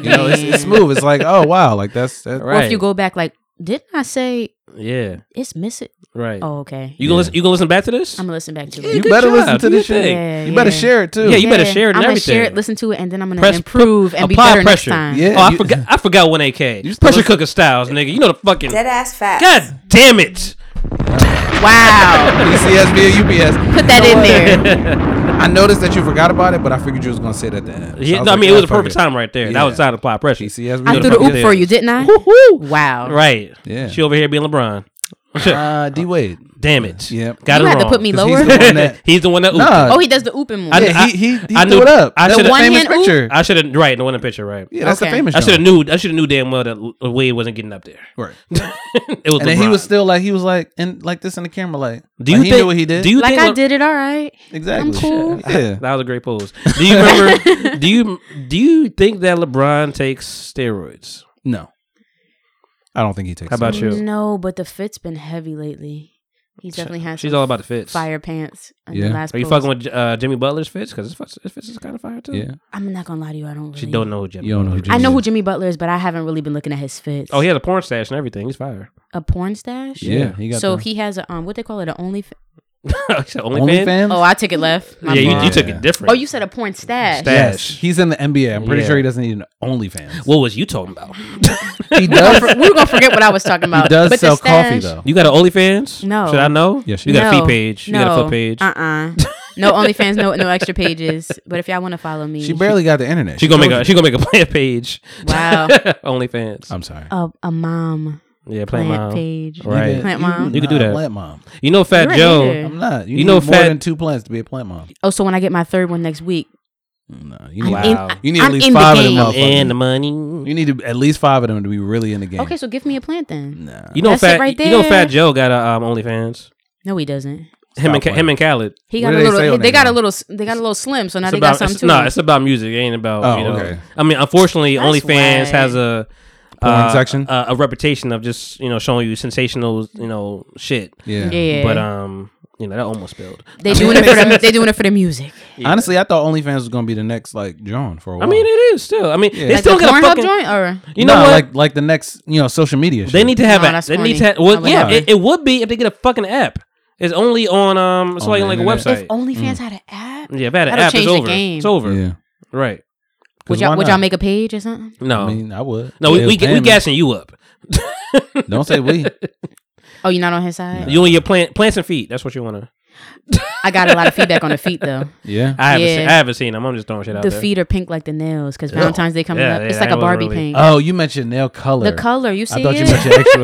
Speaker 3: you know, it's, it's smooth. It's like, oh wow, like that's that,
Speaker 1: Or
Speaker 2: Right.
Speaker 1: if you go back, like, didn't I say
Speaker 2: Yeah.
Speaker 1: it's miss it?
Speaker 2: Right.
Speaker 1: Oh, okay.
Speaker 2: You gonna listen, you gonna listen back to this?
Speaker 1: I'm gonna listen back to
Speaker 2: Yeah,
Speaker 1: it.
Speaker 3: You
Speaker 2: good
Speaker 3: better
Speaker 2: job.
Speaker 3: listen to
Speaker 2: Do your
Speaker 3: this shit.
Speaker 2: thing.
Speaker 1: Yeah,
Speaker 3: You better
Speaker 1: yeah.
Speaker 3: share it too.
Speaker 2: Yeah, you better share it and
Speaker 1: I'm gonna
Speaker 2: everything.
Speaker 1: share it, listen to it, and then I'm gonna
Speaker 2: Press pr-
Speaker 1: improve and be
Speaker 2: apply
Speaker 1: better
Speaker 2: pressure.
Speaker 1: next time.
Speaker 3: Yeah.
Speaker 2: Oh, I
Speaker 3: you-
Speaker 2: forgot. I forgot one AK.
Speaker 3: You still
Speaker 2: Pressure
Speaker 3: listen-
Speaker 2: cooker styles, nigga. You know the fucking.
Speaker 9: Dead ass facts.
Speaker 2: God damn it!
Speaker 1: <laughs> Wow.
Speaker 3: <laughs> ECSB or UPS.
Speaker 1: <laughs> Put that in there.
Speaker 3: I noticed that you forgot about it, but I figured you was gonna say that. Then.
Speaker 2: Yeah, no, I mean it was a perfect time right there. That
Speaker 3: Yeah.
Speaker 2: was time to apply pressure.
Speaker 3: ECSB.
Speaker 1: I
Speaker 2: You know
Speaker 1: threw
Speaker 2: the
Speaker 1: the
Speaker 2: fucking
Speaker 1: oop for
Speaker 2: deal.
Speaker 1: you, didn't I?
Speaker 2: Woo-hoo.
Speaker 1: Wow.
Speaker 2: Right.
Speaker 3: Yeah.
Speaker 2: She over here being LeBron.
Speaker 3: Uh, D Wade.
Speaker 2: Damn it.
Speaker 3: Yep.
Speaker 2: Got
Speaker 1: you
Speaker 2: it
Speaker 1: had
Speaker 2: wrong.
Speaker 1: to put <laughs> me
Speaker 3: 'Cause he's
Speaker 1: lower.
Speaker 3: the one that-
Speaker 2: He's the one that.
Speaker 3: Nah.
Speaker 2: ooped.
Speaker 1: oh, he does the ooping one.
Speaker 2: I-
Speaker 3: Yeah, he he, he
Speaker 2: I
Speaker 3: threw
Speaker 2: knew-
Speaker 3: it up.
Speaker 2: I
Speaker 3: that
Speaker 2: should've-
Speaker 3: was
Speaker 1: One
Speaker 3: famous
Speaker 1: hand oop?
Speaker 3: picture.
Speaker 2: I should have right the one in the picture right.
Speaker 3: yeah, that's
Speaker 1: Okay.
Speaker 3: the famous.
Speaker 2: I should have
Speaker 3: joint.
Speaker 2: knew. I should have knew damn well that L- Wade wasn't getting up there. <laughs>
Speaker 3: Right.
Speaker 2: it was.
Speaker 3: And then he
Speaker 2: LeBron.
Speaker 3: was still like he was like and like this in the camera like.
Speaker 2: Do you
Speaker 3: like,
Speaker 2: think
Speaker 3: he knew what he did?
Speaker 2: Do you
Speaker 1: Like
Speaker 2: think
Speaker 1: I
Speaker 2: Le-
Speaker 1: did it all right.
Speaker 3: exactly?
Speaker 1: I'm cool.
Speaker 3: Yeah.
Speaker 2: That was a great pose. Do you remember? do you do you think that LeBron takes steroids?
Speaker 3: No. I don't think he takes.
Speaker 2: How about
Speaker 3: steroids.
Speaker 2: you?
Speaker 1: No, but the fit's been heavy lately. He's definitely had
Speaker 2: She's
Speaker 1: some
Speaker 2: all about the fits.
Speaker 1: fire pants. in the
Speaker 3: Yeah.
Speaker 1: last
Speaker 2: Are you
Speaker 1: post.
Speaker 2: fucking with uh, Jimmy Butler's fits? Because his fits, his fits is kind of fire too.
Speaker 3: Yeah.
Speaker 1: I'm not gonna lie to you. I don't. Really,
Speaker 2: She don't know who Jimmy.
Speaker 3: You don't know who
Speaker 2: Butler is.
Speaker 1: I
Speaker 3: Jimmy
Speaker 1: know
Speaker 3: is.
Speaker 1: who Jimmy Butler is, but I haven't really been looking at his fits.
Speaker 2: Oh, he had a porn stash and everything. He's fire. <laughs>
Speaker 1: a porn stash.
Speaker 3: Yeah. He got
Speaker 1: So
Speaker 3: the-
Speaker 1: he has a um, what they call it, an only.
Speaker 2: only fan.
Speaker 3: OnlyFans.
Speaker 1: Oh, I took it left. My
Speaker 2: Yeah, you,
Speaker 1: fault.
Speaker 2: you took
Speaker 3: Yeah.
Speaker 2: it different.
Speaker 1: Oh, you said a porn stash.
Speaker 2: Stash.
Speaker 3: Yes, he's in the NBA. I'm pretty
Speaker 2: Yeah.
Speaker 3: sure he doesn't need an OnlyFans.
Speaker 2: What was you talking about?
Speaker 3: he does.
Speaker 1: we were gonna forget what I was talking about.
Speaker 3: he does
Speaker 1: But the
Speaker 3: sell coffee
Speaker 1: stash-
Speaker 3: though.
Speaker 2: You got an OnlyFans?
Speaker 1: No.
Speaker 2: Should I know?
Speaker 3: Yes,
Speaker 2: you
Speaker 3: you
Speaker 2: got a
Speaker 1: No.
Speaker 2: feed page. You got a
Speaker 1: No.
Speaker 2: foot page.
Speaker 1: Uh-uh. No OnlyFans, no no extra pages. But if y'all want to follow me,
Speaker 3: She barely got the internet.
Speaker 2: She gonna make a she gonna make a <laughs> plant page.
Speaker 1: Wow.
Speaker 2: <laughs> OnlyFans.
Speaker 3: I'm sorry.
Speaker 1: a, a mom
Speaker 2: yeah, plant
Speaker 1: plant
Speaker 2: mom.
Speaker 1: page.
Speaker 2: Right.
Speaker 1: Plant mom.
Speaker 2: You can do
Speaker 3: not a
Speaker 2: that.
Speaker 3: Plant mom.
Speaker 2: You know, Fat
Speaker 1: You're a
Speaker 2: Joe.
Speaker 1: hater.
Speaker 3: I'm not. You,
Speaker 2: You know
Speaker 3: know, more
Speaker 2: fat-
Speaker 3: than two plants to be a plant mom.
Speaker 1: Oh, so when I get my third one next week,
Speaker 3: No, you need,
Speaker 2: Wow.
Speaker 1: in-
Speaker 3: you need
Speaker 1: I'm
Speaker 3: at least
Speaker 1: in the
Speaker 3: five of them.
Speaker 1: game. I'm
Speaker 2: And the
Speaker 3: motherfuckers.
Speaker 2: money.
Speaker 3: You need to- at least five of them to be really in the game.
Speaker 1: okay, so give me a plant then.
Speaker 3: Nah.
Speaker 2: You know,
Speaker 1: That's it
Speaker 2: Fat.
Speaker 1: right
Speaker 2: you know, Fat
Speaker 1: there.
Speaker 2: Joe got a um, OnlyFans.
Speaker 1: No, he doesn't.
Speaker 2: Him and Ka-
Speaker 3: playing.
Speaker 2: him and Khaled.
Speaker 1: He got
Speaker 3: What do
Speaker 1: a
Speaker 3: they
Speaker 1: little.
Speaker 3: say
Speaker 1: They,
Speaker 3: on that
Speaker 1: got a
Speaker 3: one?
Speaker 1: little. s- They got a little slim. So now
Speaker 2: It's
Speaker 1: they
Speaker 2: about
Speaker 1: got something
Speaker 2: it's,
Speaker 1: too.
Speaker 2: no, it's about music. It ain't about.
Speaker 3: Oh,
Speaker 2: you know,
Speaker 3: okay.
Speaker 2: I mean, unfortunately,
Speaker 1: That's
Speaker 2: OnlyFans
Speaker 1: whack.
Speaker 2: has a
Speaker 3: Porn
Speaker 2: uh,
Speaker 3: section?
Speaker 2: a, a reputation of just you know showing you sensational you know shit.
Speaker 3: Yeah.
Speaker 1: yeah,
Speaker 2: But um, you know that almost spilled.
Speaker 1: they doing it for the, they doing it for the music.
Speaker 3: Honestly, I thought OnlyFans was gonna be the next like John for a
Speaker 2: I
Speaker 3: while.
Speaker 2: mean, it is still. I mean, they
Speaker 3: Like
Speaker 2: still
Speaker 1: the
Speaker 2: got a
Speaker 1: Pornhub
Speaker 2: fucking.
Speaker 1: joint or
Speaker 2: You know
Speaker 3: Nah,
Speaker 2: what?
Speaker 3: Like like the next you know social media.
Speaker 2: they
Speaker 3: shit.
Speaker 2: need to have
Speaker 1: No,
Speaker 2: a.
Speaker 1: that's
Speaker 2: They need to.
Speaker 1: corny.
Speaker 2: Have, well,
Speaker 1: I would
Speaker 2: yeah,
Speaker 1: never.
Speaker 2: it, it would be if they get a fucking app. It's only on um. It's
Speaker 3: On
Speaker 2: only
Speaker 3: the
Speaker 2: on like a
Speaker 3: internet.
Speaker 2: website.
Speaker 1: if OnlyFans
Speaker 3: Mm.
Speaker 1: had an app,
Speaker 2: yeah, if I had an
Speaker 1: That'll
Speaker 2: app, it's
Speaker 1: change the
Speaker 2: over.
Speaker 1: game.
Speaker 2: It's over.
Speaker 3: Yeah.
Speaker 2: Right.
Speaker 1: would
Speaker 3: 'Cause why
Speaker 1: y'all would
Speaker 3: not?
Speaker 1: y'all make a page or something?
Speaker 2: No.
Speaker 3: I mean, I would.
Speaker 2: Oh. no, we
Speaker 3: They was
Speaker 2: we, ga- we
Speaker 3: paying me.
Speaker 2: gassing you up.
Speaker 3: Don't
Speaker 2: <laughs>
Speaker 3: say we.
Speaker 1: Oh, you're not on his side.
Speaker 2: You and your plant plants and feet. That's what you want to.
Speaker 1: I got a lot of feedback on the feet though.
Speaker 3: <laughs> Yeah.
Speaker 2: I haven't.
Speaker 1: Yeah.
Speaker 2: Seen, I haven't seen them. I'm just throwing shit out
Speaker 1: The
Speaker 2: there.
Speaker 1: feet are pink like the nails because Valentine's Day coming
Speaker 2: Yeah,
Speaker 1: up.
Speaker 2: yeah,
Speaker 1: It's like
Speaker 2: that
Speaker 1: a Barbie
Speaker 2: wasn't really-
Speaker 1: pink.
Speaker 3: Oh, you mentioned nail color.
Speaker 1: the color you see
Speaker 3: I thought
Speaker 1: it?
Speaker 3: you
Speaker 1: <laughs>
Speaker 3: mentioned extra.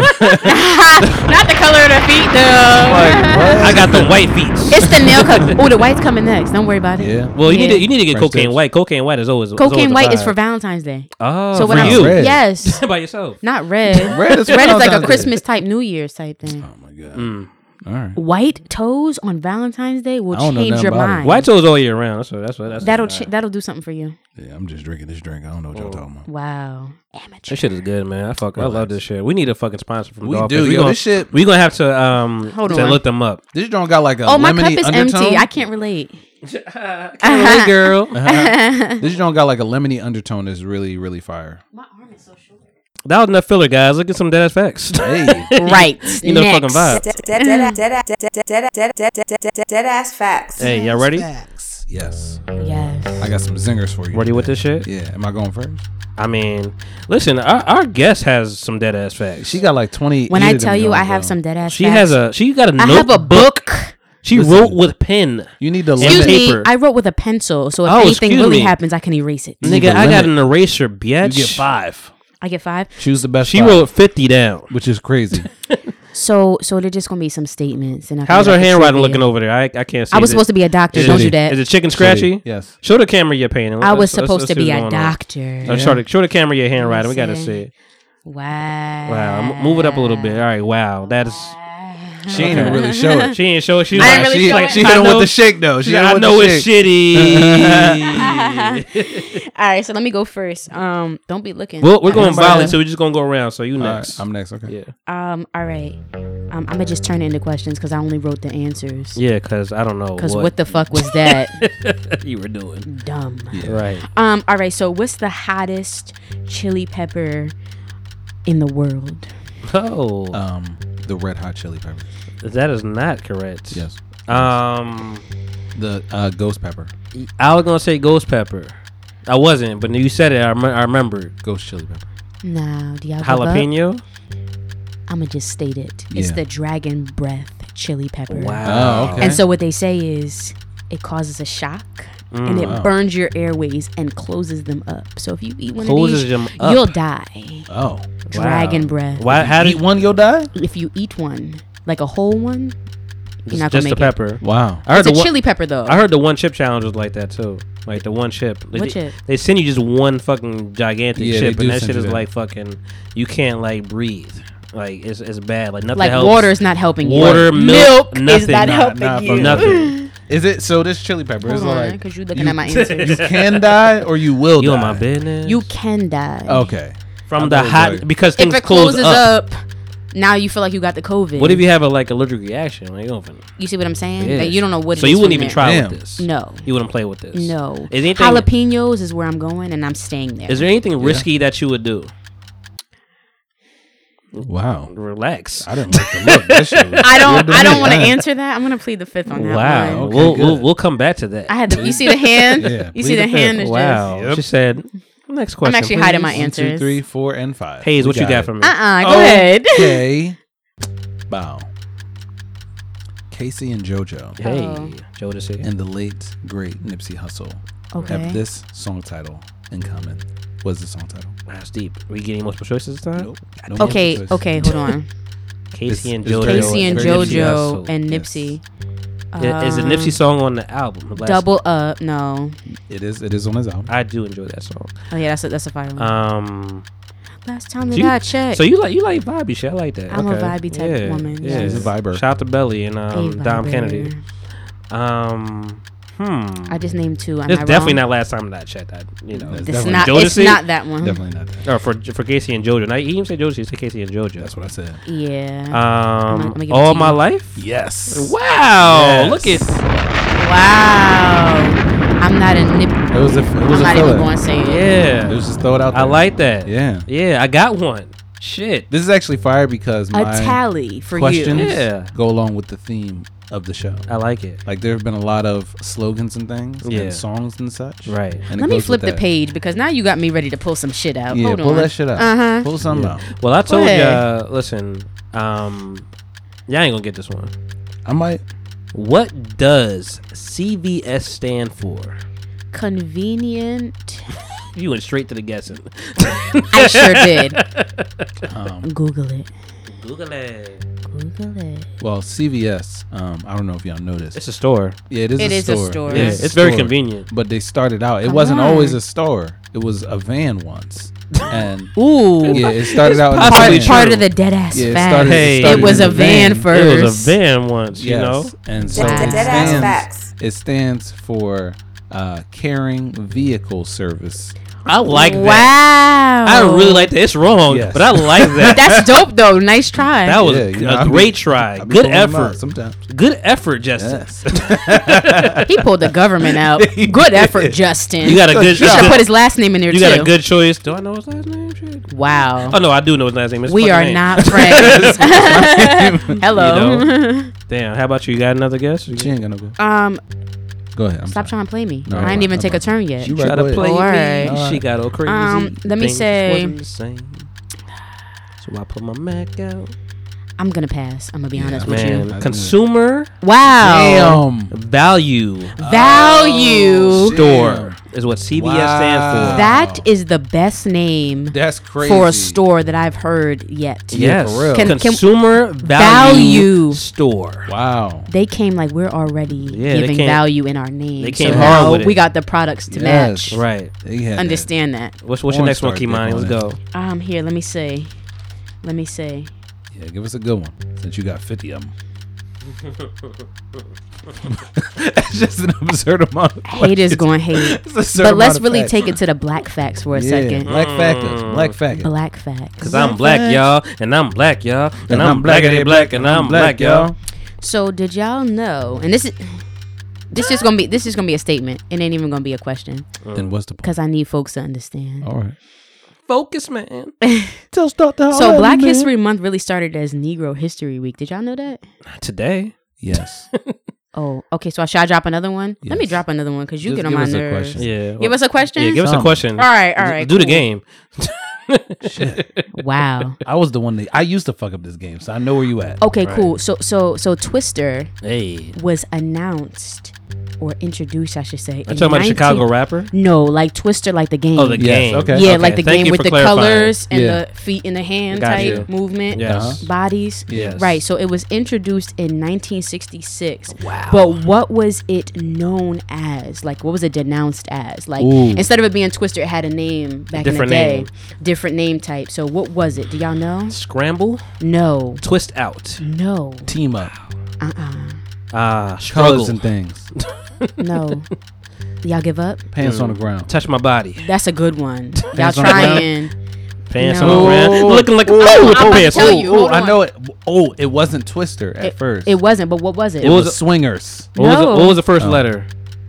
Speaker 1: Not the color of the feet though.
Speaker 2: I got the white feet.
Speaker 1: it's the nail color.
Speaker 3: <laughs>
Speaker 1: Oh, the white's coming next. Don't worry about it.
Speaker 3: yeah.
Speaker 2: Well, you need
Speaker 1: Yeah.
Speaker 2: to you need to get
Speaker 3: Fresh
Speaker 2: cocaine
Speaker 3: tips.
Speaker 2: white. Cocaine white is always is always
Speaker 1: Cocaine
Speaker 2: a
Speaker 1: white is
Speaker 2: vibe.
Speaker 1: for Valentine's Day.
Speaker 2: oh
Speaker 1: so
Speaker 2: for
Speaker 1: when I'm
Speaker 2: you
Speaker 3: Red. <laughs>
Speaker 1: yes,
Speaker 2: <laughs> by yourself.
Speaker 1: not red.
Speaker 3: Red is for
Speaker 1: red is like
Speaker 3: Valentine's
Speaker 1: a
Speaker 3: Day.
Speaker 1: Christmas type, New Year's type thing.
Speaker 3: Oh my god.
Speaker 2: Mm.
Speaker 3: All right.
Speaker 1: White toes on Valentine's Day will
Speaker 3: I don't know
Speaker 1: change
Speaker 3: nothing
Speaker 1: your
Speaker 3: about it.
Speaker 1: mind.
Speaker 2: White toes all year round. That's what that's what that's
Speaker 1: That'll
Speaker 2: what-
Speaker 1: ch- that'll do something for you.
Speaker 3: Yeah, I'm just drinking this drink. I don't know
Speaker 2: Oh.
Speaker 3: what y'all talking about.
Speaker 1: Wow, amateur.
Speaker 2: This shit is good, man. I fuck. I love this shit. We need a fucking sponsor from
Speaker 3: We
Speaker 2: Dolphins.
Speaker 3: do,
Speaker 2: We
Speaker 3: yo,
Speaker 2: gonna,
Speaker 3: this shit-
Speaker 2: We gonna have to um
Speaker 1: Hold
Speaker 2: to
Speaker 1: on.
Speaker 2: look them
Speaker 1: <laughs>
Speaker 2: up.
Speaker 3: This joint got like a
Speaker 1: Oh, my cup
Speaker 3: lemony
Speaker 1: is
Speaker 3: undertone.
Speaker 1: empty. I
Speaker 2: <laughs>
Speaker 1: can't relate.
Speaker 2: hey girl,
Speaker 3: This joint got like a lemony undertone that's really, really fire.
Speaker 2: <laughs> that was enough filler, guys. Look at some dead ass facts. <laughs>
Speaker 3: Hey.
Speaker 1: right.
Speaker 2: you know the
Speaker 1: next.
Speaker 2: fucking vibe.
Speaker 9: Dead dead- dead- dead- dead- dead- dead- dead- dead- dead- dead- dead- dead ass facts.
Speaker 2: Hey, y'all ready?
Speaker 3: yes.
Speaker 1: Yes.
Speaker 3: I I got some zingers for you.
Speaker 2: Ready with this shit?
Speaker 3: Yeah. Am I going first?
Speaker 2: I mean, listen, our, our guest has some dead ass facts.
Speaker 3: She got like twenty.
Speaker 1: When
Speaker 3: eight
Speaker 1: I
Speaker 3: of them
Speaker 1: tell you
Speaker 3: going,
Speaker 1: I have
Speaker 3: bro.
Speaker 1: some dead ass
Speaker 2: She has a she got a
Speaker 1: I
Speaker 2: notebook.
Speaker 1: have a book.
Speaker 2: She
Speaker 3: Listen.
Speaker 2: wrote with pen.
Speaker 3: You need to
Speaker 1: Excuse
Speaker 3: limit.
Speaker 1: me,
Speaker 2: paper.
Speaker 1: I wrote with a pencil, so if
Speaker 2: Oh,
Speaker 1: anything
Speaker 2: excuse
Speaker 1: really
Speaker 2: me.
Speaker 1: happens, I can erase it.
Speaker 3: need
Speaker 2: Nigga,
Speaker 3: to
Speaker 2: I got
Speaker 3: limit.
Speaker 2: an eraser, bitch.
Speaker 3: You get
Speaker 2: five.
Speaker 1: I get five.
Speaker 3: Choose the best.
Speaker 2: She
Speaker 3: five,
Speaker 2: wrote fifty down.
Speaker 3: which is <laughs> crazy.
Speaker 1: So, so they're just gonna be some statements. And I can
Speaker 2: How's
Speaker 1: write
Speaker 2: her
Speaker 1: a
Speaker 2: handwriting
Speaker 1: trivia.
Speaker 2: looking over there? I, I can't see.
Speaker 1: I was supposed to be a doctor.
Speaker 2: Is
Speaker 1: Don't
Speaker 2: it-
Speaker 1: do that.
Speaker 2: Is it chicken scratchy?
Speaker 3: yes.
Speaker 2: Show the camera your painting.
Speaker 1: I
Speaker 2: Let's-
Speaker 1: was
Speaker 2: let's-
Speaker 1: supposed
Speaker 2: let's
Speaker 1: to
Speaker 2: see
Speaker 1: be
Speaker 2: what's
Speaker 1: a
Speaker 2: going on.
Speaker 1: doctor.
Speaker 2: Uh, Show, the, show the camera your handwriting. We gotta
Speaker 1: see.
Speaker 2: see it.
Speaker 1: Wow.
Speaker 2: Wow, m- move it up a little bit. All right, wow, that is.
Speaker 1: <laughs>
Speaker 3: She ain't even really show it.
Speaker 2: She ain't show it. She
Speaker 3: Nah,
Speaker 2: like,
Speaker 1: really
Speaker 2: she,
Speaker 1: show
Speaker 2: like,
Speaker 1: it.
Speaker 3: she
Speaker 2: I
Speaker 3: hit him
Speaker 2: know-
Speaker 3: with the shake though. She
Speaker 2: She like,
Speaker 3: hit him
Speaker 2: I
Speaker 3: with
Speaker 2: know
Speaker 3: the
Speaker 2: it's
Speaker 3: shake.
Speaker 1: <laughs>
Speaker 2: shitty.
Speaker 1: All right, so let me go first. Um, don't be looking.
Speaker 2: well, we're
Speaker 1: I don't
Speaker 2: going
Speaker 1: see
Speaker 2: violent,
Speaker 1: that.
Speaker 2: so we're just gonna go around. So you
Speaker 3: All
Speaker 2: next.
Speaker 3: right, I'm next. Okay.
Speaker 2: yeah,
Speaker 1: Um, all right. Um, I'm gonna just turn it into questions because I only wrote the answers.
Speaker 2: yeah, because I don't know
Speaker 1: Because
Speaker 2: what,
Speaker 1: what the fuck was that?
Speaker 2: <laughs> you were doing.
Speaker 1: Dumb.
Speaker 2: <laughs> Right.
Speaker 1: Um, all right. So what's the hottest chili pepper in the world?
Speaker 2: Oh,
Speaker 3: Um, the Red Hot Chili Peppers.
Speaker 2: that is not correct.
Speaker 3: Yes.
Speaker 2: Um,
Speaker 3: The uh, Ghost Pepper.
Speaker 2: I was gonna say ghost pepper. I wasn't, but you said it. I, rem- I remembered
Speaker 3: Ghost Chili Pepper.
Speaker 1: Now, do y'all Give up?
Speaker 2: jalapeno.
Speaker 1: I'm gonna just state it. It's
Speaker 3: Yeah.
Speaker 1: the dragon breath chili pepper.
Speaker 3: Oh, okay.
Speaker 1: And so what they say is it causes a shock and it
Speaker 2: Mm.
Speaker 3: wow.
Speaker 1: burns your airways and closes them up. So if you eat one
Speaker 2: Closes
Speaker 1: of
Speaker 2: them
Speaker 1: these,
Speaker 2: up.
Speaker 1: you'll die.
Speaker 3: Oh.
Speaker 1: Dragon breath.
Speaker 2: uh, Why? How
Speaker 3: Eat
Speaker 2: did
Speaker 3: one, you'll die.
Speaker 1: If you eat one, like a whole one, you're not gonna
Speaker 2: just the
Speaker 1: make it.
Speaker 2: pepper?
Speaker 3: Wow.
Speaker 2: I heard
Speaker 1: It's
Speaker 2: the
Speaker 1: a
Speaker 2: one-
Speaker 1: chili pepper though.
Speaker 2: I heard the one chip challenge was like that too. Like the one chip. They-
Speaker 1: What chip?
Speaker 2: They send you just one fucking gigantic
Speaker 3: Yeah, they
Speaker 2: chip,
Speaker 3: do
Speaker 2: and that
Speaker 3: send
Speaker 2: shit
Speaker 3: you
Speaker 2: is
Speaker 3: that.
Speaker 2: like fucking. You can't like breathe. Like it's it's bad. Like nothing
Speaker 1: like
Speaker 2: helps.
Speaker 1: water is not helping you.
Speaker 2: Water, milk, nothing,
Speaker 1: is not
Speaker 2: nah,
Speaker 1: helping
Speaker 3: nah,
Speaker 1: you.
Speaker 3: fuck
Speaker 1: <laughs>
Speaker 2: nothing.
Speaker 3: Is it so? This chili pepper is
Speaker 1: Hold on,
Speaker 3: like
Speaker 1: because you're looking at
Speaker 2: <laughs>
Speaker 1: my answers.
Speaker 3: you can die or <laughs> you will.
Speaker 2: you
Speaker 3: die.
Speaker 2: in my business?
Speaker 1: you can die.
Speaker 3: Okay.
Speaker 2: from
Speaker 3: I'm
Speaker 2: the
Speaker 3: really
Speaker 2: hot
Speaker 3: sorry.
Speaker 2: because
Speaker 1: If
Speaker 2: Oh, things
Speaker 1: it
Speaker 2: close
Speaker 1: closes
Speaker 2: up.
Speaker 1: up. now you feel like you got the COVID.
Speaker 2: What if you have a like allergic reaction? Like open.
Speaker 1: You see what I'm saying?
Speaker 2: Yeah.
Speaker 1: Like, you don't know what.
Speaker 2: So
Speaker 1: it
Speaker 2: you
Speaker 1: is
Speaker 2: wouldn't
Speaker 1: from
Speaker 2: even
Speaker 1: there.
Speaker 2: try
Speaker 3: Damn.
Speaker 2: with this.
Speaker 1: No.
Speaker 2: You wouldn't play with this.
Speaker 1: No.
Speaker 2: Is anything
Speaker 1: Jalapenos is where I'm going, and I'm staying there.
Speaker 2: is there anything risky that you would do?
Speaker 3: Wow.
Speaker 2: Relax.
Speaker 3: <laughs> I didn't like the look. That
Speaker 1: <laughs>
Speaker 3: shit was-
Speaker 1: I don't. I don't want to
Speaker 3: Yeah.
Speaker 1: answer that. I'm gonna plead the fifth on that
Speaker 2: Wow.
Speaker 1: one.
Speaker 3: Okay,
Speaker 2: we'll, we'll
Speaker 3: good.
Speaker 2: we'll come back to that.
Speaker 1: I had the. You
Speaker 2: <laughs>
Speaker 1: see the hand.
Speaker 3: Yeah,
Speaker 1: you
Speaker 3: plead
Speaker 1: see the
Speaker 3: the fifth.
Speaker 1: hand is just.
Speaker 2: Wow. She said, next question.
Speaker 1: actually hiding my
Speaker 2: please."
Speaker 1: an-
Speaker 3: One, two,
Speaker 1: answers.
Speaker 3: three, four, and five.
Speaker 2: Hayes, what
Speaker 3: We
Speaker 2: you got
Speaker 3: it.
Speaker 2: for me?
Speaker 1: Uh uh
Speaker 2: Oh,
Speaker 1: Go ahead.
Speaker 3: Okay. <laughs> Bow. Casey and JoJo
Speaker 2: Hey,
Speaker 1: Oh.
Speaker 2: Joe to see.
Speaker 3: and the late great Nipsey Hussle
Speaker 1: Okay.
Speaker 3: have this song title in common. What's the song title?
Speaker 2: That's deep. we getting multiple choices this time?
Speaker 3: No
Speaker 1: Uh, Okay.
Speaker 3: choice.
Speaker 1: Okay.
Speaker 2: <laughs>
Speaker 1: Hold on.
Speaker 2: Casey
Speaker 3: It's-
Speaker 2: and
Speaker 3: it's
Speaker 2: JoJo.
Speaker 3: very-
Speaker 1: Casey and
Speaker 3: very Nipsey
Speaker 1: JoJo
Speaker 3: Hussle,
Speaker 1: and
Speaker 3: yes.
Speaker 1: Nipsey. um,
Speaker 2: It- It's a Nipsey song on the album. the last-
Speaker 1: Double up. No.
Speaker 3: <laughs> It is. It is on his album.
Speaker 2: I do enjoy that song.
Speaker 1: Oh yeah, that's a that's a fire one.
Speaker 2: Um,
Speaker 1: Last time that
Speaker 2: do you-
Speaker 1: I checked.
Speaker 2: so you like you like vibey shit. I like that.
Speaker 1: I'm a
Speaker 2: Okay.
Speaker 1: vibey type
Speaker 2: Yeah,
Speaker 1: woman,
Speaker 2: Yeah.
Speaker 1: yes.
Speaker 3: She's a viber.
Speaker 2: Shout out to Belly and
Speaker 1: Hey,
Speaker 2: um, Dom
Speaker 1: vibrator.
Speaker 2: Kennedy. Um, hmm.
Speaker 1: I just named two. Am
Speaker 2: It's
Speaker 1: I
Speaker 2: definitely
Speaker 1: wrong?
Speaker 2: not last time that I checked. I, you know,
Speaker 3: It's
Speaker 1: It's
Speaker 3: Definitely.
Speaker 1: not.
Speaker 2: Jodeci?
Speaker 1: It's not that one.
Speaker 3: Definitely not that.
Speaker 2: or for for Casey and JoJo. Now you even say JoJo, you say Casey and JoJo.
Speaker 3: That's what I said.
Speaker 1: Yeah.
Speaker 2: Um,
Speaker 1: I'ma- I'ma give it
Speaker 2: all
Speaker 1: to
Speaker 2: my
Speaker 1: you.
Speaker 2: life.
Speaker 3: Yes.
Speaker 2: Wow!
Speaker 3: Yes.
Speaker 2: Look at
Speaker 1: wow. I'm not a nip. I'm
Speaker 3: It was a. It was a
Speaker 1: not even
Speaker 3: filler.
Speaker 1: going to say it.
Speaker 3: It
Speaker 2: yeah.
Speaker 3: was just throw it out.
Speaker 2: I
Speaker 3: there.
Speaker 2: like that.
Speaker 3: Yeah.
Speaker 2: yeah. I got one. Shit.
Speaker 3: This is actually fire because my
Speaker 1: A tally for
Speaker 3: questions
Speaker 1: you.
Speaker 2: Yeah.
Speaker 3: go along with the theme of the show.
Speaker 2: I like it.
Speaker 3: Like there have been a lot of slogans and things
Speaker 2: Yeah.
Speaker 3: and songs and such.
Speaker 2: Right.
Speaker 1: Let me
Speaker 3: And it goes
Speaker 1: flip
Speaker 3: with
Speaker 1: the
Speaker 3: that.
Speaker 1: page because now you got me ready to pull some shit out.
Speaker 3: Yeah,
Speaker 1: Hold
Speaker 3: pull
Speaker 1: on.
Speaker 3: that shit out.
Speaker 1: Uh-huh.
Speaker 3: Pull something out.
Speaker 2: Well, I told
Speaker 1: ahead.
Speaker 2: ya. Listen, um, y'all ain't gonna get this one.
Speaker 3: I might.
Speaker 2: What does CVS stand for?
Speaker 1: Convenient.
Speaker 2: You went straight to the guessing.
Speaker 1: I sure did.
Speaker 3: Um,
Speaker 1: Google it.
Speaker 2: Google it.
Speaker 1: Google it.
Speaker 3: well, CVS. Um, I don't know if y'all know this.
Speaker 2: It's a store.
Speaker 3: Yeah, it is.
Speaker 1: It
Speaker 3: a
Speaker 1: is a
Speaker 3: store.
Speaker 1: store.
Speaker 2: Yeah,
Speaker 1: Yeah,
Speaker 2: it's,
Speaker 1: it's
Speaker 2: very
Speaker 3: store.
Speaker 2: convenient.
Speaker 3: But they started out. It wasn't always a store. It was a van once. And
Speaker 1: <laughs> Ooh.
Speaker 3: yeah, it started out. As
Speaker 1: Part,
Speaker 3: a
Speaker 2: possibly
Speaker 3: van.
Speaker 2: true.
Speaker 1: part of the dead ass
Speaker 3: Yeah, it
Speaker 1: fact.
Speaker 3: started-
Speaker 2: it started
Speaker 1: it was
Speaker 2: in
Speaker 1: a
Speaker 2: the
Speaker 1: van,
Speaker 3: van.
Speaker 1: first.
Speaker 2: It was a van once, you
Speaker 3: Yes.
Speaker 2: know.
Speaker 3: And so
Speaker 1: Dead
Speaker 3: it
Speaker 1: ass
Speaker 3: stands. It stands for uh, Caring Vehicle Service.
Speaker 2: I like
Speaker 1: wow.
Speaker 2: that. I really like that. It's wrong,
Speaker 3: Yes.
Speaker 2: but I like
Speaker 1: <laughs>
Speaker 2: that.
Speaker 1: That's dope though. Nice try.
Speaker 2: that was
Speaker 3: Yeah,
Speaker 2: a
Speaker 3: you know, I be-
Speaker 2: great try.
Speaker 3: I be
Speaker 2: Good
Speaker 3: pulling them out
Speaker 2: effort.
Speaker 3: Sometimes.
Speaker 2: Good effort, Justin.
Speaker 3: <laughs> Yes.
Speaker 1: he pulled the government
Speaker 3: <laughs>
Speaker 1: out. Good effort, Justin.
Speaker 2: You got a good.
Speaker 1: He should have put his last name in there
Speaker 2: you
Speaker 1: too.
Speaker 2: got a good choice. Do I know his last name? Shit.
Speaker 1: wow.
Speaker 2: Oh no, I do know his last name. It's
Speaker 1: we
Speaker 2: fucking
Speaker 1: are
Speaker 2: name. <laughs>
Speaker 1: not friends. Hello. <laughs>
Speaker 2: Damn. How about you? You got another guess?
Speaker 3: she ain't gonna go.
Speaker 1: Um,
Speaker 3: Go ahead. I'm
Speaker 1: Stop
Speaker 3: sorry.
Speaker 1: trying to play me.
Speaker 3: No,
Speaker 1: I didn't
Speaker 3: no,
Speaker 1: even
Speaker 3: no,
Speaker 1: take
Speaker 3: no.
Speaker 1: a turn yet.
Speaker 3: You
Speaker 2: Try
Speaker 3: right,
Speaker 2: to
Speaker 3: go
Speaker 2: play
Speaker 3: ahead.
Speaker 1: All right.
Speaker 2: me. She got all crazy.
Speaker 1: Um, let me
Speaker 2: Things
Speaker 1: say-
Speaker 2: wasn't the same. So I put my Mac out.
Speaker 1: I'm gonna pass. I'm gonna be honest with you.
Speaker 3: I
Speaker 2: Man,
Speaker 3: do.
Speaker 2: consumer
Speaker 1: Wow.
Speaker 3: Damn.
Speaker 2: value
Speaker 1: Value.
Speaker 2: store is what CVS stands for.
Speaker 3: Wow.
Speaker 1: That is the best name
Speaker 3: That's crazy.
Speaker 1: for a store that I've heard yet.
Speaker 2: Yes,
Speaker 3: for real.
Speaker 1: Can- can-
Speaker 2: consumer value,
Speaker 1: Value.
Speaker 2: store.
Speaker 3: Wow.
Speaker 1: They came like we're already
Speaker 2: Yeah, they
Speaker 1: giving
Speaker 2: came-
Speaker 1: value in our name.
Speaker 2: they came
Speaker 1: so
Speaker 2: hard
Speaker 1: now
Speaker 2: with it.
Speaker 1: We got the products to
Speaker 3: Yes.
Speaker 1: match.
Speaker 2: Right.
Speaker 3: They had that.
Speaker 1: Understand that.
Speaker 2: What's, what's your next one,
Speaker 3: Porn star
Speaker 2: Kimani? Let's
Speaker 3: dip on
Speaker 2: go.
Speaker 1: Um, here. Let me see. Let me see.
Speaker 3: Yeah, give us a good one since you got 50
Speaker 2: <laughs>
Speaker 3: of them. That's just an absurd amount.
Speaker 2: <laughs>
Speaker 1: Haters going hate.
Speaker 3: It's a certain
Speaker 1: But let's
Speaker 3: amount of
Speaker 1: really
Speaker 3: facts.
Speaker 1: take it to the black facts for a
Speaker 3: Yeah,
Speaker 1: second.
Speaker 3: Black factors.
Speaker 2: Mm.
Speaker 3: Black factors.
Speaker 1: Black facts.
Speaker 2: Cause I'm black, y'all, and I'm black, y'all, and I'm blacker than black, and I'm black, y'all.
Speaker 1: So did y'all know? And this is this is gonna be this is gonna be a statement. It ain't even gonna be a question
Speaker 3: Then what's the point?
Speaker 1: because I need folks to understand.
Speaker 3: All right.
Speaker 2: Focus, man.
Speaker 3: Tell stop the
Speaker 1: So Black History Month really started as Negro History Week. Did y'all know that?
Speaker 2: Today,
Speaker 3: Yes.
Speaker 1: Oh, okay. So should I drop another one? Let me
Speaker 3: Yes.
Speaker 1: drop another one because you
Speaker 3: Just
Speaker 1: get on
Speaker 3: give
Speaker 1: my
Speaker 3: us a
Speaker 1: nerves.
Speaker 3: question.
Speaker 2: yeah.
Speaker 1: Give us a question.
Speaker 2: yeah, give us a
Speaker 3: Some.
Speaker 2: question.
Speaker 1: All right, all right.
Speaker 2: Do the
Speaker 1: cool.
Speaker 2: game. <laughs>
Speaker 1: Wow.
Speaker 3: I was the one that I used to fuck up this game, so I know where you at.
Speaker 1: Okay, cool. So so so Twister
Speaker 2: Hey,
Speaker 1: was announced or introduced, I should say.
Speaker 2: I'm talking about a Chicago rapper.
Speaker 1: No, like Twister, like the game.
Speaker 2: Oh, the
Speaker 3: Yes,
Speaker 2: game.
Speaker 3: okay.
Speaker 1: Yeah, like the
Speaker 2: Thank
Speaker 1: game
Speaker 2: you
Speaker 1: with
Speaker 2: for
Speaker 1: the
Speaker 2: clarifying.
Speaker 1: colors and
Speaker 3: Yeah.
Speaker 1: the feet and the hand
Speaker 2: Got
Speaker 1: type
Speaker 2: you.
Speaker 1: movement.
Speaker 2: Yes.
Speaker 1: Bodies.
Speaker 2: Yes.
Speaker 1: Right. So it was introduced in 1966. Wow. But what was it known as? Like, what was it denounced as? Like,
Speaker 3: Ooh.
Speaker 1: instead of it being Twister, it had a name back
Speaker 2: Different
Speaker 1: in the day.
Speaker 2: name.
Speaker 1: Different name type. So what was it? Do y'all know?
Speaker 2: Scramble,
Speaker 1: No.
Speaker 2: twist out.
Speaker 1: No.
Speaker 3: Team up,
Speaker 2: Ah, struggle.
Speaker 3: colors and things,
Speaker 1: No. y'all give up?
Speaker 3: pants on the ground.
Speaker 2: Touch my body.
Speaker 1: That's a good one. Y'all
Speaker 3: Pants on the ground?
Speaker 1: trying.
Speaker 2: Pants
Speaker 1: No.
Speaker 2: on the ground.
Speaker 3: Ooh.
Speaker 2: Looking like a fool with the
Speaker 1: about to
Speaker 2: pants.
Speaker 1: tell
Speaker 2: on.
Speaker 1: you.
Speaker 3: Oh,
Speaker 1: hold
Speaker 3: I
Speaker 1: on.
Speaker 3: know it. Oh, it wasn't Twister at first.
Speaker 1: It wasn't, but what was it?
Speaker 3: It was,
Speaker 2: was-
Speaker 3: swingers.
Speaker 2: What, was the,
Speaker 1: No.
Speaker 2: what was the first letter?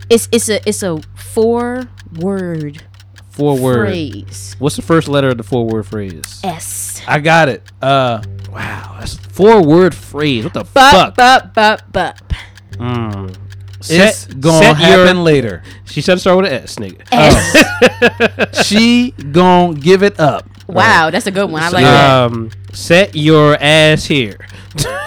Speaker 1: It's it's a it's a four word
Speaker 3: Four words.
Speaker 1: phrase.
Speaker 2: What's the first letter of the four word phrase?
Speaker 1: S.
Speaker 3: I got it. Uh,
Speaker 2: Wow, that's four word phrase. What the
Speaker 1: Bup
Speaker 2: fuck?
Speaker 1: bup bup bup.
Speaker 2: Mm.
Speaker 3: it's
Speaker 2: Set-
Speaker 3: gonna
Speaker 2: set your-
Speaker 3: happen
Speaker 2: <laughs>
Speaker 3: later.
Speaker 2: She said start with an S, nigga.
Speaker 1: S.
Speaker 3: she gonna give it up.
Speaker 1: Wow, that's a good one. I like that.
Speaker 2: um, set your ass here. <laughs>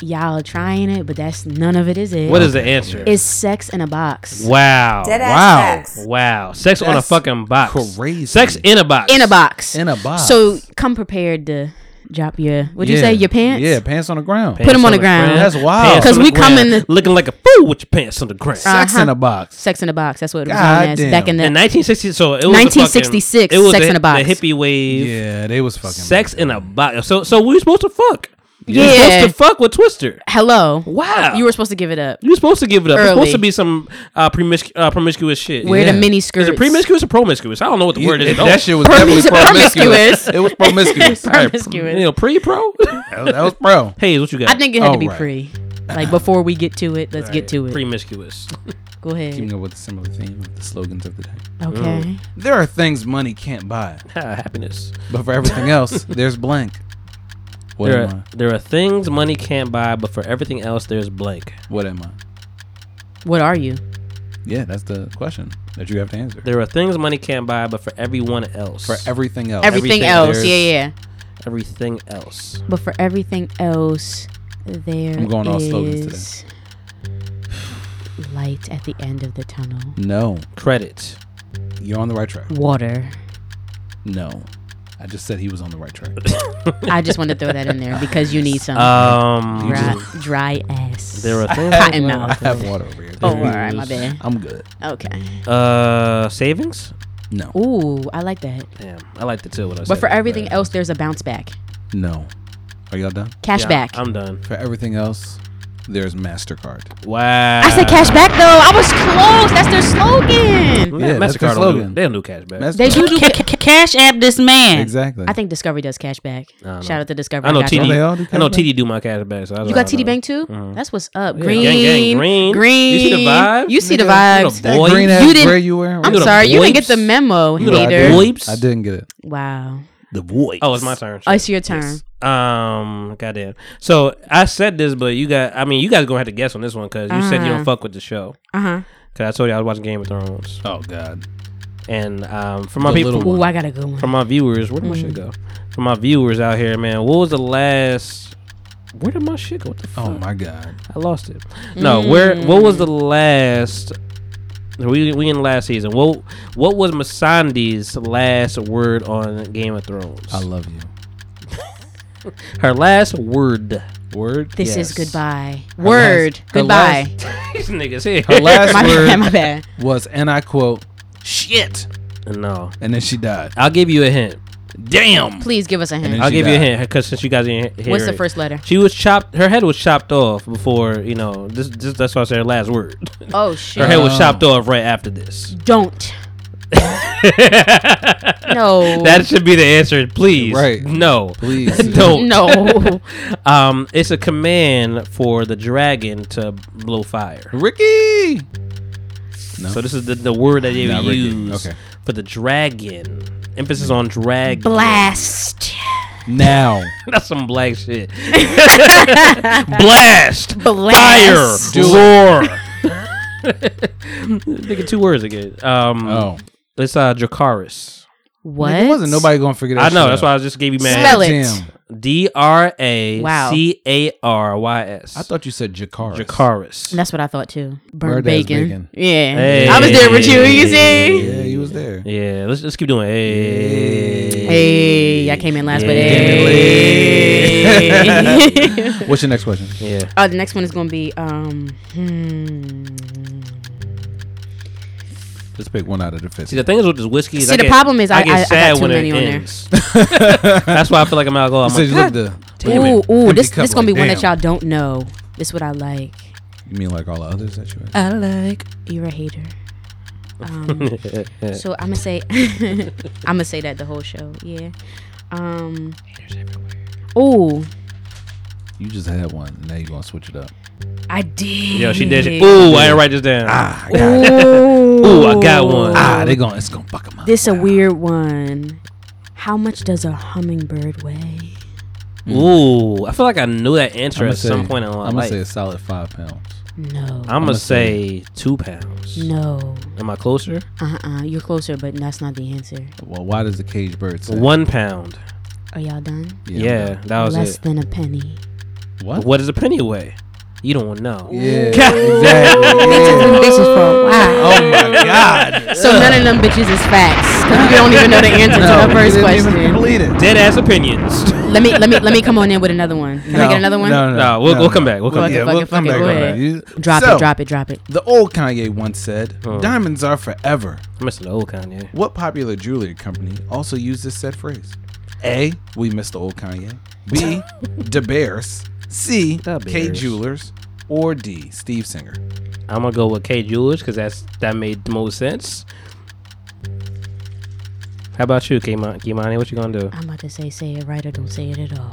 Speaker 1: Y'all trying it, but that's none of it, is it?
Speaker 2: What is the answer?
Speaker 1: It's sex in a box.
Speaker 2: wow.
Speaker 3: Wow.
Speaker 2: Wow. Sex on a
Speaker 3: That's
Speaker 2: fucking box.
Speaker 3: crazy.
Speaker 2: Sex in a box.
Speaker 1: In a box.
Speaker 3: In a box.
Speaker 1: So come prepared to drop your. What'd you
Speaker 3: Yeah.
Speaker 1: say? Your pants.
Speaker 3: Yeah, pants on the ground.
Speaker 1: Put 'em on the ground.
Speaker 3: That's wild.
Speaker 2: Pants
Speaker 1: 'Cause
Speaker 2: on
Speaker 1: we
Speaker 2: the ground.
Speaker 1: come in the-
Speaker 2: looking like a fool with your pants on the ground.
Speaker 3: Sex
Speaker 1: Uh-huh.
Speaker 3: in a box.
Speaker 1: Sex in a box. That's what it was
Speaker 3: God
Speaker 1: known as
Speaker 3: damn.
Speaker 1: back in the.
Speaker 2: In 1960, so it was a fucking-
Speaker 1: 1966,
Speaker 2: it was
Speaker 1: Sex
Speaker 2: the,
Speaker 1: in a Box.
Speaker 2: The hippie wave.
Speaker 3: Yeah, they was fucking.
Speaker 2: Sex in a box. So, so we were supposed to fuck. You were
Speaker 1: Yeah.
Speaker 2: supposed to fuck with Twister.
Speaker 1: Hello.
Speaker 2: Wow.
Speaker 1: You were supposed to give it up.
Speaker 2: You're supposed to give it up. It's supposed
Speaker 1: Early.
Speaker 2: to be some uh, promiscu- uh, promiscuous shit.
Speaker 1: Wear the
Speaker 3: Yeah.
Speaker 1: mini skirts.
Speaker 2: Is it
Speaker 1: <laughs>
Speaker 2: promiscuous or promiscuous? I don't know what the
Speaker 3: You-
Speaker 2: word is.
Speaker 3: it-
Speaker 2: at all.
Speaker 3: that shit was
Speaker 1: Promis-
Speaker 3: definitely
Speaker 1: <laughs>
Speaker 3: promiscuous.
Speaker 1: promiscuous.
Speaker 3: it
Speaker 1: <laughs>
Speaker 3: was promiscuous. All right,
Speaker 1: Promiscuous.
Speaker 2: you know, pre <laughs> pro.
Speaker 3: that was- that was pro.
Speaker 2: Hayes, what you got?
Speaker 1: I think it had to be
Speaker 3: Alright.
Speaker 1: pre. Like before we get to it, let's get to it.
Speaker 2: promiscuous. <laughs>
Speaker 1: Go ahead.
Speaker 3: Keeping up with the similar theme of the slogans of the day.
Speaker 1: Okay.
Speaker 3: There are things money can't buy,
Speaker 2: Happiness.
Speaker 3: but for
Speaker 1: <laughs>
Speaker 3: everything else, there's blank. What
Speaker 2: There
Speaker 3: am
Speaker 2: are, there are things money can't buy, but for everything else, there's blank.
Speaker 3: I? What am I?
Speaker 1: What are you?
Speaker 3: Yeah, that's the question that you have to answer.
Speaker 2: There are things money can't buy, but for everyone else,
Speaker 3: For Oh, everything else,
Speaker 1: Everything,
Speaker 2: Everything
Speaker 1: else.
Speaker 3: there's-
Speaker 1: Yeah, yeah.
Speaker 2: everything else,
Speaker 1: But for everything else, there
Speaker 3: I'm going all slogans
Speaker 1: is light at the end of the tunnel.
Speaker 3: no,
Speaker 1: <coughs>
Speaker 2: credit,
Speaker 3: you're on the right track.
Speaker 1: Water.
Speaker 3: No, I just said he was on the right track.
Speaker 1: I just want to throw that in there because you need some
Speaker 3: Uh,
Speaker 2: um,
Speaker 1: dry, dry ass.
Speaker 2: there are
Speaker 1: <laughs>
Speaker 2: things,
Speaker 1: Cotton
Speaker 3: I
Speaker 1: mouth.
Speaker 3: have water over here.
Speaker 1: Oh, all right, my bad.
Speaker 3: I'm good.
Speaker 1: Okay.
Speaker 2: uh, savings.
Speaker 3: No,
Speaker 1: Ooh, I like that.
Speaker 2: Damn, I like to tell what I said.
Speaker 1: But for everything else, there's a bounce back,
Speaker 3: no. Are y'all done?
Speaker 1: cash
Speaker 2: Yeah,
Speaker 1: back.
Speaker 2: I'm done.
Speaker 3: For everything else, there's Mastercard.
Speaker 2: Wow.
Speaker 1: I said cash back though. I was close. That's their slogan.
Speaker 2: Yeah,
Speaker 3: Yeah, that's their
Speaker 2: Mastercard don't do,
Speaker 3: slogan.
Speaker 2: they don't do cash back.
Speaker 3: Mastercard.
Speaker 1: They
Speaker 3: <laughs>
Speaker 1: do do.
Speaker 5: Ca- ca- cash app this man.
Speaker 3: exactly.
Speaker 1: I think Discovery does cash back. Shout out to Discovery.
Speaker 2: I know
Speaker 1: got you.
Speaker 2: TD.
Speaker 3: They all do
Speaker 2: I know
Speaker 3: cash back?
Speaker 2: TD do my cash back. So I
Speaker 1: You got TD Bank too? That's what's up. Green,
Speaker 2: gang, gang, green.
Speaker 1: green,
Speaker 2: You see the vibe,
Speaker 1: You see the
Speaker 2: nigga? You the
Speaker 1: vibes.
Speaker 2: boy. Boy,
Speaker 3: green
Speaker 2: you
Speaker 3: ass
Speaker 1: didn't-
Speaker 3: gray you wearing.
Speaker 1: I'm
Speaker 2: You the
Speaker 1: sorry, you didn't
Speaker 2: boipes?
Speaker 1: get the memo,
Speaker 2: You the
Speaker 3: I
Speaker 1: hater.
Speaker 2: boipes?
Speaker 3: didn't, I didn't get it.
Speaker 1: Wow.
Speaker 3: The voice.
Speaker 2: Oh, it's my turn.
Speaker 1: Oh, it's your turn.
Speaker 2: Um, goddamn. So I said this, but you got. I mean, you guys gonna have to guess on this one because you said you don't fuck with the show.
Speaker 1: Uh huh.
Speaker 2: Because I told you I was watching Game of Thrones,
Speaker 3: Oh God.
Speaker 2: and um, for my
Speaker 3: The
Speaker 2: people,
Speaker 3: little
Speaker 1: Ooh, I got a good one.
Speaker 2: for my viewers, where did my
Speaker 1: Mm.
Speaker 2: shit go? For my viewers out here, man, what was the last? Where did my shit go? What the fuck?
Speaker 3: Oh my God.
Speaker 2: I lost it. No, where? What was the last? We we in last season. What what was Masandi's last word on Game of Thrones?
Speaker 3: I love <laughs> you.
Speaker 2: Her last word.
Speaker 3: Word.
Speaker 1: This
Speaker 3: Yes.
Speaker 1: is goodbye.
Speaker 6: Word.
Speaker 3: last- her
Speaker 6: Goodbye.
Speaker 2: <laughs> These niggas here.
Speaker 3: Her last
Speaker 6: my bad. My
Speaker 3: word
Speaker 6: bad.
Speaker 3: was, and I quote, "Shit,"
Speaker 2: No,
Speaker 3: and then
Speaker 1: <laughs>
Speaker 3: she died.
Speaker 2: I'll give you a hint.
Speaker 3: Damn.
Speaker 6: Please give us a hint.
Speaker 3: And
Speaker 2: I'll
Speaker 3: she
Speaker 2: give you a
Speaker 3: died.
Speaker 2: hint because since you guys didn't hear
Speaker 6: What's the
Speaker 2: it.
Speaker 6: first letter?
Speaker 2: She was chopped. Her head was chopped off before you know. This, this that's why I said her last word.
Speaker 6: Oh
Speaker 2: her
Speaker 6: shit.
Speaker 2: head was
Speaker 3: Oh.
Speaker 2: chopped off right after
Speaker 3: <laughs>
Speaker 2: this. <laughs>
Speaker 1: Don't.
Speaker 6: No.
Speaker 1: <laughs>
Speaker 2: That should be the answer, please.
Speaker 3: Right.
Speaker 2: No.
Speaker 3: Please.
Speaker 2: <laughs> Don't.
Speaker 6: no.
Speaker 2: Um, it's a command for the dragon to blow fire.
Speaker 3: Ricky. No.
Speaker 2: So this is the, the word that they
Speaker 3: Not
Speaker 2: would
Speaker 3: Ricky.
Speaker 2: use
Speaker 3: Okay.
Speaker 2: for the dragon. Emphasis on dragon.
Speaker 1: Blast.
Speaker 3: now.
Speaker 2: <laughs> That's some black shit.
Speaker 6: <laughs>
Speaker 2: <laughs> Blast.
Speaker 1: Blast.
Speaker 2: Fire.
Speaker 3: Do
Speaker 2: roar. <laughs> Nigga, two words again. Um,
Speaker 3: Oh.
Speaker 2: It's uh, Dracaris.
Speaker 1: What?
Speaker 3: It wasn't nobody gonna figure that
Speaker 2: I know.
Speaker 3: shit
Speaker 2: That's
Speaker 3: out.
Speaker 2: why I just gave you
Speaker 6: Spell it.
Speaker 2: man.
Speaker 3: Damn.
Speaker 2: D R A
Speaker 6: Wow.
Speaker 2: C A R Y S.
Speaker 3: I thought you said Jacaris.
Speaker 2: Dracaris.
Speaker 1: That's what I thought too.
Speaker 3: Bird
Speaker 1: Burnt
Speaker 3: ass
Speaker 1: bacon.
Speaker 3: bacon.
Speaker 6: Yeah.
Speaker 2: Hey.
Speaker 6: I was there with you. You see?
Speaker 3: Yeah, you was there.
Speaker 2: Yeah, let's just keep doing. Hey.
Speaker 6: Hey, I came in last, but
Speaker 2: Yeah.
Speaker 6: hey.
Speaker 3: What's your next question?
Speaker 2: Yeah.
Speaker 1: <laughs> Oh, the next one is gonna be um. Hmm.
Speaker 3: Just pick one out of the
Speaker 2: See,
Speaker 3: fifty.
Speaker 2: the thing is with this whiskey. is
Speaker 1: See, the problem is I- I- I got too
Speaker 2: it
Speaker 1: many on there.
Speaker 2: ends. <laughs> That's why I feel like I'm alcohol. I'm
Speaker 3: So
Speaker 2: like,
Speaker 3: you look the.
Speaker 2: Damn it.
Speaker 1: Ooh, ooh,
Speaker 3: Empty
Speaker 1: this
Speaker 3: cup
Speaker 1: this gonna be
Speaker 3: like,
Speaker 1: one that
Speaker 3: damn.
Speaker 1: y'all don't know. This what I like.
Speaker 3: You mean like all the others that you had?
Speaker 1: I like you're a hater.
Speaker 2: <laughs>
Speaker 1: Um,
Speaker 3: <laughs>
Speaker 1: so I'm gonna say <laughs> I'm gonna say that the whole show. Yeah. Um. Ooh,
Speaker 3: You just had one. Now you gonna switch it up.
Speaker 1: I did.
Speaker 2: Yo, she did it. Ooh, I didn't write this down.
Speaker 3: Ah, I got it.
Speaker 1: Ooh.
Speaker 2: Ooh, I got one.
Speaker 3: Ah, they gonna it's gonna fuck them up.
Speaker 1: This a weird one. How much does a hummingbird weigh?
Speaker 2: Ooh, I feel like I knew that answer
Speaker 3: Mm. I'ma
Speaker 2: at
Speaker 3: say-
Speaker 2: some point in my
Speaker 3: I'ma
Speaker 2: life.
Speaker 3: say a solid five pounds.
Speaker 1: No.
Speaker 2: I'm
Speaker 3: I'ma
Speaker 2: gonna say two pounds.
Speaker 1: no.
Speaker 2: Am I closer?
Speaker 1: Uh uh-uh, uh. you are closer, but that's not the answer.
Speaker 3: Well, why does the cage bird say?
Speaker 2: One pound.
Speaker 1: Are y'all done?
Speaker 2: Yeah,
Speaker 3: yeah.
Speaker 2: that was
Speaker 1: Less
Speaker 2: it.
Speaker 1: than a penny.
Speaker 3: What?
Speaker 2: What does a penny weigh? You don't know.
Speaker 3: Yeah. <laughs> Oh
Speaker 6: Them
Speaker 3: Exactly.
Speaker 6: bitches for a while.
Speaker 3: oh my god.
Speaker 6: So none of them bitches is facts. 'cause we don't even know the answer to the first question.
Speaker 3: complete it.
Speaker 2: Dead ass opinions. <laughs>
Speaker 1: Let me let me let me come on in with another one. Can I get another one?
Speaker 3: No, no,
Speaker 2: no, we'll, we'll come back. We'll come
Speaker 6: Fuck it,
Speaker 3: Yeah,
Speaker 2: back.
Speaker 6: fuck it,
Speaker 3: we'll come
Speaker 6: fuck it,
Speaker 3: back.
Speaker 6: go
Speaker 3: on that.
Speaker 6: ahead.
Speaker 3: You-
Speaker 1: Drop
Speaker 3: So,
Speaker 1: it, drop it, drop it.
Speaker 3: The old Kanye once said,
Speaker 1: Oh.
Speaker 3: "Diamonds are forever."
Speaker 2: I'm missing the old Kanye.
Speaker 3: What popular jewelry company also used this said phrase? A. We miss the old Kanye. B.
Speaker 1: <laughs>
Speaker 3: De Beers. C.
Speaker 2: Da
Speaker 3: K.
Speaker 2: Beers.
Speaker 3: Jewelers. Or D. Steve
Speaker 1: <laughs>
Speaker 3: Singer.
Speaker 2: I'm gonna go with K Jewelers because that's that made the most sense. How about you, Kimani? Kimani, what you gonna do?
Speaker 1: I'm about to say say it right or don't say it at all.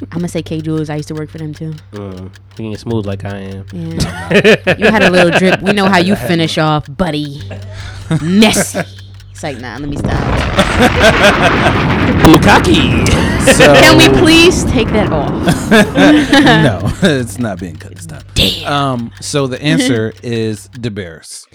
Speaker 1: I'm gonna say K Jewelers. I used to work for them too.
Speaker 2: Mm, being smooth like I am.
Speaker 1: Yeah. you had a little drip. We know how you finish off, buddy. Messy. It's like nah. Let me stop.
Speaker 2: Bukaki. <laughs>
Speaker 3: So,
Speaker 1: Can we please take that off?
Speaker 3: no, <laughs> it's not being cut this time. Um, so the
Speaker 1: <laughs>
Speaker 3: answer is De Beers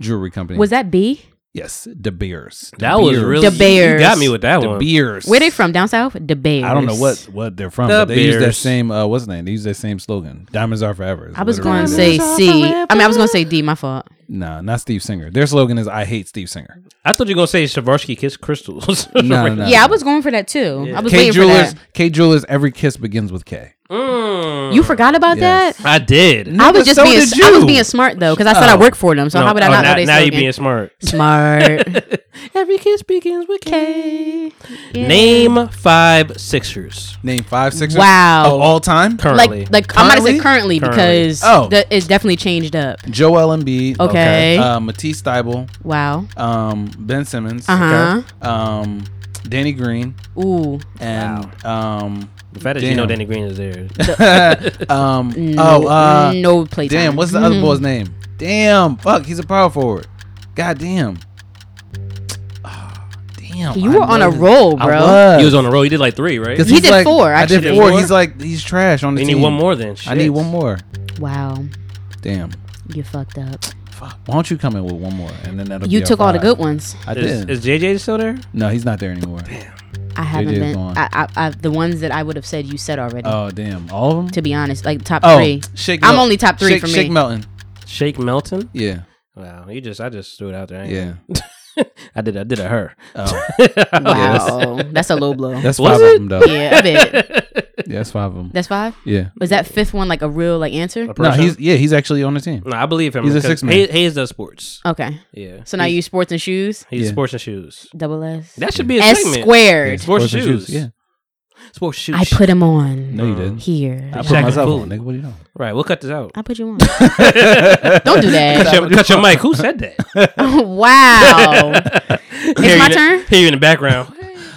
Speaker 3: Jewelry Company.
Speaker 1: Was that B?
Speaker 3: yes, De Beers. De
Speaker 2: That was
Speaker 3: Beers.
Speaker 2: really
Speaker 1: The Bears.
Speaker 2: You got me with that
Speaker 3: De
Speaker 2: one.
Speaker 3: Beers.
Speaker 1: Where they from? Down south? The Bears.
Speaker 3: I don't know what what they're from,
Speaker 2: The
Speaker 3: but they use that
Speaker 2: Bears.
Speaker 3: same uh, what's the name? They use that same slogan. Diamonds are forever. is
Speaker 1: I was
Speaker 3: literally
Speaker 1: going to
Speaker 3: what it
Speaker 1: say
Speaker 3: is.
Speaker 1: C. I mean, I was going to say D. My fault.
Speaker 3: nah, not Steve Singer. Their slogan is I hate Steve Singer.
Speaker 2: I thought you were gonna say Shavarsky Kiss Crystals. <laughs>
Speaker 3: No, no, no.
Speaker 1: Yeah, I was going for that too. I was
Speaker 3: K
Speaker 1: waiting
Speaker 3: Jewelers.
Speaker 1: for
Speaker 3: K Jewelers. Every kiss begins with K.
Speaker 1: that. You forgot about
Speaker 3: Yes.
Speaker 1: that?
Speaker 2: I did.
Speaker 1: I was just
Speaker 3: so
Speaker 1: being
Speaker 3: did
Speaker 1: I was
Speaker 3: you.
Speaker 1: being smart though, because I said I
Speaker 3: Oh.
Speaker 1: work for them. So how would I
Speaker 2: oh,
Speaker 1: not
Speaker 2: now,
Speaker 1: know they
Speaker 2: now
Speaker 1: slogan?
Speaker 2: you being smart.
Speaker 1: smart?
Speaker 2: Every kiss begins with K. Name five Sixers
Speaker 3: Name five Sixers.
Speaker 1: Wow.
Speaker 3: Of all time.
Speaker 2: currently.
Speaker 1: like like I'm gonna say currently,
Speaker 3: Currently?
Speaker 1: because
Speaker 3: Oh.
Speaker 1: the, it's definitely changed up.
Speaker 3: Joel Embiid.
Speaker 1: Okay.
Speaker 3: Uh, Matisse Steibel.
Speaker 1: Wow.
Speaker 3: Um, Ben Simmons.
Speaker 1: Uh-huh.
Speaker 3: Okay. Um, Danny Green
Speaker 1: Ooh.
Speaker 3: and um,
Speaker 2: the fact that you know
Speaker 3: Damn.
Speaker 2: Danny Green is
Speaker 3: <laughs>
Speaker 2: there.
Speaker 3: um.
Speaker 1: No,
Speaker 3: oh. Uh,
Speaker 1: no Mm. play
Speaker 3: Damn, what's the other
Speaker 1: Mm-hmm.
Speaker 3: boy's name? Damn, fuck, he's a power forward. God damn. Ah, damn.
Speaker 6: You
Speaker 3: I
Speaker 6: were on a
Speaker 3: was-
Speaker 6: roll,
Speaker 3: I
Speaker 6: bro.
Speaker 2: He was on the roll. He did like three, right?
Speaker 3: 'Cause
Speaker 6: He
Speaker 3: he's
Speaker 6: did
Speaker 3: like-
Speaker 6: four,
Speaker 3: I did
Speaker 6: actually.
Speaker 3: four.
Speaker 2: Four?
Speaker 3: He's like he's trash on the
Speaker 2: They
Speaker 3: team.
Speaker 2: need one more then.
Speaker 3: I need one more.
Speaker 6: Wow,
Speaker 3: Damn.
Speaker 6: you fucked up.
Speaker 3: Fuck. Why don't you come in with one more and then that'll
Speaker 1: You
Speaker 3: be our
Speaker 1: took all the
Speaker 3: five.
Speaker 1: good ones.
Speaker 3: I
Speaker 2: Is,
Speaker 3: did.
Speaker 2: is JJ still there?
Speaker 3: no, he's not there anymore.
Speaker 1: I haven't
Speaker 3: JJ is
Speaker 1: been.
Speaker 3: gone.
Speaker 1: I, I, I, the ones that I would have said you said already.
Speaker 3: Oh damn, all of them.
Speaker 1: to be honest, like top
Speaker 3: Oh, <laughs>
Speaker 1: three.
Speaker 3: Shake
Speaker 1: I'm
Speaker 3: Mel-
Speaker 1: only top three
Speaker 3: Shake-
Speaker 1: for me.
Speaker 3: Shake Melton.
Speaker 2: Shake Melton.
Speaker 3: Yeah.
Speaker 2: Wow, you just I just threw it out there. I ain't <laughs>
Speaker 3: Yeah.
Speaker 2: I did. I did a her.
Speaker 3: Oh,
Speaker 1: Wow, that's a low blow.
Speaker 3: that's
Speaker 2: Was
Speaker 3: five of
Speaker 2: it?
Speaker 3: them though. Yeah.
Speaker 1: yeah, I bet.
Speaker 3: That's five
Speaker 1: <laughs>
Speaker 3: of them.
Speaker 1: That's five.
Speaker 3: Yeah.
Speaker 1: Was that fifth one like a real like answer?
Speaker 3: No,
Speaker 2: Person?
Speaker 3: he's yeah, he's actually on the team.
Speaker 2: No, I believe him.
Speaker 3: He's a
Speaker 2: because
Speaker 3: six man.
Speaker 2: Hayes, Hayes does sports.
Speaker 1: Okay.
Speaker 2: Yeah.
Speaker 1: So now you sports and shoes.
Speaker 2: He's
Speaker 3: Yeah.
Speaker 2: sports and shoes.
Speaker 1: Double S.
Speaker 2: That should be a
Speaker 1: S
Speaker 2: segment.
Speaker 1: squared.
Speaker 2: Sports,
Speaker 3: Sports and
Speaker 2: shoes.
Speaker 3: Yeah.
Speaker 2: Sports shoes.
Speaker 1: I put him on
Speaker 3: No, you didn't.
Speaker 1: here.
Speaker 3: I put
Speaker 2: Shaq and
Speaker 3: myself on,
Speaker 2: Fu.
Speaker 3: nigga. What do you know?
Speaker 2: right. We'll cut this out.
Speaker 1: I put
Speaker 3: <laughs>
Speaker 1: you on.
Speaker 2: Don't
Speaker 1: do that.
Speaker 2: cut, your, cut your mic. Who said that?
Speaker 1: wow.
Speaker 3: <laughs>
Speaker 2: Hear you
Speaker 1: my
Speaker 2: in the-
Speaker 1: turn?
Speaker 2: Hear you in the background.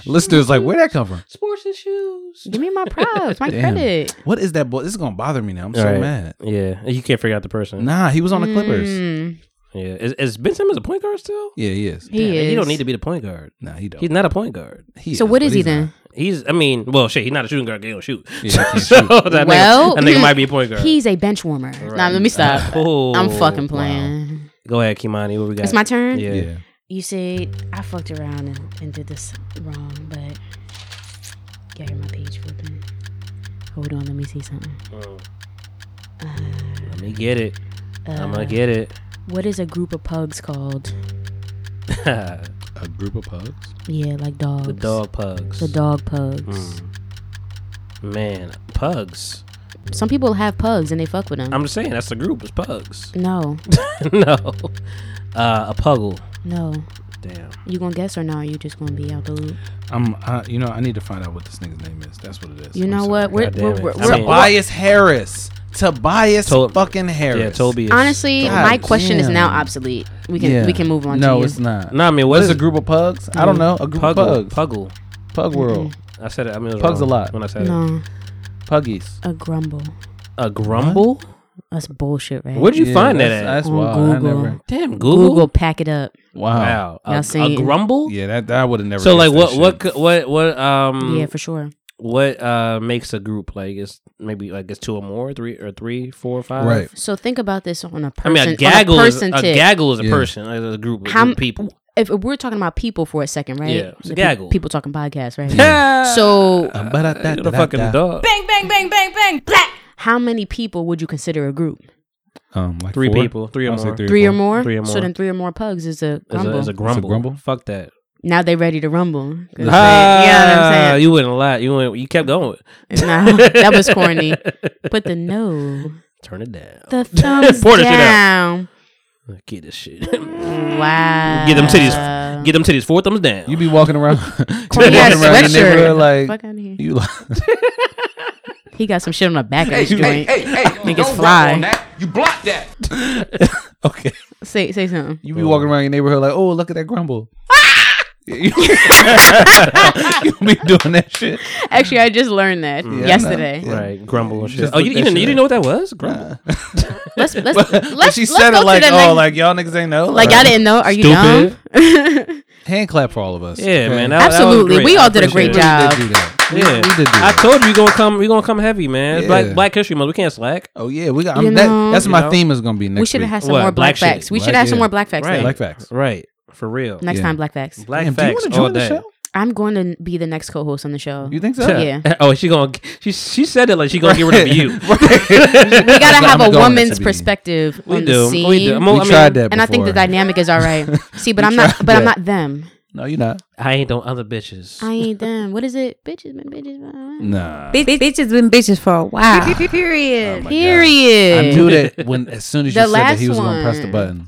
Speaker 3: Listeners like, where'd that come from?
Speaker 2: Sports and shoes.
Speaker 1: Give me my props, my
Speaker 3: Damn.
Speaker 1: credit.
Speaker 3: What is that boy? This is gonna bother me now. I'm so
Speaker 2: All right.
Speaker 3: mad.
Speaker 2: Yeah, you can't figure out the person.
Speaker 3: Nah, he was on the Clippers.
Speaker 1: Mm,
Speaker 2: Yeah, is, is Ben Simmons a point guard still?
Speaker 3: Yeah, he is.
Speaker 1: he is.
Speaker 2: He don't need to be the point guard.
Speaker 3: Nah, he don't.
Speaker 2: He's not a point guard.
Speaker 3: He
Speaker 1: So what
Speaker 3: but
Speaker 1: is he
Speaker 3: he's not.
Speaker 1: then?
Speaker 2: He's, I mean, well, shit, he's not a shooting guard. 'cause He don't shoot. <laughs>
Speaker 3: Yeah, he can't
Speaker 2: so
Speaker 3: shoot.
Speaker 2: that
Speaker 1: Well,
Speaker 2: nigga, that nigga might be
Speaker 1: <laughs>
Speaker 2: a point guard.
Speaker 1: He's a bench warmer. Nah, let me stop.
Speaker 2: <laughs> Oh,
Speaker 1: I'm fucking playing.
Speaker 2: Go ahead, Kimani. What we got?
Speaker 1: It's my turn.
Speaker 2: Yeah.
Speaker 3: Yeah.
Speaker 1: You said I fucked around and, and did this wrong, but yeah, hear my page flipping. Hold on, let me see something.
Speaker 2: Let me get it. I'm gonna get it.
Speaker 1: Uh,
Speaker 2: <laughs>
Speaker 1: What is a group of pugs called?
Speaker 2: the
Speaker 3: A group of pugs.
Speaker 1: Yeah, like dogs.
Speaker 2: dog pugs.
Speaker 1: The dog pugs.
Speaker 2: Hmm. Man, pugs.
Speaker 1: Some people have pugs and they fuck with them.
Speaker 2: I'm just saying that's the group. It's pugs.
Speaker 1: no,
Speaker 2: <laughs> no, uh, a puggle.
Speaker 1: no.
Speaker 2: Damn.
Speaker 1: You gonna guess or no? You just gonna be out the loop.
Speaker 3: I'm. I, you know, I need to find out what this nigga's name is. That's what it is.
Speaker 1: You
Speaker 3: I'm
Speaker 1: know
Speaker 3: sorry.
Speaker 1: what? We're,
Speaker 2: God
Speaker 1: we're,
Speaker 2: damn it.
Speaker 1: we're,
Speaker 2: I mean,
Speaker 1: we're-
Speaker 3: Tobias Harris. Tobias
Speaker 2: Tol-
Speaker 3: fucking Harris.
Speaker 2: Yeah, Toby. Is,
Speaker 1: honestly,
Speaker 3: God
Speaker 1: my question is
Speaker 3: damn.
Speaker 1: now obsolete. We can
Speaker 3: Yeah.
Speaker 1: we can move on.
Speaker 3: No,
Speaker 1: to you.
Speaker 3: it's not.
Speaker 2: No, I mean,
Speaker 3: What
Speaker 2: what's
Speaker 3: is
Speaker 2: the
Speaker 3: a group of pugs? I don't know. A group
Speaker 2: Puggle.
Speaker 3: of pugs.
Speaker 2: Puggle.
Speaker 3: Pug world.
Speaker 2: I said it. I mean, it was
Speaker 3: Pugs
Speaker 2: wrong
Speaker 3: a lot.
Speaker 2: when I said it.
Speaker 1: No,
Speaker 3: Puggies.
Speaker 1: a grumble.
Speaker 2: A grumble.
Speaker 1: That's bullshit, right?
Speaker 2: Where'd you
Speaker 3: Yeah,
Speaker 2: find that
Speaker 3: that's-
Speaker 2: at?
Speaker 3: That's
Speaker 1: On
Speaker 3: wild. I
Speaker 1: Google.
Speaker 3: never.
Speaker 2: Damn, Google.
Speaker 1: Google? pack it up.
Speaker 3: Wow.
Speaker 2: Wow.
Speaker 1: Y'all
Speaker 2: A, a
Speaker 1: seen-
Speaker 2: grumble.
Speaker 3: Yeah, that that would have never.
Speaker 2: So like,
Speaker 3: guessed
Speaker 2: what, what,
Speaker 3: that shit.
Speaker 2: c- what, what, um,
Speaker 1: Yeah, for sure.
Speaker 2: what uh makes a group like it's maybe like it's two or more, three or three, four or five.
Speaker 3: Right.
Speaker 1: So think about this on a
Speaker 2: I
Speaker 1: person.
Speaker 2: mean, a
Speaker 1: on
Speaker 2: gaggle,
Speaker 1: a
Speaker 2: is, a
Speaker 1: person tip.
Speaker 2: gaggle is a
Speaker 3: Yeah.
Speaker 2: person, like, a group, a
Speaker 1: How
Speaker 2: group
Speaker 1: m-
Speaker 2: of people.
Speaker 1: if if we're talking about people for a second, right?
Speaker 2: Yeah, it's a
Speaker 1: The pe-
Speaker 2: gaggle.
Speaker 1: people talking podcasts, right?
Speaker 2: Yeah.
Speaker 1: So
Speaker 3: Uh, but I- that-
Speaker 2: You're the
Speaker 3: that-
Speaker 2: fucking
Speaker 3: that-
Speaker 2: dog.
Speaker 5: Bang, bang, bang, bang, bang, black.
Speaker 1: how many people would you consider a group?
Speaker 3: Um, like
Speaker 2: Three
Speaker 3: four?
Speaker 2: people, three or
Speaker 3: I'll say
Speaker 2: more.
Speaker 1: Three or more?
Speaker 2: Three or more.
Speaker 1: So then three or more pugs is a
Speaker 2: Is
Speaker 1: grumble.
Speaker 2: a, is a grumble.
Speaker 3: grumble?
Speaker 2: Fuck
Speaker 1: <laughs>
Speaker 2: that.
Speaker 1: now they ready to rumble. 'Cause they-
Speaker 2: Ah,
Speaker 1: yeah, you
Speaker 2: You wouldn't lie. You wouldn't, you kept going. <laughs>
Speaker 1: know what I'm saying? nah, that was corny. But the no,
Speaker 2: Turn it down. <laughs>
Speaker 1: the thumbs
Speaker 2: Pour the shit out.
Speaker 1: down.
Speaker 2: Get this shit. <laughs>
Speaker 1: Wow.
Speaker 2: Get them
Speaker 1: Uh,
Speaker 2: titties. Get them titties. Four thumbs down.
Speaker 3: <laughs> You be walking around,
Speaker 1: Corny
Speaker 3: walking
Speaker 1: ass
Speaker 3: around your
Speaker 1: sweatshirt.
Speaker 3: neighborhood like
Speaker 1: Fuck out of here.
Speaker 3: you. Like,
Speaker 1: He got some shit on the back of his joint.
Speaker 4: hey,
Speaker 1: Niggas fly.
Speaker 4: You block that.
Speaker 3: okay,
Speaker 1: Say say something.
Speaker 3: you be walking around your neighborhood like, oh, look at that grumble.
Speaker 2: Ah!
Speaker 3: <laughs> you be doing that shit.
Speaker 1: Actually, I just learned that
Speaker 3: no.
Speaker 1: yesterday.
Speaker 3: Mm. Yeah.
Speaker 2: Right, grumble and shit. <laughs>
Speaker 3: Just
Speaker 2: Oh, you,
Speaker 3: look
Speaker 2: you,
Speaker 3: that
Speaker 2: didn't, you
Speaker 3: shit
Speaker 2: didn't know what that was? Grumble.
Speaker 1: Let's let's let's.
Speaker 3: <laughs> But she
Speaker 1: let's
Speaker 3: said
Speaker 1: go
Speaker 3: it
Speaker 1: to
Speaker 3: like,
Speaker 1: the
Speaker 3: oh,
Speaker 1: next-
Speaker 3: like y'all niggas ain't know.
Speaker 1: Like I didn't know. Are you
Speaker 2: Stupid.
Speaker 1: dumb?
Speaker 3: Hand clap for all of us.
Speaker 2: Yeah,
Speaker 3: okay?
Speaker 2: man. That,
Speaker 1: Absolutely,
Speaker 2: that was great.
Speaker 1: we
Speaker 2: I
Speaker 1: all did a
Speaker 2: appreciate
Speaker 1: great
Speaker 2: it.
Speaker 1: job.
Speaker 3: We did do that. We,
Speaker 2: Yeah,
Speaker 3: we did do
Speaker 2: I
Speaker 3: that.
Speaker 2: told you, you gonna come. You gonna come heavy, man. It's
Speaker 3: Yeah.
Speaker 2: Black Black History Month. We can't slack.
Speaker 3: oh yeah, we got.
Speaker 1: You
Speaker 3: I'm, that,
Speaker 1: know-
Speaker 3: that's
Speaker 2: You
Speaker 3: my
Speaker 2: know?
Speaker 3: theme is gonna be
Speaker 1: <laughs>
Speaker 3: next.
Speaker 1: we should have
Speaker 3: week.
Speaker 1: had some
Speaker 2: What,
Speaker 1: more black,
Speaker 2: black shit?
Speaker 1: facts. We
Speaker 3: Black-
Speaker 1: should have some
Speaker 3: yeah.
Speaker 1: more black facts.
Speaker 2: Right.
Speaker 1: though.
Speaker 3: black facts.
Speaker 2: Right, for real.
Speaker 1: Next
Speaker 3: Yeah.
Speaker 1: time, black facts.
Speaker 2: Black
Speaker 3: Damn, do you
Speaker 2: facts
Speaker 3: want to
Speaker 2: all
Speaker 3: join the
Speaker 2: day.
Speaker 3: show?
Speaker 1: I'm going to be the next co-host on the show.
Speaker 3: You think so?
Speaker 1: Yeah.
Speaker 2: <laughs> oh, she gonna. She she said it like she gonna get rid
Speaker 3: <laughs>
Speaker 2: of you.
Speaker 1: we gotta have
Speaker 3: I'm
Speaker 1: a
Speaker 3: going
Speaker 1: woman's
Speaker 3: to be-
Speaker 1: perspective
Speaker 2: We
Speaker 1: on
Speaker 2: do.
Speaker 1: the scene.
Speaker 2: We do. I'm
Speaker 3: We
Speaker 2: a- I mean,
Speaker 3: tried that,
Speaker 1: And I think the
Speaker 3: before.
Speaker 1: dynamic is all right. See,
Speaker 3: <laughs>
Speaker 1: but I'm not.
Speaker 3: tried
Speaker 1: But I'm
Speaker 3: that.
Speaker 1: not them.
Speaker 3: No, you're not.
Speaker 2: I ain't no other bitches.
Speaker 1: I ain't them. What is it? Bitches, been bitches. been around.
Speaker 3: Nah.
Speaker 5: bitches been bitches for a while.
Speaker 3: Oh my God.
Speaker 1: Period.
Speaker 3: I knew that when as soon as you
Speaker 1: The
Speaker 3: said that he
Speaker 1: last
Speaker 3: was going to press the
Speaker 1: one.
Speaker 3: button.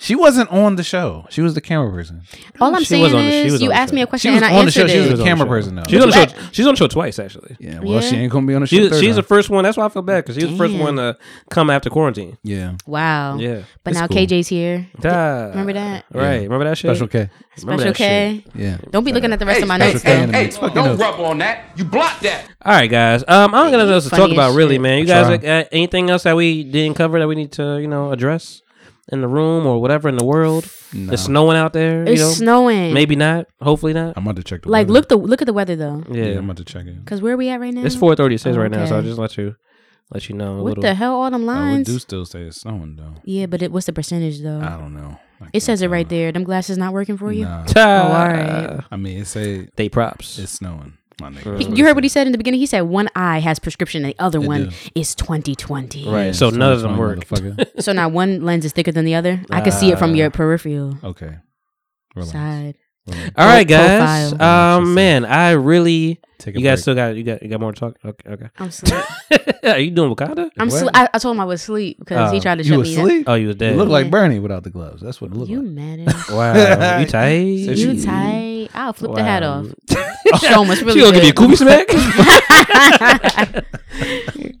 Speaker 3: She wasn't on the show. She was the camera person.
Speaker 1: All I'm
Speaker 2: She was on
Speaker 1: saying
Speaker 2: the- she was
Speaker 1: is,
Speaker 2: on
Speaker 1: you
Speaker 2: the
Speaker 1: asked
Speaker 2: show.
Speaker 1: me a
Speaker 3: She
Speaker 1: question
Speaker 3: was
Speaker 1: and I
Speaker 3: on the show.
Speaker 1: answered
Speaker 3: She was
Speaker 1: it.
Speaker 3: the camera person though.
Speaker 2: She's on the show. She's on the show twice actually.
Speaker 3: Yeah. Well, she
Speaker 1: Yeah.
Speaker 3: ain't going to be on the show.
Speaker 2: She's
Speaker 3: third
Speaker 2: she's the
Speaker 3: time.
Speaker 2: first one. That's why I feel bad because she was the first
Speaker 1: Damn.
Speaker 2: one to come after quarantine.
Speaker 3: yeah.
Speaker 1: Wow.
Speaker 2: Yeah.
Speaker 1: But now
Speaker 3: cool.
Speaker 1: KJ's here.
Speaker 2: Da.
Speaker 1: Remember that?
Speaker 2: Right. Remember that shit.
Speaker 3: Special K.
Speaker 2: Remember
Speaker 1: Special
Speaker 2: that shit.
Speaker 1: K.
Speaker 3: Yeah.
Speaker 1: Don't be looking at the rest of my
Speaker 3: Special
Speaker 1: notes.
Speaker 3: K
Speaker 1: though.
Speaker 3: and it's fucking dope.
Speaker 4: rub on that. You block that.
Speaker 2: All right, guys. Um, I don't got nothing else to
Speaker 1: Funny
Speaker 2: talk about
Speaker 1: as
Speaker 2: really,
Speaker 1: shit.
Speaker 2: man. You
Speaker 3: Try.
Speaker 2: guys, like, uh, anything else that we didn't cover that we need to, you know, address? in the room or whatever in the world. It's snowing out there.
Speaker 1: It's
Speaker 2: you know?
Speaker 1: snowing.
Speaker 2: Maybe not. Hopefully not.
Speaker 3: I'm about to check the
Speaker 1: Like
Speaker 3: weather.
Speaker 1: look the look at the weather though,
Speaker 2: Yeah.
Speaker 3: Yeah, I'm about to check it.
Speaker 1: because where are we at right now?
Speaker 2: It's four thirty six
Speaker 1: Oh,
Speaker 2: right now, so I'll
Speaker 1: okay.
Speaker 2: just let you let you know a
Speaker 1: What
Speaker 2: little.
Speaker 1: the hell? All them
Speaker 3: I would
Speaker 1: lines.
Speaker 3: do still say it's snowing though.
Speaker 1: yeah, but it, what's the percentage though?
Speaker 3: I don't know. I
Speaker 1: Oh. it
Speaker 3: can't
Speaker 1: says it
Speaker 3: tell.
Speaker 1: right there. Them glasses not working for you.
Speaker 3: Nah,
Speaker 2: Ta-
Speaker 1: Oh, all right.
Speaker 3: I mean, it say
Speaker 2: They props.
Speaker 3: it's snowing. My nigga.
Speaker 1: He- you heard what he said in the beginning. He said one eye has prescription, and the other
Speaker 3: It
Speaker 1: one
Speaker 3: do.
Speaker 1: is 2020.
Speaker 2: Right. So none of them work. <laughs>
Speaker 3: work.
Speaker 1: So now one lens is thicker than the other. I can see it from your peripheral
Speaker 3: okay. Relax.
Speaker 1: side.
Speaker 3: Relax.
Speaker 2: All right, guys.
Speaker 1: Profile.
Speaker 2: Um, man, I really.
Speaker 3: Take a
Speaker 2: You guys
Speaker 3: break.
Speaker 2: still got you got you got more to talk. Okay, okay. <laughs>
Speaker 3: <laughs>
Speaker 1: I'm sleep.
Speaker 2: Are you doing Wakanda?
Speaker 1: I'm
Speaker 3: What?
Speaker 1: sl- I, I told him I was asleep because he
Speaker 2: Oh,
Speaker 1: tried to
Speaker 3: You
Speaker 1: shut me down.
Speaker 3: asleep?
Speaker 2: Oh, you was
Speaker 3: You
Speaker 2: dead.
Speaker 3: look like
Speaker 1: Yeah.
Speaker 3: Bernie without the gloves. That's what it look
Speaker 1: You
Speaker 3: like.
Speaker 2: <laughs>
Speaker 1: mad? as-
Speaker 3: <laughs>
Speaker 2: wow, you tight?
Speaker 1: you tight? I'll flip the
Speaker 2: <laughs>
Speaker 1: hat
Speaker 2: Wow.
Speaker 1: off. Show him it's really
Speaker 2: she gonna give you a
Speaker 1: good.
Speaker 2: kooky smack.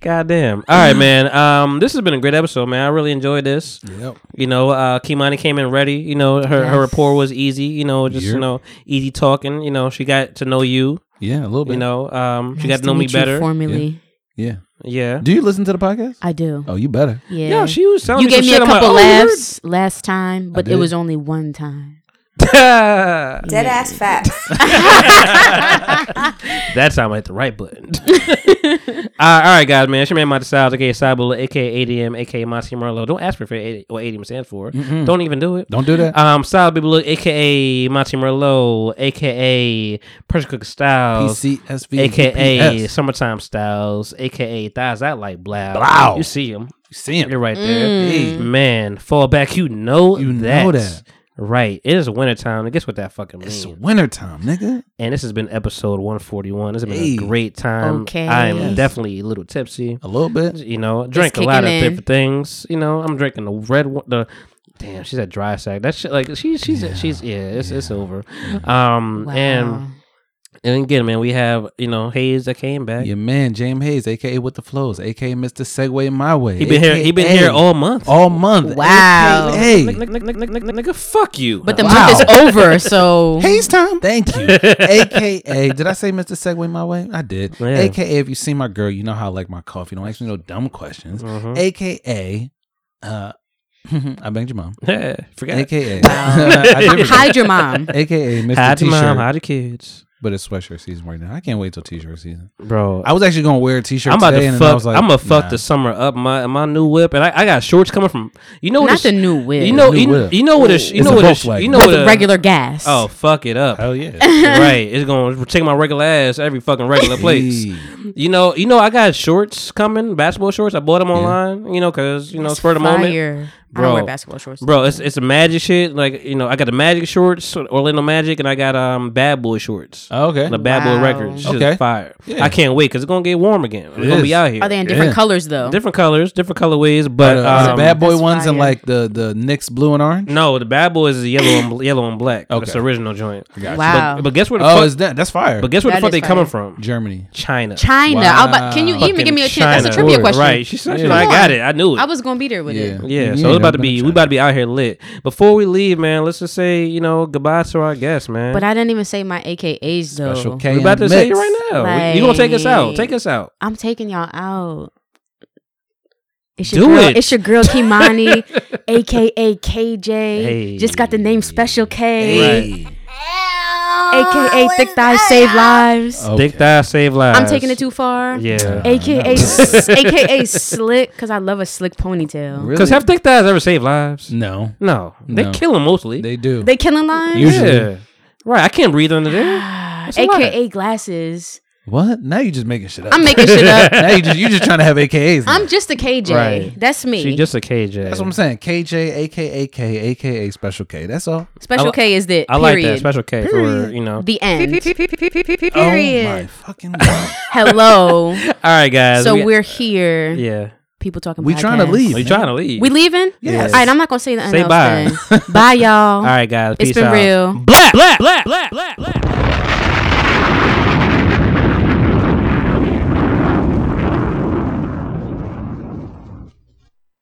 Speaker 2: <laughs>
Speaker 1: <laughs>
Speaker 2: Goddamn. All right, man. Um, this has been a great episode, man. I really enjoyed this.
Speaker 3: Yep.
Speaker 2: You know, uh, Kimani came in ready. You know, her her rapport was easy. You know, just you
Speaker 3: Yep.
Speaker 2: know, easy talking. You know, she got to know you.
Speaker 3: Yeah, a little bit.
Speaker 2: You know, um, she
Speaker 1: Nice
Speaker 2: got to know me
Speaker 1: meet you
Speaker 2: better.
Speaker 1: Formally,
Speaker 3: Yeah.
Speaker 2: yeah.
Speaker 3: Do you listen to the podcast?
Speaker 1: I do.
Speaker 3: Oh, you better.
Speaker 1: Yeah.
Speaker 2: Yo, she was telling
Speaker 1: you gave me a
Speaker 2: some shit. I'm
Speaker 1: couple
Speaker 2: like, oh, <laughs>
Speaker 1: laughs last time, but it
Speaker 3: did.
Speaker 1: was only one time.
Speaker 2: word.
Speaker 10: Dead ass facts.
Speaker 2: That time I hit the right
Speaker 1: <laughs>
Speaker 2: button. <laughs> uh, all right, guys, man. It's your man, Monty Styles, aka Cybula, aka ADM, aka Monty Merlo. Don't ask me for AD- what ADM stands for. Don't even do it.
Speaker 3: Don't do that.
Speaker 2: Um, Style Baby Look, aka Monty Merlo, aka Pressure Cook Styles,
Speaker 3: PCSV.
Speaker 2: aka
Speaker 3: GPS.
Speaker 2: Summertime Styles, aka Thighs Out Like Blow.
Speaker 3: Blow.
Speaker 2: You see him.
Speaker 3: You see
Speaker 2: <laughs>
Speaker 3: him.
Speaker 2: You're right there.
Speaker 1: Mm.
Speaker 3: Hey.
Speaker 2: Man, fall back. You know
Speaker 3: You
Speaker 2: that.
Speaker 3: know that.
Speaker 2: Right. It is wintertime. And guess what that fucking means?
Speaker 3: It's wintertime, nigga.
Speaker 2: And this has been episode 141. This has been
Speaker 3: Hey.
Speaker 2: a great time.
Speaker 1: Okay.
Speaker 2: I am
Speaker 1: Yes.
Speaker 2: definitely a little tipsy.
Speaker 3: A little bit.
Speaker 2: You know, drink a lot of
Speaker 1: kicking in.
Speaker 2: different things. You know, I'm drinking the red one. The damn, she's a dry sack. That shit, like she, she's, she's, yeah, it's, it's over.
Speaker 3: Mm.
Speaker 2: Um,
Speaker 1: Wow.
Speaker 2: and and again, man, we have you know Hayes that came back.
Speaker 3: Your man, James Hayes, aka With the Flows, aka Mr. Segway My Way.
Speaker 2: He been here. He been
Speaker 3: AKA
Speaker 2: here all month.
Speaker 3: all month.
Speaker 1: Wow.
Speaker 3: Hey.
Speaker 2: Nigga, nigga, nigga, nigga, nigga, nigga, fuck you.
Speaker 1: but the month
Speaker 2: <laughs>
Speaker 1: is over, so
Speaker 3: Hayes time. Thank <laughs> you.
Speaker 2: <laughs>
Speaker 3: AKA, did I say Mr. Segway my way? I did.
Speaker 2: Oh, Yeah.
Speaker 3: AKA, if you see my girl, you know how I like my coffee. Don't ask me no dumb questions.
Speaker 2: Mhm.
Speaker 3: AKA, uh, <laughs> I banged your mom.
Speaker 2: yeah, forget. it.
Speaker 3: AKA, <laughs> I did forget.
Speaker 1: hide
Speaker 2: <laughs>
Speaker 1: your mom.
Speaker 3: AKA Mr.
Speaker 2: Hide your
Speaker 3: T-shirt,
Speaker 2: mom. Hide your kids,
Speaker 3: but it's sweatshirt season right now. I can't wait till T-shirt season.
Speaker 2: bro.
Speaker 3: I was actually gonna wear a T-shirt.
Speaker 2: I'm about
Speaker 3: today,
Speaker 2: to
Speaker 3: and then I
Speaker 2: fuck.
Speaker 3: was like,
Speaker 2: I'm gonna fuck
Speaker 3: nah.
Speaker 2: the summer up. My my new whip, and I, I got shorts coming from. You know what?
Speaker 1: Not
Speaker 2: this-
Speaker 1: the new whip.
Speaker 2: You know,
Speaker 3: New
Speaker 2: you,
Speaker 3: whip.
Speaker 2: you know what? A, sh- you
Speaker 3: It's
Speaker 2: know
Speaker 3: a
Speaker 2: what? A, sh-
Speaker 3: Volkswagen.
Speaker 2: you know
Speaker 1: with
Speaker 2: what? A,
Speaker 1: regular gas.
Speaker 2: Oh fuck it up!
Speaker 1: <laughs>
Speaker 3: Hell
Speaker 2: <laughs>
Speaker 3: yeah.
Speaker 2: right, it's gonna take my regular ass every fucking regular place.
Speaker 3: Hey.
Speaker 2: You know, you know, I got shorts coming, basketball shorts. I bought them online. You know, cause you know,
Speaker 1: That's
Speaker 2: spur of the moment,
Speaker 1: fire. I
Speaker 2: Bro.
Speaker 1: don't wear basketball shorts.
Speaker 2: bro. It's it's a magic shit. Like you know, I got the magic shorts, Orlando Magic, and I got um Bad Boy shorts.
Speaker 3: Oh, okay.
Speaker 2: The Bad Boy
Speaker 1: Wow.
Speaker 2: records, Shit's
Speaker 3: Okay.
Speaker 2: fire.
Speaker 3: Yeah.
Speaker 2: I can't wait, cause it's gonna get warm again. We're gonna
Speaker 3: is.
Speaker 2: be out here.
Speaker 1: Are they in different
Speaker 3: Yeah.
Speaker 1: colors though?
Speaker 2: different colors, different colorways?
Speaker 3: But
Speaker 2: But
Speaker 3: uh, the
Speaker 2: um,
Speaker 3: bad boy
Speaker 1: That's
Speaker 3: ones and
Speaker 1: fire.
Speaker 3: like the the Knicks blue and orange.
Speaker 2: no, the Bad Boys is yellow and yellow and black. That's the original joint.
Speaker 1: Wow.
Speaker 2: But, but guess where the
Speaker 3: Oh,
Speaker 2: fuck?
Speaker 3: is that that's fire?
Speaker 2: But guess where the
Speaker 1: That
Speaker 2: fuck
Speaker 1: is
Speaker 2: they
Speaker 1: fire.
Speaker 2: coming from?
Speaker 3: Germany.
Speaker 2: China.
Speaker 1: China. I was about- can you
Speaker 2: Fucking
Speaker 1: even give me a chance? That's a
Speaker 2: China.
Speaker 1: trivia question.
Speaker 2: Right. She said, she's
Speaker 3: Yeah.
Speaker 2: like, I
Speaker 1: Come
Speaker 2: got
Speaker 1: on.
Speaker 2: it. I knew it.
Speaker 1: I was gonna be there with it.
Speaker 2: yeah,
Speaker 3: You
Speaker 2: so it's
Speaker 3: ain't
Speaker 2: about
Speaker 3: never
Speaker 2: to
Speaker 3: been
Speaker 2: be
Speaker 3: to
Speaker 2: we
Speaker 3: China.
Speaker 2: about to be out here lit. Before we leave, man, let's just say, you know, goodbye to our guests, man.
Speaker 1: But I didn't even say my AKAs though.
Speaker 3: Special K.
Speaker 2: we about to
Speaker 3: and
Speaker 2: say it
Speaker 3: mix.
Speaker 2: right now. you gonna take us out. Take us out.
Speaker 1: I'm taking y'all out. It's your
Speaker 2: Do
Speaker 1: girl,
Speaker 2: it.
Speaker 1: It's your
Speaker 2: <laughs>
Speaker 1: girl Kimani, aka KJ. Just got the name Special K,
Speaker 2: Right. Oh,
Speaker 1: aka Thick Thighs Save Lives.
Speaker 2: Thick thigh save lives.
Speaker 1: I'm taking it too far.
Speaker 2: Oh, Yeah. <laughs>
Speaker 1: AKA s- AKA Slick, because I love a slick ponytail.
Speaker 3: Really?
Speaker 2: Cause have thick thighs ever saved lives?
Speaker 3: no,
Speaker 2: No. They
Speaker 3: No.
Speaker 2: kill them mostly.
Speaker 3: they do.
Speaker 1: They killing lines.
Speaker 3: Usually.
Speaker 2: yeah. Right. I can't breathe under
Speaker 1: <sighs>
Speaker 2: there. a lot.
Speaker 1: AKA glasses.
Speaker 3: what? Now you just making shit up.
Speaker 1: I'm making
Speaker 2: <laughs>
Speaker 1: shit up.
Speaker 3: now you just you just trying to have AKAs. now.
Speaker 1: I'm just a KJ.
Speaker 2: Right.
Speaker 1: That's me.
Speaker 2: She just a KJ.
Speaker 3: that's what I'm saying. KJ, AKA K, AKA Special K. That's all.
Speaker 1: Special
Speaker 2: I li-
Speaker 1: K is the
Speaker 2: I like
Speaker 1: period.
Speaker 2: that special K for you know.
Speaker 1: The
Speaker 2: <laughs>
Speaker 1: end.
Speaker 3: Oh my
Speaker 1: Period.
Speaker 3: fucking god.
Speaker 2: <laughs>
Speaker 1: Hello.
Speaker 2: All right, guys.
Speaker 1: so
Speaker 2: we-
Speaker 1: we're here.
Speaker 2: yeah.
Speaker 1: People talking.
Speaker 3: we trying to
Speaker 1: podcast.
Speaker 3: leave.
Speaker 2: We
Speaker 3: nigga.
Speaker 2: trying to leave.
Speaker 1: We leaving?
Speaker 3: Yes.
Speaker 1: All right. I'm not gonna say nothing
Speaker 2: Say
Speaker 1: else.
Speaker 2: bye.
Speaker 1: Then. bye, y'all.
Speaker 3: <laughs>
Speaker 2: All right, guys.
Speaker 1: It's
Speaker 2: peace
Speaker 1: been
Speaker 2: out.
Speaker 1: real.
Speaker 2: Black, black, black, black, black, black.